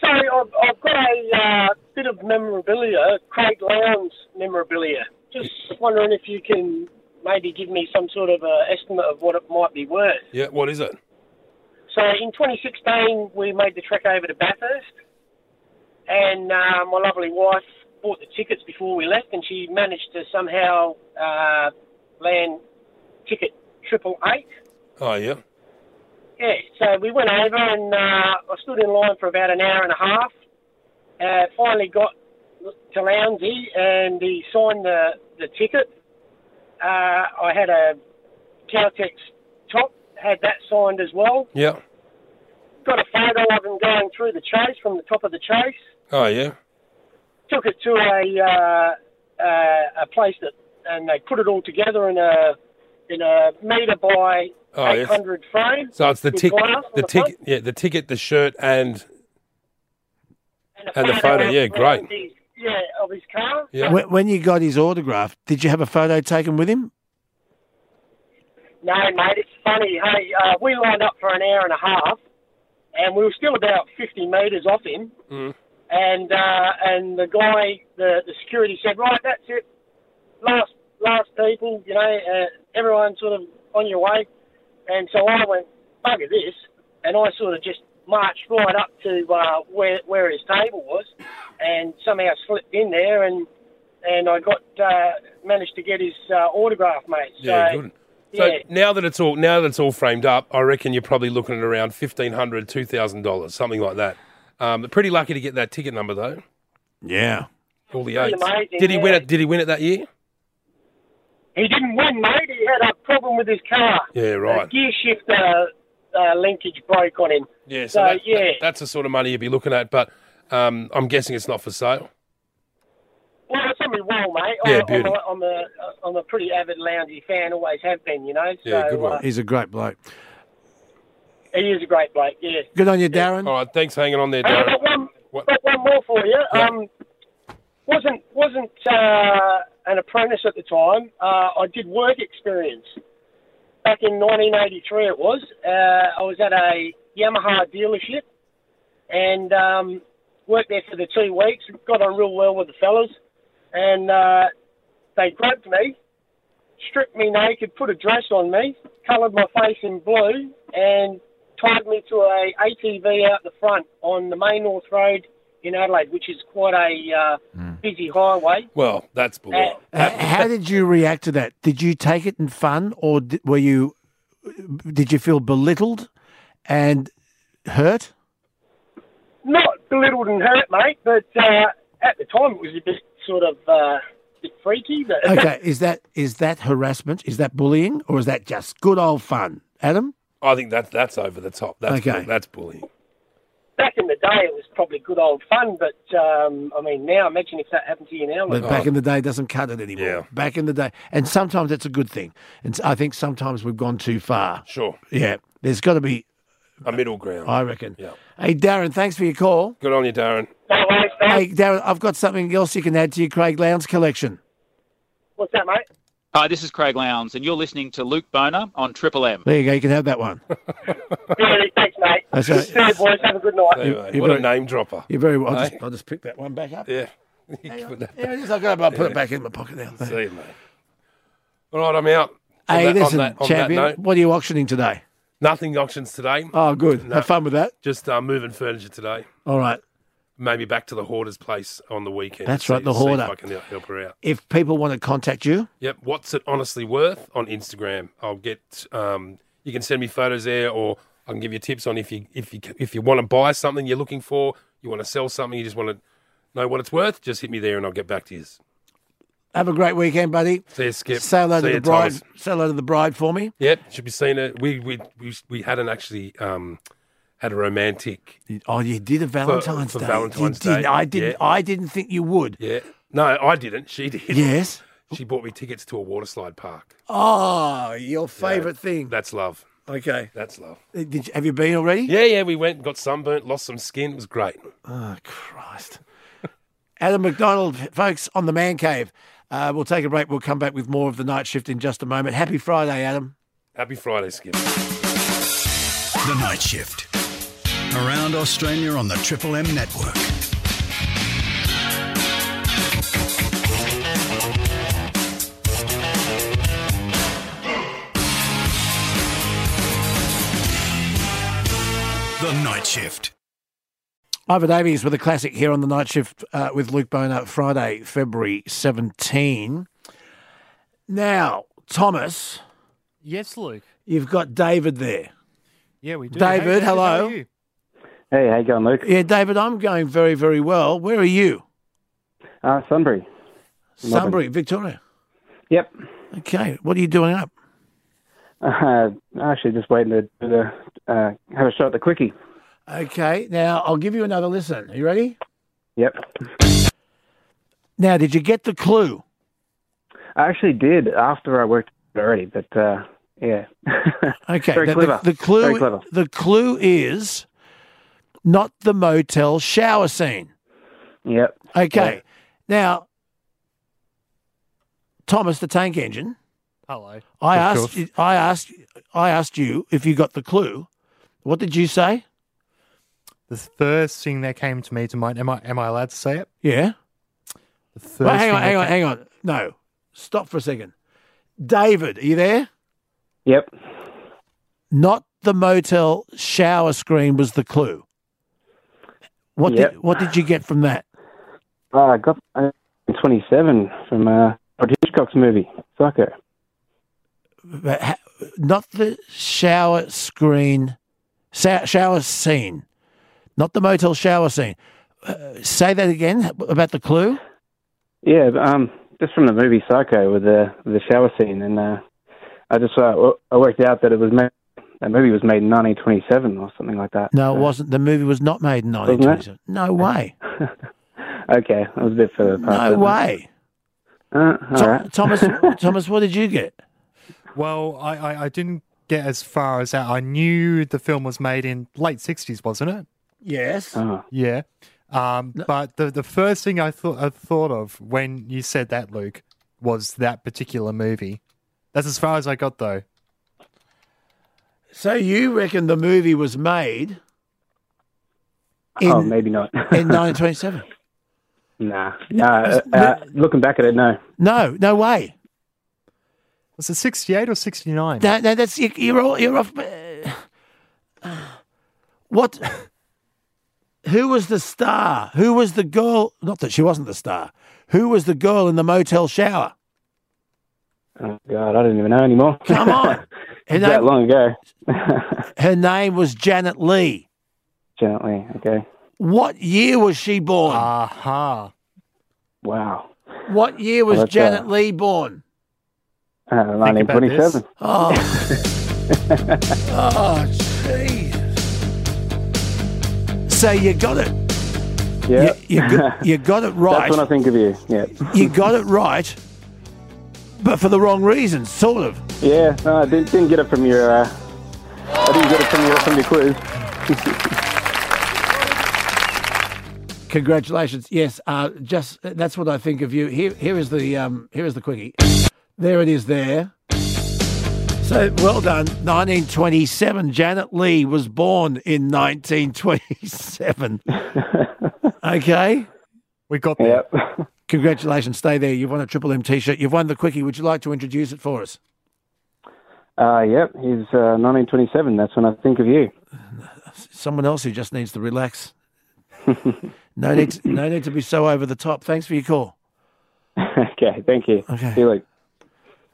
Speaker 33: So I've, I've got a uh, bit of memorabilia, Craig Lowndes memorabilia. Just wondering if you can maybe give me some sort of uh, estimate of what it might be worth.
Speaker 2: Yeah. What is it?
Speaker 33: So in 2016, we made the trek over to Bathurst, and uh, my lovely wife bought the tickets before we left, and she managed to somehow uh, land ticket triple eight.
Speaker 2: Oh yeah.
Speaker 33: Yeah, so we went over and uh, I stood in line for about an hour and a half. Uh, finally got to Lounsey and he signed the, the ticket. Uh, I had a Caltex top, had that signed as well.
Speaker 2: Yeah.
Speaker 33: Got a photo of him going through the chase from the top of the chase.
Speaker 2: Oh yeah.
Speaker 33: Took it to a uh, uh, a place that and they put it all together in a in a meter by
Speaker 2: Oh, yes.
Speaker 33: 800 frame.
Speaker 2: So it's the
Speaker 33: with
Speaker 2: ticket,
Speaker 33: glass on
Speaker 2: the
Speaker 33: front.
Speaker 2: ticket, yeah, the ticket, the shirt, and and the photo. Yeah, great.
Speaker 33: His, yeah, of his car.
Speaker 1: When, when you got his autograph, did you have a photo taken with him?
Speaker 33: No, mate, it's funny. Hey, uh, we lined up for an hour and a half, and we were still about 50 metres off him.
Speaker 2: Mm.
Speaker 33: And uh, and the guy, the, the security said, right, that's it. Last last people, you know, uh, everyone sort of on your way. And so I went, bugger this. And I sort of just marched right up to uh, where, where his table was and somehow slipped in there and and I got uh, managed to get his uh, autograph, mate. So,
Speaker 2: Yeah, good. So
Speaker 33: yeah.
Speaker 2: now that it's all now that it's all framed up, I reckon you're probably looking at around fifteen hundred, two thousand dollars, something like that. Um, pretty lucky to get that ticket number though.
Speaker 1: Yeah.
Speaker 2: All the
Speaker 33: Pretty
Speaker 2: eights.
Speaker 33: amazing,
Speaker 2: did he win
Speaker 33: yeah.
Speaker 2: it? Did he win it that year?
Speaker 33: He didn't win, mate. He had a problem with his car.
Speaker 2: Yeah, right.
Speaker 33: The gear shift uh, uh, linkage broke on him.
Speaker 2: Yeah, so,
Speaker 33: So,
Speaker 2: that-
Speaker 33: yeah.
Speaker 2: that's the sort of money you'd be looking at. But um, I'm guessing it's not for sale.
Speaker 33: Well, it's on me well, mate.
Speaker 2: Yeah,
Speaker 33: I, I'm,
Speaker 2: beauty.
Speaker 33: a, I'm, a, I'm a pretty avid loungy fan, always have been, you know. so, Uh,
Speaker 1: He's a great bloke.
Speaker 33: he is a great bloke, yeah.
Speaker 1: Good on you, Darren.
Speaker 2: All right, thanks for hanging on there,
Speaker 33: Hey, I've
Speaker 2: Darren.
Speaker 33: <laughs> got one, got one more for you. Um, wasn't wasn't uh, an apprentice at the time. Uh, I did work experience, back in 1983 it was. Uh, I was at a Yamaha dealership and um, worked there for the two weeks. Got on real well with the fellas, and uh, they grabbed me, stripped me naked, put a dress on me, coloured my face in blue, and tied me to a ATV out the front on the main North Road in Adelaide, which is quite a uh,
Speaker 1: Hmm.
Speaker 33: busy highway. Uh,
Speaker 2: Well, that's bull.
Speaker 1: How, how did you react to that? Did you take it in fun, or di- were you? Did you feel belittled and hurt?
Speaker 33: not belittled and hurt, mate, but uh, at the time it was a bit sort of uh, bit freaky. But <laughs>
Speaker 1: Okay, is that is that harassment? Is that bullying, or is that just good old fun, Adam?
Speaker 2: I think that's that's over the top. That's
Speaker 1: Okay.
Speaker 2: bull- that's bullying.
Speaker 33: back in the day, it was probably good old fun. But um, I mean, now imagine if that happened to you now.
Speaker 1: But
Speaker 33: like-
Speaker 1: back in the day doesn't cut it anymore. Back in the day, and sometimes that's a good thing. And I think sometimes we've gone too far.
Speaker 2: Sure.
Speaker 1: Yeah, there's got to be.
Speaker 2: A middle ground.
Speaker 1: I reckon.
Speaker 2: Yeah.
Speaker 1: Hey, Darren, thanks for your call.
Speaker 2: Good on you, Darren.
Speaker 1: Hey, Darren, I've got something else you can add to your Craig Lowndes collection.
Speaker 33: What's that, mate?
Speaker 10: Hi, this is Craig Lowndes, and you're listening to Luke Boner on Triple M.
Speaker 1: There you go. You can have that one.
Speaker 33: Really, thanks, mate.
Speaker 1: That's right.
Speaker 33: See you, boys. Have a good night.
Speaker 1: You- you
Speaker 2: <laughs> what
Speaker 1: very-
Speaker 2: a name dropper.
Speaker 1: You're very well. I'll
Speaker 2: Hey?
Speaker 1: just, I'll just pick that one back up.
Speaker 2: Yeah. <laughs>
Speaker 1: Hang on. There it is. I've got it. I'll put it back in my pocket now.
Speaker 2: See you, mate. All right, I'm out. On
Speaker 1: Hey,
Speaker 2: that- on
Speaker 1: listen,
Speaker 2: that- on that
Speaker 1: champion,
Speaker 2: note-
Speaker 1: what are you auctioning today?
Speaker 2: Nothing auctions today.
Speaker 1: Oh, good. Have fun with that.
Speaker 2: Just uh, moving furniture today.
Speaker 1: All right.
Speaker 2: Maybe back to the hoarder's place on the weekend.
Speaker 1: That's
Speaker 2: See-
Speaker 1: right, the
Speaker 2: see if
Speaker 1: hoarder.
Speaker 2: I can help- help her out.
Speaker 1: If people want to contact you,
Speaker 2: Yep. What's it honestly worth on Instagram? I'll get. Um, you can send me photos there, or I can give you tips on if you if you if you want to buy something you're looking for, you want to sell something, you just want to know what it's worth. Just hit me there, and I'll get back to you.
Speaker 1: have a great weekend, buddy.
Speaker 2: See you, Skip.
Speaker 1: Say hello
Speaker 2: See
Speaker 1: to
Speaker 2: you,
Speaker 1: the bride.
Speaker 2: Thomas.
Speaker 1: Say hello to the bride for me.
Speaker 2: Yep. Should be seeing it. We we we, we hadn't actually um, had a romantic.
Speaker 1: Oh, you did a Valentine's
Speaker 2: for,
Speaker 1: Day.
Speaker 2: For Valentine's
Speaker 1: You did.
Speaker 2: Day.
Speaker 1: I didn't.
Speaker 2: Yeah.
Speaker 1: I didn't think you would.
Speaker 2: Yeah. No, I didn't. She did.
Speaker 1: Yes.
Speaker 2: She bought me tickets to a water slide park.
Speaker 1: Oh, your favourite thing.
Speaker 2: That's love.
Speaker 1: Okay.
Speaker 2: That's love.
Speaker 1: Uh, Did you, have you been already?
Speaker 2: Yeah, yeah. We went, got sunburnt, lost some skin. It was great.
Speaker 1: Oh,
Speaker 2: <laughs>
Speaker 1: Christ. Adam McDonald, folks, on the Man Cave. Uh, we'll take a break. We'll come back with more of the night shift in just a moment. Happy Friday, Adam.
Speaker 2: Happy Friday, Skip.
Speaker 11: The Night Shift. Around Australia on the Triple M network. The Night Shift.
Speaker 1: Ivor Davies with a classic here on the night shift uh, with Luke Boner, Friday, February 17. Now, Thomas,
Speaker 19: Yes, Luke.
Speaker 1: you've got David there.
Speaker 19: Yeah, we do. Hey,
Speaker 1: David,
Speaker 19: how
Speaker 1: hello.
Speaker 19: are you?
Speaker 16: Hey, how you going, Luke?
Speaker 1: Yeah, David, I'm going very, very well. Where are you?
Speaker 16: Uh, Sunbury.
Speaker 1: Sunbury, Victoria.
Speaker 16: Yep.
Speaker 1: Okay, what are you doing up?
Speaker 16: Uh, actually, just waiting to do the, uh, have a shot at the quickie.
Speaker 1: Okay, now I'll give you another listen. Are you ready?
Speaker 16: Yep.
Speaker 1: Now, did you get the clue?
Speaker 16: I actually did after I worked already, but uh, yeah. <laughs>
Speaker 1: Okay,
Speaker 16: Very
Speaker 1: the,
Speaker 16: clever.
Speaker 1: The, the clue,
Speaker 16: Very clever.
Speaker 1: The clue is not the motel shower scene.
Speaker 16: Yep.
Speaker 1: Okay, now, Thomas the Tank Engine.
Speaker 19: Hello.
Speaker 1: I
Speaker 19: Of
Speaker 1: asked, you- I asked, I asked you if you got the clue. What did you say?
Speaker 19: The first thing that came to me to mind. Am I am I allowed to say it?
Speaker 1: Yeah.
Speaker 19: The first
Speaker 1: Well, hang
Speaker 19: thing
Speaker 1: on,
Speaker 19: that
Speaker 1: hang on,
Speaker 19: came-
Speaker 1: hang on. No, stop for a second. David, are you there?
Speaker 16: Yep.
Speaker 1: Not the motel shower screen was the clue. What
Speaker 16: Yep.
Speaker 1: did what did you get from that?
Speaker 16: Uh, I got uh, 27 from uh, Alfred Hitchcock's movie, Psycho.
Speaker 1: But ha- Not the shower screen, sho- shower scene. Not the motel shower scene. Uh, say that again about the clue.
Speaker 16: Yeah, um, just from the movie Psycho with the with the shower scene, and uh, I just uh, wo- I worked out that it was made that movie was made in 1927 or something like that.
Speaker 1: No, it
Speaker 16: So-
Speaker 1: wasn't. The movie was not made in
Speaker 16: Uh, Wasn't it?
Speaker 1: 1927.
Speaker 16: <laughs>
Speaker 1: No way.
Speaker 16: Okay, I was a bit further past.
Speaker 1: No
Speaker 16: that.
Speaker 1: way.
Speaker 16: Uh, all
Speaker 1: Tom-
Speaker 16: right. <laughs>
Speaker 1: Thomas, <laughs> Thomas, what did you get?
Speaker 19: Well, I, I, I didn't get as far as that. I knew the film was made in late sixties, wasn't it?
Speaker 1: Yes.
Speaker 16: Uh-huh.
Speaker 19: Yeah. Um, But the the first thing I thought I thought of when you said that, Luke, was that particular movie. That's as far as I got, though.
Speaker 1: So you reckon the movie was made
Speaker 16: oh, maybe not. <laughs>
Speaker 1: in 1927?
Speaker 16: nah, nah. uh, uh, looking back at it, no.
Speaker 1: No, no way.
Speaker 19: Was it 68 or 69?
Speaker 1: No, no, that's you, you're all, you're off. What? Who was the star? Who was the girl? Not that she wasn't the star. Who was the girl in the motel shower?
Speaker 16: Oh God, I don't even know anymore.
Speaker 1: Come on,
Speaker 16: It's that long ago. <laughs>
Speaker 1: her name was Janet Lee.
Speaker 16: Gently, okay.
Speaker 1: What year was she born?
Speaker 19: Aha.
Speaker 16: Wow.
Speaker 1: What year was
Speaker 16: Well, that's,
Speaker 1: Janet
Speaker 16: uh,
Speaker 1: Lee born?
Speaker 16: <laughs> Uh, 1927.
Speaker 1: <laughs> Oh. oh, <laughs> jeez. So you got it.
Speaker 16: Yeah.
Speaker 1: You, you,
Speaker 16: <laughs>
Speaker 1: got, you got it right.
Speaker 16: That's when I think of you. Yeah.
Speaker 1: you got it right, but for the wrong reasons, sort of.
Speaker 16: Yeah. No, I didn't, didn't get it from your. Uh, I didn't get it from your from your quiz. <laughs>
Speaker 1: Congratulations. Yes, uh, just that's what I think of you. Here, here is the um, here is the quickie. There it is. There. So well done. 1927. Janet Lee was born in 1927. okay.
Speaker 19: We got
Speaker 1: there. Congratulations. Stay there. You've won a Triple M T-shirt. You've won the quickie. Would you like to introduce it for us?
Speaker 16: uh, yep. He's uh, 1927. That's when I think of you.
Speaker 1: Someone else who just needs to relax. No
Speaker 16: <laughs>
Speaker 1: need. To, no need to be so over the top. Thanks for your call.
Speaker 16: okay. Thank you. Okay. See you later.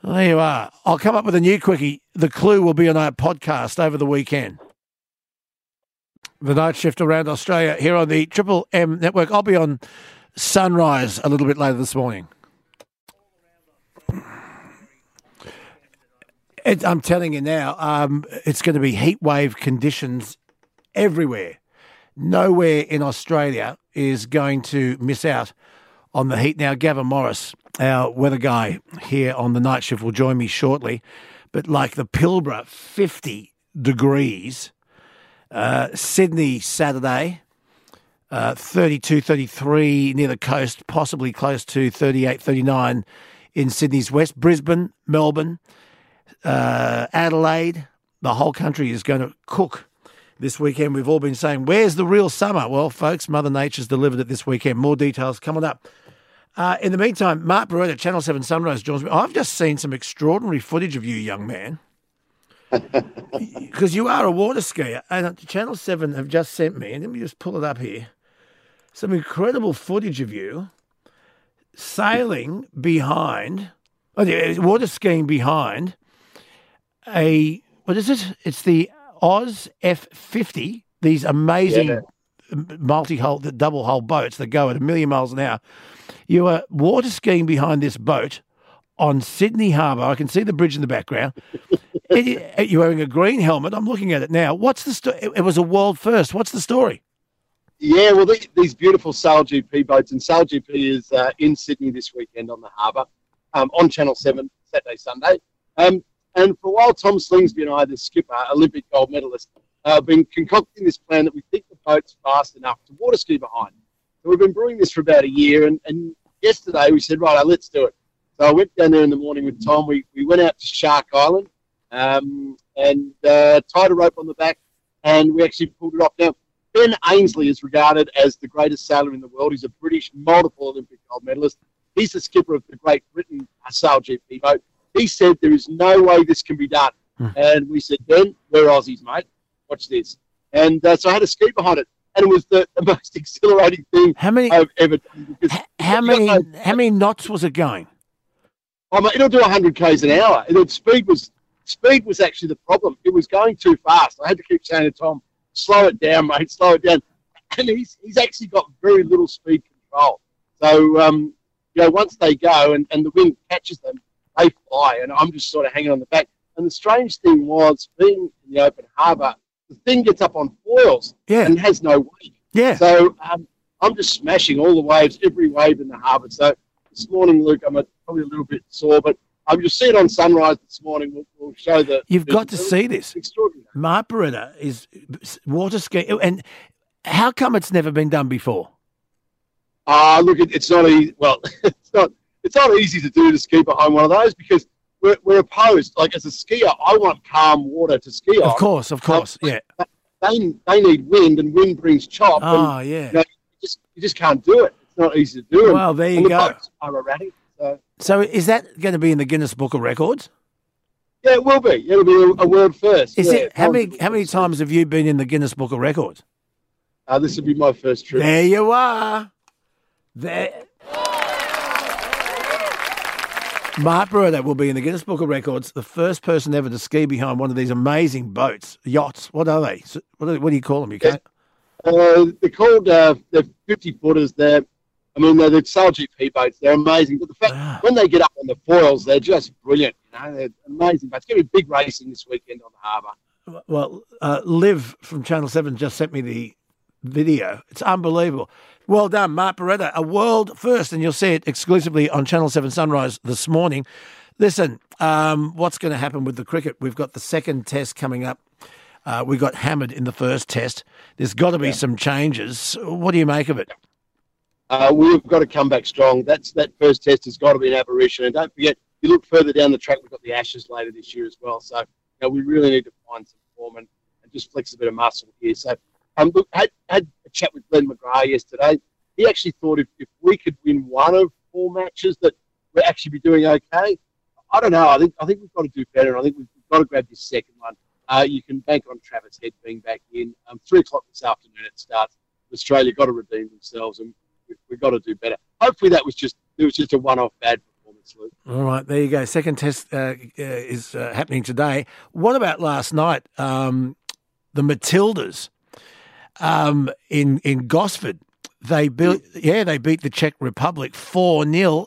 Speaker 1: Well, there Oh, you are. I'll come up with a new quickie. The clue will be on our podcast over the weekend. The night shift around Australia here on the Triple M network. I'll be on Sunrise a little bit later this morning. It, I'm telling you now, um, it's going to be heat wave conditions everywhere. Nowhere in Australia is going to miss out on the heat. Now, Gavin Morris, our weather guy here on the night shift, will join me shortly. But like the Pilbara, 50 degrees. Uh, Sydney, Saturday, uh, 32, 33 near the coast, possibly close to 38, 39 in Sydney's west. Brisbane, Melbourne, uh, Adelaide, the whole country is going to cook this weekend. We've all been saying, where's the real summer? Well, folks, Mother Nature's delivered it this weekend. More details coming up. Uh, in the meantime, Mark Beretta, Channel 7 Sunrise, joins me. I've just seen some extraordinary footage of you, young man. Because you are a water skier. And Channel 7 have just sent me, and let me just pull it up here, some incredible footage of you sailing behind, oh, yeah, water skiing behind a what is it? It's the Oz F50. These amazing
Speaker 23: Yeah.
Speaker 1: multi-hull, the double-hull boats that go at a million miles an hour. You are water skiing behind this boat on Sydney Harbour. I can see the bridge in the background. <laughs> It- you're wearing a green helmet. I'm looking at it now. What's the story? It was a world first. What's the story?
Speaker 23: Yeah, well, the, these beautiful Sail GP boats, and Sail GP is uh, in Sydney this weekend on the harbour, um, on Channel 7, Saturday, Sunday. Um, and for a while, Tom Slingsby and I, the skipper, Olympic gold medalist, uh, have been concocting this plan that we think the boat's fast enough to water ski behind. So we've been brewing this for about a year, and, and yesterday we said, right, let's do it. So I went down there in the morning with Tom. We, we went out to Shark Island um, and uh, tied a rope on the back, and we actually pulled it off. Now, Ben Ainsley is regarded as the greatest sailor in the world. He's a British multiple Olympic gold medalist. He's the skipper of the Great Britain uh, Sail GP boat. He said there is no way this can be done,
Speaker 1: Hmm.
Speaker 23: and we said, Ben, we're Aussies, mate. Watch this. And uh, so I had a ski behind it, and it was the, the <laughs> most exhilarating thing
Speaker 1: how many,
Speaker 23: I've ever done. Because
Speaker 1: How many how many knots was it going?
Speaker 23: Oh, mate, it'll do 100 k's an hour. The speed was speed was actually the problem. It was going too fast. I had to keep saying to Tom, "Slow it down, mate. Slow it down." And he's he's actually got very little speed control. So um, you know, once they go and, and the wind catches them, they fly, and I'm just sort of hanging on the back. And the strange thing was, being in the open harbour, the thing gets up on foils and has no weight.
Speaker 1: Yeah.
Speaker 23: So um, I'm just smashing all the waves, every wave in the harbour. So this morning, Luke, I'm a, probably a little bit sore, but um, you'll see it on sunrise this morning. We'll, we'll show the.
Speaker 1: You've
Speaker 23: the-
Speaker 1: got to see this.
Speaker 23: Extraordinary.
Speaker 1: Mark Beretta is water skiing, and how come it's never been done before?
Speaker 23: e-, <laughs> Ah, look, it, it's not easy. Well, it's not. It's not easy to do to ski behind one of those because we're, we're opposed. Like as a skier, I want calm water to ski on.
Speaker 1: Of course, of course, yeah.
Speaker 23: They they need wind, and wind brings chop.
Speaker 1: Oh,
Speaker 23: and,
Speaker 1: yeah.
Speaker 23: you, know, you just you just can't do it. It's not easy to do. and-
Speaker 1: Well, there you
Speaker 23: and the
Speaker 1: go.
Speaker 23: boats Are erratic. So
Speaker 1: So is that going to be in the Guinness Book of Records?
Speaker 23: yeah, it will be. It'll be a, a world first.
Speaker 1: Is
Speaker 23: yeah. oh,
Speaker 1: it how many how many times have you been in the Guinness Book of Records?
Speaker 23: Uh, this would be my first trip.
Speaker 1: There you are. There. Mark Burrow will be in the Guinness Book of Records, the first person ever to ski behind one of these amazing boats, yachts. What are they? S- What, do- what do you call them? You can't.
Speaker 23: Uh, they're called uh, they're fifty footers. They're I mean they're, they're sole GP boats. They're amazing. But the fact when they get up on the foils, they're just brilliant. You know, they're amazing. But it's going to be big racing this weekend on the harbour.
Speaker 1: Well, uh, Liv from Channel 7 just sent me the video. It's unbelievable. Well done, Mark Beretta, a world first, and you'll see it exclusively on Channel 7 Sunrise this morning. Listen, um, what's going to happen with the cricket? We've got the second test coming up. Uh, we got hammered in the first test. There's got to be some changes. What do you make of it?
Speaker 23: Uh, we've got to come back strong. That's that first test has got to be an apparition. And don't forget, you look further down the track, we've got the Ashes later this year as well. So you know, we really need to find some form and, and just flex a bit of muscle here. So um, look, had had a chat with Glenn McGrath yesterday. He actually thought if, if we could win one of four matches, that we'd actually be doing okay. I don't know. I think I think we've got to do better. and I think we've got to grab this second one. Uh, you can bank on Travis Head being back in. Um, Three o'clock this afternoon it starts. Australia got to redeem themselves and we've got to do better. Hopefully, that was just it was just a one-off bad performance. Luke.
Speaker 1: All right, there you go. Second test uh, uh, is uh, happening today. What about last night? Um, the Matildas um, in in Gosford. They built, yeah, they beat the Czech Republic four 0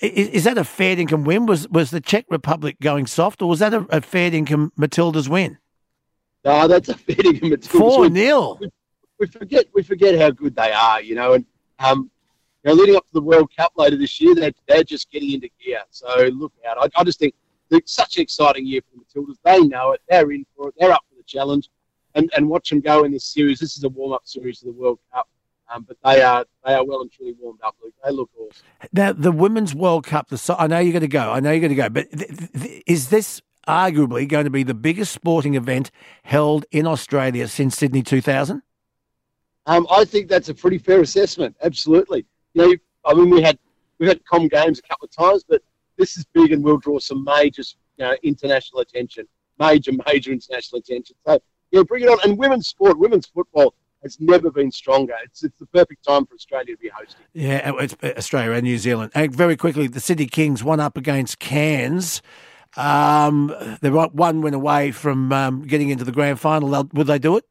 Speaker 1: is, is that a fair income win? Was was the Czech Republic going soft, or was that a, a fair income Matildas win?
Speaker 23: No, that's a fitting Matildas.
Speaker 1: Four 0
Speaker 23: We, we forget we forget how good they are, you know, and um, you know, leading up to the World Cup later this year, they're, they're just getting into gear. So look out. I, I just think it's such an exciting year for the Matildas. They know it. They're in for it. They're up for the challenge, and and watch them go in this series. This is a warm-up series to the World Cup. Um, but they are they are well and truly warmed up, Luke. They look awesome.
Speaker 1: Now, the Women's World Cup, the so- I know you're going to go. I know you're going to go. But th- th- th- is this arguably going to be the biggest sporting event held in Australia since Sydney 2000?
Speaker 23: Um, I think that's a pretty fair assessment. Absolutely. You know, you- I mean, we had we've had com games a couple of times, but this is big and will draw some major, you know, uh, international attention. Major, major international attention. So yeah, bring it on. And women's sport, women's football has never been stronger. It's it's the perfect time for Australia to be hosting.
Speaker 1: Yeah, uh, it's Australia and New Zealand. And very quickly, the City Kings one up against Cairns. Um, they're right- one win away from um, getting into the grand final. They'll- Would they do it?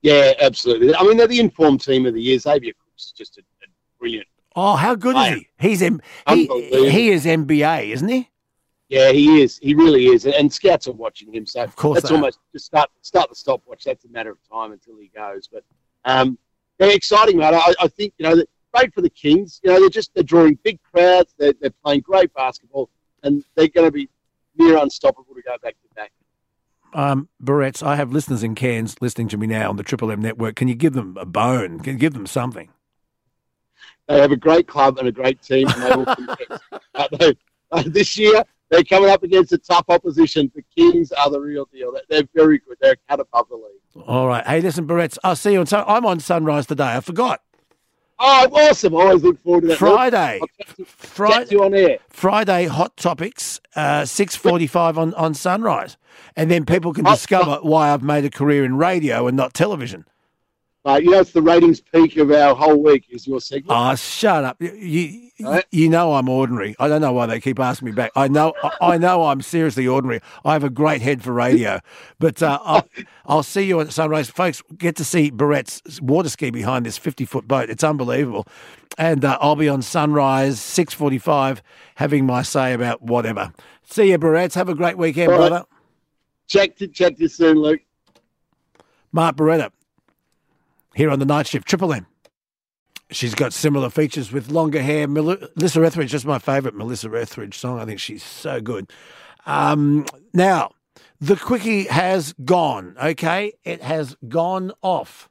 Speaker 23: Yeah, absolutely. I mean, they're the informed team of the year. Xavier Cooks is just a, a brilliant.
Speaker 1: Oh, how good is he? He's M- he,
Speaker 23: Unbelievable.
Speaker 1: he is MBA, isn't he?
Speaker 23: Yeah, he is. He really is. And, and scouts are watching him. So of
Speaker 1: course
Speaker 23: that's
Speaker 1: they are.
Speaker 23: almost just start start the stopwatch. That's a matter of time until he goes. But um, yeah, exciting, mate. I, I think you know, that- great for the Kings. You know, they're just they're drawing big crowds. They're, they're playing great basketball, and they're going to be near unstoppable to go back to back. <laughs>
Speaker 1: Um, Barrett's, I have listeners in Cairns listening to me now on the Triple M network. Can you give them a bone? Can you give them something?
Speaker 23: They have a great club and a great team, and they will compete. Uh, they- uh, this year, they're coming up against a tough opposition. The Kings are the real deal. They- They're very good. They're cut above the league.
Speaker 1: All right. Hey, listen, Barrett's, I'll see you on. So I'm on Sunrise today. I forgot.
Speaker 23: Oh, awesome. I always look forward to that.
Speaker 1: Friday.
Speaker 23: Friday. you on air.
Speaker 1: Friday hot topics, uh, six forty-five on, on Sunrise, and then people can discover why I've made a career in radio and not television.
Speaker 23: Mate, you know, it's the ratings peak of our whole week is your segment.
Speaker 1: Ah, shut up! You you, you know I'm ordinary. I don't know why they keep asking me back. I know I, I know I'm seriously ordinary. I have a great head for radio, but uh, I'll, I'll see you at Sunrise, folks. Get to see Barrett's water ski behind this fifty-foot boat. It's unbelievable, and uh, I'll be on Sunrise six forty-five, having my say about whatever. See you, Barrett's. Have a great weekend,
Speaker 23: All right.
Speaker 1: brother.
Speaker 23: Check to check you soon, Luke.
Speaker 1: Mark Beretta here on the night shift, Triple M. She's got similar features with longer hair. Mel- Melissa Etheridge, that's my favourite Melissa Etheridge song. I think she's so good. Um, now, the quickie has gone, okay? It has gone off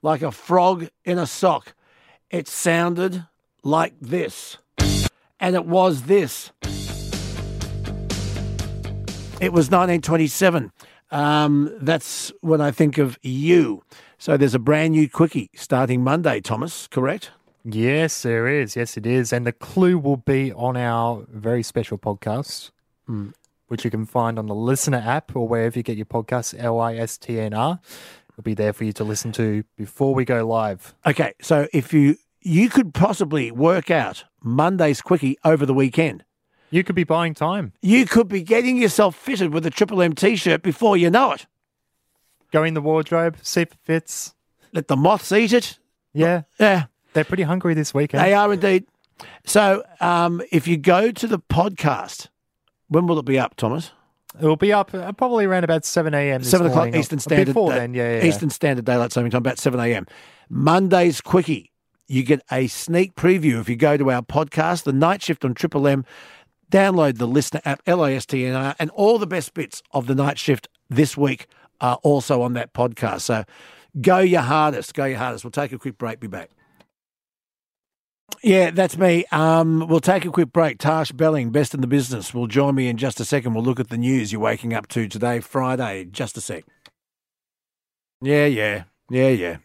Speaker 1: like a frog in a sock. It sounded like this, and it was this. It was 1927. Um, that's when I think of you. So there's a brand new quickie starting Monday, Thomas, correct?
Speaker 19: Yes, there is. Yes, it is. And the clue will be on our very special podcast,
Speaker 1: Mm.
Speaker 19: which you can find on the Listener app or wherever you get your podcasts, L I S T N R. It'll be there for you to listen to before we go live.
Speaker 1: Okay, so if you you could possibly work out Monday's quickie over the weekend.
Speaker 19: You could be buying time.
Speaker 1: You could be getting yourself fitted with a Triple M t-shirt before you know it.
Speaker 19: Go in the wardrobe, see if it fits.
Speaker 1: Let the moths eat it.
Speaker 19: Yeah.
Speaker 1: Yeah.
Speaker 19: They're pretty hungry this weekend.
Speaker 1: They are indeed. So um, if you go to the podcast, when will it be up, Thomas?
Speaker 19: It'll be up uh, probably around about 7 a.m. this
Speaker 1: seven o'clock
Speaker 19: morning.
Speaker 1: Eastern Standard.
Speaker 19: Before
Speaker 1: Day-
Speaker 19: then, yeah, yeah, yeah.
Speaker 1: Eastern Standard Daylight Saving Time, about seven a.m. Monday's quickie. You get a sneak preview if you go to our podcast, The Night Shift on Triple M. Download the listener app, L I S T N R, and all the best bits of the night shift this week are also on that podcast. So go your hardest. Go your hardest. We'll take a quick break. Be back. Yeah, that's me. Um, we'll take a quick break. Tash Belling, best in the business, will join me in just a second. We'll look at the news you're waking up to today, Friday. Just a sec. Yeah, yeah, yeah, yeah.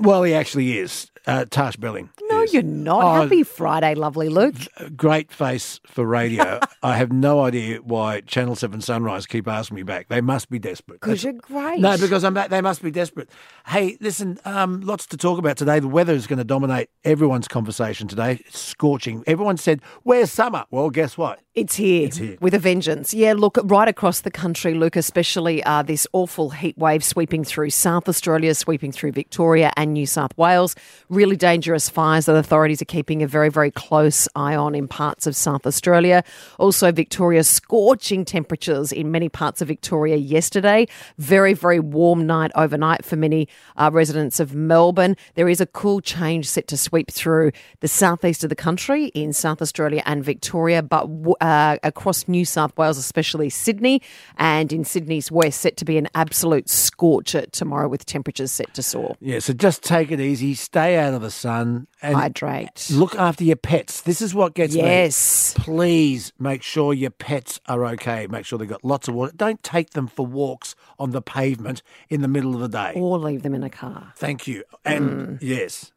Speaker 1: Well, he actually is. Uh, Tash Belling.
Speaker 5: No, you're not.
Speaker 1: Oh.
Speaker 5: Happy Friday, lovely Luke.
Speaker 1: Great face for radio. I have no idea why Channel 7 Sunrise keep asking me back. They must be desperate.
Speaker 5: Because
Speaker 1: That's-
Speaker 5: you're great.
Speaker 1: No, because I'm. They must be desperate. Hey, listen. Um, lots to talk about today. The weather is going to dominate everyone's conversation today. It's scorching. Everyone said, "Where's summer?" Well, guess what?
Speaker 5: It's here,
Speaker 1: It's here.
Speaker 5: with a vengeance. Yeah, look, right across the country, Luke, especially uh, this awful heat wave sweeping through South Australia, sweeping through Victoria and New South Wales. Really dangerous fires that authorities are keeping a very, very close eye on in parts of South Australia. Also, Victoria, scorching temperatures in many parts of Victoria yesterday. Very, very warm night overnight for many uh, residents of Melbourne. There is a cool change set to sweep through the southeast of the country in South Australia and Victoria, but w- uh, across New South Wales, especially Sydney, and in Sydney's west, set to be an absolute scorcher tomorrow with temperatures set to soar.
Speaker 1: Yeah. So just take it easy. Stay out of the sun. And
Speaker 5: Hydrate.
Speaker 1: Look after your pets. This is what gets me.
Speaker 5: Yes.
Speaker 1: Please make sure your pets are okay. Make sure they've got lots of water. Don't take them for walks on the pavement in the middle of the day.
Speaker 5: Or leave them in a car. Mm.
Speaker 1: Thank you. And yes.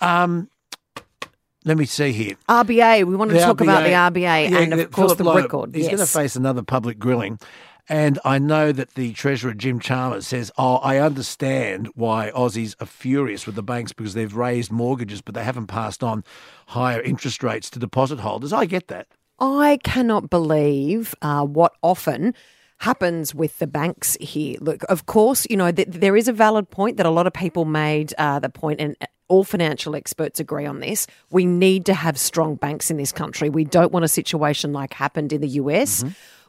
Speaker 1: Um, let me see here.
Speaker 5: RBA, we want to
Speaker 1: The
Speaker 5: talk about the
Speaker 1: RBA
Speaker 5: RBA and,
Speaker 1: yeah,
Speaker 5: of course,
Speaker 1: Philip
Speaker 5: the
Speaker 1: Lowe,
Speaker 5: record.
Speaker 1: He's going to
Speaker 5: yes.
Speaker 1: face another public grilling. And I know that the Treasurer, Jim Chalmers, says, Oh, I understand why Aussies are furious with the banks because they've raised mortgages, but they haven't passed on higher interest rates to deposit holders. I get that.
Speaker 5: I cannot believe uh, what often happens with the banks here. Look, of course, you know, th- there is a valid point that a lot of people made uh, the point, and all financial experts agree on this. We need to have strong banks in this country. We don't want a situation like happened in the US.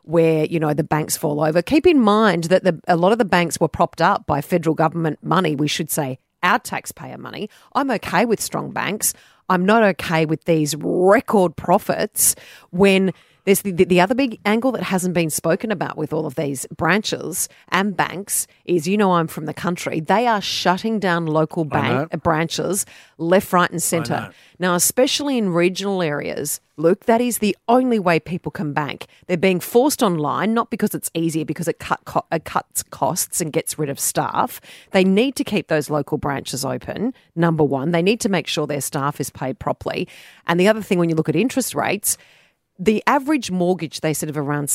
Speaker 5: Where you know the banks fall over. Keep in mind that the, a lot of the banks were propped up by federal government money. We should say our taxpayer money. I'm okay with strong banks. I'm not okay with these record profits when there's the, the other big angle that hasn't been spoken about with all of these branches and banks is you know I'm from the country they are shutting down local bank
Speaker 12: know.
Speaker 5: branches left right and
Speaker 12: know.
Speaker 5: centre now especially in regional areas Luke that is the only way people can bank they're being forced online not because it's easier because it cut co- it cuts costs and gets rid of staff they need to keep those local branches open number 1 they need to make sure their staff is paid properly and the other thing when you look at interest rates the average mortgage, they said, of around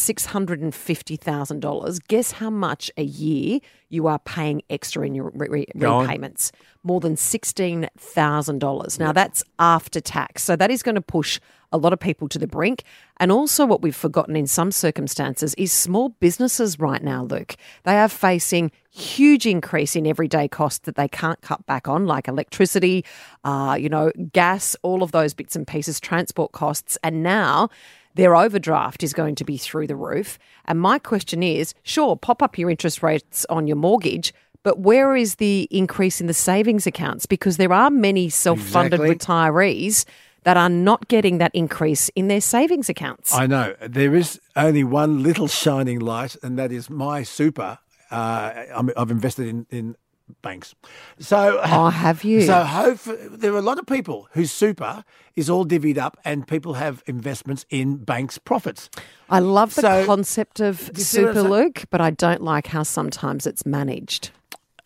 Speaker 5: $650,000. Guess how much a year you are paying extra in your re- re-
Speaker 12: Go on.
Speaker 5: repayments? More than $16,000. Now, that's after tax. So, that is going to push a lot of people to the brink. And also, what we've forgotten in some circumstances is small businesses right now, Luke. They are facing huge increase in everyday costs that they can't cut back on, like electricity, uh, you know, gas, all of those bits and pieces, transport costs, and now their overdraft is going to be through the roof. And my question is, sure, pop up your interest rates on your mortgage. But where is the increase in the savings accounts? Because there are many self funded
Speaker 1: Exactly.
Speaker 5: retirees that are not getting that increase in their savings accounts.
Speaker 1: I know. There is only one little shining light, and that is my super. Uh, I'm, I've invested in, in banks. So,
Speaker 5: Oh, have you?
Speaker 1: So, hope there are a lot of people whose super is all divvied up, and people have investments in banks' profits.
Speaker 5: I love the
Speaker 1: So-
Speaker 5: concept of
Speaker 1: Do you see what I'm
Speaker 5: Super
Speaker 1: saying?
Speaker 5: Luke, but I don't like how sometimes it's managed.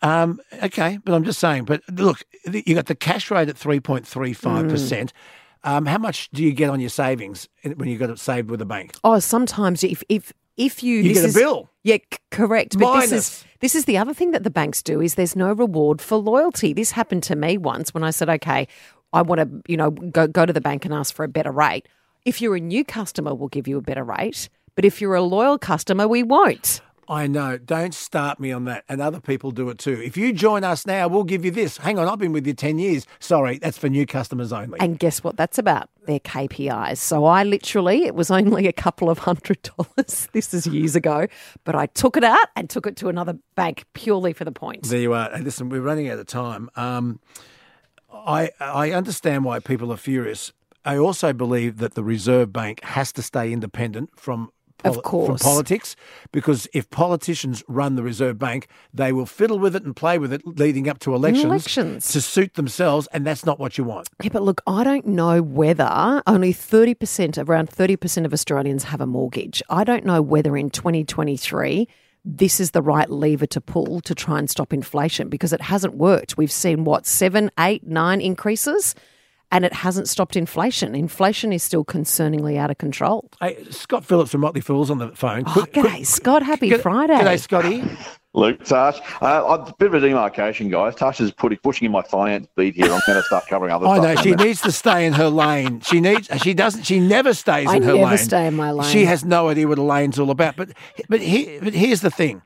Speaker 1: Um, okay, but I'm just saying. But look, you got the cash rate at three point three five percent.
Speaker 5: Mm.
Speaker 1: Um, how much do you get on your savings when you got it saved with a bank?
Speaker 5: Oh, sometimes if if if you
Speaker 1: You
Speaker 5: this
Speaker 1: get a
Speaker 5: is-
Speaker 1: bill.
Speaker 5: Yeah, c- correct. But this
Speaker 1: Minus.
Speaker 5: is this is the other thing that the banks do is there's no reward for loyalty. This happened to me once when I said, okay, I want to you know go go to the bank and ask for a better rate. If you're a new customer, we'll give you a better rate, but if you're a loyal customer, we won't.
Speaker 1: I know. Don't start me on that. And other people do it too. If you join us now, we'll give you this. Hang on, I've been with you 10 years. Sorry, that's for new customers only.
Speaker 5: And guess what that's about? Their KPIs. So I literally, it was only a couple of hundred dollars. <laughs> This is years ago, but I took it out and took it to another bank purely for the point.
Speaker 1: There you are. Hey, uh, Listen, we're running out of time. Um, I I understand why people are furious. I also believe that the Reserve Bank has to stay independent from
Speaker 5: Of
Speaker 1: from
Speaker 5: course.
Speaker 1: politics because if politicians run the Reserve Bank, they will fiddle with it and play with it leading up to elections,
Speaker 5: Elections.
Speaker 1: to suit themselves, and that's not what you want.
Speaker 5: Yeah, but look, I don't know whether only 30%, around 30% of Australians have a mortgage. I don't know whether in 2023 this is the right lever to pull to try and stop inflation because it hasn't worked. We've seen what, seven, eight, nine increases, and it hasn't stopped inflation. Inflation is still concerningly out of control.
Speaker 1: Hey, Scott Phillips from Motley Fools on the phone.
Speaker 5: Oh, g'day, Scott. Happy Friday.
Speaker 1: G'day, Scotty.
Speaker 13: Luke, Tash. Uh, I'm a bit of a demarcation, guys. Tash is putting, pushing in my finance beat here. I'm going to start covering other
Speaker 1: I
Speaker 13: stuff.
Speaker 1: know she needs to stay in her lane. She needs. She doesn't. She never stays
Speaker 5: I
Speaker 1: in her lane.
Speaker 5: never stay in my lane.
Speaker 1: She has no idea what a lane's all about. But but he, but here's the thing.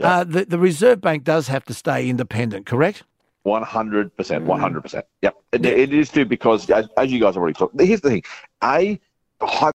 Speaker 1: Uh, the, the Reserve Bank does have to stay independent, correct?
Speaker 13: 100%. 100%. Yep. It, it is too, because as, as you guys already talked, here's the thing. A, the hy-